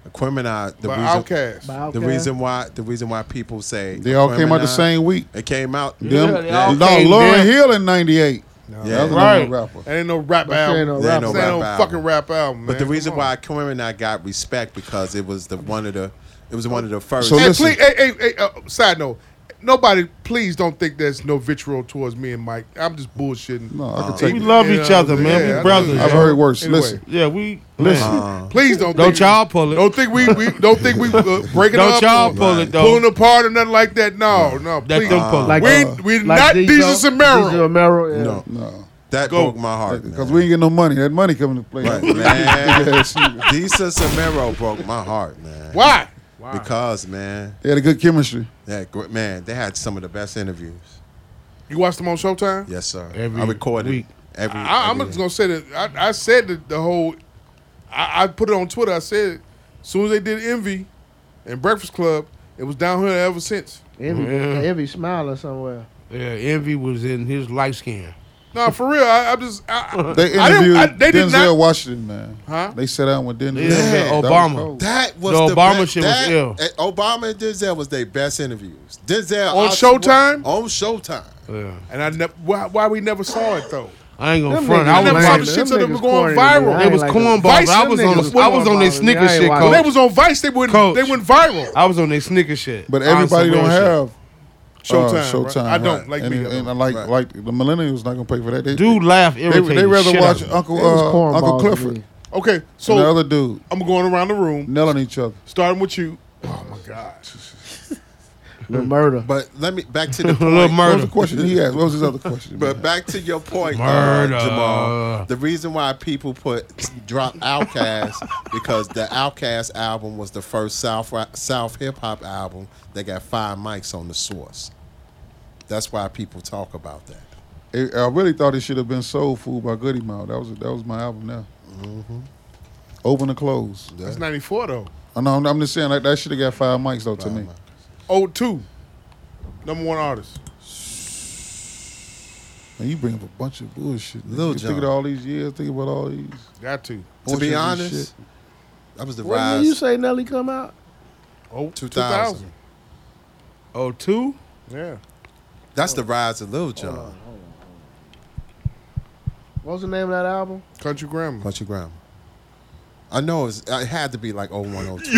[SPEAKER 11] Aquemini, the
[SPEAKER 4] By
[SPEAKER 11] reason,
[SPEAKER 4] Outkast.
[SPEAKER 10] By
[SPEAKER 11] the
[SPEAKER 10] Outkast.
[SPEAKER 11] reason why the reason why people say
[SPEAKER 8] They all came out the
[SPEAKER 11] Aquemini,
[SPEAKER 8] same week.
[SPEAKER 11] It came out.
[SPEAKER 8] Them,
[SPEAKER 9] they all
[SPEAKER 8] no,
[SPEAKER 9] came
[SPEAKER 8] Lauren
[SPEAKER 9] down.
[SPEAKER 8] Hill in '98.
[SPEAKER 11] Yeah.
[SPEAKER 8] right.
[SPEAKER 9] Right.
[SPEAKER 8] rapper.
[SPEAKER 4] That ain't no rap
[SPEAKER 10] That
[SPEAKER 4] album.
[SPEAKER 10] ain't no
[SPEAKER 11] There
[SPEAKER 10] rap
[SPEAKER 11] ain't no
[SPEAKER 4] That ain't
[SPEAKER 11] rap
[SPEAKER 4] no
[SPEAKER 11] album.
[SPEAKER 4] fucking rap album.
[SPEAKER 11] But the
[SPEAKER 4] man.
[SPEAKER 11] reason
[SPEAKER 4] Come
[SPEAKER 11] why
[SPEAKER 4] on.
[SPEAKER 11] Aquemini got respect because it was the one of the it was one of the first.
[SPEAKER 8] So
[SPEAKER 4] Hey,
[SPEAKER 8] listen.
[SPEAKER 4] please, hey, hey, hey, uh, side note. Nobody, please don't think there's no vitriol towards me and Mike. I'm just bullshitting. Uh,
[SPEAKER 8] No, I can take.
[SPEAKER 9] We
[SPEAKER 8] it.
[SPEAKER 9] love
[SPEAKER 4] Yeah,
[SPEAKER 9] each other, man.
[SPEAKER 4] yeah, I
[SPEAKER 9] we
[SPEAKER 4] know.
[SPEAKER 9] brothers.
[SPEAKER 8] I've
[SPEAKER 9] yo.
[SPEAKER 8] heard worse.
[SPEAKER 4] Anyway.
[SPEAKER 8] Listen,
[SPEAKER 9] Yeah, we listen.
[SPEAKER 4] Please don't.
[SPEAKER 9] Don't
[SPEAKER 4] think,
[SPEAKER 9] y'all pull it.
[SPEAKER 4] Don't think we, we don't think we uh, breaking
[SPEAKER 9] Don't
[SPEAKER 4] up.
[SPEAKER 9] y'all
[SPEAKER 4] or
[SPEAKER 9] pull it, though.
[SPEAKER 4] Pulling apart or nothing like that. No, no.
[SPEAKER 9] That
[SPEAKER 4] Please.
[SPEAKER 9] them pull it.
[SPEAKER 10] Like,
[SPEAKER 4] we
[SPEAKER 10] uh,
[SPEAKER 4] we not
[SPEAKER 10] Diesel-
[SPEAKER 4] Jesus and Mero.
[SPEAKER 10] Diesel Romero, yeah.
[SPEAKER 11] no,
[SPEAKER 8] no,
[SPEAKER 11] that
[SPEAKER 4] Go.
[SPEAKER 11] broke my heart.
[SPEAKER 8] because
[SPEAKER 11] man.
[SPEAKER 8] we ain't getting no money. That money coming to play.
[SPEAKER 11] Right, man. Disa Samero broke my heart, man.
[SPEAKER 4] Why?
[SPEAKER 11] Because man,
[SPEAKER 8] They had a good chemistry.
[SPEAKER 11] that gr- man, they had some of the best interviews.
[SPEAKER 4] You watched them on Showtime?
[SPEAKER 11] Yes, sir.
[SPEAKER 9] Every
[SPEAKER 11] I recorded
[SPEAKER 9] week.
[SPEAKER 11] Every,
[SPEAKER 4] I, I'm
[SPEAKER 11] every-
[SPEAKER 4] just gonna say that I, I said that the whole. I, I put it on Twitter. I said, as soon as they did Envy, and Breakfast Club, it was downhill ever since.
[SPEAKER 10] Envy, Envy smiling somewhere.
[SPEAKER 2] Yeah, Envy was in his light skin.
[SPEAKER 4] No, for real. I, I'm just. I,
[SPEAKER 8] They
[SPEAKER 4] I
[SPEAKER 8] interviewed
[SPEAKER 4] I- they did
[SPEAKER 8] Denzel
[SPEAKER 4] not-
[SPEAKER 8] Washington, man.
[SPEAKER 4] Huh?
[SPEAKER 8] They sat down with Denzel.
[SPEAKER 11] Yeah,
[SPEAKER 8] That was
[SPEAKER 11] Obama.
[SPEAKER 8] cold.
[SPEAKER 11] That was
[SPEAKER 2] The
[SPEAKER 11] the
[SPEAKER 2] Obama
[SPEAKER 11] best-
[SPEAKER 2] shit was
[SPEAKER 11] that-
[SPEAKER 2] ill.
[SPEAKER 11] eh, Obama and Denzel was their best interviews. Denzel
[SPEAKER 4] On
[SPEAKER 11] I-
[SPEAKER 4] Showtime?
[SPEAKER 11] On Showtime.
[SPEAKER 2] Yeah.
[SPEAKER 4] And I never. Why, why we never saw it though?
[SPEAKER 2] I ain't gonna
[SPEAKER 4] Them
[SPEAKER 2] front.
[SPEAKER 4] niggas-
[SPEAKER 2] I
[SPEAKER 4] I
[SPEAKER 2] was
[SPEAKER 4] never
[SPEAKER 2] like,
[SPEAKER 4] saw the shit till they were going viral.
[SPEAKER 2] They was cornballs.
[SPEAKER 4] Vice,
[SPEAKER 2] I
[SPEAKER 4] them
[SPEAKER 2] was
[SPEAKER 4] niggas
[SPEAKER 2] on. I was on
[SPEAKER 4] cornballing,
[SPEAKER 2] their
[SPEAKER 4] man. I
[SPEAKER 2] sneaker
[SPEAKER 4] ain't
[SPEAKER 2] shit.
[SPEAKER 4] watching. When
[SPEAKER 2] Coach.
[SPEAKER 4] they was on Vice, they went.
[SPEAKER 2] Coach.
[SPEAKER 4] They went viral.
[SPEAKER 2] I was on their sneaker shit.
[SPEAKER 8] But
[SPEAKER 2] Honestly,
[SPEAKER 8] everybody don't
[SPEAKER 2] real shit.
[SPEAKER 8] have uh,
[SPEAKER 4] Showtime, right?
[SPEAKER 8] Showtime.
[SPEAKER 4] I don't, like
[SPEAKER 8] and,
[SPEAKER 4] me, I
[SPEAKER 8] And,
[SPEAKER 4] don't.
[SPEAKER 8] I like
[SPEAKER 4] Right.
[SPEAKER 8] like the millennials not gonna pay for that. They,
[SPEAKER 2] Dude laugh
[SPEAKER 8] They,
[SPEAKER 2] irritated
[SPEAKER 8] they
[SPEAKER 2] the
[SPEAKER 8] rather
[SPEAKER 2] shit out
[SPEAKER 8] watch
[SPEAKER 2] of me.
[SPEAKER 8] Uncle
[SPEAKER 2] It was
[SPEAKER 8] uh,
[SPEAKER 2] cornballs
[SPEAKER 8] Uncle
[SPEAKER 2] to me.
[SPEAKER 8] Clifford.
[SPEAKER 4] Okay, so
[SPEAKER 8] and the other dude
[SPEAKER 4] I'm going around the room,
[SPEAKER 8] nailing each other.
[SPEAKER 4] starting with you. Oh my god.
[SPEAKER 10] The murder.
[SPEAKER 11] But let me back to the point.
[SPEAKER 8] What was the question he asked? What was his other question?
[SPEAKER 11] But back to your point, uh,
[SPEAKER 8] Murder.
[SPEAKER 11] Jamal. The reason why people put drop Outkast because the Outkast album was the first South South hip hop album that got five mics on the source. That's why people talk about that.
[SPEAKER 8] It- I really thought it should have been Soul Food by Goody Mouth. That was that was my album. Now,
[SPEAKER 11] Mm-hmm.
[SPEAKER 8] open and close.
[SPEAKER 4] That's '94 though.
[SPEAKER 8] I know. I'm, I'm just saying like, that should have got five mics though to me.
[SPEAKER 4] Oh two, number one artist.
[SPEAKER 8] Man, you bring up a bunch of bullshit. man.
[SPEAKER 11] Lil
[SPEAKER 8] you think
[SPEAKER 11] Jon.
[SPEAKER 8] of all these years. Think about all these.
[SPEAKER 4] Got to.
[SPEAKER 11] To be
[SPEAKER 8] Orchards and
[SPEAKER 11] honest,
[SPEAKER 8] shit.
[SPEAKER 11] that was the
[SPEAKER 10] What year
[SPEAKER 11] rise.
[SPEAKER 10] you say Nelly come out?
[SPEAKER 4] Oh,
[SPEAKER 11] 2000.
[SPEAKER 2] Oh two.
[SPEAKER 4] Yeah.
[SPEAKER 11] That's the rise of Lil Jon.
[SPEAKER 10] What was the name of that album?
[SPEAKER 4] Country Grammar.
[SPEAKER 11] Country Grammar. I know it's, it had to be like 0102.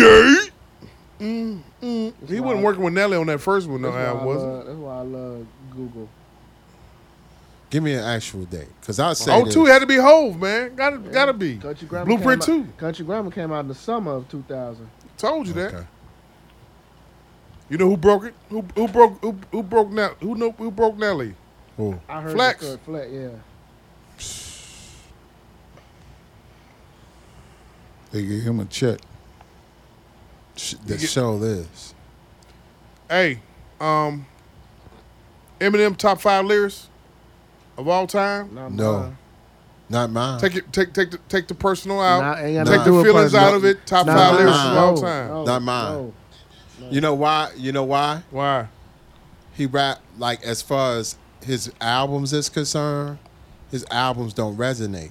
[SPEAKER 4] Yay! He wasn't working with Nelly on that first one, no,
[SPEAKER 10] Mm, That's why
[SPEAKER 4] I
[SPEAKER 10] I
[SPEAKER 4] wasn't.
[SPEAKER 10] love- That's why I love Google.
[SPEAKER 11] Give me an actual date, cause I say
[SPEAKER 4] Oh
[SPEAKER 11] this.
[SPEAKER 4] two had to be Hove, man. Gotta, gotta be.
[SPEAKER 10] Country Grammar
[SPEAKER 4] Blueprint
[SPEAKER 10] came out-
[SPEAKER 4] two.
[SPEAKER 10] Country Grammar came out in the summer of 2000.
[SPEAKER 4] Told you that.
[SPEAKER 11] Okay.
[SPEAKER 4] You know who broke it? Who, who broke? Who, who broke Nelly? Who know? Who broke Nelly?
[SPEAKER 11] Who?
[SPEAKER 10] I heard
[SPEAKER 4] Flex.
[SPEAKER 10] The story, Flex, yeah.
[SPEAKER 8] They gave him a check.
[SPEAKER 11] Sh- The show is.
[SPEAKER 4] Hey, um, Eminem top five lyrics of all time.
[SPEAKER 10] Not
[SPEAKER 11] No,
[SPEAKER 10] mine.
[SPEAKER 11] not mine.
[SPEAKER 4] Take it. Take take the, take the personal
[SPEAKER 10] Nah,
[SPEAKER 4] out.
[SPEAKER 10] ain't got
[SPEAKER 11] Nah.
[SPEAKER 10] nothing
[SPEAKER 4] Take
[SPEAKER 10] to do
[SPEAKER 4] the
[SPEAKER 10] with
[SPEAKER 4] feelings
[SPEAKER 10] personal.
[SPEAKER 4] out of it. Top
[SPEAKER 10] Nah,
[SPEAKER 4] five lyrics
[SPEAKER 11] nah.
[SPEAKER 4] of all
[SPEAKER 10] no,
[SPEAKER 4] time.
[SPEAKER 10] no,
[SPEAKER 11] Not mine.
[SPEAKER 10] no.
[SPEAKER 11] You know why? You know why?
[SPEAKER 4] Why?
[SPEAKER 11] He rap like as far as his albums is concerned, his albums don't resonate.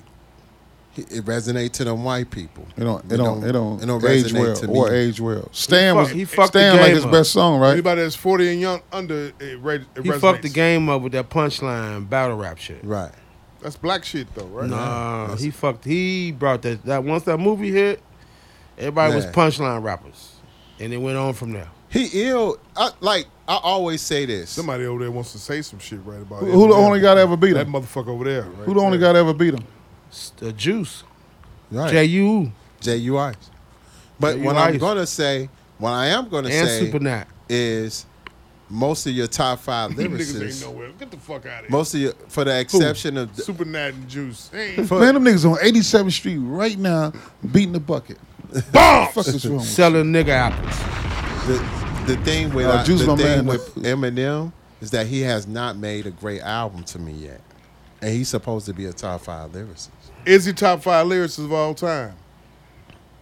[SPEAKER 11] He- It resonate to them white people.
[SPEAKER 8] It don't.
[SPEAKER 11] It
[SPEAKER 8] It don't.
[SPEAKER 11] don't-
[SPEAKER 8] It don't,
[SPEAKER 11] it don't
[SPEAKER 8] age
[SPEAKER 11] resonate
[SPEAKER 8] well
[SPEAKER 11] to
[SPEAKER 8] or
[SPEAKER 11] me.
[SPEAKER 8] age well. Stan
[SPEAKER 2] fuck-
[SPEAKER 8] was.
[SPEAKER 2] he fucked the
[SPEAKER 8] Stan like
[SPEAKER 2] game
[SPEAKER 8] his
[SPEAKER 2] up.
[SPEAKER 8] best song, right?
[SPEAKER 4] Anybody that's forty and young under it, re- it
[SPEAKER 2] He
[SPEAKER 4] resonates.
[SPEAKER 2] fucked the game up with that punchline battle rap shit.
[SPEAKER 11] Right.
[SPEAKER 4] That's black shit though, right?
[SPEAKER 2] Nah, he fucked. He brought that. That once that movie hit, everybody was
[SPEAKER 11] Yeah.
[SPEAKER 2] punchline rappers, and it went on from there.
[SPEAKER 11] He ill. I, like I always say this.
[SPEAKER 4] Somebody over there wants to say some shit right about
[SPEAKER 8] Who, who the only guy that ever beat
[SPEAKER 4] That
[SPEAKER 8] him?
[SPEAKER 4] motherfucker over there. Right
[SPEAKER 8] Who the only guy that ever beat him?
[SPEAKER 2] It's The Juice,
[SPEAKER 11] Right.
[SPEAKER 2] J U,
[SPEAKER 11] J.U. Ice. But
[SPEAKER 2] J.U.
[SPEAKER 11] what I'm
[SPEAKER 2] Ice.
[SPEAKER 11] gonna say, what I am gonna
[SPEAKER 2] and
[SPEAKER 11] say
[SPEAKER 2] Super Nat.
[SPEAKER 11] is, most of your top five
[SPEAKER 4] Them niggas ain't
[SPEAKER 11] lyricists,
[SPEAKER 4] nowhere. Get the fuck out of here.
[SPEAKER 11] most of your, for the exception of
[SPEAKER 4] Super Nat and Juice. Hey,
[SPEAKER 8] Man, them niggas on 87th Street right now beating the bucket.
[SPEAKER 4] bombs.
[SPEAKER 8] Fuck is wrong? with
[SPEAKER 2] Selling nigga apples.
[SPEAKER 11] the, the thing with
[SPEAKER 8] Uh,
[SPEAKER 11] I-
[SPEAKER 8] Juice
[SPEAKER 11] the
[SPEAKER 8] my
[SPEAKER 11] thing
[SPEAKER 8] man.
[SPEAKER 11] with Eminem is that he has not made a great album to me yet, and he's supposed to be a top five lyricist.
[SPEAKER 4] Is he top five lyricist of all time?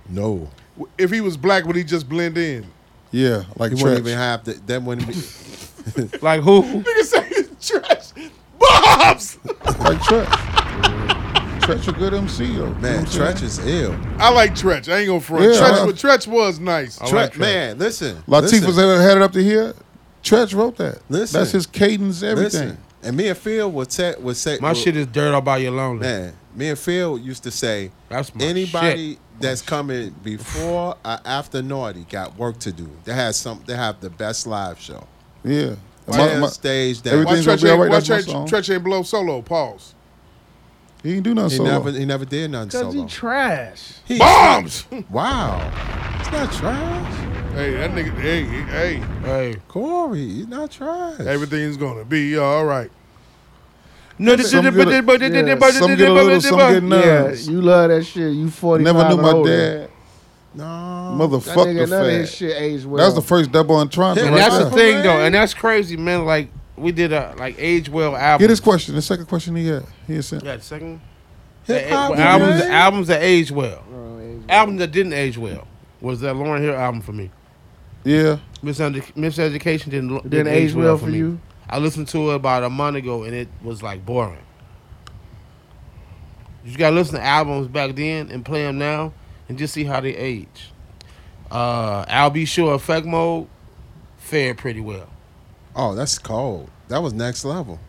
[SPEAKER 11] No,
[SPEAKER 4] If he was black, would he just blend in?
[SPEAKER 8] you? Yeah, like
[SPEAKER 11] he
[SPEAKER 8] trash.
[SPEAKER 11] wouldn't even have the, that. Wouldn't be
[SPEAKER 2] Like who?
[SPEAKER 4] Nigga say it's trash. Bobs.
[SPEAKER 8] like trash. trash a good MC though. You know
[SPEAKER 11] man.
[SPEAKER 8] what I'm
[SPEAKER 11] Tretch is
[SPEAKER 8] saying?
[SPEAKER 11] ill.
[SPEAKER 4] I like Tretch. I ain't gonna front.
[SPEAKER 8] Yeah,
[SPEAKER 4] Tretch,
[SPEAKER 8] I-
[SPEAKER 4] but Tretch was nice.
[SPEAKER 11] Tretch,
[SPEAKER 2] like Tretch.
[SPEAKER 11] man. Listen,
[SPEAKER 8] Latifah's
[SPEAKER 11] listen,
[SPEAKER 8] had had it up to here. Trash wrote that.
[SPEAKER 11] Listen.
[SPEAKER 8] That's his cadence, everything.
[SPEAKER 11] listen. And me and Phil would say, would say,
[SPEAKER 2] My
[SPEAKER 11] would-
[SPEAKER 2] shit is dirt about your lonely.
[SPEAKER 11] man. Me and Phil used to say,
[SPEAKER 2] That's my
[SPEAKER 11] anybody
[SPEAKER 2] shit.
[SPEAKER 11] that's coming before or after Naughty got work to do. They has some. They have the best live show.
[SPEAKER 8] Yeah.
[SPEAKER 11] Damn
[SPEAKER 8] My- my-
[SPEAKER 11] stage that
[SPEAKER 4] Why
[SPEAKER 8] Everything's gonna
[SPEAKER 4] Tretch
[SPEAKER 8] be all
[SPEAKER 4] ain't,
[SPEAKER 8] right.
[SPEAKER 4] why
[SPEAKER 8] That's my
[SPEAKER 4] Tretch,
[SPEAKER 8] song.
[SPEAKER 4] Tretch ain't blow solo? Pause.
[SPEAKER 8] He didn't do nothing
[SPEAKER 11] He
[SPEAKER 8] solo.
[SPEAKER 11] never he never did nothing
[SPEAKER 10] Cause he
[SPEAKER 11] solo.
[SPEAKER 10] trash.
[SPEAKER 11] He-
[SPEAKER 4] Bombs.
[SPEAKER 11] Wow. It's not trash.
[SPEAKER 4] hey, that nigga. Hey, hey. hey.
[SPEAKER 2] Hey,
[SPEAKER 11] Corey, he's not trash.
[SPEAKER 4] Everything's gonna be all right.
[SPEAKER 2] no,
[SPEAKER 8] Some get a- some get a little, some get none.
[SPEAKER 10] Yeah,
[SPEAKER 8] Nice.
[SPEAKER 10] you love that shit. You 40
[SPEAKER 8] Never knew my dad.
[SPEAKER 11] no.
[SPEAKER 10] Oh, That nigga,
[SPEAKER 8] Motherfuck the
[SPEAKER 10] none of
[SPEAKER 8] fad.
[SPEAKER 10] his shit aged well.
[SPEAKER 8] That's the first double entendre
[SPEAKER 11] Yeah,
[SPEAKER 2] And
[SPEAKER 8] right
[SPEAKER 2] that's
[SPEAKER 8] there.
[SPEAKER 2] the thing though, and that's crazy, man. Like we did a like age well album.
[SPEAKER 8] Get his question. The second question he had. He had sent.
[SPEAKER 2] Yeah, the second. one.
[SPEAKER 8] Hip
[SPEAKER 2] The-
[SPEAKER 8] hop,
[SPEAKER 2] albums,
[SPEAKER 8] man.
[SPEAKER 2] albums that age well. Albums that didn't age well was that Lauren Hill album for me.
[SPEAKER 8] Yeah.
[SPEAKER 2] Miseduc- Miseducation didn't lo-
[SPEAKER 10] Didn't age well for
[SPEAKER 2] me.
[SPEAKER 10] you?
[SPEAKER 2] I listened to it about a month ago and it was like boring. You gotta listen to albums back then and play them now and just see how they age. Uh, I'll be sure effect mode fared pretty well.
[SPEAKER 11] Oh, that's cold. That was next level.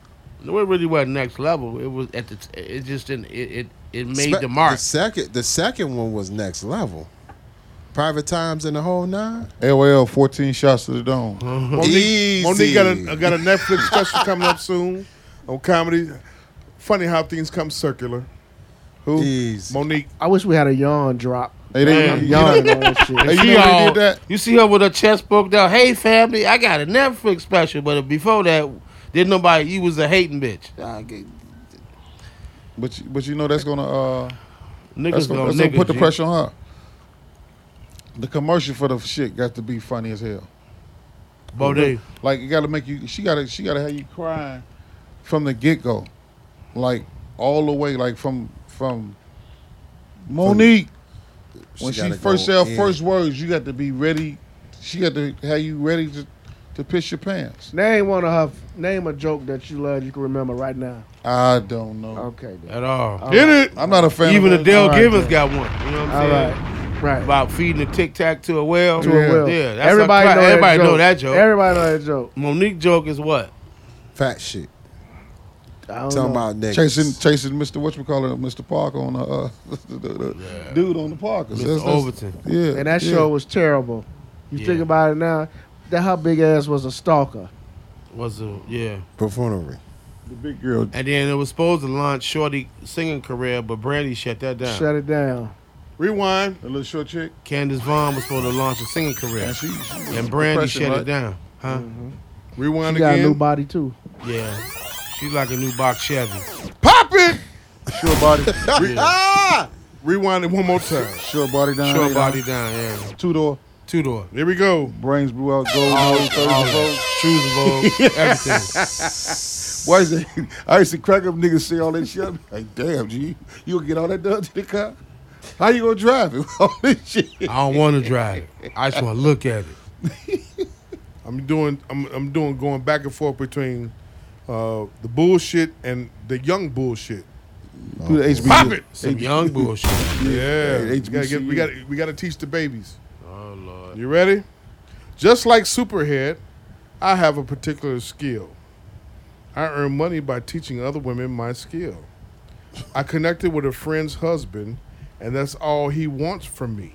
[SPEAKER 2] No, it really wasn't next level. It was at the. t- It just didn't. It it, it made
[SPEAKER 11] Spe-
[SPEAKER 2] the mark.
[SPEAKER 11] second, the second one was next level. Private times and the whole nine.
[SPEAKER 8] LOL. Fourteen shots to the dome.
[SPEAKER 4] Monique, Monique got
[SPEAKER 11] Easy.
[SPEAKER 4] a uh, got a Netflix special coming up soon on comedy. Funny how things come circular. Who? Monique.
[SPEAKER 10] I wish we had a yawn drop.
[SPEAKER 4] Hey, they-
[SPEAKER 10] I'm
[SPEAKER 4] you
[SPEAKER 10] yawning
[SPEAKER 4] know-
[SPEAKER 10] on this shit.
[SPEAKER 4] Hey, you know when he did that?
[SPEAKER 2] You see her with her chest poked out. Hey family, I got a Netflix special. But before that, didn't nobody. You was a hating bitch. I get-
[SPEAKER 8] But you- but you know that's gonna uh
[SPEAKER 2] Niggas
[SPEAKER 8] that's gonna,
[SPEAKER 2] gonna
[SPEAKER 8] that's gonna
[SPEAKER 2] nigga,
[SPEAKER 8] put the
[SPEAKER 2] G.
[SPEAKER 8] pressure on her. The commercial for the shit got to be funny as hell.
[SPEAKER 2] Bodé.
[SPEAKER 8] Like it gotta make you she gotta she gotta have you crying from the get go. Like all the way, like from from Monique.
[SPEAKER 11] She
[SPEAKER 8] when she
[SPEAKER 11] gotta
[SPEAKER 8] first
[SPEAKER 11] go
[SPEAKER 8] said her
[SPEAKER 11] in.
[SPEAKER 8] first words, you got to be ready. She got to have you ready to to piss your pants.
[SPEAKER 10] Name one of her. Name a joke that you love you can remember right now.
[SPEAKER 8] I don't know.
[SPEAKER 10] Okay. Then.
[SPEAKER 2] At all.
[SPEAKER 10] Get it?
[SPEAKER 8] I'm not a fan.
[SPEAKER 2] Even
[SPEAKER 8] of
[SPEAKER 2] Adele
[SPEAKER 8] All right,
[SPEAKER 2] Givens
[SPEAKER 8] then.
[SPEAKER 2] got one. You know what I'm
[SPEAKER 8] All
[SPEAKER 2] saying?
[SPEAKER 10] Right.
[SPEAKER 2] About feeding a tic tac to a well.
[SPEAKER 10] To a well.
[SPEAKER 2] Yeah, that's
[SPEAKER 10] Everybody
[SPEAKER 2] a cla-
[SPEAKER 10] know that
[SPEAKER 2] everybody
[SPEAKER 10] joke.
[SPEAKER 2] know that joke.
[SPEAKER 10] Everybody know that joke.
[SPEAKER 2] Monique joke is what?
[SPEAKER 11] Fat shit.
[SPEAKER 10] I don't
[SPEAKER 11] Talking
[SPEAKER 10] know.
[SPEAKER 11] about niggas.
[SPEAKER 8] Chasing, chasing Mr. Whatchamacallit, Mr. Parker on the, uh, the, the- the dude on the Parker.
[SPEAKER 10] Mr.
[SPEAKER 2] Overton.
[SPEAKER 8] Yeah.
[SPEAKER 10] And that
[SPEAKER 8] yeah.
[SPEAKER 10] show was terrible. You think about it now. That her big ass was a stalker.
[SPEAKER 2] Was a yeah.
[SPEAKER 11] Buffoonery.
[SPEAKER 8] The big girl.
[SPEAKER 2] And then it was supposed to launch Shorty singing career, but Brandy shut that down.
[SPEAKER 10] Shut it down.
[SPEAKER 4] Rewind.
[SPEAKER 8] A little short chick.
[SPEAKER 2] Candace Vaughn was supposed to launch a singing career, and, Brandy
[SPEAKER 8] depression,
[SPEAKER 2] shut
[SPEAKER 8] right?
[SPEAKER 2] it down. Huh?
[SPEAKER 4] Rewind
[SPEAKER 10] She got a
[SPEAKER 4] again.
[SPEAKER 10] new body too.
[SPEAKER 2] Yeah, she's like a new box Chevy.
[SPEAKER 4] Pop it.
[SPEAKER 8] Sure body.
[SPEAKER 4] Re- ah! Rewind it one more time.
[SPEAKER 8] Sure body down.
[SPEAKER 2] Short
[SPEAKER 8] eight
[SPEAKER 2] body
[SPEAKER 8] hours.
[SPEAKER 2] down. Yeah,
[SPEAKER 8] Two door.
[SPEAKER 2] two door.
[SPEAKER 4] There we go.
[SPEAKER 8] Brains blew out. Gold.
[SPEAKER 2] All-
[SPEAKER 8] nose, Thursday
[SPEAKER 2] all
[SPEAKER 8] Vogue.
[SPEAKER 2] Shoes Vogue, everything.
[SPEAKER 8] Why is it? I used to crack up niggas say all that shit. I'm Like, damn, G, you gonna get all that done to the car? How you gonna drive it? with All this shit.
[SPEAKER 2] I don't want to drive it. I just want to look at it.
[SPEAKER 4] I'm doing I'm I'm doing going back and forth between uh, the bullshit and the young bullshit.
[SPEAKER 8] Do the HBU.
[SPEAKER 4] Pop it.
[SPEAKER 2] Some young bullshit.
[SPEAKER 4] Yeah,
[SPEAKER 8] Yeah,
[SPEAKER 4] we gotta, get, we
[SPEAKER 8] HBCU.
[SPEAKER 4] gotta we gotta teach the babies.
[SPEAKER 2] Oh lord.
[SPEAKER 4] You ready? Just like Superhead, I have a particular skill. I earn money by teaching other women my skill. I connected with a friend's husband, and that's all he wants from me.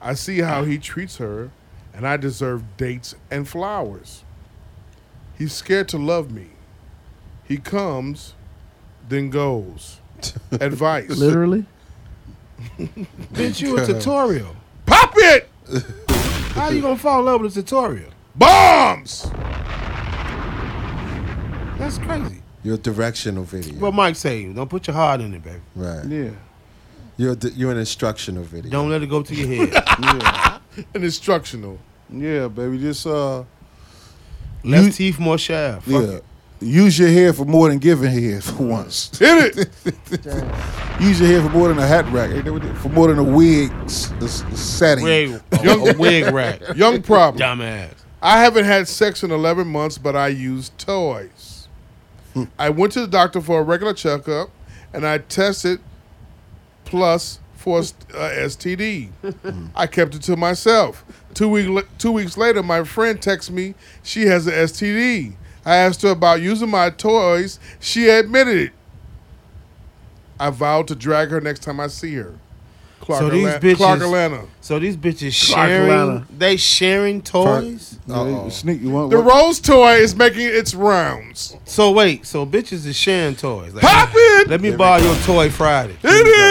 [SPEAKER 4] I see how he treats her, and I deserve dates and flowers. He's scared to love me. He comes, then goes. Advice.
[SPEAKER 10] Literally.
[SPEAKER 2] Bitch, you a tutorial.
[SPEAKER 4] Pop it!
[SPEAKER 2] How you gonna fall in love with a tutorial?
[SPEAKER 4] Bombs!
[SPEAKER 2] That's crazy.
[SPEAKER 11] Your directional video.
[SPEAKER 2] What Mike say? Don't put your heart in it, baby.
[SPEAKER 11] right.
[SPEAKER 8] Yeah.
[SPEAKER 11] You're di- you're an instructional video.
[SPEAKER 2] Don't let it go to your head.
[SPEAKER 8] Yeah.
[SPEAKER 4] An instructional.
[SPEAKER 8] yeah, baby. Just uh
[SPEAKER 2] Less teeth, more shaft. Fuck
[SPEAKER 8] yeah. Use your hair for more than giving hair for once.
[SPEAKER 4] Hit it!
[SPEAKER 8] Use your hair for more than a hat rack. Ain't that what it- For more than a wig s- s- setting.
[SPEAKER 2] Wig, a wig rack.
[SPEAKER 4] Young problem.
[SPEAKER 2] Dumbass.
[SPEAKER 4] I haven't had sex in 11 months, but I use toys.
[SPEAKER 2] Hmm.
[SPEAKER 4] I went to the doctor for a regular checkup, and I tested plus for a st- uh, STD.
[SPEAKER 2] Hmm.
[SPEAKER 4] I kept it to myself. Two, week la- two weeks later, my friend texts me she has an STD. I asked her about using my toys. She admitted it. I vowed to drag her next time I see her. Clark,
[SPEAKER 2] So these
[SPEAKER 4] Atlan-
[SPEAKER 2] bitches-
[SPEAKER 4] Clark Atlanta.
[SPEAKER 2] So these bitches
[SPEAKER 10] Clark
[SPEAKER 2] sharing.
[SPEAKER 10] Atlanta.
[SPEAKER 2] They sharing toys.
[SPEAKER 8] Yeah, they- sneak you want
[SPEAKER 4] The
[SPEAKER 8] what-
[SPEAKER 4] Rose toy is making its rounds.
[SPEAKER 2] So wait. So bitches is sharing toys. Like,
[SPEAKER 4] Pop it!
[SPEAKER 2] Let me borrow your toy Friday.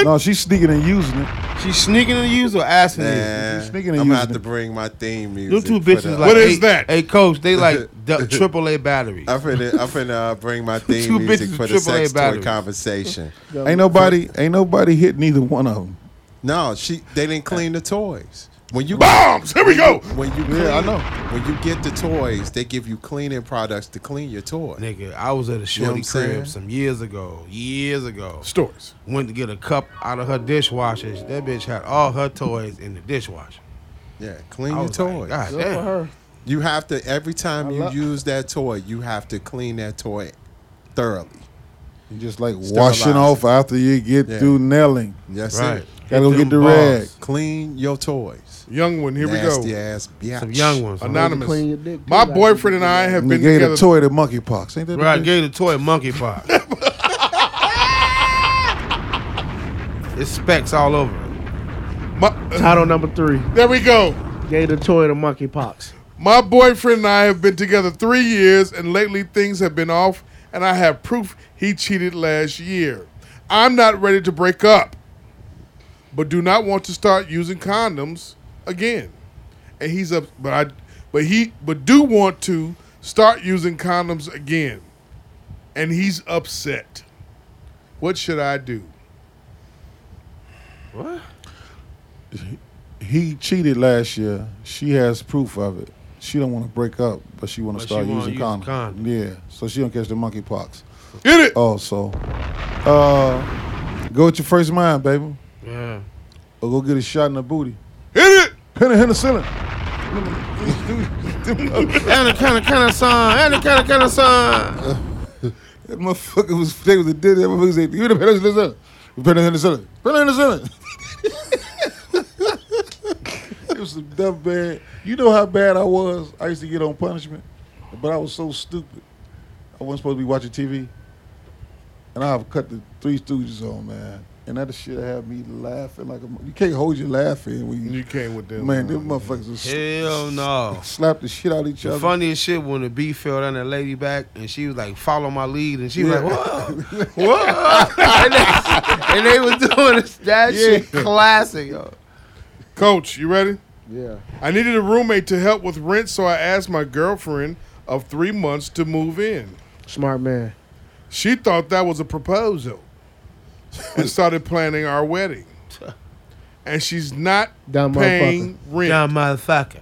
[SPEAKER 8] No, she's sneaking and using it.
[SPEAKER 2] She's sneaking in the use or asking it.
[SPEAKER 11] Nah, I'm
[SPEAKER 8] sneaking and
[SPEAKER 11] gonna have
[SPEAKER 8] using
[SPEAKER 11] to
[SPEAKER 8] it.
[SPEAKER 11] bring my theme music.
[SPEAKER 2] Them two
[SPEAKER 11] for
[SPEAKER 2] bitches
[SPEAKER 11] the-
[SPEAKER 2] like.
[SPEAKER 4] What is
[SPEAKER 2] hey,
[SPEAKER 4] that?
[SPEAKER 2] Hey coach, they like du- triple A batteries.
[SPEAKER 11] I'm finna, I'm finna uh, bring my
[SPEAKER 2] Two
[SPEAKER 11] theme music
[SPEAKER 2] bitches
[SPEAKER 11] for the
[SPEAKER 2] with AAA
[SPEAKER 11] sex toy
[SPEAKER 2] batteries.
[SPEAKER 11] conversation.
[SPEAKER 8] Ain't nobody, ain't nobody hit neither one of them.
[SPEAKER 11] No, she they didn't clean the toys. When you
[SPEAKER 4] bombs, here we go.
[SPEAKER 11] When you clean, yeah, I know. When you get the toys, they give you cleaning products to clean your toy.
[SPEAKER 2] Nigga, I was at a shorty crib some years ago. Years ago.
[SPEAKER 4] Stories.
[SPEAKER 2] Went to get a cup out of her dishwasher. That bitch had all her toys in the dishwasher.
[SPEAKER 11] Yeah, clean
[SPEAKER 2] I
[SPEAKER 11] your
[SPEAKER 2] was like,
[SPEAKER 11] toys.
[SPEAKER 2] God Good damn. for her.
[SPEAKER 11] You have to every time you
[SPEAKER 2] love-
[SPEAKER 11] use that toy, you have to clean that toy thoroughly.
[SPEAKER 8] You just like Washing off after you get
[SPEAKER 11] Yeah.
[SPEAKER 8] through nailing.
[SPEAKER 11] That's it.
[SPEAKER 8] Gotta go get the rag.
[SPEAKER 11] Clean your toys.
[SPEAKER 4] Young one, here we go.
[SPEAKER 11] Nasty ass bitch.
[SPEAKER 4] Some
[SPEAKER 2] young ones.
[SPEAKER 4] Anonymous. My boyfriend and I have
[SPEAKER 8] And
[SPEAKER 4] been
[SPEAKER 8] they gave
[SPEAKER 4] together.
[SPEAKER 8] a toy to monkeypox. Ain't that the
[SPEAKER 2] Right,
[SPEAKER 8] bitch?
[SPEAKER 2] gave the toy monkey pot. it's specks all over.
[SPEAKER 10] Title number three.
[SPEAKER 4] There we go.
[SPEAKER 10] Gave the toy to monkeypox.
[SPEAKER 4] My boyfriend and I have been together three years, and lately things have been off, and I have proof he cheated last year. I'm not ready to break up, but do not want to start using condoms again. And he's up, but I, but he, but do want to start using condoms again, and he's upset. What should I do?
[SPEAKER 2] What?
[SPEAKER 8] He cheated last year. She has proof of it. She don't want to break up, but she want
[SPEAKER 2] But
[SPEAKER 8] to
[SPEAKER 2] she
[SPEAKER 8] start
[SPEAKER 2] wanna
[SPEAKER 8] using
[SPEAKER 2] use
[SPEAKER 8] condoms.
[SPEAKER 2] condom.
[SPEAKER 8] Yeah, so she don't catch the monkeypox.
[SPEAKER 4] Get it?
[SPEAKER 8] Also, uh, go with your first mind, baby,
[SPEAKER 2] Yeah.
[SPEAKER 8] or go get a shot in the booty.
[SPEAKER 4] Hit it.
[SPEAKER 8] Hit it, hit the ceiling.
[SPEAKER 2] Anaconda, kinda son. Anaconda, kinda son.
[SPEAKER 8] That motherfucker was they was a did that motherfucker said, "You the penalty in the center, penalty in the center, penalty in the center." it was some dumb bad. You know how bad I was. I used to get on punishment, but I was so stupid. I wasn't supposed to be watching TV, and I've cut the Three Stooges on, man. And that shit had me laughing like a. mo- You can't hold your laughing when you.
[SPEAKER 4] You came with them. uh,
[SPEAKER 8] Man, them motherfuckers was
[SPEAKER 2] Hell no.
[SPEAKER 8] slap the shit out of each
[SPEAKER 2] The
[SPEAKER 8] other.
[SPEAKER 2] funniest shit when the bee fell down that lady back and she was like, follow my lead. And she was
[SPEAKER 8] Yeah.
[SPEAKER 2] like, whoa, whoa. and, they, and they was doing this, that shit
[SPEAKER 4] Yeah.
[SPEAKER 2] classic, yo.
[SPEAKER 4] Coach, you ready?
[SPEAKER 10] Yeah.
[SPEAKER 4] I needed a roommate to help with rent, so I asked my girlfriend of three months to move in.
[SPEAKER 10] Smart man.
[SPEAKER 4] She thought that was a proposal and started planning our wedding. And she's not
[SPEAKER 10] Dumb
[SPEAKER 4] paying rent.
[SPEAKER 2] Dumb motherfucker.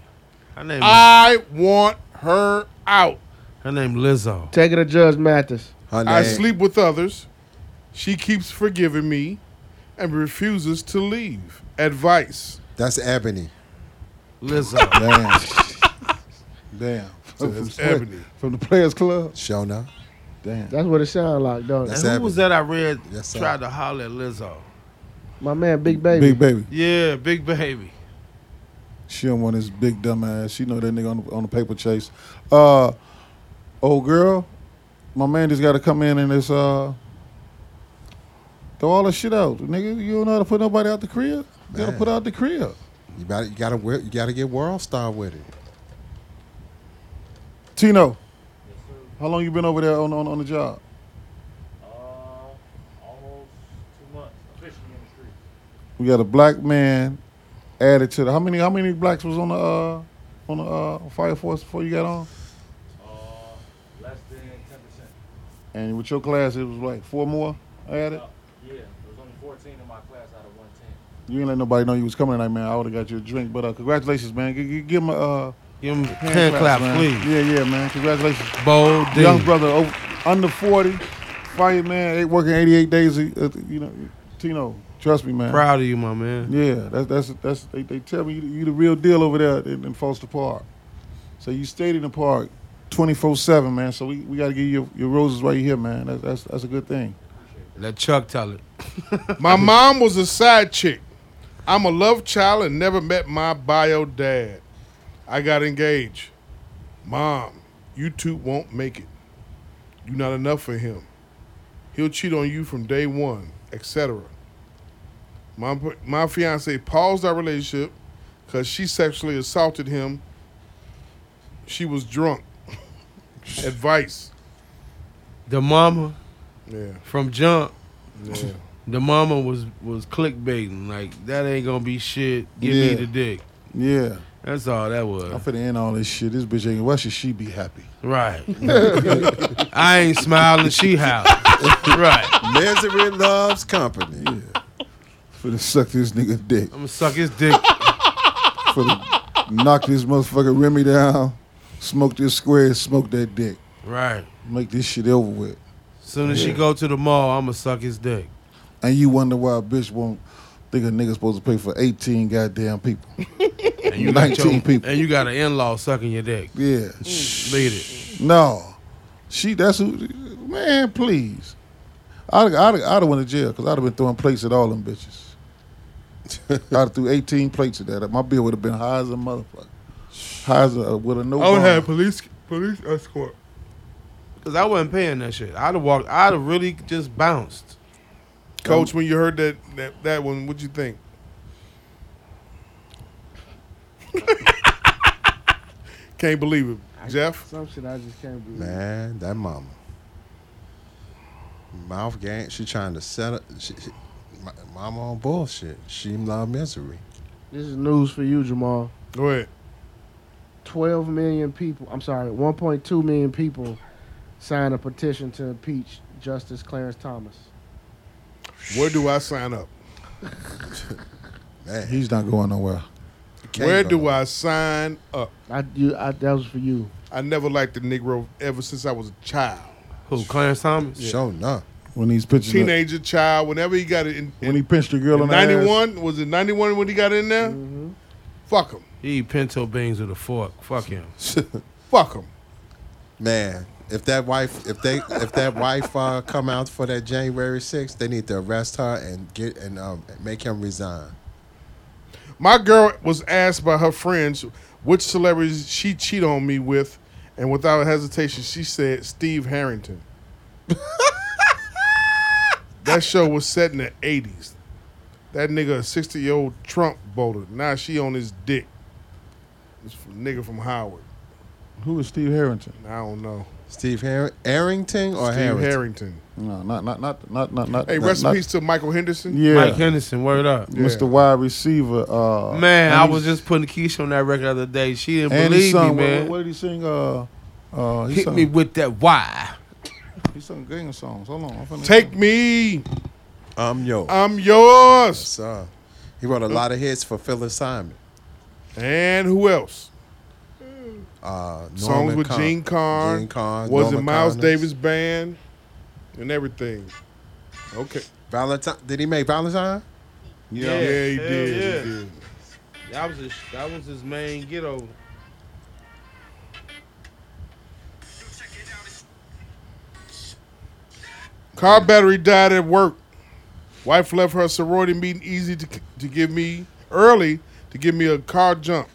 [SPEAKER 2] Her name,
[SPEAKER 4] I want her out.
[SPEAKER 2] her name Lizzo.
[SPEAKER 10] Take it to Judge Mathis.
[SPEAKER 4] I sleep with others. She keeps forgiving me and refuses to leave. Advice.
[SPEAKER 11] That's ebony.
[SPEAKER 2] Lizzo.
[SPEAKER 8] Damn. Damn.
[SPEAKER 4] So
[SPEAKER 8] From
[SPEAKER 4] it's
[SPEAKER 8] the play-
[SPEAKER 4] Ebony.
[SPEAKER 8] From the Players Club.
[SPEAKER 11] Show now.
[SPEAKER 8] Damn.
[SPEAKER 10] That's what it sound like, don't
[SPEAKER 2] and
[SPEAKER 10] it?
[SPEAKER 11] That's
[SPEAKER 2] who
[SPEAKER 11] Ebony.
[SPEAKER 2] was that I read
[SPEAKER 11] Yes, sir.
[SPEAKER 2] tried to holler at Lizzo?
[SPEAKER 10] My man, Big Baby.
[SPEAKER 8] Big baby.
[SPEAKER 2] Yeah, big baby.
[SPEAKER 8] She don't want his big dumb ass. She know that nigga on the, on the paper chase. Uh, old girl, my man just got to come in and just uh, throw all the shit out, nigga. You don't know how to put nobody out the crib. You gotta
[SPEAKER 11] Man.
[SPEAKER 8] put out the crib.
[SPEAKER 11] You got you got to you got to get world star with it.
[SPEAKER 8] Tino, how long you been over there on on, on the job? We got a black man added to the. How many how many blacks was on the uh, on the uh, fire force before you got on? And with your class, it was like four more added. You ain't let nobody know you was coming tonight, man. I would have got you a drink, but uh, congratulations, man. G- g- give him a uh,
[SPEAKER 2] Give him hand,
[SPEAKER 8] hand
[SPEAKER 2] clap,
[SPEAKER 8] clap, man.
[SPEAKER 2] please.
[SPEAKER 8] Yeah, yeah, man. Congratulations,
[SPEAKER 2] Bold D.
[SPEAKER 8] young brother, over, under forty, fireman, eight, working eighty-eight days. a- uh, you know, Tino, trust me, man.
[SPEAKER 2] Proud of you, my man.
[SPEAKER 8] Yeah, that's that's that's they, they tell me you, you the real deal over there in, in Foster Park. So you stayed in the park twenty four seven, man. So we, we got to give you your roses right here, man. That's that's that's a good thing.
[SPEAKER 2] Let Chuck tell it.
[SPEAKER 4] My mom was a side chick. I'm a love child and never met my bio dad. I got engaged. Mom, you two won't make it. You're not enough for him. He'll cheat on you from day one, etc. My my fiance paused our relationship because she sexually assaulted him. She was drunk. Advice.
[SPEAKER 2] The mama
[SPEAKER 4] Yeah.
[SPEAKER 2] from Jump.
[SPEAKER 4] yeah.
[SPEAKER 2] The mama was was clickbaiting like that ain't gonna be shit. Give me
[SPEAKER 8] Yeah.
[SPEAKER 2] the dick.
[SPEAKER 8] Yeah,
[SPEAKER 2] That's all that
[SPEAKER 8] I'm
[SPEAKER 2] was.
[SPEAKER 8] finna end all this shit. This bitch ain't. Why should she be happy?
[SPEAKER 2] Right. I ain't smiling. She how? Right.
[SPEAKER 11] Misery loves company.
[SPEAKER 8] Finna suck this nigga dick.
[SPEAKER 2] I'm gonna suck his dick
[SPEAKER 8] could have knocked this motherfucker Remy down, smoked this square, smoked that dick.
[SPEAKER 9] Right.
[SPEAKER 8] Make this shit over with.
[SPEAKER 9] Soon as she
[SPEAKER 8] Yeah.
[SPEAKER 9] go to the mall, I'ma suck his dick.
[SPEAKER 8] And you wonder why a bitch won't think a nigga supposed to pay for 18 goddamn people.
[SPEAKER 9] And you got
[SPEAKER 8] 19
[SPEAKER 9] your-
[SPEAKER 8] people.
[SPEAKER 9] And you got an in law sucking your dick.
[SPEAKER 8] Yeah.
[SPEAKER 9] Lead it.
[SPEAKER 8] No. She, that's who, man, please. I'd, I'd, I'd have went to jail because I'd have been throwing plates at all them bitches. I'd have threw 18 plates at that. My bill would have been high as a motherfucker. High as a, with a no
[SPEAKER 4] I would
[SPEAKER 8] bond.
[SPEAKER 4] have police police escort.
[SPEAKER 9] Cause I wasn't paying that shit. I'd have walked. I'd have really just bounced.
[SPEAKER 4] Coach, when you heard that that, that one, what'd you think? Can't believe it, Jeff.
[SPEAKER 10] Some shit I just can't believe.
[SPEAKER 11] Man, that mama. Mouth gang. She trying to set up. She, she, my- mama on bullshit. She love misery.
[SPEAKER 10] This is news for you, Jamal.
[SPEAKER 4] Go ahead.
[SPEAKER 10] 12 million people, I'm sorry, 1.2 million people signed a petition to impeach Justice Clarence Thomas.
[SPEAKER 4] Where do I sign up?
[SPEAKER 8] He's not going nowhere.
[SPEAKER 4] Where do I sign up?
[SPEAKER 10] I, you, I, that was for you.
[SPEAKER 4] I never liked the Negro ever since I was a child.
[SPEAKER 9] Who? Clarence Thomas.
[SPEAKER 4] Yeah.
[SPEAKER 11] Show enough.
[SPEAKER 8] When these pictures,
[SPEAKER 4] Teenager, child, whenever he got it in,
[SPEAKER 8] when he pinched the girl in the ass.
[SPEAKER 4] '91 was it '91 when he got in there?
[SPEAKER 10] Mm-hmm.
[SPEAKER 4] Fuck him,
[SPEAKER 9] He eat pinto beans with a fork. Fuck him.
[SPEAKER 8] Oh,
[SPEAKER 4] fuck him.
[SPEAKER 11] Man, if that wife, if they, if that wife uh, come out for that January 6th, they need to arrest her and get and um, make him resign.
[SPEAKER 4] My girl was asked by her friends which celebrities she cheated on me with, and without hesitation, she said Steve Harrington. that show was set in the 80s. That nigga, a 60 year old Trump voter. Now she on his dick. This f- nigga from Howard.
[SPEAKER 8] Who is Steve Harrington?
[SPEAKER 4] I don't know.
[SPEAKER 11] Steve Har- Arrington or
[SPEAKER 4] Steve
[SPEAKER 11] Harrington?
[SPEAKER 4] Harrington.
[SPEAKER 8] No, not not not not not not.
[SPEAKER 4] Hey,
[SPEAKER 8] not,
[SPEAKER 4] rest in
[SPEAKER 8] not-
[SPEAKER 4] peace to Michael Henderson.
[SPEAKER 8] Yeah,
[SPEAKER 9] Mike Henderson, word up.
[SPEAKER 8] Mr. Wide Receiver. Uh,
[SPEAKER 9] Man, I
[SPEAKER 8] Andy-
[SPEAKER 9] was just putting Keisha on that record the other day. She didn't
[SPEAKER 8] Andy
[SPEAKER 9] believe me,
[SPEAKER 8] sung, what-
[SPEAKER 9] man.
[SPEAKER 8] What, what did he sing? Uh, uh, he
[SPEAKER 9] Hit
[SPEAKER 8] sung,
[SPEAKER 9] me with that why.
[SPEAKER 8] He sung gang songs. Hold on, I'm finna-
[SPEAKER 4] Take me.
[SPEAKER 11] I'm yours.
[SPEAKER 4] I'm yours.
[SPEAKER 11] So, he wrote a lot of hits for Phyllis Simon.
[SPEAKER 4] And who else?
[SPEAKER 11] Uh,
[SPEAKER 4] songs
[SPEAKER 11] Norman
[SPEAKER 4] with
[SPEAKER 11] Con-
[SPEAKER 4] Gene Carn.
[SPEAKER 11] Gene Carnes,
[SPEAKER 4] was it
[SPEAKER 11] Norman
[SPEAKER 4] Miles
[SPEAKER 11] Connors.
[SPEAKER 4] Davis band and everything? Okay.
[SPEAKER 11] Valentine? Did he make Valentine?
[SPEAKER 4] Yeah, he did. he
[SPEAKER 9] yeah.
[SPEAKER 4] did.
[SPEAKER 9] That was his, that was his main get over.
[SPEAKER 4] Car battery died at work. Wife left her sorority meeting easy to, to give me early to give me a car jump.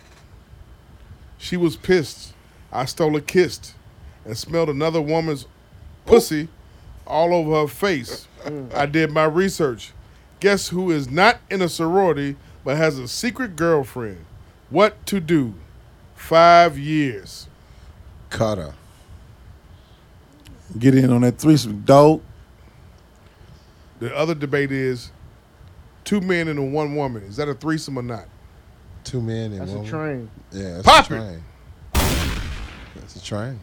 [SPEAKER 4] She was pissed. I stole a kiss and smelled another woman's pussy all over her face. I did my research. Guess who is not in a sorority but has a secret girlfriend? What to do? Five years.
[SPEAKER 11] Cutter.
[SPEAKER 8] Get in on that threesome, dog.
[SPEAKER 4] The other debate is two men and a one woman. Is that a threesome or not?
[SPEAKER 11] Two men and
[SPEAKER 10] That's a
[SPEAKER 11] one.
[SPEAKER 10] train.
[SPEAKER 11] Yeah, that's
[SPEAKER 4] Pop it.
[SPEAKER 11] a train. That's a train.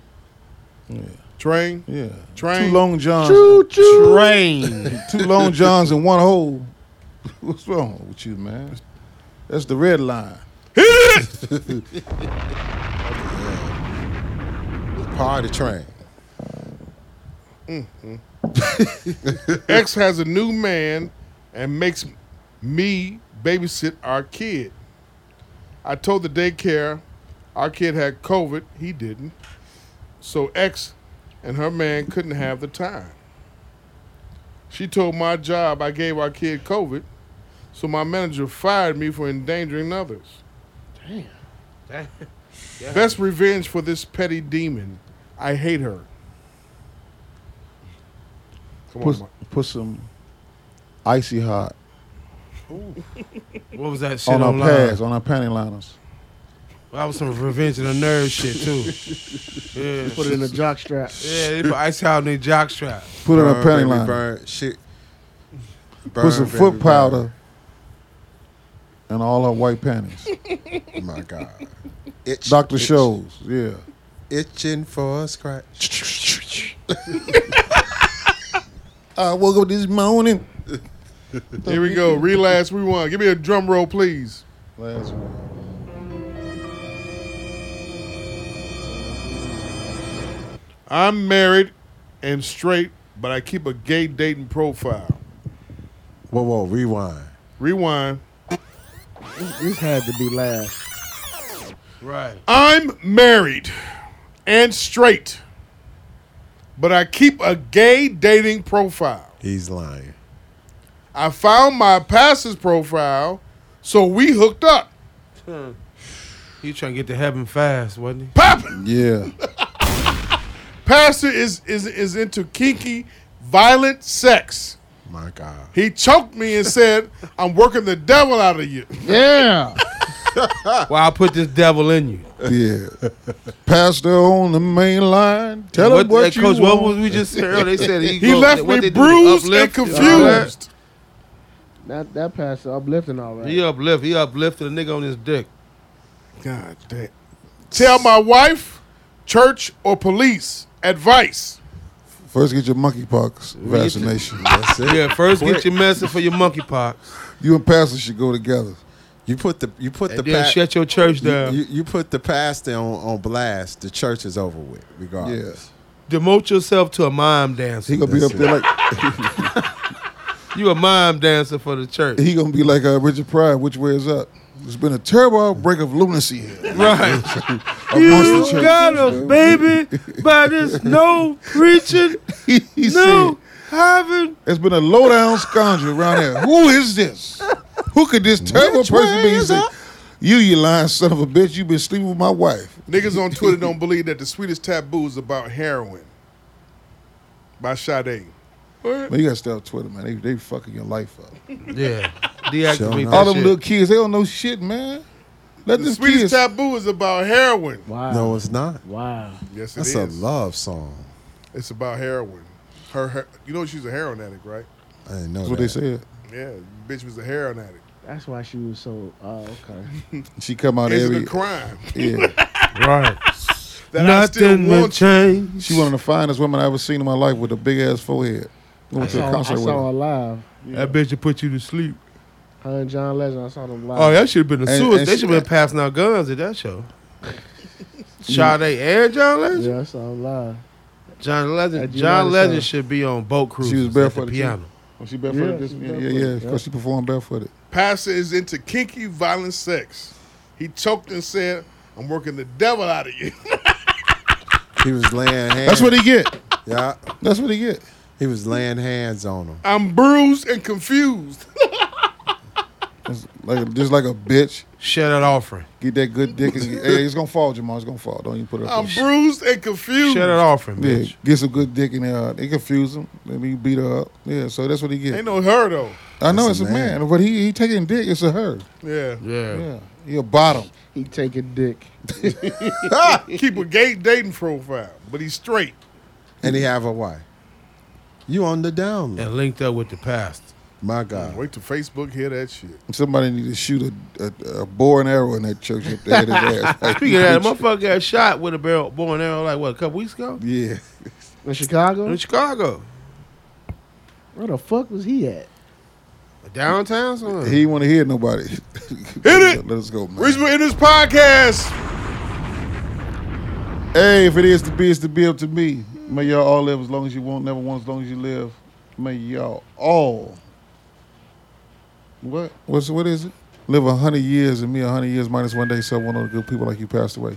[SPEAKER 4] Train?
[SPEAKER 8] Yeah,
[SPEAKER 4] Train.
[SPEAKER 8] Two long johns.
[SPEAKER 10] Choo choo.
[SPEAKER 9] Rain.
[SPEAKER 8] Two long johns in one hole. What's wrong with you, man? That's the red line.
[SPEAKER 11] Party train.
[SPEAKER 4] Mm-hmm. X has a new man and makes me babysit our kid. I told the daycare our kid had COVID. He didn't. So X and her man couldn't have the time. She told my job I gave our kid COVID, so my manager fired me for endangering others.
[SPEAKER 9] Damn.
[SPEAKER 4] Best revenge for this petty demon. I hate her. Come
[SPEAKER 8] Put,
[SPEAKER 4] on, Mike.
[SPEAKER 8] put some icy hot
[SPEAKER 9] What was that shit
[SPEAKER 8] on our
[SPEAKER 9] online?
[SPEAKER 8] pads, on our panty liners.
[SPEAKER 9] That was some revenge of the nerd shit too. yeah,
[SPEAKER 10] Put it in a jock strap.
[SPEAKER 9] yeah, they put ice out in their jock strap.
[SPEAKER 8] Put it on
[SPEAKER 11] Burn,
[SPEAKER 8] our panty
[SPEAKER 11] baby,
[SPEAKER 8] liner.
[SPEAKER 11] Burn, shit. Burn,
[SPEAKER 8] Put some
[SPEAKER 11] baby,
[SPEAKER 8] foot
[SPEAKER 11] burn.
[SPEAKER 8] powder and all our white panties.
[SPEAKER 11] Oh My God. Itch,
[SPEAKER 8] Doctor
[SPEAKER 11] itch-
[SPEAKER 8] shows, yeah.
[SPEAKER 11] Itching for a scratch.
[SPEAKER 8] I woke up this morning.
[SPEAKER 4] Here we go. Relast, rewind. Give me a drum roll, please.
[SPEAKER 8] Last one.
[SPEAKER 4] I'm married and straight, but I keep a gay dating profile.
[SPEAKER 11] Whoa, whoa, rewind.
[SPEAKER 4] Rewind.
[SPEAKER 10] This had to be last.
[SPEAKER 2] Right.
[SPEAKER 4] I'm married and straight, but I keep a gay dating profile.
[SPEAKER 11] He's lying.
[SPEAKER 4] I found my pastor's profile, so we hooked up.
[SPEAKER 2] He trying to get to heaven fast, wasn't he?
[SPEAKER 8] Yeah.
[SPEAKER 4] Pastor is is is into kinky, violent sex.
[SPEAKER 11] My God.
[SPEAKER 4] He choked me and said, "I'm working the devil out of you."
[SPEAKER 8] Yeah.
[SPEAKER 2] well, I'll put this devil in you.
[SPEAKER 8] Yeah. Pastor on the main line. Tell
[SPEAKER 2] What-
[SPEAKER 8] him what
[SPEAKER 2] hey,
[SPEAKER 8] you
[SPEAKER 2] Coach,
[SPEAKER 8] want.
[SPEAKER 2] what was we just said earlier? They said he
[SPEAKER 4] He
[SPEAKER 2] go-
[SPEAKER 4] left
[SPEAKER 2] what they
[SPEAKER 4] me
[SPEAKER 2] do, they
[SPEAKER 4] bruised and
[SPEAKER 2] uplift all that?
[SPEAKER 4] confused.
[SPEAKER 10] That that pass uplifting all right.
[SPEAKER 2] He uplift. He uplifted a nigga on his dick.
[SPEAKER 4] God damn. Tell my wife, church, or police advice.
[SPEAKER 8] First, get your monkeypox vaccination. That's it.
[SPEAKER 2] Yeah, first get your medicine for your monkeypox.
[SPEAKER 8] You and Pastor should go together.
[SPEAKER 11] You put the you put
[SPEAKER 2] And
[SPEAKER 11] the
[SPEAKER 2] then shut your church
[SPEAKER 11] you-
[SPEAKER 2] down.
[SPEAKER 11] You, you put the pastor on, on blast. The church is over with, regardless.
[SPEAKER 2] Demote yourself to a mime dancer.
[SPEAKER 8] He gonna be up there like
[SPEAKER 2] You a mime dancer for the church.
[SPEAKER 8] he gonna be like uh, Richard Pryor. Which way is up? There's been a terrible outbreak of lunacy here.
[SPEAKER 2] Right.
[SPEAKER 8] Amongst the church.
[SPEAKER 2] us, baby, by this no preaching,
[SPEAKER 8] He, he said,
[SPEAKER 2] having.
[SPEAKER 8] "There's been a low down scoundrel around here. Who is this? Who could this terrible person be?" He said, "You, you lying son of a bitch. You've been sleeping with my wife."
[SPEAKER 4] Niggas on Twitter don't believe that the sweetest taboo is about heroin. By Sade.
[SPEAKER 8] Man, you gotta stay off Twitter, man. They they fucking your life up.
[SPEAKER 2] Yeah. Deactivate
[SPEAKER 8] All
[SPEAKER 2] that
[SPEAKER 8] them
[SPEAKER 2] shit.
[SPEAKER 8] little kids, they don't know shit, man. Let
[SPEAKER 4] The
[SPEAKER 8] this
[SPEAKER 4] sweetest
[SPEAKER 8] kids.
[SPEAKER 4] taboo is about heroin.
[SPEAKER 10] Wow.
[SPEAKER 11] No, it's not.
[SPEAKER 10] Wow.
[SPEAKER 4] Yes, it
[SPEAKER 11] That's
[SPEAKER 4] is.
[SPEAKER 11] a love song.
[SPEAKER 4] It's about heroin. Her, her, you know she's a heroin addict, right?
[SPEAKER 11] I didn't know
[SPEAKER 8] That's what
[SPEAKER 11] that.
[SPEAKER 8] they said.
[SPEAKER 4] Yeah, bitch was a heroin addict.
[SPEAKER 10] That's why she was so. Oh, okay.
[SPEAKER 8] She come out
[SPEAKER 4] Is it
[SPEAKER 8] every
[SPEAKER 4] a crime
[SPEAKER 8] yeah.
[SPEAKER 2] Right.
[SPEAKER 4] that I still want you?
[SPEAKER 2] change.
[SPEAKER 8] She one of the finest women I ever seen in my life with a big ass forehead. I
[SPEAKER 10] I
[SPEAKER 8] went to
[SPEAKER 10] saw,
[SPEAKER 8] a
[SPEAKER 10] I
[SPEAKER 8] concert with
[SPEAKER 10] saw
[SPEAKER 8] her.
[SPEAKER 10] her live.
[SPEAKER 2] That bitch will put you to sleep.
[SPEAKER 10] Her and John Legend. I saw them live.
[SPEAKER 2] Oh, that should have been a
[SPEAKER 8] And-
[SPEAKER 2] suicide.
[SPEAKER 8] and
[SPEAKER 2] They
[SPEAKER 8] she-
[SPEAKER 2] should have been passing out guns at that show. Sade and John Legend.
[SPEAKER 10] Yeah, I saw them live.
[SPEAKER 2] John Legend.
[SPEAKER 10] At
[SPEAKER 2] John
[SPEAKER 10] United
[SPEAKER 2] Legend
[SPEAKER 10] Center.
[SPEAKER 2] should be on boat cruise.
[SPEAKER 8] She was
[SPEAKER 2] at
[SPEAKER 8] barefoot.
[SPEAKER 2] the piano.
[SPEAKER 8] Was she barefooted?
[SPEAKER 10] Yeah,
[SPEAKER 8] this
[SPEAKER 10] she
[SPEAKER 8] yeah,
[SPEAKER 10] barefooted,
[SPEAKER 8] yeah, yeah.
[SPEAKER 10] yeah.
[SPEAKER 8] Because she performed barefooted.
[SPEAKER 4] Pastor is into kinky, violent sex. He choked and said, I'm working the devil out of you.
[SPEAKER 11] He was laying hands.
[SPEAKER 8] That's what he get.
[SPEAKER 11] yeah.
[SPEAKER 8] That's what he get.
[SPEAKER 11] He was laying hands on him.
[SPEAKER 4] I'm bruised and confused.
[SPEAKER 8] It's like just like a bitch.
[SPEAKER 2] Share that offering.
[SPEAKER 8] Get that good dick. And get, hey, it's gonna fall, Jamal. It's gonna fall. Don't you put it up.
[SPEAKER 4] I'm bruised and confused.
[SPEAKER 2] Share that offering,
[SPEAKER 8] yeah,
[SPEAKER 2] bitch.
[SPEAKER 8] get some good dick in there. They confuse him. Then you beat her up. Yeah, so that's what he get.
[SPEAKER 4] Ain't no her though.
[SPEAKER 8] I know
[SPEAKER 11] It's
[SPEAKER 8] it's
[SPEAKER 11] a
[SPEAKER 8] a man. but he he taking dick. It's a her.
[SPEAKER 4] Yeah.
[SPEAKER 2] Yeah.
[SPEAKER 8] Yeah, he a bottom.
[SPEAKER 10] He taking dick.
[SPEAKER 4] Keep a gay dating profile, but he's straight.
[SPEAKER 11] And he have a wife. You on the down low.
[SPEAKER 2] And linked up with the past.
[SPEAKER 11] My God.
[SPEAKER 4] Wait till Facebook hear that shit.
[SPEAKER 8] Somebody need to shoot a, a, a bow and arrow in that church up there. at his ass. Like,
[SPEAKER 2] Speaking of that, motherfucker got shot with a barrel, bow and arrow, like what, a couple weeks ago
[SPEAKER 8] yeah,
[SPEAKER 10] In Chicago?
[SPEAKER 2] in Chicago,
[SPEAKER 10] Where the fuck was he at?
[SPEAKER 2] downtown somewhere.
[SPEAKER 8] he want to hear nobody. Hit
[SPEAKER 4] it.
[SPEAKER 8] Let us go, man.
[SPEAKER 4] Reason we're in this podcast.
[SPEAKER 8] Hey, if it is to be, it's to be up to me. May y'all all live as long as you want, never want as long as you live. May y'all
[SPEAKER 4] Oh.
[SPEAKER 8] all. What? What's what is it? Live a hundred years and me a hundred years minus one day. So one of the good people like you passed away.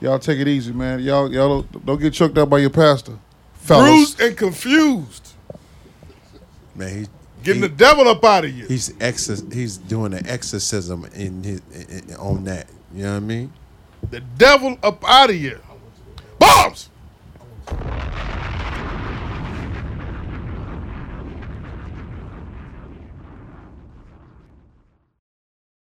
[SPEAKER 8] Y'all take it easy, man. Y'all y'all don't, don't get choked out by your pastor, fellas.
[SPEAKER 4] Bruised and confused.
[SPEAKER 11] Man, he
[SPEAKER 4] Getting
[SPEAKER 11] he,
[SPEAKER 4] the devil up out of you.
[SPEAKER 11] he's exor- he's doing an exorcism in his in- in- on that. You know what I mean?
[SPEAKER 4] the devil up out of you. Bombs.